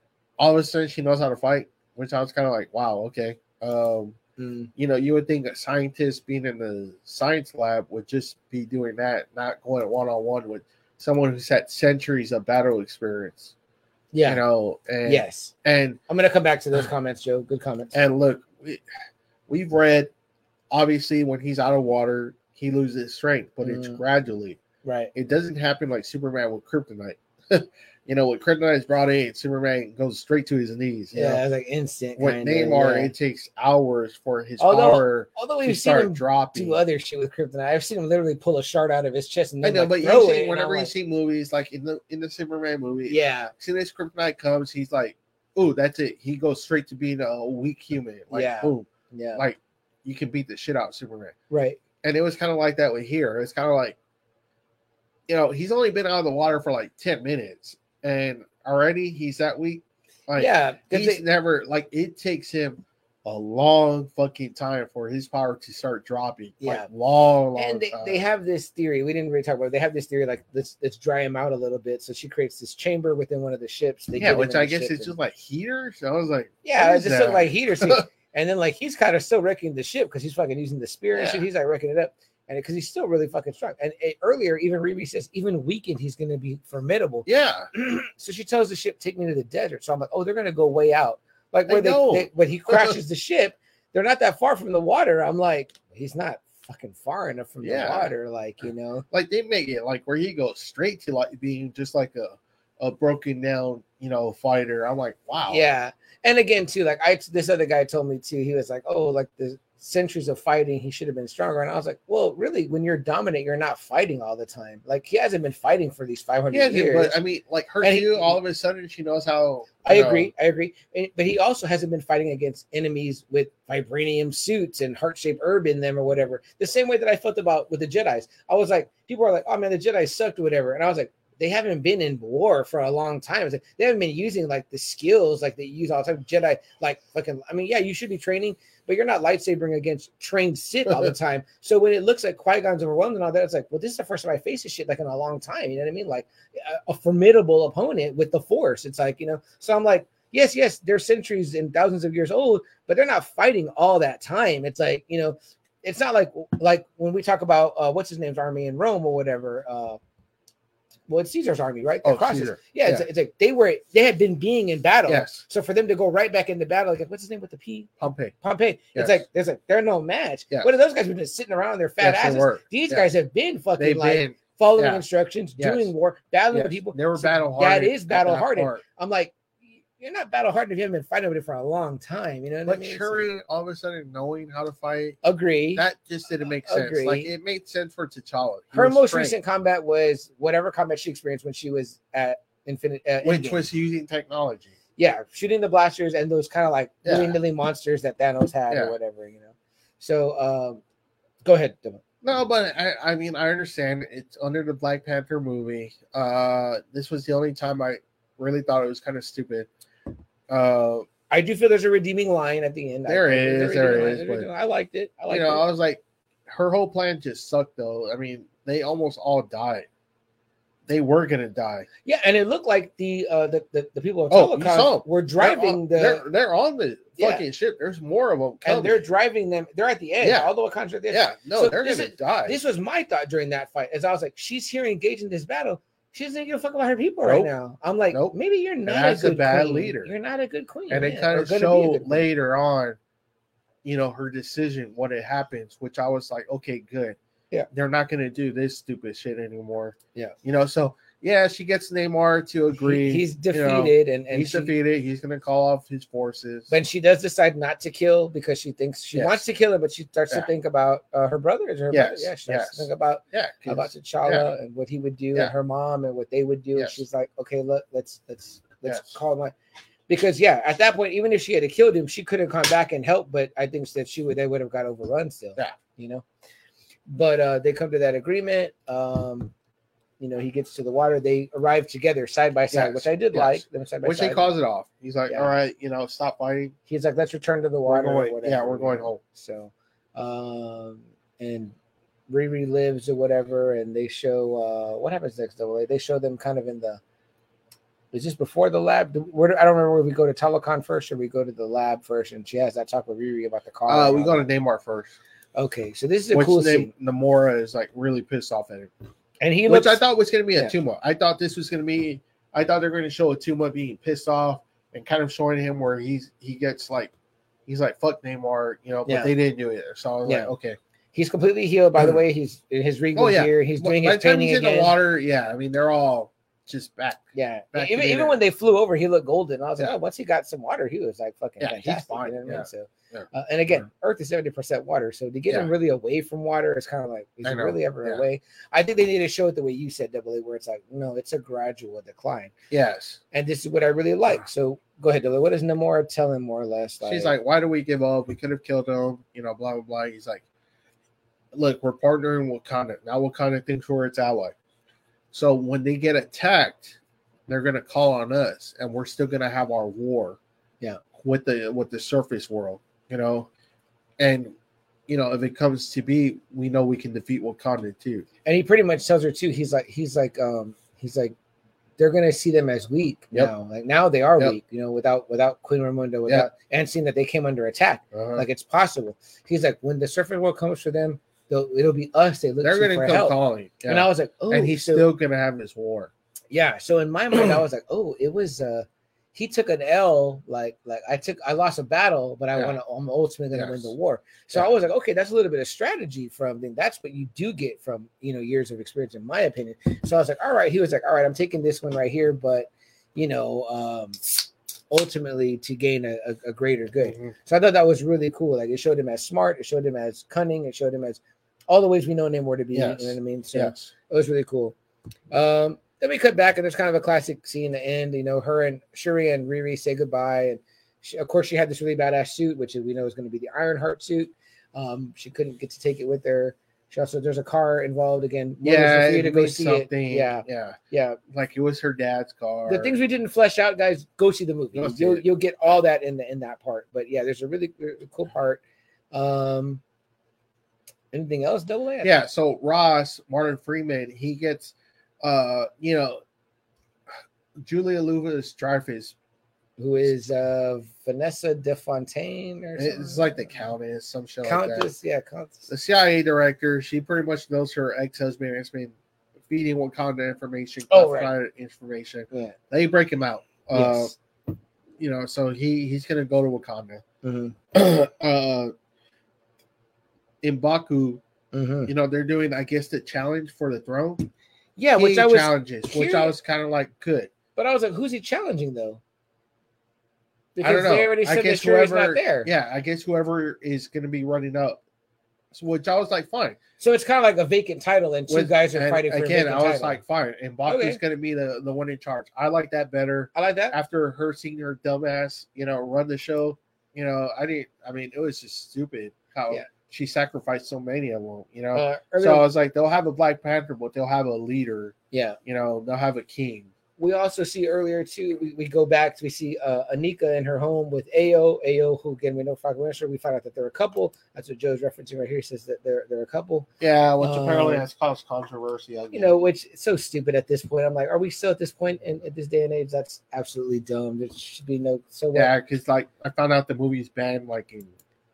all of a sudden, she knows how to fight, which I was kind of like, wow, okay. Um,
mm,
you know, you would think a scientist being in the science lab would just be doing that, not going one on one with someone who's had centuries of battle experience.
yeah,
You know, and
yes.
and
I'm gonna come back to those comments, Joe. Good comments.
and look, we, we've read obviously when he's out of water, he loses strength, but it's
Mm.
gradually.
right.
It doesn't happen like Superman with kryptonite. you know, with kryptonite's brought in, Superman goes straight to his knees. you
Yeah,
know?
it's like instant.
With
kinda,
Neymar,
yeah.
it takes hours for his
Although-
power
although
to
we've seen
start
him
dropping.
do other shit with kryptonite, I've seen him literally pull a shard out of his chest and
I
then
know,
like,
but
throw
usually
it. and
whenever
I'm
you
like,
see movies, like in the in the Superman movie,
yeah,
as soon as Kryptonite comes, he's like, "Oh, that's it." He goes straight to being a weak human. Like,
Yeah.
boom,
yeah,
like you can beat the shit out of Superman.
right,
And it was kind of like that with here. It's kind of like, you know, he's only been out of the water for like ten minutes, and already he's that weak. Like,
yeah. 'cause
he's
they-
never like it takes him a long fucking time for his power to start dropping.
Yeah.
like, long, long
and they,
time.
they have this theory we didn't really talk about. it. They have this theory like let's let's dry him out a little bit. So she creates this chamber within one of the ships. They
yeah,
get him
which
in
I
the
guess
ship
it's
and-
just like heater. So I was like,
Yeah,
What
it
is
just looked
that?
like heater seat. and then like he's kind of still wrecking the ship because he's fucking using the spear and
Yeah.
shit. He's like wrecking it up, and because he's still really fucking strong. And eh, earlier, even Riri says even weakened, he's going to be formidable.
yeah,
so she tells the ship, "Take me to the desert." So I'm like, "Oh, they're going to go way out." Like
I
where they,
know.
they when he crashes the ship, they're not that far from the water. I'm like, he's not fucking far enough from
Yeah.
the water, like you know.
like they make it like where he goes straight to like being just like a a broken down, you know, fighter. I'm like, wow,
Yeah. And again, too, like I this other guy told me too, he was like, Oh, like the centuries of fighting, he should have been stronger. And I was like, Well, really, when you're dominant, you're not fighting all the time. Like he hasn't been fighting for these 500
yeah, dude,
years.
but I mean, like her
And he-
too. All of a sudden, she knows how.
I
you know,
agree. I agree. And- But he also hasn't been fighting against enemies with vibranium suits and heart shaped herb in them or whatever. The same way that I felt about with the Jedi's. I was like, people are like, oh man, the Jedi sucked or whatever. And I was like, they haven't been in war for a long time. It's like, they haven't been using like the skills like they use all the time. Jedi, like fucking, I mean, yeah, you should be training, but you're not lightsabering against trained Sith all the time. So when it looks like Qui Gon's overwhelmed and all that, it's like, well, this is the first time I face this shit like in a long time. You know what I mean? Like a, a formidable opponent with the Force. It's like you know. So I'm like, yes, yes, they're centuries and thousands of years old, but they're not fighting all that time. It's like you know, it's not like like when we talk about uh, what's his name's army in Rome or whatever. Uh, well, it's Caesar's army, right? The
Oh, Caesar.
Yeah, It's, it's like they were they had been being in battle.
Yes,
So for them to go right back into battle, like what's his name with the P?
Pompey.
Pompeii.
Yes.
It's like there's like they're no match.
Yeah.
What are those guys who've been sitting around their fat
Yes, they
asses?
were.
These
Yeah.
guys have been fucking
They've
like
been.
following
yeah.
instructions,
Yes.
doing war, battling
Yes,
with people.
they were
So
battle
That
hard.
is battle hardened. I'm like, you're not battle hardened if you haven't been fighting with it for a long time. You know what I
Like
mean? It's
Shuri, all of a sudden knowing how to fight,
like- agree.
that just didn't make sense.
Agree.
Like it made sense for T'Challa. He
Her
was
most
trained,
recent combat was whatever combat she experienced when she was at Infinite, uh,
which
Endgame.
was using technology.
yeah, shooting the blasters and those kind of like
Yeah.
willy nilly monsters that Thanos had
Yeah.
or whatever. You know. So um, go ahead. Dylan.
No, but I, I mean, I understand it's under the Black Panther movie. Uh, this was the only time I really thought it was kind of stupid. Uh,
I do feel there's a redeeming line at the end.
There
I, there's a
is, there
redeeming line,
is,
there's a
but-
redeeming line. I liked it. I
you
liked
know,
it.
I was like, her whole plan just sucked, though. I mean, they almost all died. They were gonna die.
Yeah, and it looked like the uh the, the, the people of
Oh, you
Telecom
saw 'em.
were
They're
driving
on-
the
They're, they're on the
Yeah.
fucking ship. There's more of them coming.
and they're driving them. They're at the end.
Yeah.
All the Wakandans are at the end.
yeah, no,
So
they're
this
gonna
is-
die.
This was my thought during that fight, as I was like, she's here engaged in this battle. She doesn't give a fuck about her people right
Nope.
now. I'm like,
Nope.
maybe you're not
that's
a
a
good
bad
queen.
leader.
You're not a good queen.
and they
yeah,
kind
or
of
gonna be a
show
good queen.
later on, you know, her decision when it happens, which I was like, okay, good.
Yeah.
they're not gonna do this stupid shit anymore.
Yeah.
you know, so yeah, she gets Neymar to agree.
He- he's
you know,
defeated, and and
he's
she,
defeated. He's going to call off his forces.
when she does decide not to kill because she thinks she
Yes.
wants to kill him, but she starts
Yeah.
to think about uh, her brothers. Her
Yes,
brother- yeah, she starts
yes.
to think about
yeah, 'cause-
about T'Challa
yeah.
and what he would do,
Yeah.
and her mom and what they would do. And
Yes.
she's like, okay, look, let's let's let's
Yes.
call my because yeah, at that point, even if she had killed him, she could have come back and helped. But I think that she would they would have got overrun still.
Yeah.
you know. But uh, they come to that agreement. Um, you know, he gets to the water. They arrive together side by side,
Yes,
which I did
yes.
like. Them side by
which he
side.
calls it off. He's like,
Yeah.
all right, you know, stop fighting.
He's like, let's return to the
We're
water. or
going, yeah,
whatever,
we're
you
going
know.
home.
So, um, and Riri lives or whatever, and they show uh, what happens next. Double A. They show them kind of in the. Is this before the lab? Do- Where do- I don't remember where we go to telecon first or we go to the lab first, and she has that talk with Riri about the car.
Uh,
and
we
all
go to
that.
Neymar first,
Okay, so this is a
which
cool
name,
scene,
Namora is like really pissed off at him.
and he
which
looks.
I thought was going to be a
yeah.
Tuma. I thought this was going to be. I thought they're going to show a Tuma being pissed off and kind of showing him where he's he gets like he's like fuck Neymar, you know. But
Yeah.
they didn't do it, so I was
Yeah.
like, okay.
he's completely healed, by the way. He's his ring
Oh, yeah.
here. He's doing
By
his
the time
training
he's in the
again.
water, yeah. I mean, they're all just back.
Yeah, e
back to
even
being
even
a-
when they flew over, he looked golden. I was like,
Yeah.
oh, once he got some water, he was like fucking
Yeah, he's
fantastic. you
fine,
know what I mean?
yeah,
So,
yeah.
uh, and again, Earth is seventy percent water, so to get him
Yeah.
really away from water, it's kind of like is
I
he
know,
really ever
yeah.
away? I think they need to show it the way you said, Double A, where it's like, no, it's a gradual decline,
Yes,
and this is what I really like. So go ahead, Double A. What does Namora tell him more or less?
she's like, why do we give up? We could have killed him, you know. Blah blah blah. He's like, look, we're partnering with Wakanda. Now Wakanda thinks we're its ally. So when they get attacked, they're going to call on us, and we're still going to have our war.
Yeah.
with the with the surface world, you know, and you know if it comes to be, we know we can defeat Wakanda too.
and he pretty much tells her too. He's like, he's like, um, he's like, they're gonna see them as weak
Yep.
now. Like now they are
Yep.
weak, you know, without without Queen Ramonda, without and seeing that they came under attack.
Uh-huh.
like it's possible. He's like, when the surface world comes for them, they'll, it'll be us. They look
they're
to
going to
for
come
help.
calling, yeah.
And I was like, oh,
and he's
so-
still going to have his war.
yeah. So in my mind, I was like, oh, it was uh, he took an L, like like I took I lost a battle, but I
Yeah.
want to. I'm ultimately going to win
Yes.
the war. So I
Yeah.
was like, okay, that's a little bit of strategy from. Then that's what you do get from you know years of experience, in my opinion. So I was like, all right. He was like, all right, I'm taking this one right here, but you know, um, ultimately to gain a, a, a greater good.
Mhm.
So I thought that was really cool. Like it showed him as smart, it showed him as cunning, it showed him as all the ways we know Namor to be.
Yes.
You know what I mean? So
Yes,
it was really cool. Um, then we cut back, and there's kind of a classic scene in the end. You know, her and Shuri and Riri say goodbye, and she, of course she had this really badass suit, which we know is going to be the Ironheart suit. Um, she couldn't get to take it with her. She also there's a car involved again. Wonders
yeah,
if you
it
to go
means
see
something.
it. Yeah,
yeah.
yeah.
like it was her dad's car.
The things we didn't flesh out, guys, go see the movie.
Go see
You'll
it.
you'll get all that in the in that part. But yeah, there's a really really cool part. Um, anything else? Double A.
yeah. So Ross Martin Freeman, he gets, uh, you know, Julia Louis Dreyfus
Who is uh Vanessa DeFontaine or something?
It's like the countess, some shit like that.
Countess, yeah, Countess.
The CIA director, she pretty much knows her ex-husband has been feeding Wakanda information,
Oh, right.
classified information.
Yeah.
They break him out. Uh,
Yes.
you know, so he he's gonna go to Wakanda.
Mhm.
uh, in Baku,
Mhm.
you know, they're doing, I guess, the challenge for the throne.
Yeah,
He
which I was,
challenges, which I
curious.
was kind of like, good.
but I was like, who's he challenging though?
I don't
Because
know.
they already
I
said that
guess
Shuri's
whoever-
not there.
Yeah, I guess whoever is going to be running up, so, which I was like, fine.
So it's kind of like a vacant title, and two
With-
guys are
and
fighting for a
again.
vacant
I was
title.
like, fine. And Baku's
Okay.
going to be the the one in charge. I like that better.
I like that.
After her seeing her dumbass, you know, run the show, you know, I didn't. I mean, it was just stupid how
Yeah.
she sacrificed so many of them. You know,
Uh,
Oh. so I
earlier,
was like, they'll have a Black Panther, but they'll have a leader.
yeah,
You know, they'll have a king.
we also see earlier too. We, we go back. We see uh, Anika in her home with Ao. Ao, who again we know fucking Winter. We find out that they're a couple. That's what Joe's referencing right here. He says that they're they're a couple.
Yeah, which apparently
Uh,
has caused controversy. I
You
guess.
know, which it's so stupid at this point. I'm like, are we still at this point in at this day and age? That's absolutely dumb. There should be no. So what?
Yeah, because like I found out the movie's banned like in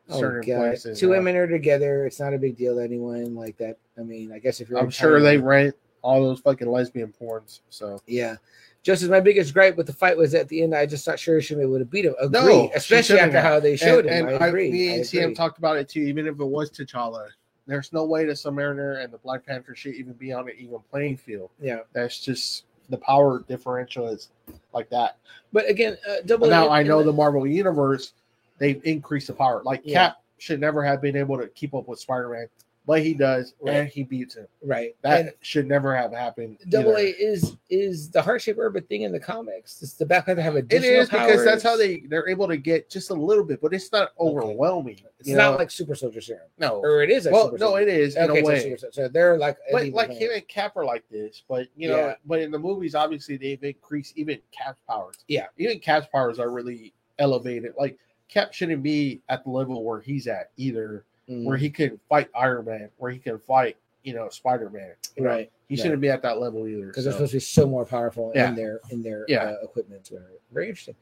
Oh,
certain
God.
places.
Two
uh,
women are together. It's not a big deal to anyone like that. I mean, I guess if you're
I'm
in
sure they
Thailand-
rent all those fucking lesbian porns. So
Yeah. Justice, my biggest gripe with the fight was at the end. I just not sure Shimei would have beat him. Agree,
No, she
especially
shouldn't
after
have.
how they showed
and,
him.
and
I agree.
me and
I
CM
agree.
talked about it too. Even if it was T'Challa, there's no way that Submariner and the Black Panther should even be on an even playing field.
yeah.
That's just the power differential is like that.
But again, uh, double.
now
in-
I
in
know the Marvel universe they've increased the power. Like
Yeah.
Cap should never have been able to keep up with Spider Man, but he does, and he beats him.
right.
That
and
should never have happened.
double
either.
A is is the heart shaped urban thing in the comics. It's the back have to have
It
additional
is because that's how
powers.
they they're able to get just a little bit, but it's not overwhelming.
It's
you
not
know?
like Super Soldier Serum,
no.
or it is. A
Well,
Super
no,
Soldier.
it is in
okay,
a
so
way.
Super Sol- so they're like an
but
even
like
hand.
him and Cap are like this, but you know,
Yeah.
but in the movies, obviously they've increased even Cap's powers.
Yeah.
even Cap's powers are really elevated. Like Cap shouldn't be at the level where he's at either,
Mm,
where he can fight Iron Man, where he can fight you know Spider Man.
right?
He
Right.
shouldn't be at that level either.
Because
so.
they're supposed to be so more powerful
Yeah.
in their in their
Yeah.
uh, equipment. Very, very interesting.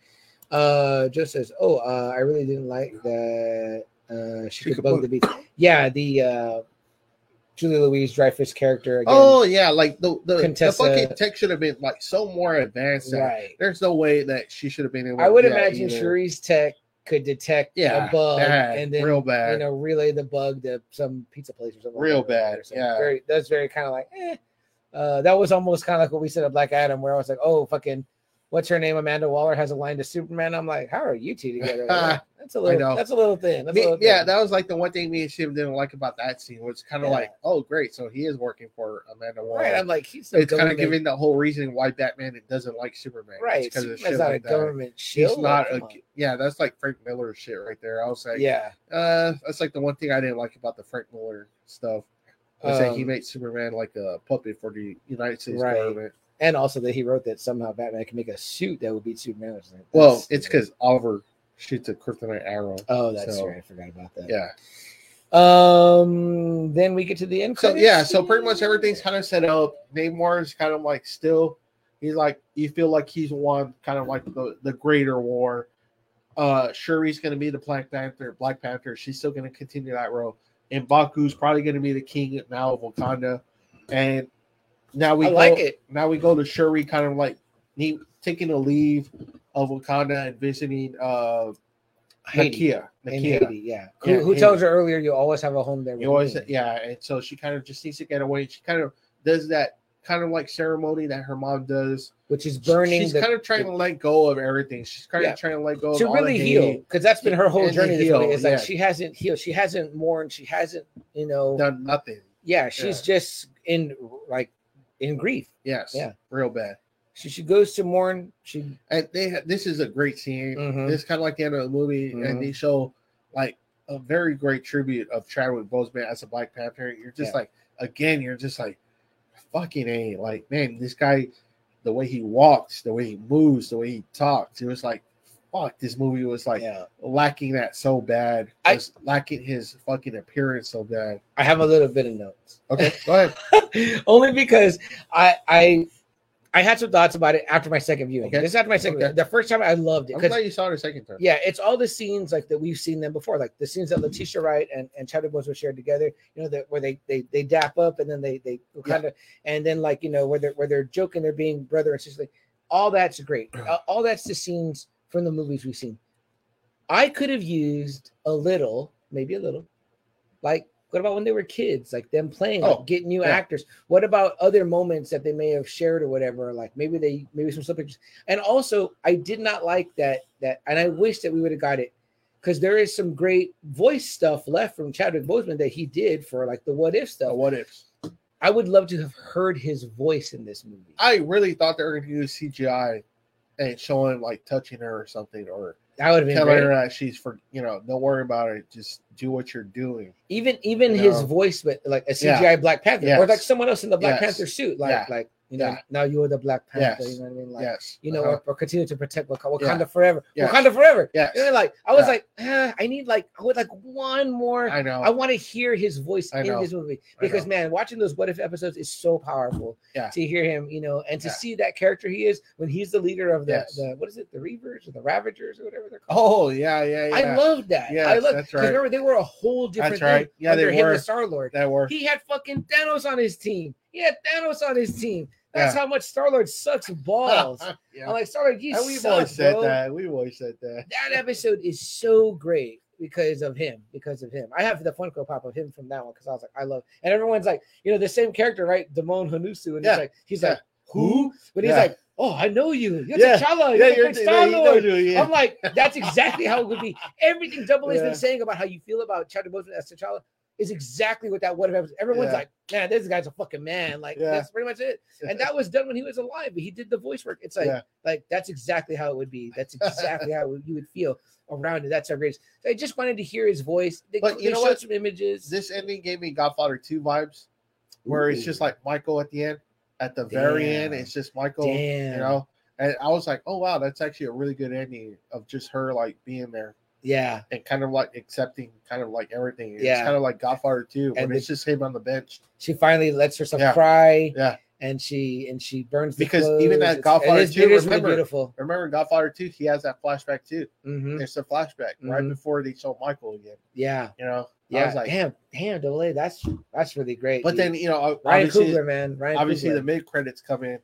Uh, just says, oh, uh, I really didn't like that. Uh, she, could, bug the beat. Yeah, the uh, Julie Louise Dreyfus character again.
oh yeah, like the the, the
Contessa-
fucking tech should have been like so more advanced. than-
right.
There's no way that she should have been able.
I would
do that
imagine
either.
Cherie's tech could detect
Yeah,
a bug
bad,
and then
real bad.
you know relay the bug to some pizza place or something.
Real
like that.
bad, yeah.
Very, that's very kind of like, eh. Uh, that was almost kind of like what we said at Black Adam, where I was like, oh, fucking, what's her name? Amanda Waller has a line to Superman. I'm like, how are you two together? Like, that's a
know.
little. That's a little thin. That's a
Me-
little
yeah,
thin.
that was like the one thing me and Shiv didn't like about that scene was kind of
Yeah.
like, oh, great, so he is working for Amanda Waller.
right. I'm like, he's
it's kind of giving the whole reason why Batman doesn't like Superman.
right.
because of
Superman's
shit
not
like
a
that.
government shield.
He's not a
Come on.
yeah. That's like Frank Miller shit right there. I was like,
yeah.
uh, that's like the one thing I didn't like about the Frank Miller stuff. Was that he
Um,
made Superman like a puppet for the United States
Right.
government.
and also that he wrote that somehow Batman can make a suit that would beat Superman. I was like,
Well,
that's-
it's because Oliver shoots a kryptonite arrow.
Oh, that's
so,
right. I forgot about that.
Yeah.
Um. Then we get to the end.
So
credits
yeah, so pretty much
scene.
everything's kind of set up. Namor is kind of like still, he's like you feel like he's won kind of like the the greater war. Uh, Shuri's gonna be the Black Panther. Black Panther. She's still gonna continue that role, and Baku's probably gonna be the king now of Wakanda. And now we
I
go,
like it.
Now we go to Shuri, kind of like need, taking a leave of Wakanda and visiting uh
Haiti.
Nakia.
In
Nakia.
Haiti, yeah.
Yeah,
who who
Haiti.
tells her earlier you always have a home there?
You
with
always,
me."
yeah. And so she kind of just needs to get away. She kind of does that kind of like ceremony that her mom does.
Which is burning.
She's
the,
kind of trying to let go of everything. She's kind
Yeah.
of trying to let go
to
of all the
really
hate,
heal because that's been her whole
and to
journey. This
heal,
way. It's
yeah.
like she hasn't healed. She hasn't mourned. She hasn't, you know.
Done nothing.
yeah, she's just in like in grief.
Yes.
Yeah.
Real bad.
She she goes to mourn. She
And they ha- this is a great scene.
Mhm.
This kind of like the end of the movie,
Mhm.
and they show like a very great tribute of Chadwick Boseman as a Black Panther. You're just
Yeah.
like, again, you're just like, fucking a like, man, this guy, the way he walks, the way he moves, the way he talks, it was like, fuck, this movie was like
yeah.
lacking that so bad,
I-
was lacking his fucking appearance so bad.
I have a little bit of notes.
Okay, go ahead.
only because I I I had some thoughts about it after my second viewing.
Okay.
This is after my second.
Okay.
The first time I loved it
I'm
'cause-
glad you saw it a second time.
yeah, it's all the scenes like that we've seen them before, like the scenes that Letitia Wright and and Chadwick Boseman shared together. You know that where they they they dap up and then they they kind of and then like you know where they're where they're joking, they're being brother and sister. Like, all that's great. Uh, all that's the scenes from the movies we've seen. I could have used a little, maybe a little, like. What about when they were kids, like them playing,
Oh,
like get new
yeah.
actors? What about other moments that they may have shared or whatever? Like maybe they, maybe some slip pictures. And also, I did not like that that, and I wish that we would have got it because there is some great voice stuff left from Chadwick Boseman that he did for like the what if
The
stuff.
what ifs?
I would love to have heard his voice in this movie. I,
I really thought they were going to use CGI and show him like touching her or something, or
that would have been
telling
great.
her that she's for you know don't worry about it just do what you're doing
even even
you
his
know.
voice, but like a
Yeah.
CGI Black Panther or like
Yes.
someone else in the Black
Yes.
Panther suit, like
Yeah.
like you know
Yeah.
now you are the Black Panther.
Yes.
You know what I mean? Like
yes
you know,
Uh-huh.
or, or continue to protect Wak- Wakanda
Yeah.
forever.
Yes.
Wakanda forever.
Yes.
You know, like I was
Yeah.
like, ah, I need like I would like one more.
i know
I want to hear his voice
I
in
know.
this movie
I
because
know.
man, watching those what if episodes is so powerful.
Yeah.
To hear him, you know, and to
Yeah.
see that character he is when he's the leader of the,
Yes.
the what is it, the Reavers or the Ravagers or whatever they're called.
oh yeah yeah yeah
I love that. I
Yes,
love
that's
because
right.
remember they were a whole different
That's right.
thing
Yeah, they
under him
were.
the Star Lord.
that work
He had fucking Thanos on his team. He had Thanos on his team. That's
Yeah.
how much Star Lord sucks balls.
yeah.
I'm like Star Lord, you
and we've
suck,
always said
bro
that we've always said that
that episode is so great because of him. Because of him, I have the Funko Pop of him from that one because I was like, I love, and everyone's like, you know, the same character, right? Damon Hanusu, and
Yeah,
he's like, he's
yeah.
like, who? But he's
Yeah.
like, oh, I know you. You're
Yeah.
T'Challa.
Yeah,
You're,
you're-
the Star
yeah, you know
Lord.
you- yeah.
I'm like, that's exactly how it would be. Everything Double A's
Yeah.
been saying about how you feel about Chadwick Boseman as T'Challa is exactly what that would have. Everyone's
Yeah.
like, man, this guy's a fucking man. Like
Yeah.
that's pretty much it. And that was done when he was alive. But he did the voice work. It's like,
Yeah.
like that's exactly how it would be. That's exactly how it would- you would feel around it. That's our greatest. I just wanted to hear his voice. They,
But you
they
know
showed
what?
Some images.
this ending gave me Godfather 2 vibes, where it's
Ooh.
just like Michael at the end. At the very end,
Damn.
it's just Michael,
damn.
you know. And I was like, oh wow, that's actually a really good ending of just her like being there
Yeah.
and kind of like accepting kind of like everything. It's
Yeah.
kind of like Godfather 2, when
And
it's just him on the bench.
she finally lets herself
Yeah.
cry.
Yeah.
And she and she burns the
Because even
clothes.
at
It's-
Godfather
it is,
2,
it is really
remember-
beautiful.
Remember in Godfather 2, he has that flashback too.
Mhm.
It's a flashback right
Mhm.
before they show Michael again,
Yeah,
you know. I
yeah.
was like,
damn, damn, double A. That's that's really great.
but
dude.
then you know,
Ryan
obviously,
Coogler, man, Ryan
obviously
Coogler.
the mid credits come in,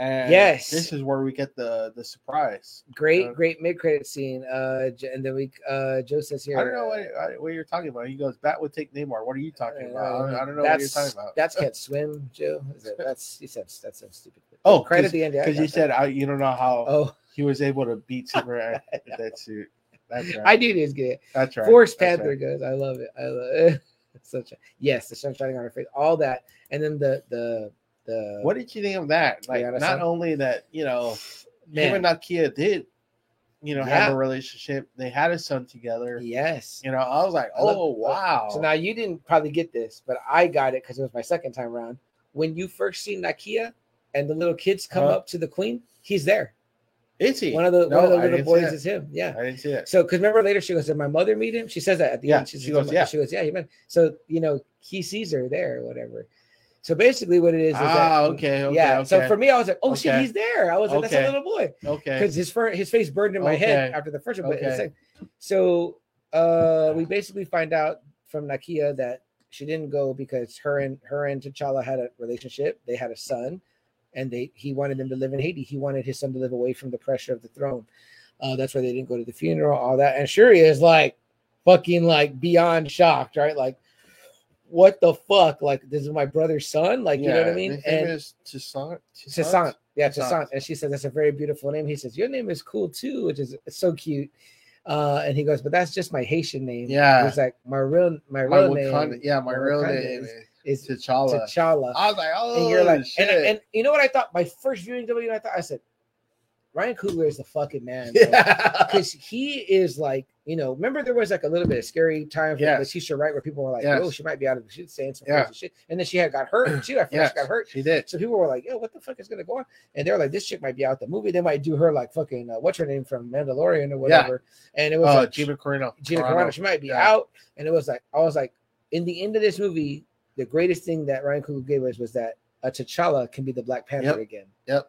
and
Yes.
this is where we get the the surprise.
great,
uh,
great mid credit scene. Uh, J- and then we uh, Joe says here.
I don't know what, I- what you're talking about. He goes, "Bat would take Neymar." What are you talking about? uh, I don't- I don't know what you're
that's,
talking about.
That's can't swim, Joe. Is it- That's he says that's so stupid.
Oh,
Credit
because
the end. yeah, I
you
got that.
said I, you don't know how
Oh,
he was able to beat Superman with that suit. That's right.
I do just get it.
that's right.
Forest
That's
Panther
right.
goes. I love it. I love it. Such a, yes, the sun shining on her face, all that, and then the the the
What did you think of that? Like,
Rihanna
not
song?
only that, you know, him
man?
and Nakia did, you know, have
Yeah.
a relationship. They had a son together.
yes.
You know, I was like,
I love-
oh wow.
So now you didn't probably get this, but I got it because it was my second time around. When you first see Nakia and the little kids come
Huh?
up to the queen, he's there.
is he
One of
Uh-huh.
the
No,
one of the
I
little
didn't see
boys
that.
is him. Yeah.
I didn't see that.
So, because remember later she goes, "Did my mother meet him?" She says that at the
Yeah,
end.
she
says,
goes,
"Did my-"
"Yeah."
She goes, "Yeah, you met." So you know he sees her there, or whatever. So basically, what it is is
ah,
that
okay, okay,
yeah.
okay,
So for me, I was like, "Oh shit,
Okay.
he's there!" I was like,
Okay.
"That's a little boy,"
okay,
because his fur, his face burned in my head
Okay.
after the first one. But it's
Okay.
like- so uh, we basically find out from Nakia that she didn't go because her and her and T'Challa had a relationship. They had a son, and they he wanted them to live in Haiti. He wanted his son to live away from the pressure of the throne. Uh, that's why they didn't go to the funeral, all that. And Shuri is like fucking like beyond shocked, right? Like, what the fuck? Like, this is my brother's son? Like, you know what I mean?
And is Toussaint,
Sassant. Yeah,
Toussaint.
Sassant. And she said, That's a very beautiful name. He says, Your name is cool too, which is so cute. Uh, and he goes, But that's just my Haitian name.
Yeah.
He's like, My real my
My
real
Wakanda-
name
yeah, my
my
real
Wakanda
name
is-
is
is
T'Challa.
T'Challa.
I was like, oh,
And you're like,
shit.
and, and you know what I thought? My first viewing W, I thought I said, Ryan Coogler is the fucking man. bro."
yeah.
because he is like, you know, remember there was like a little bit of scary time for
Yes.
Letitia Wright where people were like,
Yes.
oh, she might be out of the shit, saying some
Yeah.
crazy shit. And then she had got hurt too. I forgot
Yes,
she got hurt.
She did.
So people were like, yo, what the fuck is going to go on? And they were like, this chick might be out the movie. They might do her like fucking, uh, what's her name from Mandalorian or whatever. And it was
Oh,
like,
Gina Carano.
Gina
Carano.
Carano, she might be
Yeah.
out. And it was like, I was like, in the end of this movie, the greatest thing that Ryan Coogler gave us was that a T'Challa can be the Black Panther
Yep.
again.
Yep.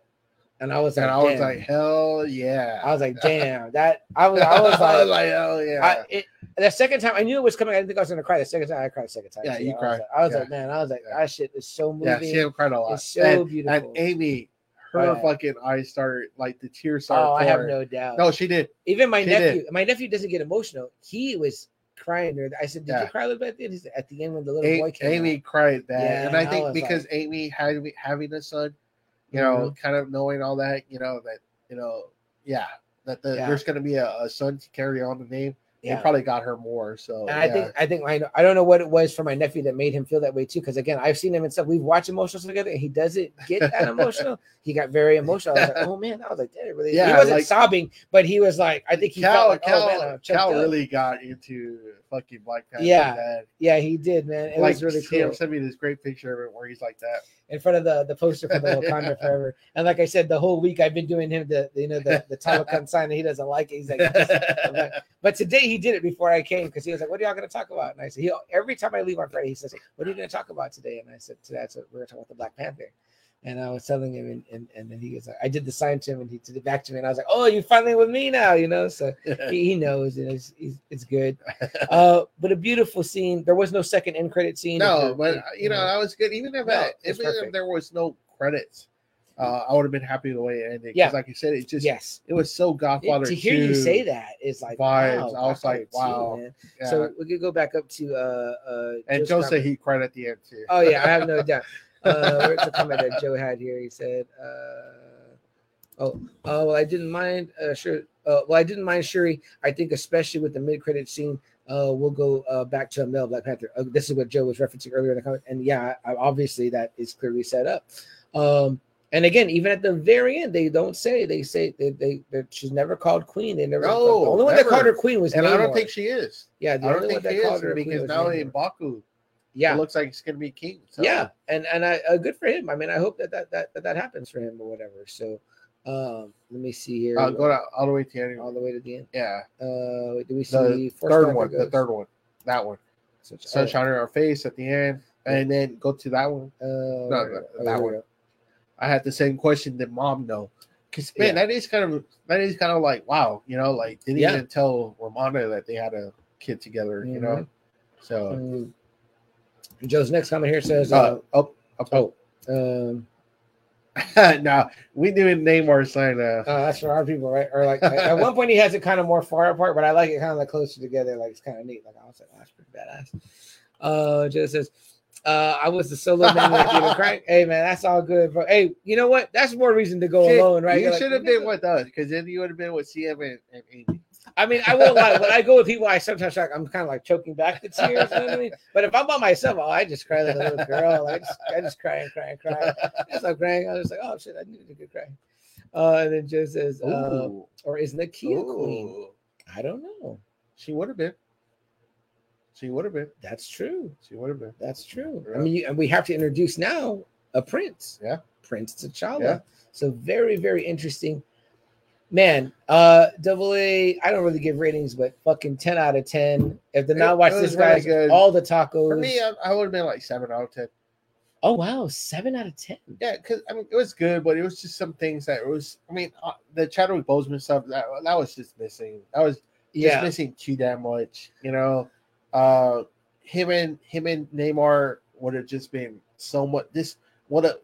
And I was like,
And I was
damn.
like, hell yeah.
I was like, damn, that I was, I was
I
like,
hell yeah.
I, it, the second time I knew it was coming, I didn't think I was gonna cry. The second time I cried, the second time.
Yeah,
too.
you
I
cried.
Was like, I was
Yeah.
like, man, I was like,
Yeah.
that shit is so
yeah,
moving.
she cried a lot.
it's so
and,
beautiful.
and Amy, her
Yeah.
fucking eyes started like the tears started.
oh, I have
flowing.
no doubt.
No, she did.
Even my
she
nephew, my nephew doesn't get emotional. He was crying. There, I said, "Did
Yeah.
you cry a little bit?" At the end, He said, at the end when the little
A-
boy came.
Amy
out.
cried that,
Yeah,
and I
I
think
was Mm-hmm.
because Amy had having a son, you know, kind of knowing all that, you know, that you know, yeah, that the,
Yeah.
there's going to be a, a son to carry on the name.
Yeah.
It probably got her more. So
And I
yeah.
think I think I know- I don't know what it was for my nephew that made him feel that way too. Because again, I've seen him and stuff. We've watched emotional together, and he doesn't get that emotional. He got very emotional. I was like, oh man, I was like, that really.
Yeah,
he wasn't
like-
sobbing, but he was like, I think he
Cal
felt like,
Cal,
oh man,
Cal
I'm choked up."
really got into fucking Black Panther.
Yeah,
man.
Yeah, he did, man. It
like
was really
Sam
cool
sent me this great picture of it where he's like that.
in front of the the poster for the Wakanda Forever. And like I said, the whole week I've been doing him the you know the the Talakan sign, and he doesn't like it. He's like, I'm like, but today he did it before I came because he was like, "What are y'all going to talk about?" And I said, he, "Every time I leave on Friday, he says, what are you going to talk about today?'" And I said, "Today, I said, we're going to talk about the Black Panther." And I was telling him, and, and, and then he was like, "I did the sign to him, and he did it back to me." And I was like, "Oh, you finally with me now, you know?" So he, he knows, and it's he's, it's good. Uh, but a beautiful scene. There was no second end credit scene. if
no,
you're-
but you know that was good. Even if, I,
it's
even if
perfect.
there was no credits, uh, I would have been happy the way it ended. 'Cause
Yeah.
like you said, it just
yes,
it was so Godfather.
to hear you
2.
say that is like
vibes. I was
Godfather
like,
too,
wow.
man.
Yeah.
So we could go back up to uh, uh
and Joe said he cried at the end too.
Oh yeah, I have no doubt. Uh, where's the comment that Joe had here? He said, uh, "Oh, oh, well, I didn't mind. Uh, sure, uh, well, I didn't mind Shuri. I think especially with the mid-credit scene, uh, we'll go uh, back to a male Black Panther. Uh, this is what Joe was referencing earlier in the comment, and yeah, I- obviously that is clearly set up. Um, and again, even at the very end, they don't say they say they, they, they she's never called queen. They never
No,
the only one that
never.
called her queen was
And I don't
Namor.
think she is.
yeah, the
I
only
don't
one
think she
that called
is
her queen
because
was
now in
Namor.
Baku,
yeah,
it looks like it's going to be king. So.
yeah and and i uh, good for him i mean i hope that that that, that, that happens for him or whatever so um let me see here
I'll Uh, go to, all the way to the end.
all the way to the end
Yeah.
uh do
The
we see
third one. The third one. That one.
one
Sunshine in our face at the end. And then go to that one.
uh,
No,
where-
that- that
oh,
one. I had the same question that mom know. Cause man,
Yeah.
that is kind of that is kind of like wow, you know, like didn't
Yeah.
even tell Romana that they had a kid together, you know. So
Um, joe's next comment here says uh,
uh, up, up,
oh um Oh.
no, we didn't name our son. Uh,
uh, that's for our people right or like at- at one point he has it kind of more far apart but i like it kind of like closer together like it's kind of neat like i was like oh, that's pretty badass uh joe says uh i was the solo man that didn't crank hey man that's all good bro hey you know what that's more reason to go
shit,
alone right
You
You're like,
should have been with us, because then you would have been with CM and, and Amy.
i mean i won't lie when i go with people i sometimes like i'm kind of like choking back the tears you know what i mean but if i'm by myself oh, i just cry like a little girl like, I, just, I just cry and cry and cry as i'm crying i was like oh shit i needed a good cry uh and then joe says uh,
Ooh,
or is Nakia queen
ooh.
i don't know
she would have been. She would have been.
That's true.
She would have been.
That's true. I
Yeah.
mean, you, and we have to introduce now a prince.
Yeah.
Prince T'Challa.
Yeah.
So very, very interesting. Man, uh double A, I don't really give ratings, but fucking 10 out of 10. If the
It-
not watch
it
this
was really
guy's
good.
all the tacos.
For me, uh, I, I would have been like seven out of ten.
oh wow, seven out of ten.
Yeah, because I mean, it was good, but it was just some things that was. I mean, uh, the Chadwick Boseman stuff that, that was just missing. That was just
Yeah.
missing too damn much. You know, uh, him and him and Neymar would have just been so much. This would have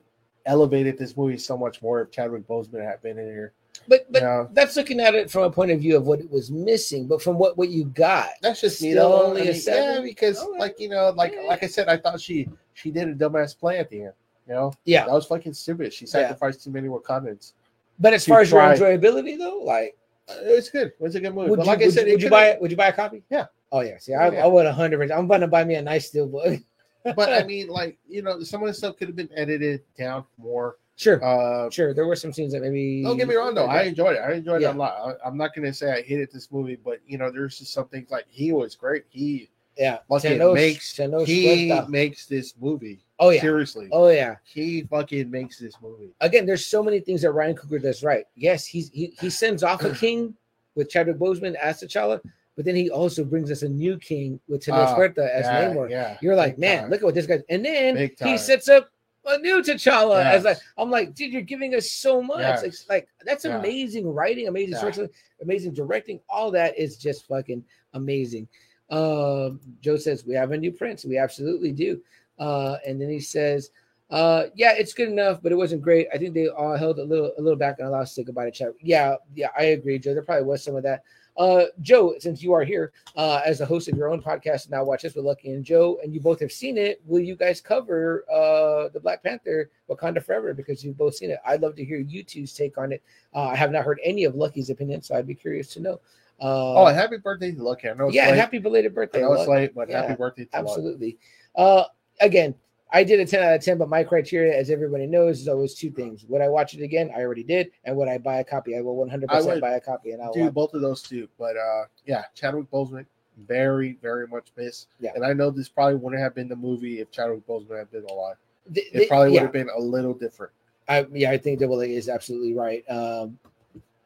elevated this movie so much more if Chadwick Boseman had been in here.
But
You
but
know,
that's looking at it from a point of view of what it was missing, but from what what you got.
that's just me
Still
though.
only
I
a
mean, yeah,
seven?
because
All right.
like you know, like
Yeah.
like I said, I thought she she did a dumbass play at the end. You know,
Yeah.
that was fucking stupid. She sacrificed too many Wakandans.
But as
You
far as your
tried.
enjoyability though, like
Uh, It's good. It's a good movie.
Would
but
you,
like I
would
said, it
you, would you
could've-
buy it? Would you buy a copy?
Yeah.
Oh yeah. See, I,
Yeah.
I would hundred percent. I'm gonna buy me a nice steelbook.
But I mean, like you know, some of the stuff could have been edited down more.
sure,
Uh,
sure. There were some scenes that maybe.
don't get me wrong though, I enjoyed it. I enjoyed
Yeah.
it a lot. I, I'm not gonna say I hated this movie, but you know, there's just some things like he was great. He
yeah.
fucking
Thanos-
makes
Thanos
he
Huerta.
makes this movie.
Oh yeah.
seriously,
Oh yeah.
he fucking makes this movie.
Again, there's so many things that Ryan Coogler does right. Yes, he's he, he sends off a king with Chadwick Boseman as T'Challa, but then he also brings us a new king with Thanos
Ah,
Huerta as
yeah,
Namor.
yeah,
You're like,
Big
man,
time.
look at what this guy. And then
Big
he
time.
sets up a new T'Challa.
Yes.
As like, I'm like, dude, you're giving us so much.
Yes.
Like, like that's
Yeah.
amazing writing, amazing
Yeah.
storytelling, amazing directing. All that is just fucking amazing. Um, Joe says we have a new prince. We absolutely do. Uh, and then he says, uh, yeah, it's good enough, but it wasn't great. I think they all held a little, a little back and allowed us to goodbye to chat. Yeah, yeah, I agree, Joe. There probably was some of that. Uh, Joe, since you are here uh, as the host of your own podcast, and now watch this with Lucky and Joe, and you both have seen it. Will you guys cover uh, the Black Panther Wakanda Forever because you've both seen it? I'd love to hear you two's take on it. Uh, I have not heard any of Lucky's opinion, so I'd be curious to know.
Oh,
Uh,
and happy birthday to Lucky. I know it's
yeah, and
late.
happy belated
I
birthday.
know
Luck.
it's late, but
Yeah,
happy birthday to Lucky.
Absolutely. Uh, again, I did a 10 out of 10, but my criteria, as everybody knows, is always two things. Would I watch it again? I already did. And would I buy a copy? I will 100%
I would
buy a copy and I'll
do
watch.
both of those too. But uh, yeah, Chadwick Boseman, very, very much missed.
Yeah.
And I know this probably wouldn't have been the movie if Chadwick Boseman had been alive.
Th-
It
th-
probably
yeah.
would have been a little different.
I, yeah, I think Double A is absolutely right. Um,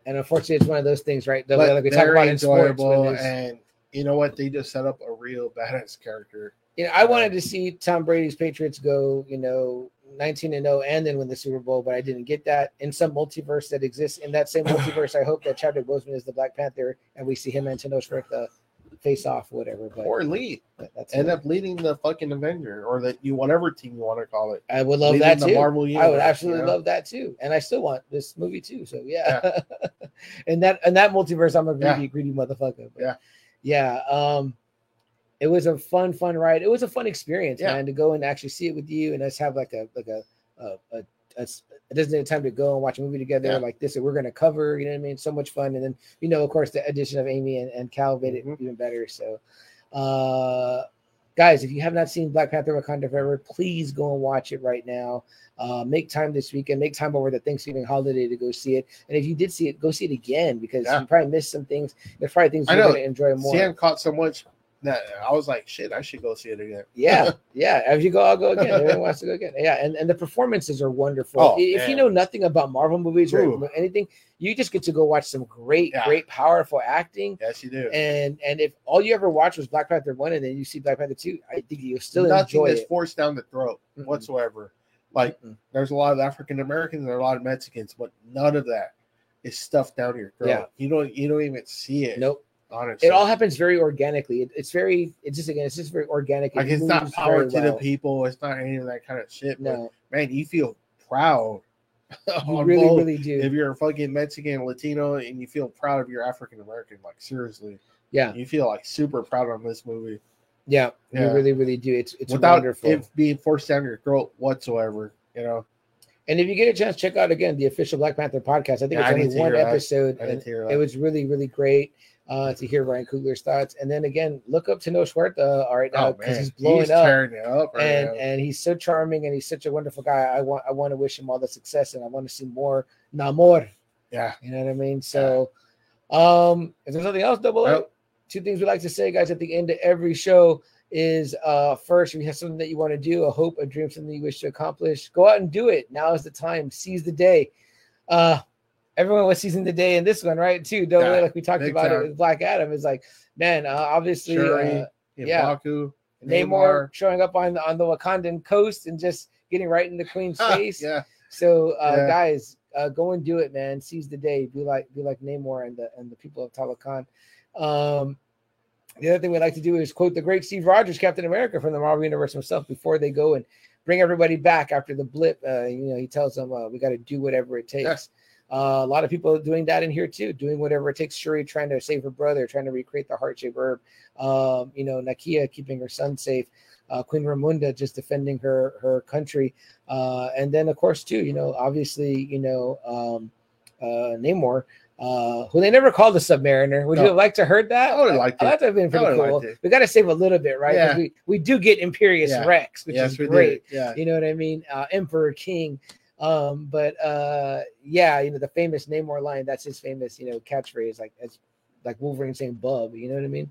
and unfortunately, it's one of those things, right? Double
But
A, like we talk
very
about in sports. when
enjoyable,
there's-
and you know what? They just set up a real badass character.
you know, I wanted to see Tom Brady's Patriots go, you know, 19 and 0 and then win the Super Bowl, but I didn't get that. In some multiverse that exists, in that same multiverse, I hope that Chadwick Boseman is the Black Panther and we see him and Thanos Huerta face off, whatever. But
Or lead,
but that's
end
it.
up leading the fucking Avenger, or that you whatever team you want to call it.
I would love
leading
that
the
too.
Marvel
I would
universe,
absolutely
you know?
love that too, and I still want this movie too. So yeah, and that and that multiverse, I'm a greedy,
Yeah.
greedy motherfucker. But
Yeah.
yeah. Um, it was a fun, fun ride. It was a fun experience,
Yeah.
man, to go and actually see it with you and us have like a like a a, a, a s- a designated time to go and watch a movie together
Yeah.
like this that we're gonna cover. You know what I mean? So much fun, and then you know, of course, the addition of Amy and, and Cal made it
Mhm.
even better. So, uh, guys, if you have not seen Black Panther: Wakanda Forever, please go and watch it right now. Uh, make time this weekend. Make time over the Thanksgiving holiday to go see it. And if you did see it, go see it again because
Yeah.
you probably missed some things. There's probably things
I
you're
know.
going to enjoy more.
Sam caught so much that I was like, shit, I should go see it again.
Yeah, yeah. If you go, I'll go again. Everyone wants to go again. Yeah, and, and the performances are wonderful.
Oh,
if you
man.
know nothing about Marvel movies or
Ooh.
anything, you just get to go watch some great,
Yeah.
great, powerful acting.
Yes, you do.
And and if all you ever watched was Black Panther one, and then you see Black Panther two, I think you'll still
Nothing
enjoy
is
it.
forced down the throat
Mm-mm.
whatsoever. Like
Mm-mm.
there's a lot of African Americans and a lot of Mexicans, but none of that is stuffed down your throat.
Yeah.
You don't you don't even see it.
Nope.
Honestly.
It all happens very organically. It, it's very. It's just again. It's just very organic.
like
It
it's not
moves
power
very
to the
well.
people, it's not any of that kind of shit.
No,
But man, you feel proud.
you
on
really,
both.
really do.
if you're a fucking Mexican Latino and you feel proud of your African American, like seriously,
yeah,
you feel like super proud on this movie
yeah,
Yeah.
You really, really do. It's it's
without
wonderful.
it being forced down your throat whatsoever. You know,
And if you get a chance, check out again the official Black Panther podcast. I think
Yeah, I need
it's
to
only one
hear that.
episode.
I didn't
and
hear
It
that.
was really, really great uh, to hear Ryan Coogler's thoughts. And then again, look up Tano Schwartz uh, right now
oh
because
man,
he's
he's,
blowing up.
tearing it up. right
and
now.
and he's so charming and he's such a wonderful guy. I want I want to wish him all the success and I want to see more Namor.
yeah,
You know what I mean? So, um, if there's something else, double
Well-
up. Two things we like to say, guys, at the end of every show is uh first, if you have something that you want to do, a hope, a dream, something you wish to accomplish, go out and do it. Now is the time, seize the day. Uh Everyone was seizing the day in this one, right? Too, double
Yeah,
A, like we talked
big
about
time.
it with Black Adam. Is like, man, uh, obviously,
Shuri,
uh, yeah.
yeah, Baku,
Namor showing up on on the Wakandan coast and just getting right in the Queen's face.
yeah,
So uh,
Yeah.
guys, uh, go and do it, man. Seize the day. Be like be like Namor and the and the people of Talakan. Um, the other thing we like to do is quote the great Steve Rogers, Captain America from the Marvel Universe himself, before they go and bring everybody back after the blip. Uh, you know, he tells them uh, we got to do whatever it takes.
Yes.
Uh, a lot of people doing that in here too, doing whatever it takes. Shuri trying to save her brother, trying to recreate the heart shaped herb. Um, you know, Nakia keeping her son safe. Uh, Queen Ramunda just defending her her country. Uh, and then of course too, you know, obviously, you know, um, uh, Namor, uh, who they never called the Submariner. Would you
No.
have liked to heard that? Oh,
I would've liked
That
it.
would have been
I
pretty
would've
cool.
liked it.
We got to save a little bit, right? 'Cause
Yeah.
We we do get Imperious
Yeah.
Rex, which
yes,
is
we
great.
did. Yeah,
You know what I mean? Uh, Emperor King. Um, but uh, yeah, you know, the famous Namor line, that's his famous, you know, catchphrase, like it's like Wolverine saying bub, you know what I mean?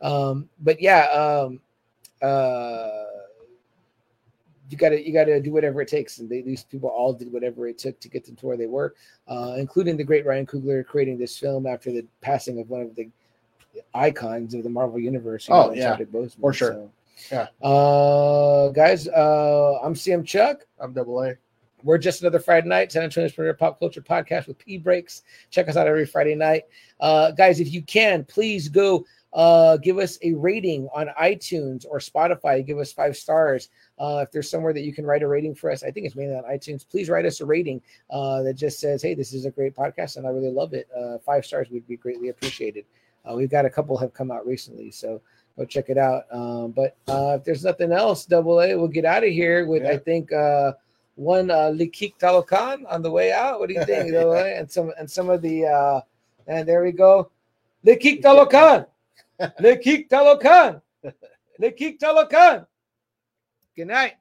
Um, but yeah, um uh you gotta you gotta do whatever it takes. And they, these people all did whatever it took to get them to where they were, uh, including the great Ryan Coogler creating this film after the passing of one of the icons of the Marvel universe. you
Oh, yeah.
Chadwick Boseman.
For sure.
So,
Yeah.
Uh, guys, uh, I'm CM Chuck.
I'm double A.
We're just another Friday night, San Antonio's premier pop culture podcast with P breaks. Check us out every Friday night, uh, guys. If you can, please go uh, give us a rating on iTunes or Spotify. Give us five stars. Uh, if there's somewhere that you can write a rating for us, I think it's mainly on iTunes. Please write us a rating uh, that just says, "Hey, this is a great podcast, and I really love it." Uh, five stars would be greatly appreciated. Uh, we've got a couple have come out recently, so go check it out. Um, but uh, if there's nothing else, Double A, we'll get out of here with I
Yeah.
think uh, one uh, Likik Talokan on the way out. What do you think? Double A? And some and some of the uh, and there we go, Likik Talokan, Likik Talokan, Likik Talokan. Good night.